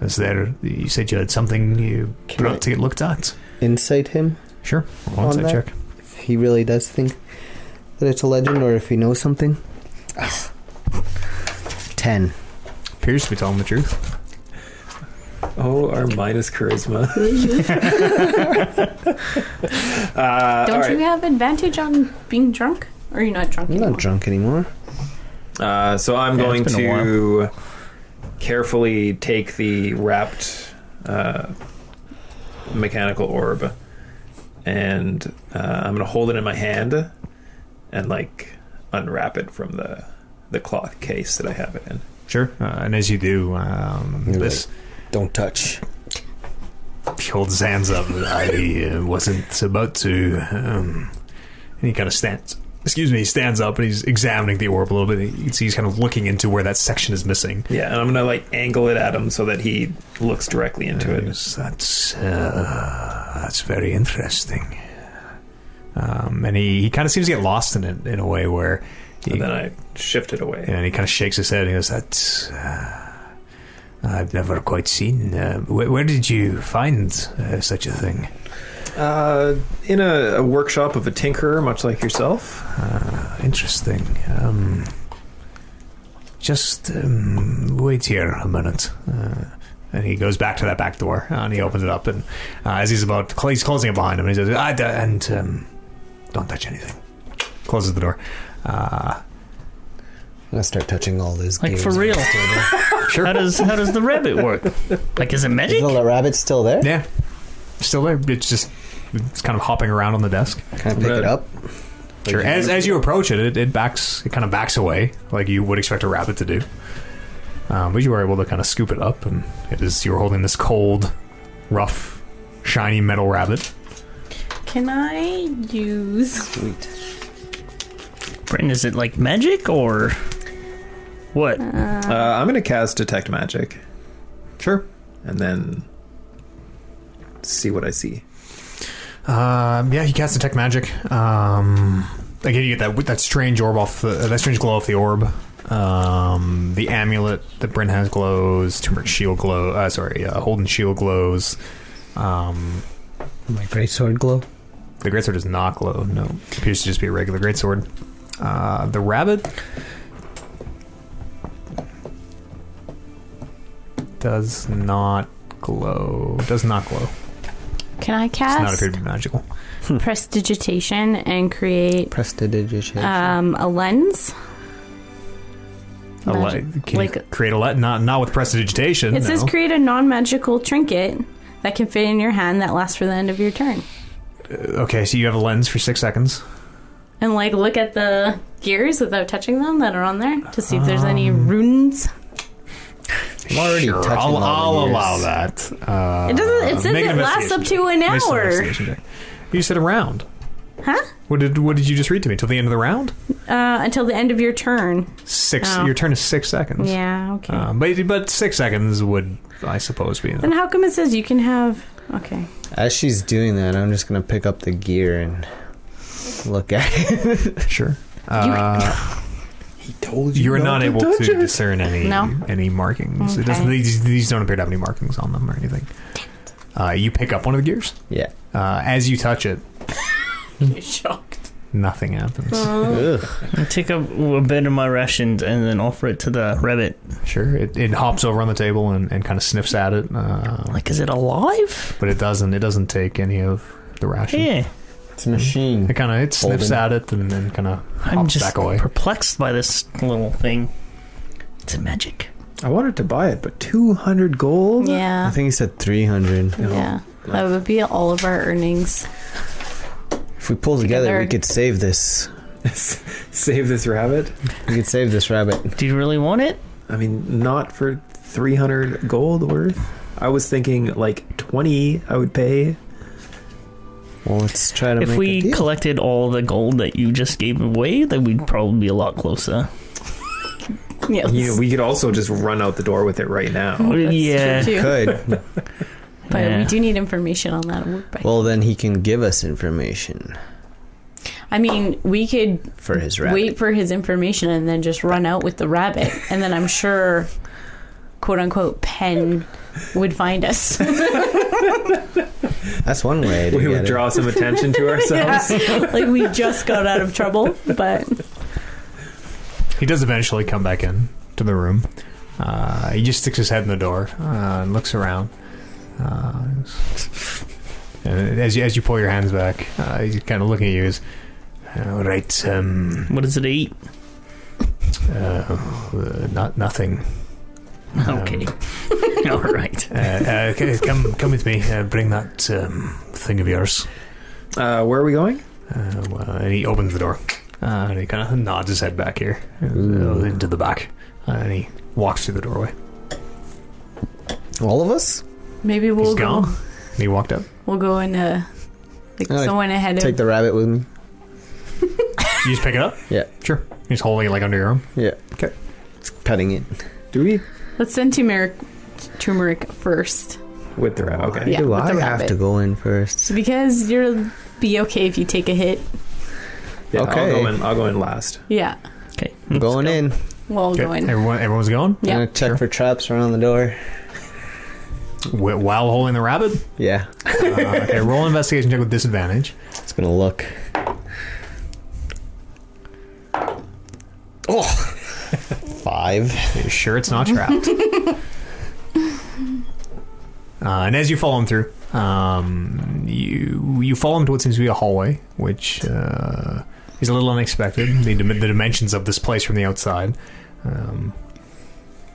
Speaker 8: Is there? You said you had something you
Speaker 3: Can
Speaker 8: brought
Speaker 3: I
Speaker 8: to get looked at.
Speaker 3: Insight him
Speaker 8: Sure. Once
Speaker 3: On
Speaker 8: I
Speaker 3: that?
Speaker 8: check.
Speaker 3: if he really does think that it's a legend, or if he knows something. Ah. Ten.
Speaker 1: Appears to be telling the truth.
Speaker 5: Oh, our minus charisma. uh,
Speaker 4: Don't
Speaker 5: all right.
Speaker 4: you have advantage on being drunk? Or are you not drunk
Speaker 3: I'm
Speaker 4: anymore?
Speaker 3: not drunk anymore.
Speaker 5: Uh, so I'm
Speaker 2: Yeah,
Speaker 5: going
Speaker 2: it's been a
Speaker 5: to carefully take the wrapped uh, mechanical orb, and uh, I'm going to hold it in my hand and like unwrap it from the the cloth case that I have it in.
Speaker 1: Sure. Uh, and as you do, um,
Speaker 3: You're
Speaker 1: this
Speaker 3: Don't touch.
Speaker 8: He holds hands up. I uh, wasn't about to. Um,
Speaker 1: and he kind of stands. Excuse me. He stands up and he's examining the orb a little bit. You can see he's kind of looking into where that section is missing.
Speaker 5: Yeah, and I'm going to like angle it at him so that he looks directly into it.
Speaker 8: that's uh, that's very interesting.
Speaker 1: Um, and he, he kind of seems to get lost in it in a way where. He,
Speaker 5: And then I shift it away.
Speaker 1: and he kind of shakes his head and he goes,
Speaker 8: That's. Uh, I've never quite seen.
Speaker 1: um,
Speaker 8: Uh, where, where did you find uh, such a thing?
Speaker 5: Uh, in a, a workshop of a tinkerer, much like yourself.
Speaker 8: Uh, interesting. Um, just um, wait here a minute. Uh,
Speaker 1: and he goes back to that back door uh, and he opens it up and uh, as he's about to cl- he's closing it behind him and he says I d-
Speaker 8: and um, don't touch anything.
Speaker 1: closes the door uh,
Speaker 3: I'm gonna start touching all those.
Speaker 2: Like
Speaker 3: gears
Speaker 2: for
Speaker 3: on
Speaker 2: real.
Speaker 3: this table.
Speaker 2: How does how does the rabbit work? Like is it
Speaker 3: Is
Speaker 2: magic?
Speaker 3: the la- rabbit still there?
Speaker 1: yeah still there it's just it's kind of hopping around on the desk
Speaker 3: Can I pick it
Speaker 5: Rabbit.
Speaker 3: up?
Speaker 1: sure as, as you approach it, it it backs it kind of backs away like you would expect a rabbit to do um, but you are able to kind of scoop it up and it is you're holding this cold rough shiny metal rabbit
Speaker 4: Can I use
Speaker 3: Sweet.
Speaker 2: Britton, is it like magic or what?
Speaker 5: Uh, I'm going to cast Detect Magic.
Speaker 1: sure
Speaker 5: and then see what I see.
Speaker 1: Um, yeah, he casts detect magic. Um, again, you get that that strange orb off the, that strange glow off the orb. Um, the amulet that Bryn has glows. Turmeric shield glow. Uh, sorry, uh, Holden shield glows. Um,
Speaker 6: My greatsword glow.
Speaker 1: the greatsword does not glow. No, appears to just be a regular greatsword. Uh, the rabbit does not glow. Does not glow.
Speaker 4: Can I
Speaker 1: Does not
Speaker 4: cast
Speaker 1: appear to be magical.
Speaker 4: prestidigitation and create
Speaker 3: Prestidigitation.
Speaker 2: Uh.
Speaker 4: um, a lens?
Speaker 1: A
Speaker 4: Magi-
Speaker 1: light. Can you
Speaker 4: like-
Speaker 1: create a light? Not not with prestidigitation.
Speaker 4: It says
Speaker 1: no.
Speaker 4: create a non-magical trinket that can fit in your hand that lasts for the end of your turn.
Speaker 1: Okay, so you have a lens for six seconds.
Speaker 4: and like look at the gears without touching them that are on there to see if there's any
Speaker 1: Um,
Speaker 4: runes.
Speaker 3: I'm already
Speaker 1: sure,
Speaker 3: touching
Speaker 1: I'll,
Speaker 3: all the
Speaker 1: I'll
Speaker 3: gears.
Speaker 1: allow that. Uh,
Speaker 4: It doesn't. It says
Speaker 1: make an
Speaker 4: it lasts up
Speaker 1: investigation
Speaker 4: to an
Speaker 1: check. Make an
Speaker 4: hour.
Speaker 1: investigation check. You said a round.
Speaker 4: Huh?
Speaker 1: What did What did you just read to me? Till the end of the round?
Speaker 4: Uh, until the end of your turn.
Speaker 1: Six.
Speaker 4: Oh.
Speaker 1: Your turn is six seconds.
Speaker 4: Yeah. Okay.
Speaker 1: Um, but but six seconds would, I suppose, be enough.
Speaker 4: then how come it says you can have? Okay.
Speaker 3: As she's doing that, I'm just gonna pick up the gear and look at it.
Speaker 1: Sure. Uh,
Speaker 7: He told you.
Speaker 1: you are
Speaker 7: not
Speaker 1: not
Speaker 7: to
Speaker 1: able
Speaker 7: touch
Speaker 1: to
Speaker 7: it.
Speaker 1: discern any
Speaker 4: No.
Speaker 1: any markings. It
Speaker 4: Okay.
Speaker 1: doesn't. These, these don't appear to have any markings on them or anything. Uh, you pick up one of the gears.
Speaker 3: Yeah.
Speaker 1: Uh, as you touch it,
Speaker 4: You're shocked.
Speaker 1: nothing happens.
Speaker 2: Oh.
Speaker 3: Ugh.
Speaker 2: I take up a bit of my rations and then offer it to the rabbit.
Speaker 4: Hmm.
Speaker 1: Sure. It, it hops over on the table and, and kind of sniffs at it. Uh,
Speaker 2: Like, is it alive?
Speaker 1: but it doesn't. It doesn't take any of the ration.
Speaker 2: Yeah.
Speaker 3: It's a machine.
Speaker 1: It kind of it sniffs
Speaker 3: Holden.
Speaker 1: at it and then kind of
Speaker 2: I'm
Speaker 1: hops
Speaker 2: just
Speaker 1: back away.
Speaker 2: perplexed by this little thing. It's a magic.
Speaker 5: I wanted to buy it, but 200 gold?
Speaker 3: I
Speaker 4: Yeah.
Speaker 3: think he said 300.
Speaker 4: Yeah. That would be all of our earnings.
Speaker 3: If we pull together, we
Speaker 4: Together.
Speaker 3: could save this.
Speaker 5: Save this rabbit?
Speaker 3: We could save this rabbit.
Speaker 2: Do you really want it?
Speaker 5: I mean, not for 300 gold worth. I was thinking like 20 I would pay.
Speaker 3: Well, let's try to
Speaker 2: if
Speaker 3: make a
Speaker 2: we
Speaker 3: deal.
Speaker 2: collected all the gold that you just gave away, then we'd probably be a lot closer.
Speaker 4: Yes.
Speaker 5: You know, we could also just run out the door with it right now.
Speaker 4: That's
Speaker 2: yeah.
Speaker 3: uh,
Speaker 4: true too.
Speaker 3: could.
Speaker 4: But
Speaker 2: Yeah.
Speaker 4: we do need information on that. work bike.
Speaker 3: Well, then he can give us information
Speaker 4: I mean, we could
Speaker 3: for his rabbit.
Speaker 4: wait for his information and then just run out with the rabbit and then i'm sure quote unquote pen would find us
Speaker 3: That's one way to
Speaker 5: We
Speaker 3: get
Speaker 5: would
Speaker 3: it.
Speaker 5: draw some attention to ourselves.
Speaker 4: like we just got out of trouble but
Speaker 1: He does eventually come back in to the room. Uh, he just sticks his head in the door uh, and looks around. Uh, and as you, as you pull your hands back, uh, he's kind of looking at you. As, all right, um,
Speaker 2: What does it eat?
Speaker 1: uh, uh, not nothing. Um,
Speaker 2: Okay. all right.
Speaker 1: Uh, uh, c- come come with me. Uh, bring that um, thing of yours.
Speaker 5: Uh, where are we going?
Speaker 1: Uh, well, and he opens the door. Uh, and he kind of nods his head back here uh,
Speaker 3: Ooh.
Speaker 1: into the back, uh, and he walks through the doorway.
Speaker 3: All of us?
Speaker 4: maybe we'll
Speaker 1: He's
Speaker 4: go
Speaker 1: gone. And he walked up.
Speaker 4: we'll go and uh like
Speaker 3: Uh,
Speaker 4: someone ahead of
Speaker 3: Take the rabbit with me.
Speaker 1: You just pick it up.
Speaker 3: Yeah.
Speaker 1: sure. He's holding it like under your arm.
Speaker 3: Yeah.
Speaker 1: Okay.
Speaker 3: It's cutting it.
Speaker 5: Do we?
Speaker 4: let's send turmeric turmeric first
Speaker 5: With the rabbit. Okay.
Speaker 4: Yeah,
Speaker 3: Do
Speaker 4: with
Speaker 3: I
Speaker 4: the
Speaker 3: have
Speaker 4: rabbit.
Speaker 3: to go in first?
Speaker 4: because you'll be okay if you take a hit
Speaker 5: Yeah,
Speaker 3: Okay.
Speaker 5: I'll go in, I'll go in last.
Speaker 4: yeah
Speaker 2: Okay.
Speaker 3: Going in.
Speaker 4: we'll all go in
Speaker 1: Everyone, everyone's going
Speaker 4: Yeah.
Speaker 3: Gonna check for traps around the door.
Speaker 1: Wh- while holding the rabbit.
Speaker 3: Yeah.
Speaker 1: Uh, okay, roll an investigation check with disadvantage.
Speaker 3: It's gonna look. Oh, five.
Speaker 1: Are you sure it's not trapped? uh, and as you follow him through, um, you you follow him to what seems to be a hallway, which uh, is a little unexpected. The, dim- the dimensions of this place from the outside. Um,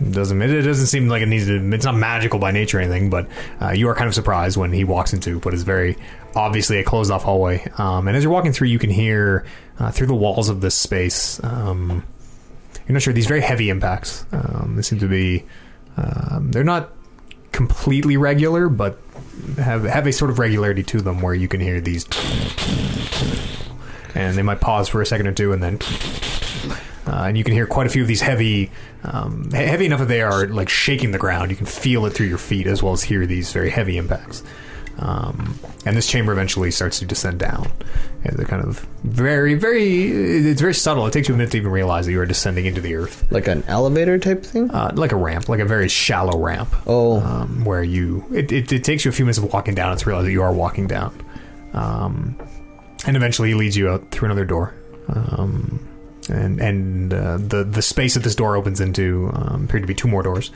Speaker 1: it doesn't it doesn't seem like it needs to it's not magical by nature or anything but uh, you are kind of surprised when he walks into what is very obviously a closed off hallway um, and as you're walking through you can hear uh, through the walls of this space um, you're not sure these very heavy impacts um, they seem to be um, they're not completely regular but have have a sort of regularity to them where you can hear these and they might pause for a second or two and then uh, and you can hear quite a few of these heavy um, he- heavy enough that they are like shaking the ground you can feel it through your feet as well as hear these very heavy impacts um, and this chamber eventually starts to descend down and they're kind of very very it's very subtle it takes you a minute to even realize that you are descending into the earth
Speaker 3: Like an elevator type thing?
Speaker 1: uh, like a ramp like a very shallow ramp
Speaker 3: Oh.
Speaker 1: um, where you it, it, it takes you a few minutes of walking down and to realize that you are walking down um, and eventually he leads you out through another door um, and and uh, the the space that this door opens into um, appear to be two more doors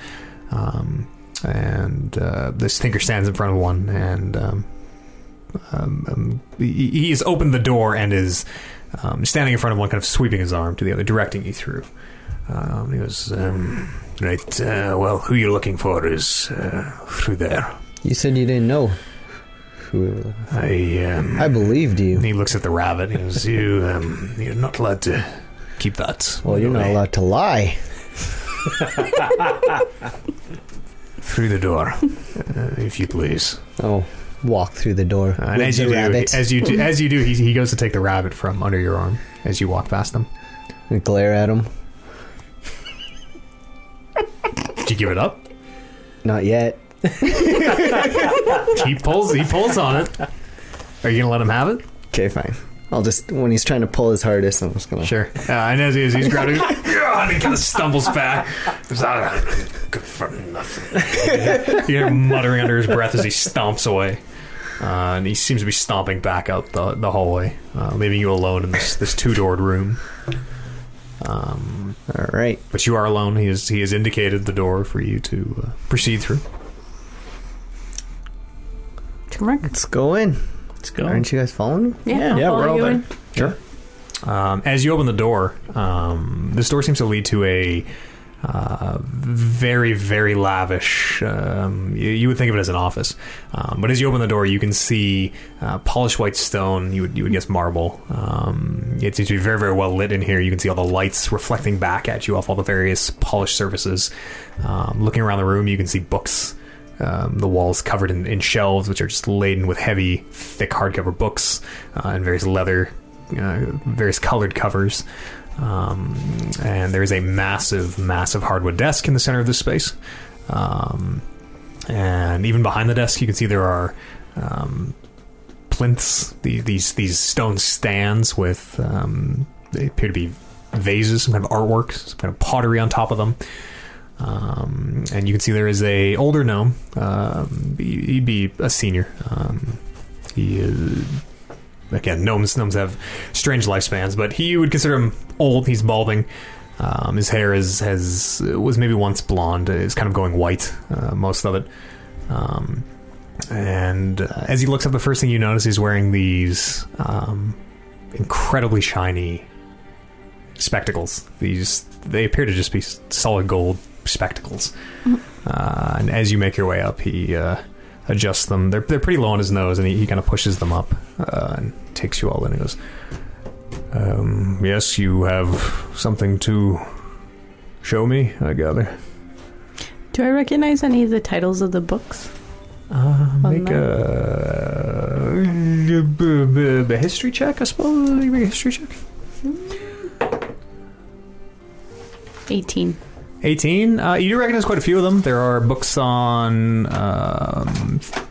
Speaker 1: um, and uh, this thinker stands in front of one and um, um, um, he, he has opened the door and is um, standing in front of one kind of sweeping his arm to the other directing you through um, he goes um, right uh, well who you're looking for is uh, through there
Speaker 3: You said you didn't know. who we were looking
Speaker 1: I, um,
Speaker 3: for. I believed you.
Speaker 1: he looks at the rabbit and he goes, you, um, you're not allowed to keep that.
Speaker 3: Well, you're not
Speaker 1: away."
Speaker 3: allowed to lie.
Speaker 1: Through the door, uh, if you please.
Speaker 3: Oh, walk through the door.
Speaker 1: Uh, and
Speaker 3: with
Speaker 1: as
Speaker 3: the
Speaker 1: you, do,
Speaker 3: rabbit.
Speaker 1: as you do, as you do, he, he goes to take the rabbit from under your arm as you walk past them.
Speaker 3: and glare at him.
Speaker 1: Did you give it up?
Speaker 3: Not yet.
Speaker 1: He pulls. He pulls on it. Are you gonna let him have it?
Speaker 3: Okay, fine. I'll just when he's trying to pull his hardest, I'm just gonna.
Speaker 1: Sure. Uh, and as, he- as he's grabbing, it, and he kind of stumbles back. He's like, "Ah, "Good for nothing." you hear him muttering under his breath as he stomps away. Uh, and he seems to be stomping back up the, the hallway, uh, leaving you alone in this, this two doored room. Um,
Speaker 3: All right.
Speaker 1: but you are alone. He has he has indicated the door for you to uh, proceed through.
Speaker 4: Turmeric?
Speaker 3: Let's go in.
Speaker 2: Let's go.
Speaker 3: Aren't you guys following me?
Speaker 4: Yeah, I'll follow you in.
Speaker 1: Um, as you open the door, um, this door seems to lead to a uh, very, very lavish. Um, you, you would think of it as an office, um, but as you open the door, you can see uh, polished white stone. You would, you would guess marble. Um, it seems to be very, very well lit in here. You can see all the lights reflecting back at you off all the various polished surfaces. Um, looking around the room, you can see books. Um, the walls covered in, in shelves, which are just laden with heavy, thick hardcover books uh, and various leather uh, various colored covers. Um, and there is a massive, massive hardwood desk in the center of this space. Um, and even behind the desk, you can see there are um, plinths, the, these these stone stands with um, they appear to be vases, some kind of artwork, some kind of pottery on top of them. Um, and you can see there is a older gnome. Um, he- he'd be a senior. Um, he is again, gnomes gnomes have strange lifespans, but he you would consider him old. He's balding. Um, his hair is has was maybe once blonde. It's kind of going white, uh, most of it. Um, and uh, as he looks up, the first thing you notice he's wearing these um, incredibly shiny spectacles. These they appear to just be s- solid gold spectacles. Uh, and as you make your way up, he uh, adjusts them. They're they're pretty low on his nose, and he, he kind of pushes them up uh, and takes you all in and goes. Um, yes, you have something to show me, I gather.
Speaker 4: Do I recognize any of the titles of the books?
Speaker 1: Uh,
Speaker 4: Well,
Speaker 1: make a, uh, a history check, I suppose. You make a history check.
Speaker 4: 18.
Speaker 1: 18 uh, you do recognize quite a few of them there are books on um, th-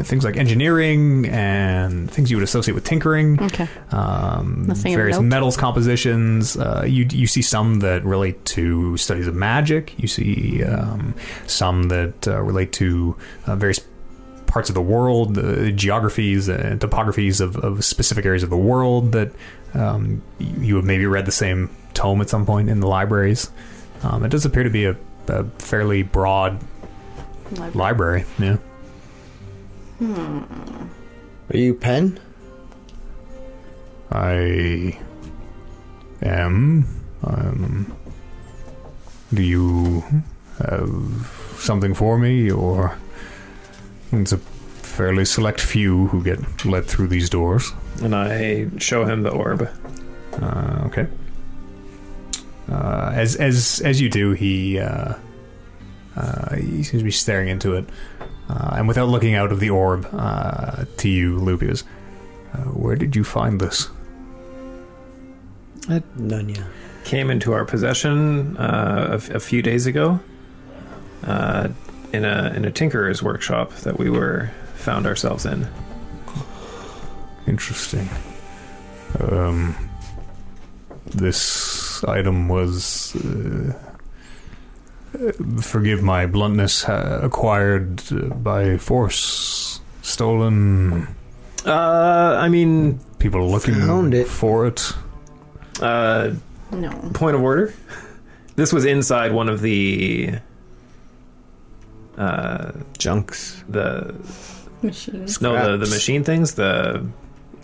Speaker 1: things like engineering and things you would associate with tinkering
Speaker 4: Okay.
Speaker 1: um,
Speaker 4: Nothing of
Speaker 1: various
Speaker 4: note.
Speaker 1: metals compositions uh, you, you see some that relate to studies of magic you see um, some that uh, relate to uh, various parts of the world the geographies and topographies of, of specific areas of the world that um, you you have maybe read the same tome at some point in the libraries um, it does appear to be a, a fairly broad library. Yeah.
Speaker 3: Are you Pen?
Speaker 1: I am. Um, do you have something for me, or it's a fairly select few who get let through these doors?
Speaker 5: And I show him the orb.
Speaker 1: Uh, okay. Uh, as as as you do, he uh, uh, he seems to be staring into it, uh, and without looking out of the orb uh, to you, Lupius. Uh, where did you find this?
Speaker 9: At Nunya.
Speaker 5: Came into our possession uh, a f- a, few days ago uh, in a in a tinkerer's workshop that we were found ourselves in.
Speaker 1: Interesting. Um, this item was, uh, uh, forgive my bluntness, uh, acquired uh, by force, stolen.
Speaker 5: Uh, I mean,
Speaker 1: People looking
Speaker 3: Found it.
Speaker 1: for it.
Speaker 5: uh,
Speaker 4: No.
Speaker 5: point of order. This was inside one of the uh,
Speaker 3: Junks.
Speaker 5: the
Speaker 4: Machines.
Speaker 5: no the, the
Speaker 3: Scraps.
Speaker 5: machine things. The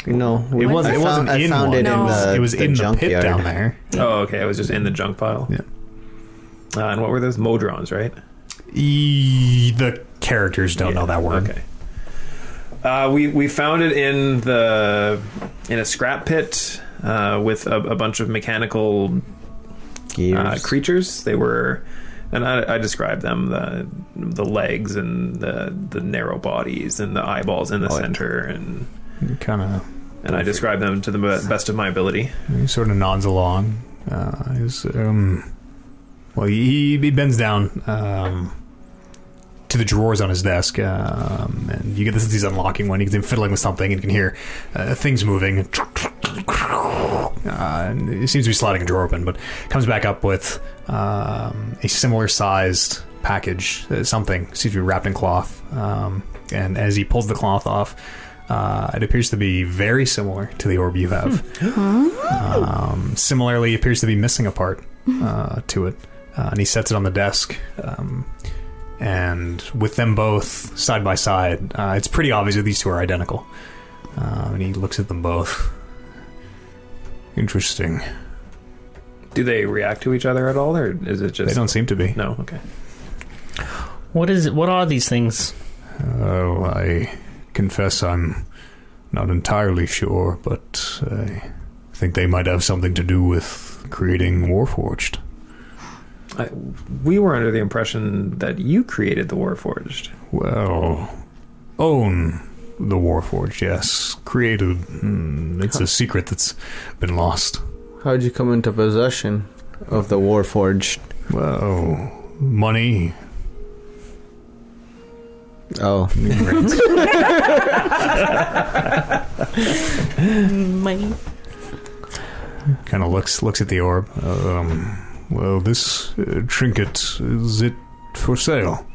Speaker 3: No, we-
Speaker 1: It wasn't.
Speaker 3: I
Speaker 1: It wasn't
Speaker 3: found- I
Speaker 1: in
Speaker 3: found
Speaker 1: one.
Speaker 3: it in
Speaker 4: No.
Speaker 3: the.
Speaker 1: it was
Speaker 3: the
Speaker 1: in the pit
Speaker 3: junkyard.
Speaker 1: down there.
Speaker 5: oh okay, it was just in the junk pile.
Speaker 1: Yeah.
Speaker 5: Uh, and what were those modrons, right?
Speaker 1: E- the characters don't
Speaker 5: Yeah,
Speaker 1: know that word.
Speaker 5: Okay. Uh, we we found it in the in a scrap pit uh, with a, a bunch of mechanical
Speaker 3: Gears.
Speaker 5: uh, creatures. They were, and I, I described them the the legs and the the narrow bodies and the eyeballs in the
Speaker 3: Oh, yeah.
Speaker 5: center, and
Speaker 1: Kind of
Speaker 5: and I described them to the be- best of my ability.
Speaker 1: He sort of nods along. Uh, he's, um, well, he, he bends down um, to the drawers on his desk, um, and you get the sense he's unlocking one. You can see him fiddling with something, and you can hear uh, things moving. Uh, and it seems to be sliding a drawer open, but comes back up with um, a similar sized package, uh, something seems to be wrapped in cloth. Um, and as he pulls the cloth off, uh, it appears to be very similar to the orb you have
Speaker 4: Hmm?
Speaker 1: um, similarly appears to be missing a part uh, to it uh, and he sets it on the desk um, and with them both side by side uh, it's pretty obvious that these two are identical uh, and he looks at them both interesting
Speaker 5: Do they react to each other at all, or is it
Speaker 1: they
Speaker 5: just
Speaker 1: don't seem to be
Speaker 5: no? Okay.
Speaker 2: What is it? What are these things?
Speaker 1: oh i confess i'm not entirely sure but i think they might have something to do with creating warforged
Speaker 5: I, we were under the impression that you created the Warforged.
Speaker 1: Well, own the Warforged, yes. Created. Hmm, it's a secret that's been lost.
Speaker 6: How'd you come into possession of the Warforged?
Speaker 1: Well, money.
Speaker 6: Oh,
Speaker 4: Money.
Speaker 1: kind of looks looks at the orb. Um, well, this uh, trinket is it for sale?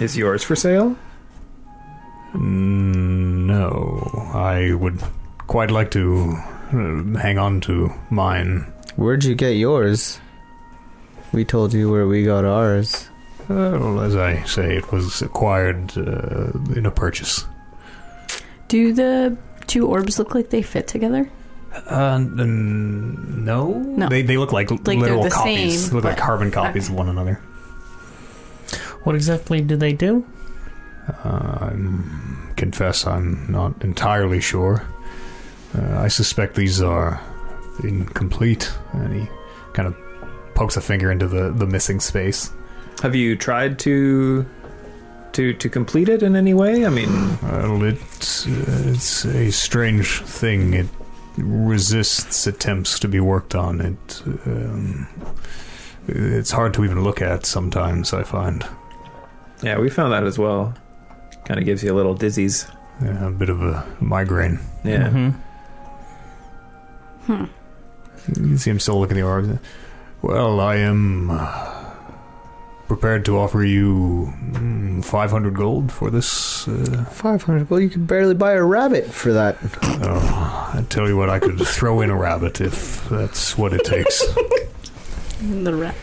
Speaker 5: Is yours for sale?
Speaker 1: Mm, No, I would quite like to uh, hang on to mine.
Speaker 6: where'd you get yours? We told you where we got ours.
Speaker 1: Uh, well, as I say, it was acquired uh, in a purchase.
Speaker 4: Do the two orbs look like they fit together?
Speaker 1: Uh, n- no.
Speaker 4: No.
Speaker 1: They, they look like,
Speaker 4: they're
Speaker 1: literal
Speaker 4: the
Speaker 1: copies.
Speaker 4: same,
Speaker 1: they look like
Speaker 4: but-
Speaker 1: carbon copies of one another.
Speaker 2: What exactly do they do?
Speaker 1: Uh, I confess I'm not entirely sure. Uh, I suspect these are incomplete. And he kind of pokes a finger into the, the missing space.
Speaker 5: Have you tried to to to complete it in any way? I mean,
Speaker 1: Well, it's, it's a strange thing. It resists attempts to be worked on. It um, It's hard to even look at sometimes, I find.
Speaker 5: yeah, we found that as well. Kind of gives you a little dizzies.
Speaker 1: Yeah, a bit of a migraine.
Speaker 5: Yeah.
Speaker 2: Mhm.
Speaker 1: You can see him still looking at the orb. Well, I am uh, prepared to offer you mm, 500 gold for this. Uh,
Speaker 6: 500. Well, you could barely buy a rabbit for that.
Speaker 1: oh, I tell you what, I could throw in a rabbit if that's what it takes.
Speaker 4: The rep.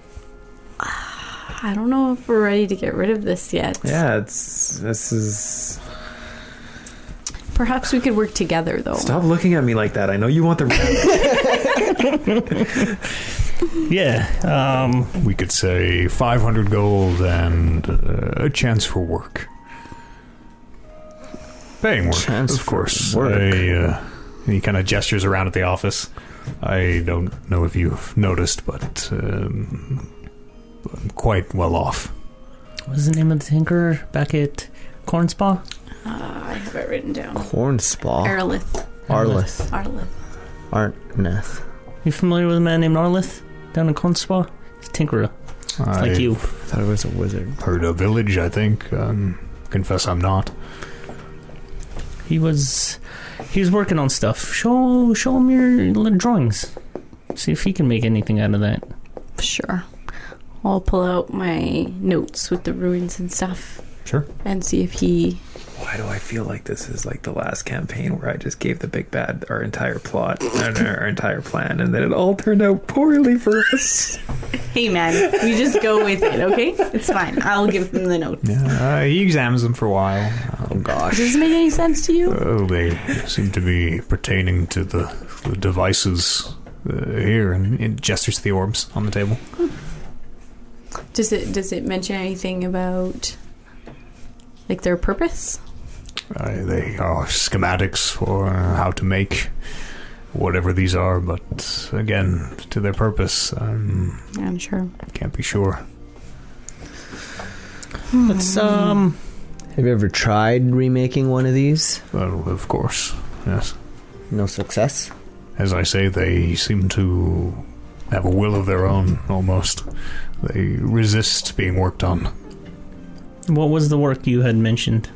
Speaker 4: I don't know if we're ready to get rid of this yet.
Speaker 5: Yeah, it's this is.
Speaker 4: Perhaps we could work together, though.
Speaker 5: Stop looking at me like that. I know you want the rabbit.
Speaker 2: Yeah. Um,
Speaker 1: we could say 500 gold and uh, a chance for work. Paying work,
Speaker 6: Chance
Speaker 1: of
Speaker 6: for
Speaker 1: course.
Speaker 6: work.
Speaker 1: I, uh, he kind of gestures around at the office. I don't know if you've noticed, but um, I'm quite well off.
Speaker 2: what was the name of the tinkerer back at Corn Spa?
Speaker 4: Uh, I have it written down.
Speaker 6: Corn spa.
Speaker 4: Arlith.
Speaker 6: Arlith.
Speaker 4: Arlith.
Speaker 6: Arneth.
Speaker 2: You familiar with a man named Arlith down in Corn Spa? He's a tinkerer, like you.
Speaker 6: Thought it was a wizard.
Speaker 1: Heard a village, I think. Um, confess I'm not.
Speaker 2: He was he was working on stuff. Show show him your little drawings. See if he can make anything out of that.
Speaker 4: Sure. I'll pull out my notes with the ruins and stuff.
Speaker 1: Sure.
Speaker 4: And see if he.
Speaker 5: Why do I feel like this is like the last campaign where I just gave the big bad our entire plot and our entire plan, and then it all turned out poorly for us?
Speaker 4: Hey, man, we just go with it, okay? It's fine. I'll give them the notes.
Speaker 1: Yeah, uh, he examines them for a while. Oh
Speaker 4: Does
Speaker 1: gosh.
Speaker 4: this make any sense to you?
Speaker 1: Well, they seem to be pertaining to the, the devices uh, here, and it gestures to the orbs on the table.
Speaker 4: Does it does it mention anything about like their purpose?
Speaker 1: Uh, they are schematics for uh, how to make whatever these are, but again, to their purpose, I um,
Speaker 4: I'm sure.
Speaker 1: can't be sure.
Speaker 3: Hmm.
Speaker 2: Let's um.
Speaker 10: Have you ever tried remaking one of these?
Speaker 1: Well, of course, yes.
Speaker 10: No success.
Speaker 1: As I say, they seem to have a will of their own, almost. They resist being worked on.
Speaker 2: What was the work you had mentioned?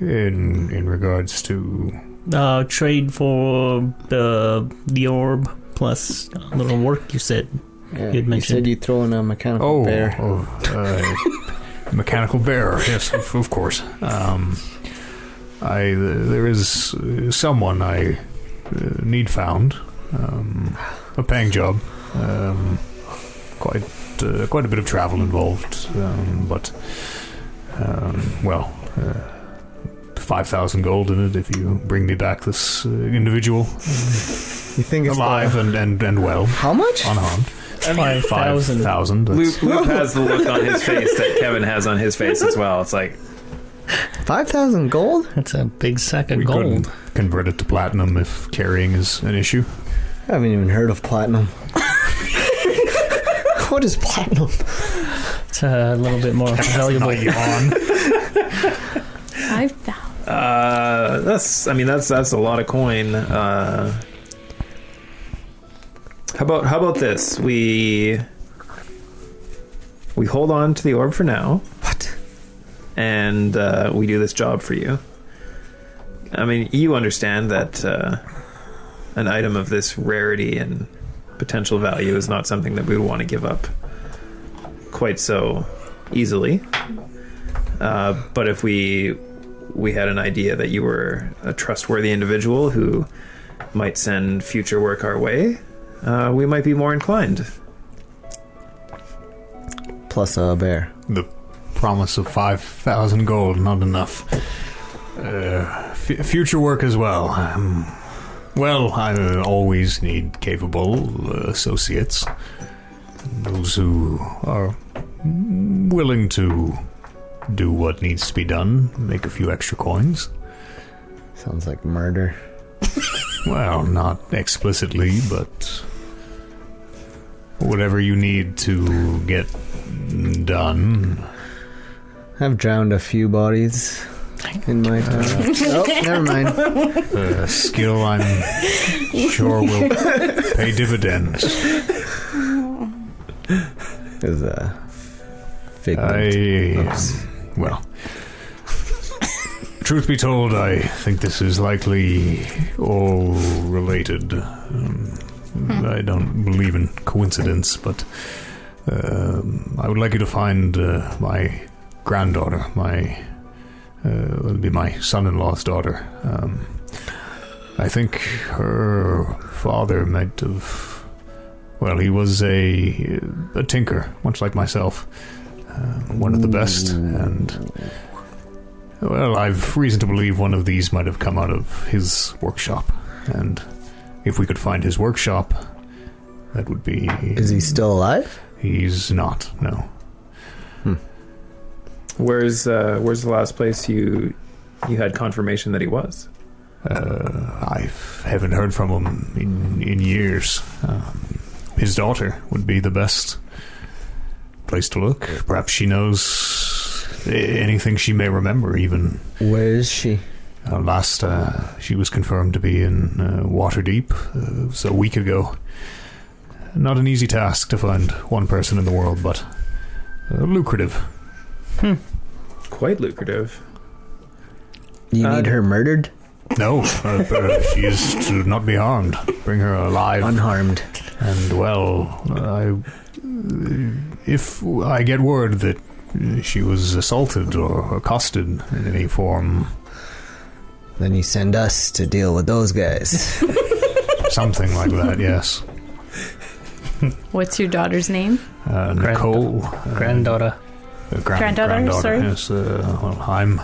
Speaker 1: In in regards to
Speaker 2: Uh, trade for the the orb plus a little work you said.
Speaker 3: Yeah,
Speaker 2: You'd
Speaker 3: you
Speaker 2: mentioned-
Speaker 3: said you throw in a mechanical
Speaker 1: oh,
Speaker 3: bear.
Speaker 1: oh, uh, mechanical bear. Yes, of, of course. Um, I there is uh, someone I uh, need found. Um, a paying job. Um, quite uh, quite a bit of travel involved, um, but um, well. Uh, 5,000 gold in it if you bring me back this uh, individual
Speaker 3: You think it's
Speaker 1: alive and, and, and well,
Speaker 3: How much?
Speaker 1: unharmed.
Speaker 2: Five thousand.
Speaker 1: 5,000. that's-
Speaker 5: Luke, Luke has the look on his face that Kevin has on his face as well. It's like,
Speaker 3: Five thousand gold?
Speaker 2: That's a big sack of
Speaker 1: we
Speaker 2: gold.
Speaker 1: couldn't convert it to platinum if carrying is an issue.
Speaker 3: I haven't even heard of platinum. what is platinum?
Speaker 2: It's a little bit more valuable.
Speaker 4: Five thousand.
Speaker 5: uh, that's. I mean, that's that's a lot of coin. Uh, how about how about this? We we hold on to the orb for now.
Speaker 3: What?
Speaker 5: and uh, we do this job for you. I mean, you understand that uh, an item of this rarity and potential value is not something that we would want to give up quite so easily. Uh, but if we we had an idea that you were a trustworthy individual who might send future work our way, uh, we might be more inclined.
Speaker 10: Plus a bear.
Speaker 1: Promise of 5,000 gold, not enough. Uh, f- future work as well. Um, well, I always need capable uh, associates. Those who are willing to do what needs to be done, make a few extra coins.
Speaker 10: Sounds like murder.
Speaker 1: Well, not explicitly, but whatever you need to get done.
Speaker 3: I've drowned a few bodies in my time. oh, never mind.
Speaker 1: A skill I'm sure will pay dividends.
Speaker 10: Is a figment.
Speaker 1: I. Well. Truth be told, I think this is likely all related. Um, I don't believe in coincidence, but um, I would like you to find uh, my granddaughter, my uh, will be my son-in-law's daughter. Um, I think her father might have. Well, he was a a tinker, much like myself, uh, one of the best, and well, I've reason to believe one of these might have come out of his workshop, and if we could find his workshop, that would be.
Speaker 3: Is he still alive?
Speaker 1: He's not. No.
Speaker 5: Where's uh, where's the last place you you had confirmation that he was?
Speaker 1: Uh, I haven't heard from him in, in years. Um, his daughter would be the best place to look. Perhaps she knows a- anything she may remember, even.
Speaker 3: Where is she?
Speaker 1: Uh, last, uh, she was confirmed to be in uh, Waterdeep. Uh, it was a week ago. Not an easy task to find one person in the world, but uh, lucrative.
Speaker 5: quite lucrative.
Speaker 3: You
Speaker 5: Uh,
Speaker 3: need her murdered?
Speaker 1: No, uh, uh, she is to not be harmed. Bring her alive.
Speaker 3: Unharmed.
Speaker 1: And well, I, if I get word that she was assaulted or accosted in any form,
Speaker 3: Then you send us to deal with those guys.
Speaker 1: something like that, yes.
Speaker 4: What's your daughter's name?
Speaker 1: Uh,
Speaker 2: Grand-
Speaker 1: Nicole, uh,
Speaker 2: Granddaughter.
Speaker 1: uh, gran-
Speaker 4: Granddaughter, sorry.
Speaker 1: Yes, uh, well, I'm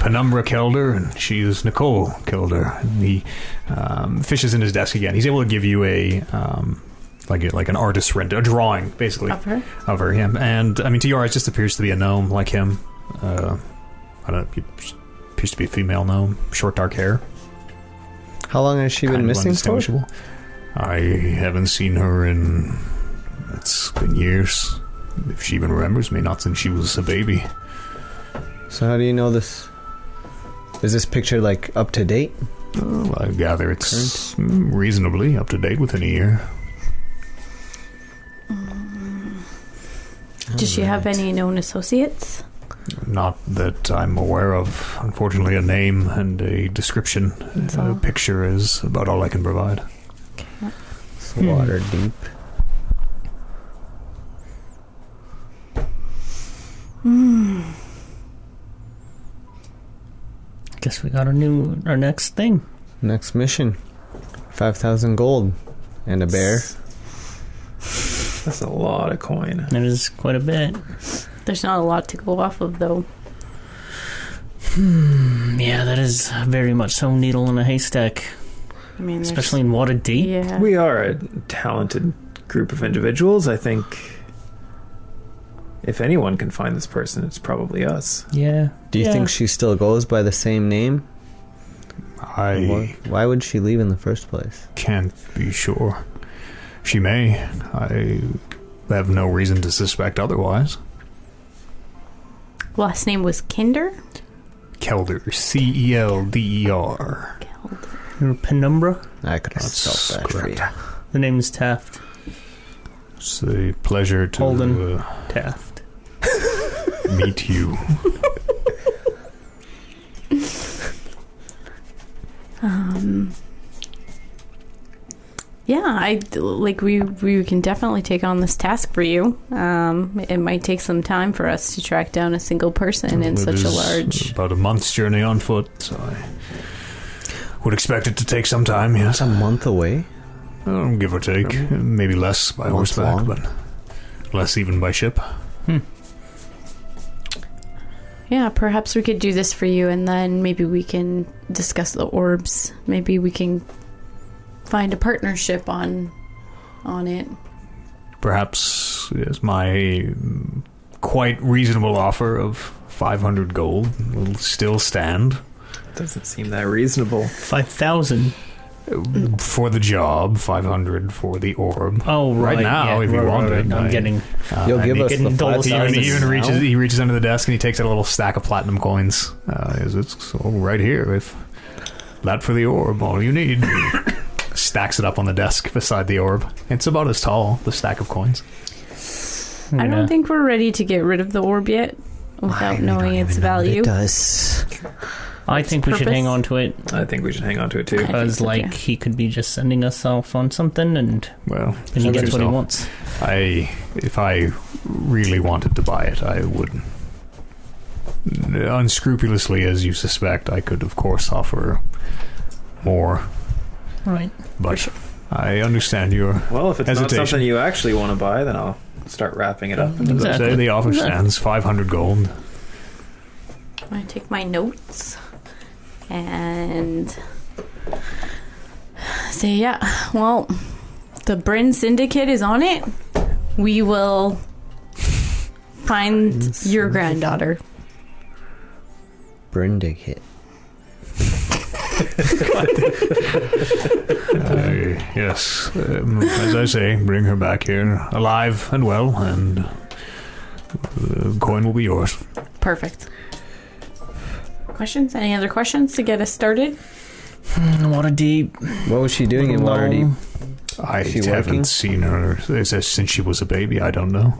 Speaker 1: Penumbra Kelder, and she is Nicole Kelder. And he um, fishes in his desk again. He's able to give you a um, like a, like an artist's render, a drawing basically
Speaker 4: Of her?
Speaker 1: of her, him, and I mean, to your eyes, just appears to be a gnome like him. Uh, I don't. He appears to be a female gnome, short dark hair.
Speaker 6: How long has she
Speaker 1: kind
Speaker 6: been
Speaker 1: of
Speaker 6: missing for?
Speaker 1: undistinguishable. I haven't seen her in. It's been years. If she even remembers me, not since she was a baby.
Speaker 6: So how do you know this? Is this picture like up to date?
Speaker 1: Well, I gather it's mm, reasonably up to date within a year.
Speaker 4: Does she have any known associates?
Speaker 1: Not that I'm aware of. Unfortunately, a name and a description,
Speaker 4: That's
Speaker 1: a
Speaker 4: all.
Speaker 1: picture is about all I can provide.
Speaker 6: It's water
Speaker 4: Hmm.
Speaker 6: deep.
Speaker 2: Guess we got our new, our next thing.
Speaker 6: Next mission, five thousand gold, and a bear.
Speaker 5: That's a lot of coin.
Speaker 2: That is quite a bit.
Speaker 4: There's not a lot to go off of, though.
Speaker 2: Yeah, that is very much so needle in a haystack,
Speaker 4: I mean, there's-
Speaker 2: especially in water deep.
Speaker 4: yeah.
Speaker 5: We are a talented group of individuals. I think if anyone can find this person, it's probably us.
Speaker 2: Yeah.
Speaker 6: Do you
Speaker 2: Yeah.
Speaker 6: think she still goes by the same name?
Speaker 1: I
Speaker 6: Wh- Why would she leave in the first place?
Speaker 1: can't be sure. She may. I have no reason to suspect otherwise.
Speaker 4: Last name was Kinder.
Speaker 1: Kelder, C E L D E R.
Speaker 2: Your penumbra?
Speaker 6: I could not
Speaker 1: That's
Speaker 6: spell that for you.
Speaker 2: The name is Taft.
Speaker 1: It's a pleasure to
Speaker 2: Holden.
Speaker 1: uh,
Speaker 2: Taft.
Speaker 1: meet you.
Speaker 4: Um, yeah, I like we we can definitely take on this task for you. Um, it might take some time for us to track down a single person in
Speaker 1: It
Speaker 4: such a
Speaker 1: is
Speaker 4: large.
Speaker 1: About a month's journey on foot, so I would expect it to take some time, yes.
Speaker 6: It's a month away.
Speaker 1: Um, give or take. Maybe less by
Speaker 6: Month's
Speaker 1: horseback,
Speaker 6: long.
Speaker 1: but less even by ship.
Speaker 4: Yeah, perhaps we could do this for you, and then maybe we can discuss the orbs. Maybe we can find a partnership on on it.
Speaker 1: Perhaps yes, my mm, quite reasonable offer of 500 gold will still stand
Speaker 5: Doesn't seem that reasonable.
Speaker 2: 5,000.
Speaker 1: for the job, 500 for the orb.
Speaker 2: Oh,
Speaker 1: Right
Speaker 2: right.
Speaker 1: now,
Speaker 2: yeah,
Speaker 1: if you
Speaker 2: right,
Speaker 1: want
Speaker 2: right,
Speaker 1: it,
Speaker 2: right. I'm
Speaker 1: I-
Speaker 2: getting.
Speaker 1: Uh,
Speaker 6: You'll
Speaker 1: and
Speaker 6: give
Speaker 1: he
Speaker 6: us
Speaker 1: can-
Speaker 6: the five
Speaker 2: getting double
Speaker 1: he even,
Speaker 2: sizes
Speaker 1: he even
Speaker 6: thousand
Speaker 1: reaches
Speaker 6: now.
Speaker 1: he reaches under the desk and he takes out a little stack of platinum coins. Uh, is it so right here? If that for the orb, all you need. Stacks it up on the desk beside the orb. It's about as tall, the stack of coins.
Speaker 2: I'm
Speaker 4: I
Speaker 2: gonna-
Speaker 4: don't think we're ready to get rid of the orb yet, without knowing its value.
Speaker 6: It does.
Speaker 2: I think we should hang
Speaker 4: purpose.
Speaker 2: on to it
Speaker 5: I think we should hang on to it
Speaker 4: I
Speaker 5: too.
Speaker 4: think
Speaker 2: because,
Speaker 4: so,
Speaker 2: like,
Speaker 4: yeah.
Speaker 2: he could be just sending us off on something and
Speaker 1: Well,
Speaker 2: then he
Speaker 1: suit
Speaker 2: gets what he
Speaker 1: yourself.
Speaker 2: wants.
Speaker 1: I, if I really wanted to buy it, I would. Unscrupulously as you suspect, I could, of course, offer more.
Speaker 2: Right.
Speaker 1: But I understand your.
Speaker 5: Well, if it's
Speaker 1: Hesitation.
Speaker 5: not something you actually want to buy, then I'll start wrapping it up.
Speaker 1: As I say, the offer
Speaker 2: Exactly.
Speaker 1: stands 500 gold.
Speaker 4: I'm gonna take my notes and say, yeah, well, the Bryn Syndicate is on it. We will find your granddaughter.
Speaker 6: Brindig hit.
Speaker 1: Uh, yes, um, as I say, bring her back here alive and well, and the coin will be yours.
Speaker 4: Perfect. Questions? Any other questions to get us started?
Speaker 2: Hmm, Water deep.
Speaker 6: What was she doing in Waterdeep?
Speaker 1: I
Speaker 6: Is she
Speaker 1: haven't
Speaker 6: working?
Speaker 1: seen her s- s- since she was a baby. I don't know.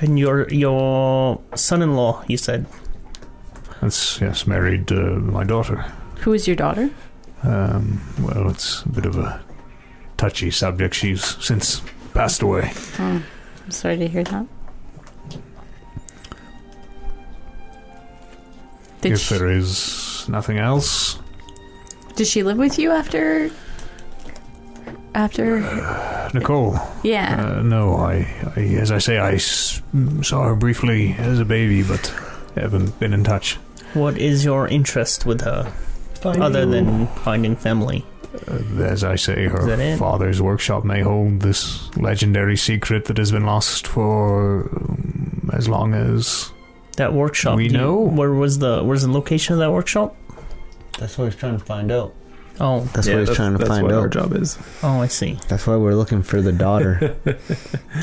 Speaker 2: And your your son-in-law, you said.
Speaker 1: That's yes, married uh, my daughter.
Speaker 4: Who is your daughter?
Speaker 1: Um, well, it's a bit of a touchy subject. She's since passed away.
Speaker 4: Hmm. I'm sorry to hear that. Did
Speaker 1: if
Speaker 4: she,
Speaker 1: there is nothing else,
Speaker 4: did she live with you after? After?
Speaker 1: Nicole.
Speaker 4: Yeah.
Speaker 1: Uh, no, I, I, as I say, I s- saw her briefly as a baby, but haven't been in touch.
Speaker 2: What is your interest with her, other than finding family?
Speaker 1: Uh,
Speaker 8: As I say,
Speaker 2: Is that
Speaker 8: her
Speaker 2: it?
Speaker 8: father's workshop may hold this legendary secret that has been lost for um, as long as.
Speaker 2: That workshop.
Speaker 8: We
Speaker 2: do you-
Speaker 8: know.
Speaker 2: where was the where's the location of that workshop?
Speaker 3: That's what he's trying to find out.
Speaker 2: Oh,
Speaker 6: That's what he's trying to
Speaker 5: that's
Speaker 6: find
Speaker 5: what
Speaker 6: out.
Speaker 5: our job is.
Speaker 2: oh, I see.
Speaker 6: That's why we're looking for the daughter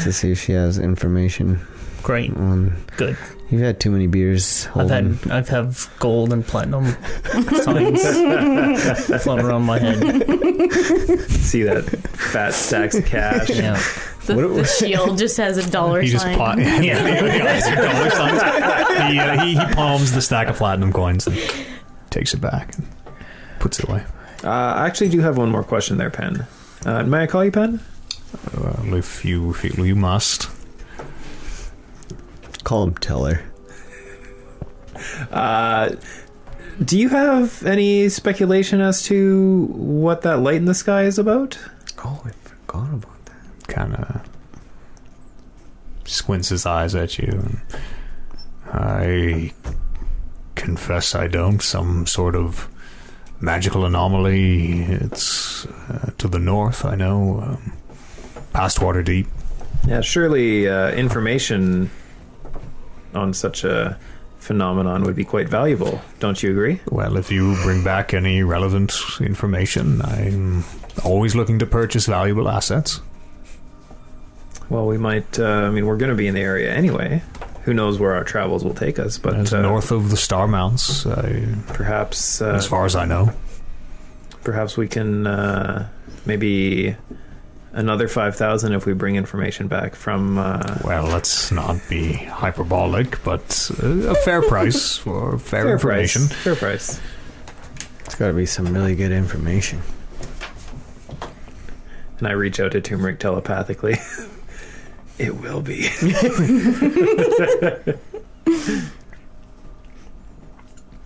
Speaker 6: to see if she has information
Speaker 2: Great.
Speaker 6: on.
Speaker 2: Good.
Speaker 6: You've had too many beers.
Speaker 2: I've
Speaker 6: Holden.
Speaker 2: had I've have gold and platinum signs floating around my head.
Speaker 5: See that fat stacks of cash.
Speaker 2: Yeah.
Speaker 4: The, the shield just has a dollar
Speaker 1: He just
Speaker 4: sign.
Speaker 1: pla- yeah, dollar signs. He, uh, he, he palms the stack of platinum coins and takes it back and puts it away.
Speaker 5: Uh, I actually do have one more question there, Pen. Uh, may I call you Pen?
Speaker 1: Well, Uh, if you feel you must.
Speaker 6: Call him Teller.
Speaker 5: Uh, do you have any speculation as to what that light in the sky is about?
Speaker 6: Oh, I forgot about that.
Speaker 1: kind of squints his eyes at you. And I confess I don't. Some sort of magical anomaly. It's uh, to the north, I know, um, past water deep.
Speaker 5: Yeah, surely uh, information on such a phenomenon would be quite valuable. Don't you agree?
Speaker 1: Well, if you bring back any relevant information, I'm always looking to purchase valuable assets.
Speaker 5: Well, we might. Uh, I mean, we're going to be in the area anyway. Who knows where our travels will take us? But
Speaker 1: It's
Speaker 5: uh,
Speaker 1: north of the Star Mounts, I,
Speaker 5: perhaps, uh,
Speaker 1: as far as I know.
Speaker 5: perhaps we can uh, maybe another five thousand if we bring information back from. Uh,
Speaker 1: Well, let's not be hyperbolic, but uh, a fair price for fair,
Speaker 5: fair
Speaker 1: information.
Speaker 5: price. Fair price.
Speaker 6: It's got to be some really good information.
Speaker 5: And I reach out to Turmeric telepathically. it will be.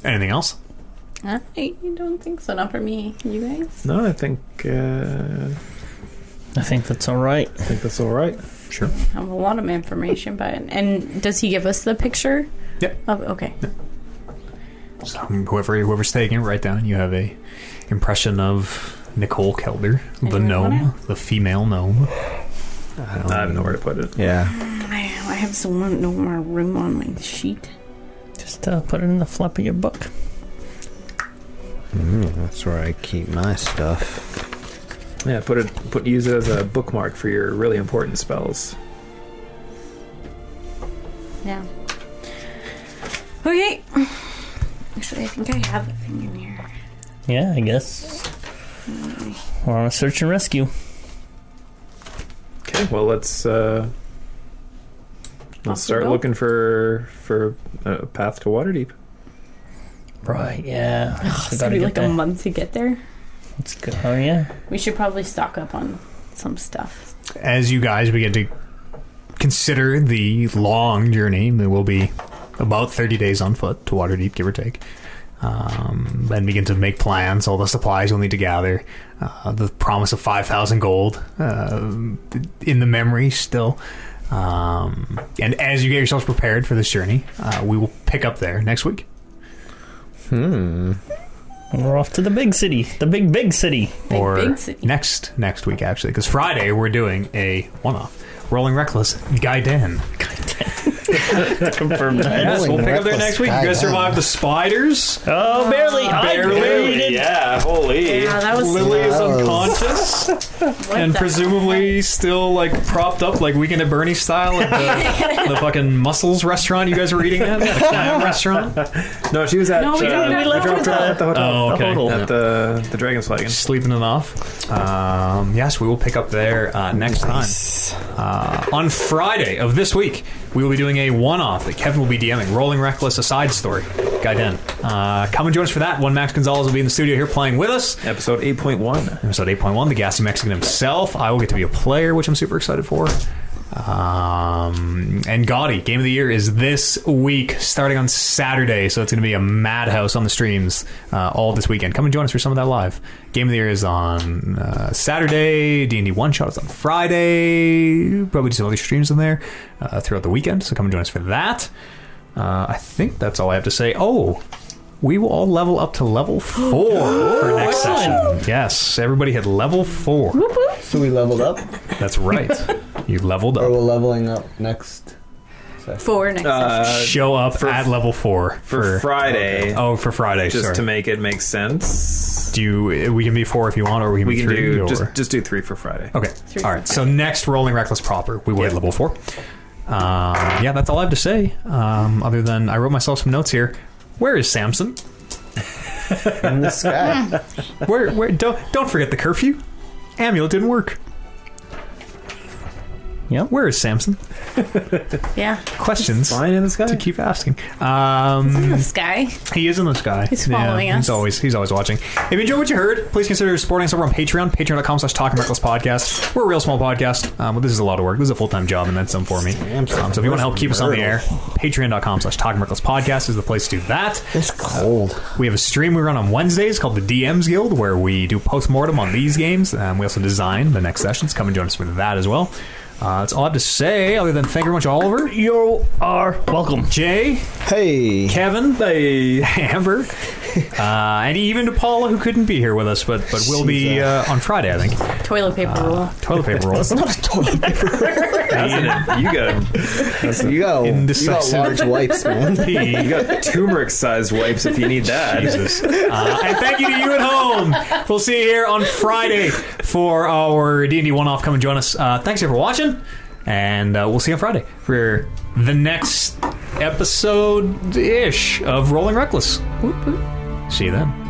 Speaker 1: Anything else?
Speaker 4: I don't think so. Not for me. You guys?
Speaker 5: No, I think uh,
Speaker 2: I think that's all right.
Speaker 5: I think that's all right.
Speaker 4: I have a lot of information, but and does he give us the picture?
Speaker 1: Yep.
Speaker 4: Of, okay.
Speaker 1: So whoever whoever's taking it, write down. You have a impression of Nicole Kelder, the
Speaker 4: Anyone want
Speaker 1: gnome, the female gnome. Um,
Speaker 5: I have nowhere to put it.
Speaker 6: Yeah.
Speaker 4: I, I have someone in my room on my sheet.
Speaker 2: Just uh, put it in the flap of your book.
Speaker 6: Mm, that's where I keep my stuff.
Speaker 5: Yeah, put it. Put use it as a bookmark for your really important spells.
Speaker 4: Yeah. Okay. Actually, I think I have a thing in here.
Speaker 2: Yeah, I guess we're on a search and rescue.
Speaker 5: Okay. Well, let's uh, let's
Speaker 4: we
Speaker 5: start
Speaker 4: go.
Speaker 5: looking for for a path to Waterdeep.
Speaker 2: Right? Ah, Yeah. I
Speaker 4: It's
Speaker 2: gotta
Speaker 4: gonna be
Speaker 2: get
Speaker 4: like a
Speaker 2: that.
Speaker 4: month to get there.
Speaker 2: Let's go. Oh yeah.
Speaker 4: We should probably stock up on some stuff.
Speaker 1: As you guys begin to consider the long journey, there will be about thirty days on foot to Waterdeep, give or take. Um, then begin to make plans, all the supplies you'll need to gather, uh, the promise of 5,000 gold uh, in the memory still. Um, and as you get yourselves prepared for this journey, uh, we will pick up there next week.
Speaker 6: Hmm.
Speaker 2: We're off to the big city. The big big city.
Speaker 4: Big,
Speaker 1: or
Speaker 4: big city.
Speaker 1: next next week actually because friday we're doing a one-off rolling reckless guy dan
Speaker 2: Confirmed that.
Speaker 1: yes
Speaker 6: Rolling
Speaker 1: we'll pick up there
Speaker 6: Reckless
Speaker 1: next week you
Speaker 6: Guy
Speaker 1: guys
Speaker 6: Dan.
Speaker 1: survived the spiders
Speaker 2: Oh, barely. I barely. did.
Speaker 5: Yeah. Holy.
Speaker 4: Yeah, that was
Speaker 1: lily is
Speaker 6: Yes.
Speaker 1: unconscious
Speaker 4: what
Speaker 1: and
Speaker 4: the-
Speaker 1: presumably still like propped up like weekend at bernie style at the, the fucking muscles restaurant you guys were eating at the clam restaurant
Speaker 5: No, she was at.
Speaker 4: No, we
Speaker 5: uh,
Speaker 4: don't- we left
Speaker 5: dropped
Speaker 4: her
Speaker 5: her
Speaker 4: at
Speaker 5: at the hotel.
Speaker 1: Oh, okay.
Speaker 5: At the the Dragon's Flagon.
Speaker 1: sleeping it off. Um, yes, we will pick up there uh, next time. Uh, on Friday of this week, we will be doing a one off that Kevin will be DMing Rolling Reckless, a side story. Guy Den. Uh, come and join us for that. One Max Gonzalez will be in the studio here playing with us.
Speaker 5: Episode eight point one.
Speaker 1: Episode 8.1, The Gassy Mexican himself. I will get to be a player, which I'm super excited for. Um, and Gotti, Game of the Year is this week, starting on Saturday. So it's going to be a madhouse on the streams uh, all this weekend. Come and join us for some of that live. Game of the Year is on uh, Saturday. D&D One Shot is on Friday. Probably just all these streams in there uh, throughout the weekend. So come and join us for that. Uh, I think that's all I have to say. Oh, we will all level up to level four for next session. Yes, everybody hit level four.
Speaker 3: So we leveled up,
Speaker 1: That's right. you leveled
Speaker 3: or we're
Speaker 1: up.
Speaker 3: leveling up next.
Speaker 4: Four next session.
Speaker 5: Uh,
Speaker 1: Show up at level four
Speaker 5: for Friday,
Speaker 1: Oh, for Friday.
Speaker 5: just
Speaker 1: sorry.
Speaker 5: to make it make sense,
Speaker 1: do you, we can be four if you want, or we can
Speaker 5: we
Speaker 1: be
Speaker 5: can
Speaker 1: three.
Speaker 5: do
Speaker 1: or...
Speaker 5: just just do three for Friday.
Speaker 1: Okay.
Speaker 4: Three.
Speaker 1: All right. So next, rolling reckless proper. We will hit level four. Um, yeah, that's all I have to say. Um, other than I wrote myself some notes here. Where is Samson?
Speaker 3: In the sky.
Speaker 1: Where? Where? Don't don't forget the curfew. Amulet didn't work.
Speaker 2: Yeah.
Speaker 1: Where is Samson?
Speaker 4: Yeah.
Speaker 1: Questions
Speaker 5: Flying in the sky.
Speaker 1: to keep asking. Um,
Speaker 4: This guy.
Speaker 1: He is in the sky.
Speaker 4: He's following us.
Speaker 1: He's always he's always watching. If you enjoyed what you heard, please consider supporting us over on Patreon, patreon.com slash talking reckless podcast. We're a real small podcast, um, but this is a lot of work. This is a full time job and then some for me. Um, so if you want to help keep us on the air, patreon.com slash talking reckless podcast is the place to do that.
Speaker 3: It's cold.
Speaker 1: We have a stream we run on Wednesdays called the DMs Guild, where we do postmortem on these games. Um, we also design the next sessions. Come and join us with that as well. Uh, that's all I have to say, other than thank you very much, Oliver. You are
Speaker 2: Welcome.
Speaker 1: Jay.
Speaker 3: Hey.
Speaker 1: Kevin, they Amber, uh, and even to Paula, who couldn't be here with us, but but will be uh, on Friday, I think.
Speaker 4: Toilet paper
Speaker 5: Uh,
Speaker 4: rule.
Speaker 1: Toilet paper rolls.
Speaker 5: you got
Speaker 3: You got, you got
Speaker 1: Indecisive.
Speaker 3: large wipes, man.
Speaker 5: you got turmeric sized wipes if you need that.
Speaker 1: Jesus. Uh, and thank you to you at home. We'll see you here on Friday for our D and D one off. Come and join us. Uh, thanks everyone for watching, and uh, we'll see you on Friday for the next episode ish of Rolling Reckless. Whoop, whoop. See you then.